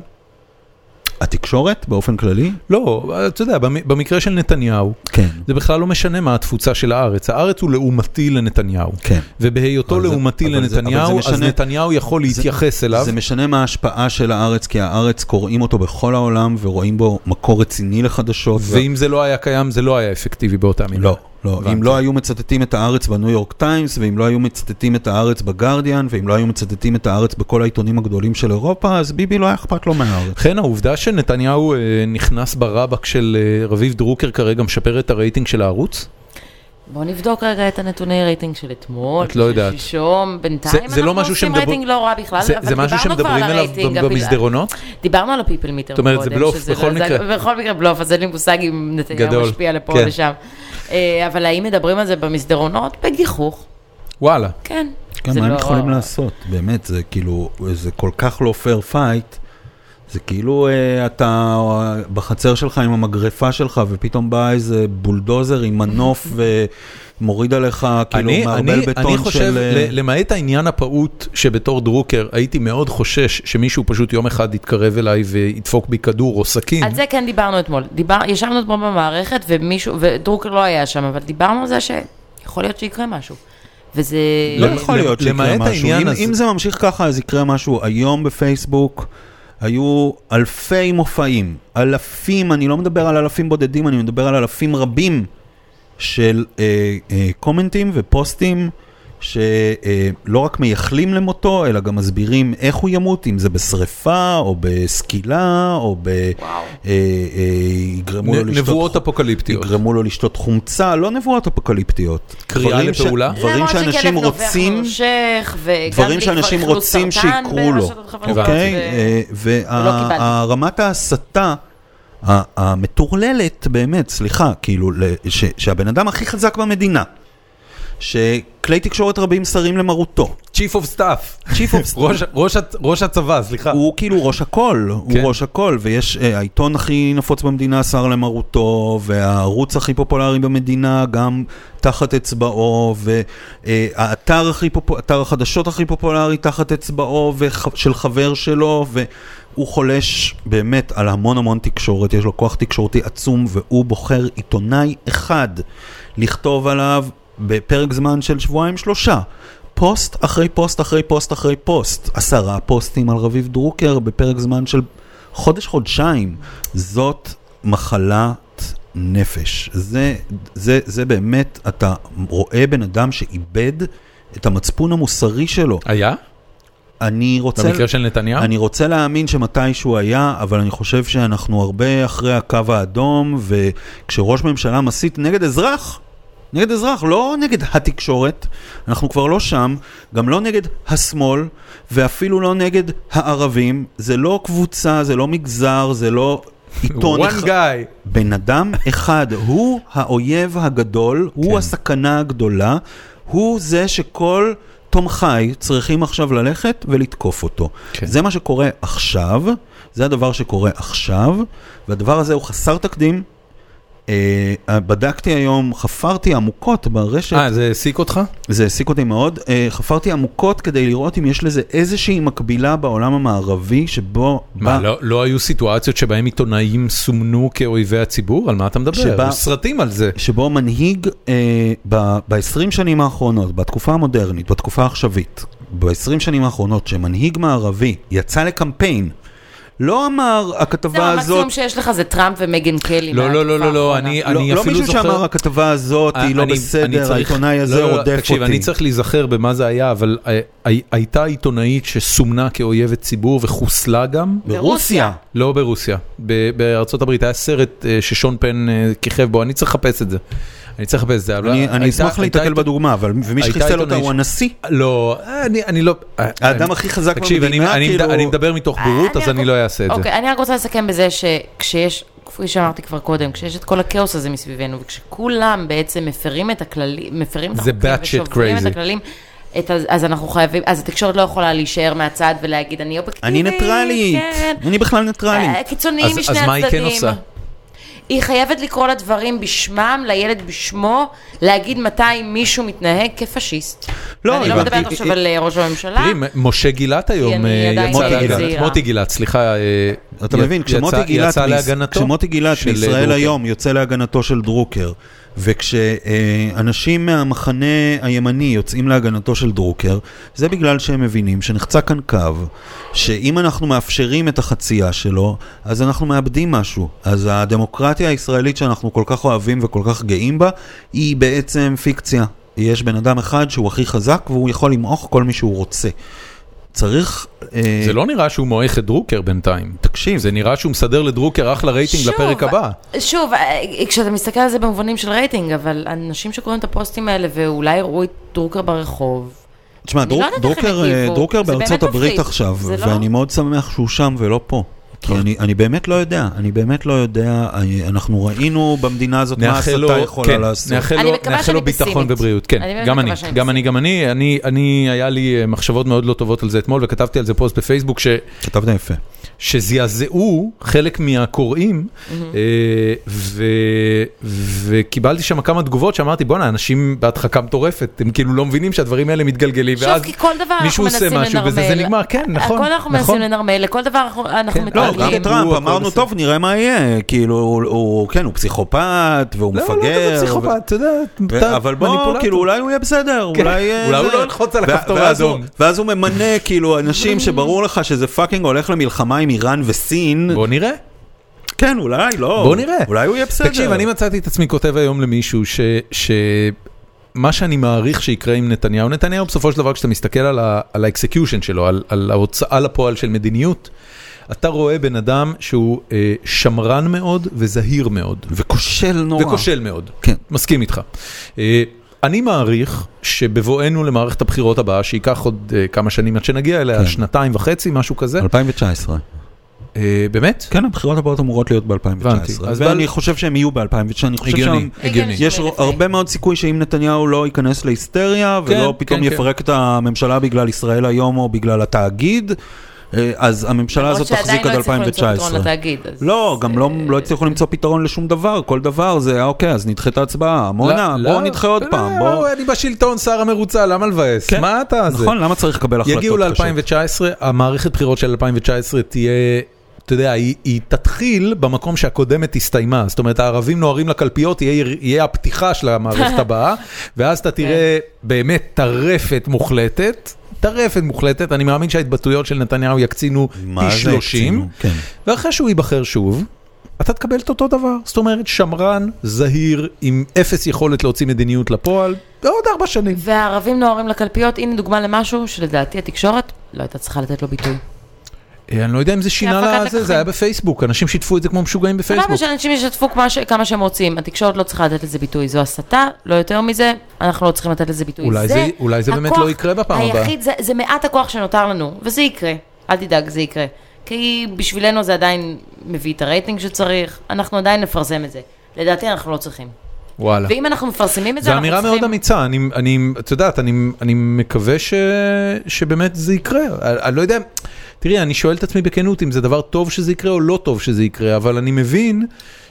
התקשורת באופן כללי?
לא, אתה יודע, במ- במקרה של נתניהו,
כן.
זה בכלל לא משנה מה התפוצה של הארץ. הארץ הוא לעומתי לנתניהו.
כן.
ובהיותו
אבל זה-
לעומתי
אבל זה-
לנתניהו,
אבל זה
אז
משנה-
נתניהו יכול להתייחס
זה,
אליו.
זה משנה מה ההשפעה של הארץ, כי הארץ קוראים אותו בכל העולם ורואים בו מקור רציני לחדשות. ו-
ואם זה לא היה קיים, זה לא היה אפקטיבי באותה מידה.
לא, לא.
הבנתי.
אם לא היו מצטטים את הארץ בניו יורק טיימס, ואם לא היו מצטטים את הארץ בגרדיאן, ואם לא היו מצטטים את הארץ בכל העיתונים הגדולים של אירופה, אז ביבי לא היה אכפת לו מהארץ.
לכן העובדה שנתניהו אה, נכנס ברבק של אה, רביב דרוקר כרגע משפר את הרייטינג של הערוץ?
בואו נבדוק רגע את הנתוני רייטינג של אתמול,
את לא
של
יודעת.
שלשום, בינתיים
זה-
אנחנו
זה לא משהו
עושים
שמדבר-
רייטינג לא רע בכלל,
זה-
אבל
זה משהו
דיברנו כבר
שמדברים
על
עליו
הרייטינג,
ב-
אבל-
במסדרונות?
דיברנו על הפיפל מיטר
זאת אומרת, זה
קודם,
בלוף
שזה
בכל
לא- זה-
מקרה.
בכל מקרה בלוף, אז אין לי מושג אם נתניהו
גדול,
משפיע לפה
כן.
או לשם. אה, אבל האם מדברים על זה במסדרונות? בגיחוך,
וואלה.
כן.
כן,
זה
מה הם
לא-
יכולים לעשות? באמת, זה כאילו, זה כל כך לא פייר פייט. זה כאילו אה, אתה אה, בחצר שלך עם המגרפה שלך, ופתאום בא איזה בולדוזר עם מנוף מוריד עליך כאילו
אני,
מערבל
אני,
בטון
אני חושב,
של... אה,
ל- למעט העניין הפעוט שבתור דרוקר הייתי מאוד חושש שמישהו פשוט יום אחד יתקרב אליי וידפוק בי כדור או סכין.
על זה כן דיברנו אתמול. דיבר, ישבנו אתמול במערכת, ומישהו, ודרוקר לא היה שם, אבל דיברנו על זה שיכול להיות שיקרה משהו. וזה...
לא
אה, למ-
יכול להיות שיקרה
למעט
משהו.
העניין
אם,
הזה.
אם זה ממשיך ככה, אז יקרה משהו. היום בפייסבוק היו אלפי מופעים, אלפים, אני לא מדבר על אלפים בודדים, אני מדבר על אלפים רבים של אה, אה, קומנטים ופוסטים. שלא אה, לא רק מייחלים למותו, אלא גם מסבירים איך הוא ימות, אם זה בשריפה, או בסקילה, או ב... אה, אה, יגרמו לו
נ-
לשתות...
נבואות אפוקליפטיות.
יגרמו לו לשתות חומצה, לא נבואות אפוקליפטיות.
קריאה
דברים
לפעולה?
דברים
למרות שכלב
שאנשים
נובח
רוצים,
נושך, וגם לי
דברים
כבר
שאנשים
איחלו
רוצים
סרטן
שיקרו לו,
ברשתות החברתיות,
אוקיי?
ו- ולא קיבלתי.
והרמת ההסתה ה- המטורללת באמת, סליחה, כאילו, ל- ש- שהבן אדם הכי חזק במדינה, שכלי תקשורת רבים סרים למרותו,
Chief of Staff.
Chief of Staff.
ראש- ראש הצ- ראש הצבא, סליחה.
הוא כאילו ראש הכל, הוא
אה. כן.
ראש הכל, ויש, אה, העיתון הכי נפוץ במדינה שר למרותו, והערוץ הכי פופולרי במדינה גם תחת אצבעו, והאתר הכי פופולרי, אתר החדשות הכי פופולרי תחת אצבעו, וח- של חבר שלו, והוא חולש באמת על המון המון תקשורת, יש לו כוח תקשורתי עצום, והוא בוחר עיתונאי אחד לכתוב עליו בפרק זמן של שבועיים שלושה. פוסט אחרי פוסט אחרי פוסט אחרי פוסט, עשרה פוסטים על רביב דרוקר בפרק זמן של חודש-חודשיים. זאת מחלת נפש. זה, זה, זה באמת, אתה רואה בן אדם שאיבד את המצפון המוסרי שלו.
היה?
אני רוצה...
במקרה של נתניהו?
אני רוצה להאמין שמתישהו היה, אבל אני חושב שאנחנו הרבה אחרי הקו האדום, וכשראש ממשלה מסית נגד אזרח, נגד אזרח, לא נגד התקשורת, אנחנו כבר לא שם, גם לא נגד השמאל, ואפילו לא נגד הערבים, זה לא קבוצה, זה לא מגזר, זה לא עיתון
one guy.
בן אדם אחד, הוא האויב הגדול,
כן.
הוא הסכנה הגדולה, הוא זה שכל תומכיי צריכים עכשיו ללכת ולתקוף אותו.
כן.
זה מה שקורה עכשיו, זה הדבר שקורה עכשיו, והדבר הזה הוא חסר תקדים. אה, בדקתי היום, חפרתי עמוקות ברשת,
אה, זה העסיק אותך?
זה העסיק אותי מאוד, אה, חפרתי עמוקות כדי לראות אם יש לזה איזושהי מקבילה בעולם המערבי שבו...
מה,
בה-
לא- לא היו סיטואציות שבהם עיתונאים סומנו כאויבי הציבור? על מה אתה מדבר?
שבה-
יש סרטים על זה.
שבו מנהיג אה, ב-20 שנים האחרונות, בתקופה המודרנית, בתקופה העכשווית, ב-20 שנים האחרונות, שמנהיג מערבי יצא לקמפיין, לא אמר
זהו,
הכתבה הזאת,
המקסימום שיש לך זה טראמפ ומגן קלי.
לא, לא, לא, לא, לא,
מהתקופה
אני
האחרונה.
לא,
אני
לא
אפילו
מישהו
זוכר... אה,
שאמר הכתבה הזאת היא לא
אני- אני
בסדר,
צריך-
העיתונאי הזה
לא, לא, לא,
רודף אותי.
תקשיב, אני צריך להיזכר במה זה היה, אבל אה, הי- הייתה עיתונאית שסומנה כאויבת ציבור וחוסלה גם,
ברוסיה.
לא ברוסיה, ב- בארצות הברית היה סרט אה, ששון פן אה, כיכב בו, אני צריך לחפש את זה. אני צריך לחפש את זה. אבל
אני,
הייתה-
אני אשמח
הייתה-
להתקל
הייתה-
בדוגמה, אבל ומי
הייתה
שחיסל אותה
עיתונאית ש-
הוא הנשיא.
לא, אני, אני לא...
האדם הכי חזק
תקשיב, אני-
במדינה,
אני,
כאילו-
אני מדבר מתוך בורות, אז
רק-
אני לא אעשה את זה.
אה, אוקיי, אני רק רוצה לסכם בזה שכשיש, כפי שאמרתי כבר קודם, כשיש את כל הכאוס הזה מסביבנו, וכשכולם בעצם מפרים את הכללים, מפרים את
זה
החוקים
batshit
ושוברים את
crazy.
הכללים, את, ה- אז אנחנו חייבים, אז התקשורת לא יכולה להישאר מהצד ולהגיד, אני
אני
אובייקטיבית,
ניטרלית,
כן.
אני בכלל ניטרלית.
אה, קיצוניים
אז-
משני
אז
הצדדים.
מה היא כן עושה?
היא חייבת לקרוא לדברים בשמם, לילד בשמו, להגיד מתי מישהו מתנהג כפשיסט.
לא,
ואני לא
הבנתי.
מדברת עכשיו על אה, ראש הממשלה.
תראי, מ- משה גילת היום
אני
אה,
עדיין
יצא
מוטי
להגנת,
גילת.
מוטי גילת, סליחה, אה,
אתה
י-
מבין, כשמוטי
יצא-
גילת,
יצא
מיש-
להגנתו
כשמוטי גילת
של, אה,
מישראל
דרוקר.
היום יוצא להגנתו של דרוקר, וכשאנשים מהמחנה הימני יוצאים להגנתו של דרוקר, זה בגלל שהם מבינים שנחצה כאן קו, שאם אנחנו מאפשרים את החצייה שלו, אז אנחנו מאבדים משהו. אז הדמוקרטיה הישראלית שאנחנו כל כך אוהבים וכל כך גאים בה, היא בעצם פיקציה. יש בן אדם אחד שהוא הכי חזק והוא יכול למעוך כל מי שהוא רוצה. צריך... אה,
זה לא נראה שהוא מועך את דרוקר בינתיים.
תקשיב,
זה נראה שהוא מסדר לדרוקר אחלה רייטינג
שוב,
לפרק הבא.
שוב, אה, כשאתה מסתכל על זה במובנים של רייטינג, אבל אנשים שקוראים את הפוסטים האלה ואולי יראו את דרוקר ברחוב,
תשמע,
אני
דרוק,
לא יודעת איך הם
דרוקר, אה,
הגיבו.
דרוקר
זה באמת
בארצות הברית
מפחיד.
עכשיו,
זה לא- כן.
ואני מאוד שמח שהוא שם ולא פה. כי אני, אני באמת לא יודע, אני באמת לא יודע, אני, אנחנו ראינו במדינה הזאת מה
נאחל לו,
הסתה יכולה
כן,
לעשות.
נאחל
אני
לו,
מקווה
נאחל
שאני
לו ביטחון
פסימית.
ובריאות, כן,
אני באמת
גם אני,
מקווה שאני
גם אני, גם אני, אני, אני, היה לי אה, מחשבות מאוד לא טובות על זה אתמול, וכתבתי על זה פוסט בפייסבוק, ש...
כתבת יפה.
שזעזעו חלק מהקוראים, אה, ו- וקיבלתי שם כמה תגובות שאמרתי, בואנה, אנשים בהדחקה מטורפת, הם כאילו לא מבינים שהדברים האלה מתגלגלים,
שוב, כי כל דבר אנחנו
מישהו עושה
מנסים לנרמל.
משהו וזה זה נגמר, כן, נכון,
הכל אנחנו
נכון.
מנסים לנרמל, לכל דבר אנחנו- אנחנו
כן,
לא,
גם
גם
מתרגלים.
הוא,
טראמפ
הכל
אמרנו,
בסדר.
טוב, נראה מה יהיה, כאילו, הוא- הוא, כן, הוא פסיכופת, והוא
לא,
מפגר.
לא, לא, אתה
ו-
פסיכופת, אתה יודע, אתה
ו- אבל בוא,
מניפולטור.
כאילו, אולי הוא יהיה בסדר,
כן.
אולי... אה,
אולי הוא
זה-
לא ילחוץ על
ו-
הכפתור
ואז הוא-
האדום.
ואז הוא ממנה, כאילו, אנשים שברור לך שזה פאקינג הולך למלחמה עם איראן וסין.
בוא נראה.
כן, אולי, לא.
בוא נראה.
אולי הוא יהיה בסדר.
תקשיב, אני מצאתי את עצמי כותב היום למישהו ש... ש... מה שאני מעריך שיקרה עם נתניהו, נתניהו בסופו של דבר כשאתה מסתכל על ה- על האקסקיושן שלו, על, על ההוצאה לפועל של מדיניות, אתה רואה בן אדם שהוא אה, שמרן מאוד וזהיר מאוד.
וכושל נורא.
וכושל מאוד.
כן.
מסכים איתך. אה, אני מעריך שבבואנו למערכת הבחירות הבאה, שייקח עוד אה, כמה שנים עד שנגיע אליה,
כן.
שנתיים וחצי, משהו כזה,
2019.
אה, באמת?
כן, הבחירות הבאות אמורות להיות ב-2019.
הבנתי. אז
ואני
ב-
חושב שהם יהיו ב-2019. אני חושב
הגיוני,
שהם...
הגיוני.
יש ר- הרבה מאוד סיכוי שאם נתניהו לא ייכנס להיסטריה ולא
כן,
פתאום
כן, כן.
יפרק את הממשלה בגלל ישראל היום או בגלל התאגיד, אה, אז הממשלה הזאת תחזיק עד
למרות שעדיין לא הצליחו למצוא פתרון
2019.
לתאגיד. אז-
לא, גם לא-
אה,
לא הצליחו למצוא פתרון לשום דבר, כל דבר זה "אה, אוקיי, אז נדחה את ההצבעה, עמונה,
לא,
בואו
לא,
נדחה עוד
לא,
פעם, בואו.
אני בשלטון, שר המרוצה, למה לבאס?
כן.
מה אתה... זה?
נכון, למה צריך לקבל החלטות
יגיעו
קשות?
ל-2019, המערכת בחירות של 2019 תהיה, אתה יודע, היא, היא תתחיל במקום שהקודמת הסתיימה. זאת אומרת, הערבים נוהרים לקלפיות, יהיה, יהיה הפתיחה של המערכת הבאה, ואז אתה תראה באמת טרפת מוחלטת. טרפת מוחלטת, אני מאמין שההתבטאויות של נתניהו יקצינו
מה
פי
זה
30,
הקצינו? כן.
ואחרי שהוא ייבחר שוב, אתה תקבל את אותו דבר. זאת אומרת, שמרן, זהיר, עם אפס יכולת להוציא מדיניות לפועל, בעוד ארבע שנים.
והערבים נוהרים לקלפיות, הנה דוגמה למשהו שלדעתי התקשורת לא הייתה צריכה לתת לו ביטוי.
אה, אני לא יודע אם זה שינה
הפקת
לזה, זה
לקחים.
היה בפייסבוק, אנשים שיתפו את זה כמו משוגעים
סבבה
בפייסבוק.
שאנשים ישתפו כמה ש- כמה שהם רוצים, התקשורת לא צריכה לתת לזה ביטוי, זו הסתה, לא יותר מזה, אנחנו לא צריכים לתת לזה ביטוי.
אולי זה- אולי זה באמת
הכוח
לא יקרה בפעם הבאה.
היחיד, זה- זה מעט הכוח שנותר לנו, וזה יקרה, אל תדאג, זה יקרה. כי בשבילנו זה עדיין מביא את הרייטינג שצריך, אנחנו עדיין נפרסם את זה. לדעתי אנחנו לא צריכים.
וואלה.
ואם אנחנו מפרסמים את זה,
זו
אנחנו
אמירה
צריכים...
מאוד אמיצה, אני- אני, את יודעת, אני- אני מקווה ש- שבאמת זה יקרה. אני- אני לא יודע, תראי, אני שואל את עצמי בכנות אם זה דבר טוב שזה יקרה או לא טוב שזה יקרה, אבל אני מבין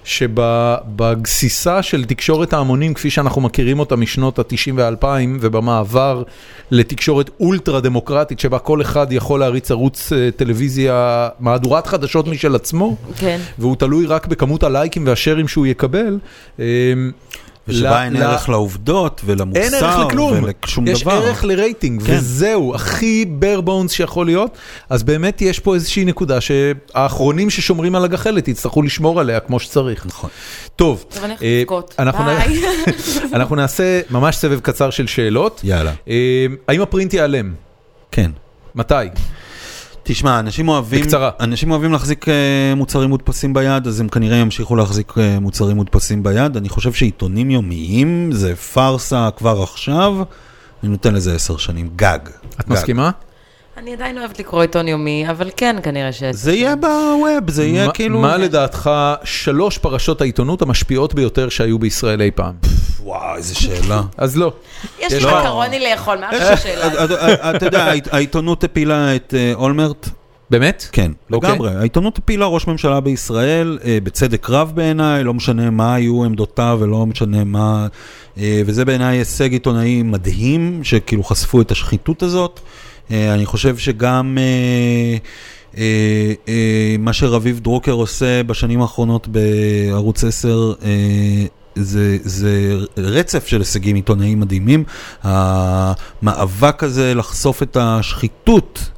שבגסיסה של תקשורת ההמונים, כפי שאנחנו מכירים אותה משנות ה-90 וה-2000, ובמעבר לתקשורת אולטרה דמוקרטית, שבה כל אחד יכול להריץ ערוץ אה, טלוויזיה, מהדורת חדשות משל עצמו,
כן.
והוא תלוי רק בכמות הלייקים והשרים שהוא יקבל. אמ, ל-
ושבה אין
ל-
ערך לעובדות ולמוסר
אין ערך לכלום,
ולשום
יש
דבר.
ערך לרייטינג,
כן.
וזהו, הכי bare bones שיכול להיות. אז באמת יש פה איזושהי נקודה שהאחרונים ששומרים על הגחלת יצטרכו לשמור עליה כמו שצריך.
נכון.
טוב,
טוב, אני הולכת
אה,
לבכות.
אנחנו נ-
ביי.
אנחנו נעשה ממש סבב קצר של שאלות.
יאללה.
אה, האם הפרינט ייעלם?
כן.
מתי?
תשמע, אנשים אוהבים,
בקצרה.
אנשים אוהבים להחזיק אה, מוצרים מודפסים ביד, אז הם כנראה ימשיכו להחזיק אה, מוצרים מודפסים ביד. אני חושב שעיתונים יומיים זה פארסה כבר עכשיו, אני נותן לזה עשר שנים, גג.
את
גג.
מסכימה?
אני עדיין אוהבת לקרוא עיתון יומי, אבל כן, כנראה ש...
זה יהיה בווב, זה יהיה
מה-
כאילו...
מה לדעתך שלוש פרשות העיתונות המשפיעות ביותר שהיו בישראל אי פעם?
וואו, איזה שאלה.
אז לא.
יש
יש
לי
לא.
מקרוני לאכול, מה עכשיו השאלה?
אתה- אה, אתה- אתה יודע, העית- העיתונות הפילה את אה, אולמרט,
באמת?
כן,
אוקיי.
לגמרי. העיתונות הפילה ראש ממשלה בישראל, אה, בצדק רב בעיניי, לא משנה מה היו עמדותיו ולא משנה מה... אה, וזה בעיניי הישג עיתונאי מדהים, שכאילו חשפו את השחיתות הזאת. אה, אני חושב שגם אה, אה, אה, מה שרביב דרוקר עושה בשנים האחרונות בערוץ 10, אה, זה, זה רצף של הישגים עיתונאיים מדהימים. המאבק הזה לחשוף את השחיתות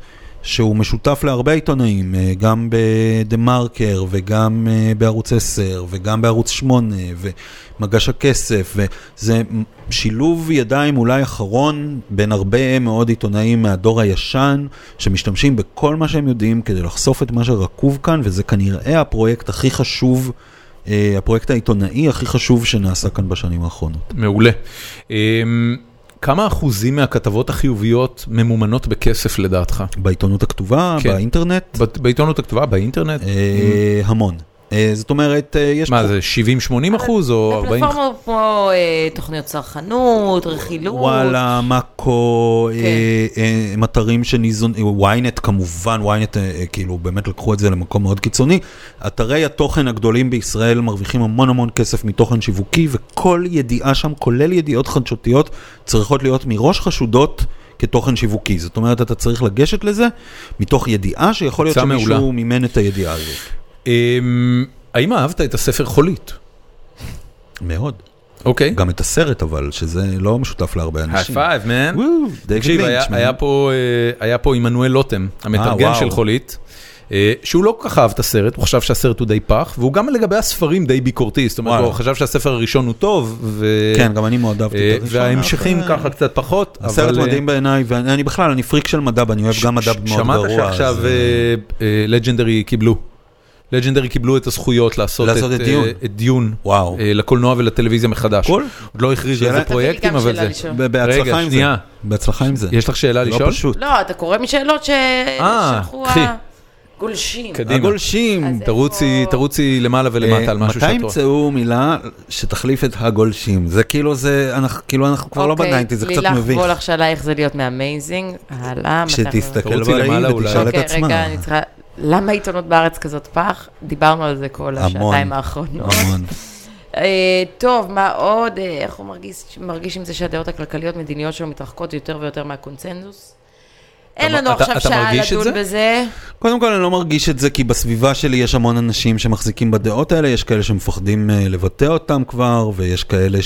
שהוא משותף להרבה עיתונאים, אה, גם בדה מרקר וגם אה, בערוץ 10 וגם בערוץ 8 ומגש הכסף, וזה שילוב ידיים אולי אחרון בין הרבה מאוד עיתונאים מהדור הישן, שמשתמשים בכל מה שהם יודעים כדי לחשוף את מה שרקוב כאן, וזה כנראה הפרויקט הכי חשוב, אה, הפרויקט העיתונאי הכי חשוב שנעשה כאן בשנים האחרונות.
מעולה. אמ, כמה אחוזים מהכתבות החיוביות ממומנות בכסף לדעתך?
בעיתונות הכתובה,
כן.
באינטרנט,
בת- בעיתונות הכתובה, באינטרנט?
אה, המון. אה, זאת אומרת, יש...
מה זה, 70-80 אחוז
אה,
או 40?
הפלטפורמות כמו אה, תוכניות צרכנות, רכילות.
וואלה, מאקו,
כן.
אה, אה, הם אתרים שניזון, אה, ynet כמובן, ynet אה, אה, כאילו באמת לקחו את זה למקום מאוד קיצוני. אתרי התוכן הגדולים בישראל מרוויחים המון המון כסף מתוכן שיווקי, וכל ידיעה שם, כולל ידיעות חדשותיות, צריכות להיות מראש חשודות. כתוכן שיווקי, זאת אומרת אתה צריך לגשת לזה מתוך ידיעה שיכול להיות
עצה מעולה.
שמישהו מימן את הידיעה הזאת.
אמ, האם אהבת את הספר חולית?
מאוד.
אוקיי.
גם את הסרט אבל, שזה לא משותף להרבה אנשים.
מן.
וואו, דייוויד
תקשיב,
לינץ',
היה,
man.
היה, פה, אה, היה פה עמנואל לוטם, המתרגם
וואו.
של חולית, אה, שהוא לא כל כך אהב את הסרט, הוא חשב שהסרט הוא די פח, והוא גם לגבי הספרים די ביקורתי, זאת אומרת,
וואלה.
הוא חשב שהספר הראשון הוא טוב, ו...
כן, גם אני מאוד אהבתי
אה,
את הראשון.
וההמשכים
אה.
אבל-
ככה קצת פחות.
הסרט
אבל, אה,
מדהים בעיניי, ואני אני בכלל, אני פריק של מדע, ואני אוהב גם מדע מאוד גרוע.
שמעת שעכשיו אה,
אז- אה,
לג'נדרי קיבלו. לג'נדרי קיבלו את הזכויות לעשות,
לעשות את
אה,
דיון.
את דיון
וואו.
אה, לקולנוע ולטלוויזיה מחדש.
קול.
עוד לא הכריזו
שאלה-
איזה פרויקטים, אבל זה...
ב- בהצלחה
רגע,
עם זה.
שנייה.
בהצלחה עם זה.
יש לך שאלה
לא
לשאול?
פשוט.
לא, אתה קורא משאלות
אה,
ששלחו
קחי.
הגולשים.
קדימה.
הגולשים.
אז-
תרוצי,
איפה-
תרוצי למעלה ולמטה על משהו
אה, מתי
שאת רואה.
ימצאו מילה שתחליף את הגולשים? זה כאילו זה, אנחנו- כאילו אנחנו כבר לא
אוקיי,
בניינטי, זה קצת
לילך
מביך.
וולך שאלה איך זה להיות מאמייזינג. הלאה, מתי אנחנו-
כשתסתכל
תרוצי למעלה
בראי
אולי.
ותשאל את
אוקיי,
עצמה.
רגע, אני צריכה... למה העיתונות בארץ כזאת פח? דיברנו על זה כל
המון.
השעתיים האחרונות.
המון.
אה, טוב, מה עוד? אה, איך הוא מרגיש, מרגיש עם זה שהדעות הכלכליות מדיניות שלו מתרחקות יותר ויותר מהקונצנזוס? אין
אתה-
לנו
אתה-
עכשיו
אתה
שעה
מרגיש את
לדון
זה?
בזה.
קודם כל, אני לא מרגיש את זה, כי בסביבה שלי יש המון אנשים שמחזיקים בדעות האלה, יש כאלה שמפחדים אה, לבטא אותם כבר, ויש כאלה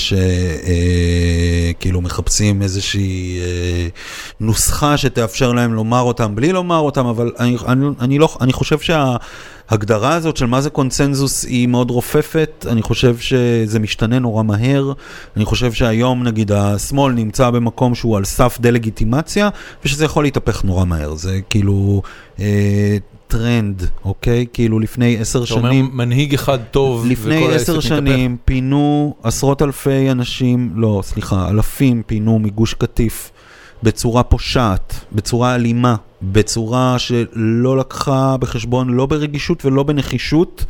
שכאילו כאילו מחפשים איזושהי אה, נוסחה שתאפשר להם לומר אותם בלי לומר אותם, אבל אני, אני, אני, לא, אני חושב שההגדרה הזאת של מה זה קונצנזוס היא מאוד רופפת, אני חושב שזה משתנה נורא מהר, אני חושב שהיום נגיד השמאל נמצא במקום שהוא על סף דה-לגיטימציה, ושזה יכול להתהפך נורא מהר, זה כאילו... אה, טרנד, אוקיי? כאילו לפני עשר
אתה אומר
שנים,
מנהיג אחד טוב,
לפני
וכל העסק
עשר
מתהפך.
שנים פינו עשרות אלפי אנשים, לא, סליחה, אלפים פינו מגוש קטיף בצורה פושעת, בצורה אלימה, בצורה שלא לקחה בחשבון, לא ברגישות ולא בנחישות.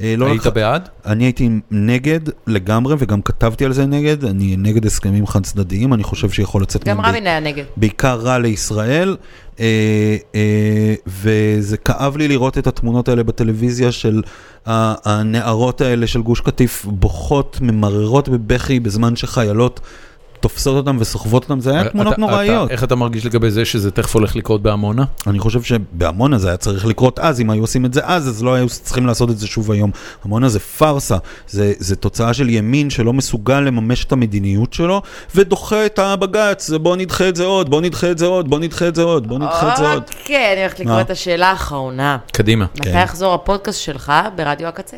אה, לא
היית
לקחה-
בעד?
אני הייתי נגד לגמרי, וגם כתבתי על זה נגד, אני נגד הסכמים חד צדדיים, אני חושב שיכול לצאת
גם
מהם ב-
רבין היה נגד.
בעיקר רע לישראל, אה, אה, וזה כאב לי לראות את התמונות האלה בטלוויזיה של ה- הנערות האלה של גוש קטיף בוכות, ממררות בבכי בזמן שחיילות תופסות אותם וסוחבות אותם, זה היה תמונות
אה, אתה-
נוראיות.
אתה- איך אתה מרגיש לגבי זה שזה תכף הולך לקרות בעמונה?
אני חושב שבעמונה זה היה צריך לקרות אז, אם היו עושים את זה אז, אז לא היו צריכים לעשות את זה שוב היום. עמונה זה פארסה, זה, זה תוצאה של ימין שלא מסוגל לממש את המדיניות שלו, ודוחה את הבג"ץ, זה בוא נדחה את זה עוד, בוא נדחה את זה עוד, בוא נדחה את זה עוד, בוא נדחה את זה עוד.
אוקיי, אני הולכת לקרוא
מה?
את השאלה האחרונה.
קדימה.
מתי
כן.
יחזור הפודקאסט שלך ברדיו הקצה?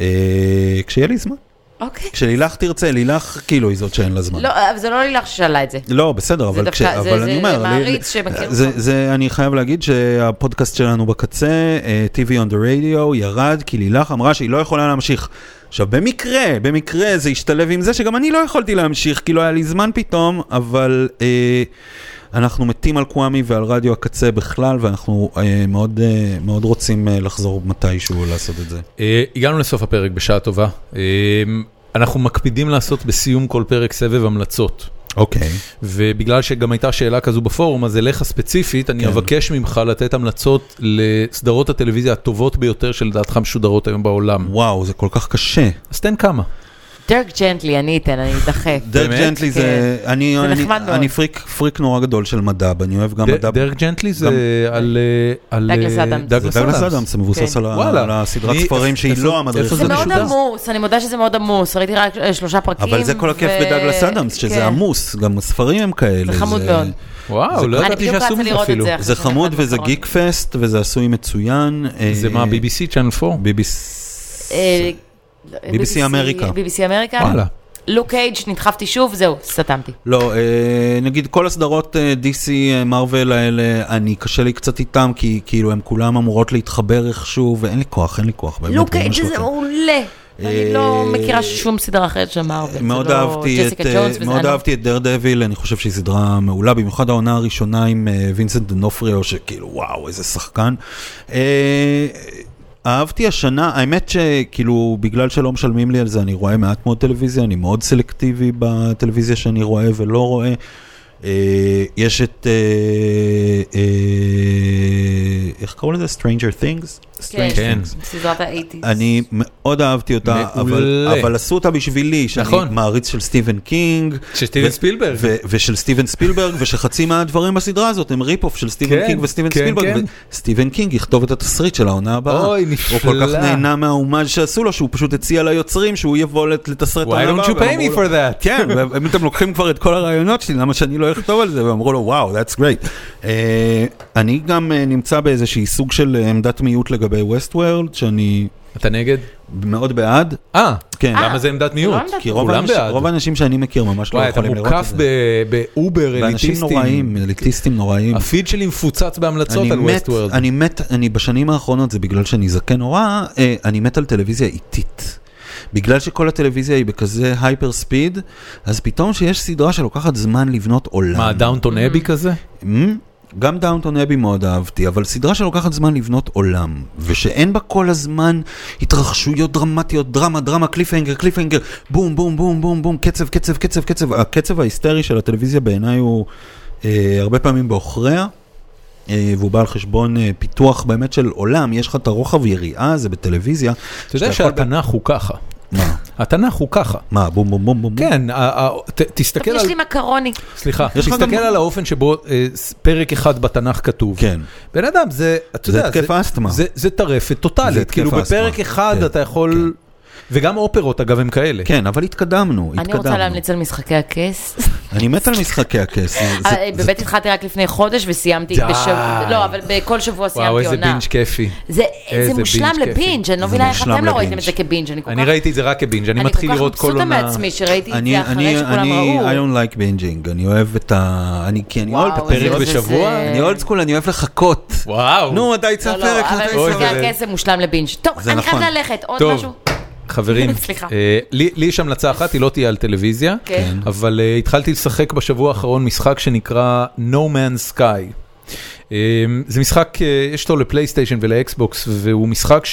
אה, כשיהיה לי זמן.
אוקיי.
כשלילך תרצה, לילך כאילו היא זאת שאין לה זמן.
לא, אבל זה לא לילך ששאלה את זה.
לא, בסדר, אבל,
דווקא-
כש,
זה-
אבל
זה-
אני
זה
אומר,
מעריץ שמכיר
זה,
אותך.
זה, אני חייב להגיד שהפודקאסט שלנו בקצה, אה, TV on the radio, ירד, כי לילך אמרה שהיא לא יכולה להמשיך. עכשיו, במקרה, במקרה זה השתלב עם זה שגם אני לא יכולתי להמשיך, כי לא היה לי זמן פתאום, אבל אה, אנחנו מתים על קוואמי ועל רדיו הקצה בכלל, ואנחנו אה, מאוד, אה, מאוד רוצים אה, לחזור מתישהו לעשות את זה.
אה, הגענו לסוף הפרק בשעה טובה. אה, אנחנו מקפידים לעשות בסיום כל פרק סבב המלצות.
אוקיי.
ובגלל שגם הייתה שאלה כזו בפורום, אז אליך ספציפית, אני
כן.
אבקש ממך לתת המלצות לסדרות הטלוויזיה הטובות ביותר שלדעתך משודרות היום בעולם.
וואו, זה כל כך קשה.
אז תן כמה.
דרק ג'נטלי, אני אתן, אני אדחף.
דרק
באמת?
ג'נטלי זה, אני,
כן. זה
אני,
נחמד מאוד.
אני פריק, פריק נורא גדול של מדע, ואני אוהב גם מדע.
ד- דרק ג'נטלי זה על... אה, על, אה,
דאגלס אדמס.
זה
דאגלס
דאגלס
אדמס.
אדמס, זה מבוסס
כן.
על, ה-
וואלה.
על הסדרת
מי-
ספרים שהיא
איפה-
לא המדריך.
איפה
זה
זה
מאוד
משודר?
עמוס, אני מודה שזה מאוד עמוס, ראיתי רק אה, שלושה פרקים.
אבל זה כל הכיף
ו-
בדאגלס אדמס,
כן.
שזה עמוס, גם הספרים הם כאלה.
זה חמוד מאוד.
וואו, לא
אני
ידעתי
בדיוק
שעשו
רצה
מזה
לראות את
אפילו.
זה. נכון.
זה חמוד וזה גיק פסט, וזה עשוי מצוין.
זה
אה,
מה, BBC צ'אנל 4?
BBC.
אה, BBC
אמריקה.
BBC אמריקה?
וואלה.
לוק קייג', נדחפתי שוב, זהו, סתמתי.
לא, אה, נגיד כל הסדרות אה, DC, אה, מרוויל האלה, אני קשה לי קצת איתם, כי כאילו הם כולם אמורות להתחבר איכשהו, ואין לי כוח, אין לי כוח. באמת,
לוק
ממש
קייג'
לא
זה
כיף.
מעולה. אני
אה,
לא מכירה שום סדרה אחרת של מארוול.
מאוד
זה לא
אהבתי את,
ג'סיקה ג'ונס
אה,
וזה-
מאוד
אני- לא-
אהבתי את דר דביל, אני חושב שהיא סדרה מעולה, במיוחד העונה הראשונה עם אה, וינסנט דנופריו, שכאילו וואו איזה שחקן. אה, אהבתי השנה, האמת שכאילו, בגלל שלא משלמים לי על זה, אני רואה מעט מאוד טלוויזיה, אני מאוד סלקטיבי בטלוויזיה שאני רואה ולא רואה. אה, יש את, אה, אה, איך קראו לזה? Stranger Things? Stranger
כן.
Things.
סדרת האייטיז.
אני מאוד אהבתי אותה, אבל,
מעולה.
אבל עשו אותה בשבילי, שאני
נכון. כן.
מעריץ של סטיבן קינג.
של סטיבן
ו-
ספילברג.
ו- ושל סטיבן ספילברג, ושחצי מהדברים בסדרה הזאת הם ריפ-אוף של סטיבן
כן,
קינג וסטיבן
כן,
ספילברג.
כן.
וסטיבן קינג יכתוב את התסריט של העונה הבאה.
אוי,
הוא כל כך
נפלא.
נהנה מהאומן שעשו לו, שהוא פשוט הציע ליוצרים שהוא יבוא לת- לתסרט
Why don't you pay me
ואמרו לו-
for that?
כן, ואם אתם לוקחים כבר את כל הרעיונות שלי, למה שאני לא אכתוב על זה? ואמרו לו, וואו, that's great. אה, אני גם אה, נמצא באיזשהי סוג של אה, עמדת מיעוט לגבי ווסט וורד, שאני
אתה נגד?
מאוד בעד.
אה,
כן.
למה זה עמדת
לא
מיעוט?
עמדת מיעוט.
כי רוב
כולם
האנשים-
בעד.
רוב האנשים שאני מכיר ממש לא
וואי, אתה
יכולים לראות את
מוקף
זה.
ב- באובר
באנשים
אליטיסטים.
נוראיים, אליטיסטים נוראיים.
הפיד שלי מפוצץ בהמלצות
אני
על
מת,
ווסט וורד.
אני מת, אני בשנים האחרונות, זה בגלל שאני זקן נורא, אה, אני מת על טלוויזיה איטית. בגלל שכל הטלוויזיה היא בכזה הייפר ספיד, אז פתאום שיש סדרה שלוקחת זמן לבנות עולם.
מה, דאונטון
Mm.
אבי כזה?
אמ? גם דאונטון אבי מאוד אהבתי, אבל סדרה שלוקחת זמן לבנות עולם, ושאין בה כל הזמן התרחשויות דרמטיות, דרמה, דרמה, קליפהנגר, קליפהנגר, בום, בום, בום, בום, בום, קצב, קצב, קצב, קצב. הקצב ההיסטרי של הטלוויזיה בעיניי הוא אה, הרבה פעמים בעוכריה. אה, והוא בא על חשבון אה, פיתוח באמת של עולם, יש לך את הרוחב יריעה הזה בטלוויזיה.
אתה יודע
יכול-
שהתנ"ך הוא ככה.
מה? Mm.
התנ"ך הוא ככה.
מה, בום בום בום בום? בום?
כן, ה- ה- ת-
טוב,
כן,
תסתכל
יש
על...
לי מקרוני.
סליחה,
יש לך
תסתכל
גם-
על האופן שבו אה, ס- פרק אחד בתנ"ך כתוב.
כן.
בן אדם, זה, אתה
זה
יודע,
התקף אסתמה.
זה- זה טרפת
זה
טוטאלית,
התקף
כאילו
אסתמה.
בפרק אחד
כן,
אתה יכול, וגם אופרות אגב הם כאלה.
כן, אבל התקדמנו, התקדמנו.
אני רוצה להמליץ על משחקי הכס.
אני מת על משחקי הכס. זה- זה-
אה, באמת התחלתי רק לפני חודש וסיימתי
די.
בשבוע, לא, אבל בכל שבוע
וואו,
סיימתי
איזה
עונה.
בינג' כיפי.
זה
איזה
זה מושלם
בינג' כיפי.
לבינג', אני לא
זה
מבינה איך
מושלם
אתם לא ראיתם
לבינג'.
את זה כבינג', אני כל כך...
אני ראיתי את זה רק כבינג', אני
אני
מתחיל לראות
כל
כל
כך מבסוטה
עונה.
מעצמי שראיתי את
אני,
זה אחרי
אני,
שכולם
אני, I
ראו.
don't like binging, אני אוהב את ה... אני, כי אני אוהב
וואו,
את הפרק
איזה-
בשבוע.
בשבוע?
זה-
אני אולד סקול, אני אוהב לחכות.
וואו.
נו, אתה יצא
לא, לא,
פרק,
אבל
מתי
אוי,
משחקי
זה-
הכס זה מושלם לבינג'. טוב,
זה
אני חייב
נכון.
ללכת, עוד
טוב.
משהו?
חברים,
סליחה.
אה, לי לי יש המלצה אחת, היא לא תהיה על טלוויזיה,
כן.
אבל אה, התחלתי לשחק בשבוע האחרון משחק שנקרא No Man's Sky. אה, זה משחק, אה, יש אותו לפלייסטיישן ולאקסבוקס, והוא משחק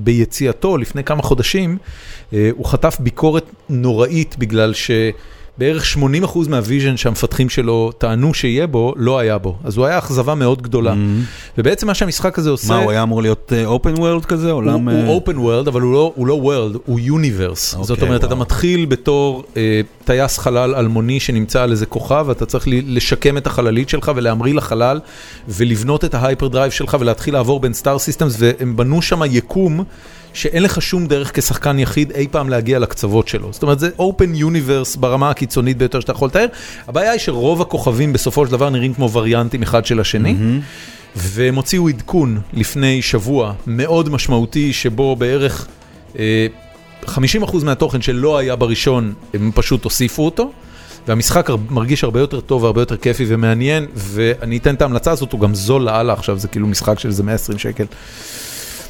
שביציאתו לפני כמה חודשים, אה, הוא חטף ביקורת נוראית בגלל ש... בערך 80% מהוויז'ן שהמפתחים שלו טענו שיהיה בו, לא היה בו. אז הוא היה אכזבה מאוד גדולה. ובעצם מה שהמשחק הזה עושה...
Mm-hmm. מה, הוא היה אמור להיות אופן וורלד כזה? עולם...
הוא,
אה,
הוא open world, אבל הוא לא, הוא לא world, הוא universe.
אוקיי,
זאת אומרת,
וואו.
אתה מתחיל בתור אה, טייס חלל אלמוני שנמצא על איזה כוכב, ואתה צריך ל- לשקם את החללית שלך ולהמריא לחלל, ולבנות את ההייפר דרייב שלך ולהתחיל לעבור בין סטאר סיסטמס, והם בנו שם יקום שאין לך שום דרך כשחקן יחיד אי פעם להגיע לקצוות שלו. זאת אומרת, זה open universe ברמה הקיצונית ביותר שאתה יכול לתאר. הבעיה היא שרוב הכוכבים בסופו של דבר נראים כמו וריאנטים אחד של השני. והם הוציאו עדכון לפני שבוע מאוד משמעותי, שבו בערך אה, 50% מהתוכן שלא היה בראשון, הם פשוט הוסיפו אותו. והמשחק הר- מרגיש הרבה יותר טוב והרבה יותר כיפי ומעניין, ואני אתן את ההמלצה הזאת, הוא גם זול לאללה עכשיו, זה כאילו משחק של איזה 120 שקל.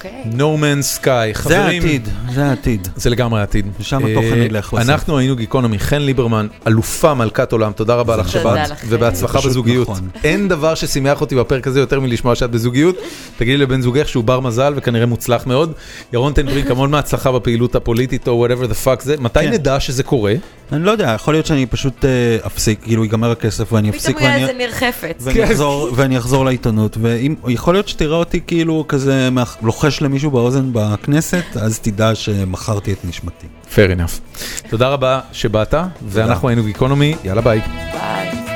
אוקיי.
No Man's Sky, חברים.
זה העתיד, זה העתיד.
זה לגמרי העתיד.
ושם התוכן
אה,
ילך לסוף.
אנחנו היינו גיקונומי, חן ליברמן, אלופה מלכת עולם, תודה רבה לך
תודה
שבאת,
לכם.
ובהצלחה
פשוט
בזוגיות.
נכון.
אין דבר ששימח אותי בפרק הזה יותר מלשמוע שאת בזוגיות. תגידי לבן זוגך שהוא בר מזל וכנראה מוצלח מאוד. ירון תן ברינק, המון מהצלחה בפעילות הפוליטית או whatever the fuck זה. מתי
כן.
נדע שזה קורה?
אני לא יודע, יכול להיות שאני פשוט אה, אפסיק, כאילו ייגמר הכסף ואני
פתאום
אפסיק
הוא היה
ואני...
איזה ניר
כן.
חפץ.
ואני אחזור, ואני אחזור לעיתונות, ויכול להיות שתראה אותי כאילו כזה מאח- לוחש למישהו באוזן בכנסת, אז תדע שמכרתי את נשמתי.
Fair enough. תודה רבה שבאת, ואנחנו היינו גיקונומי, יאללה ביי.
ביי.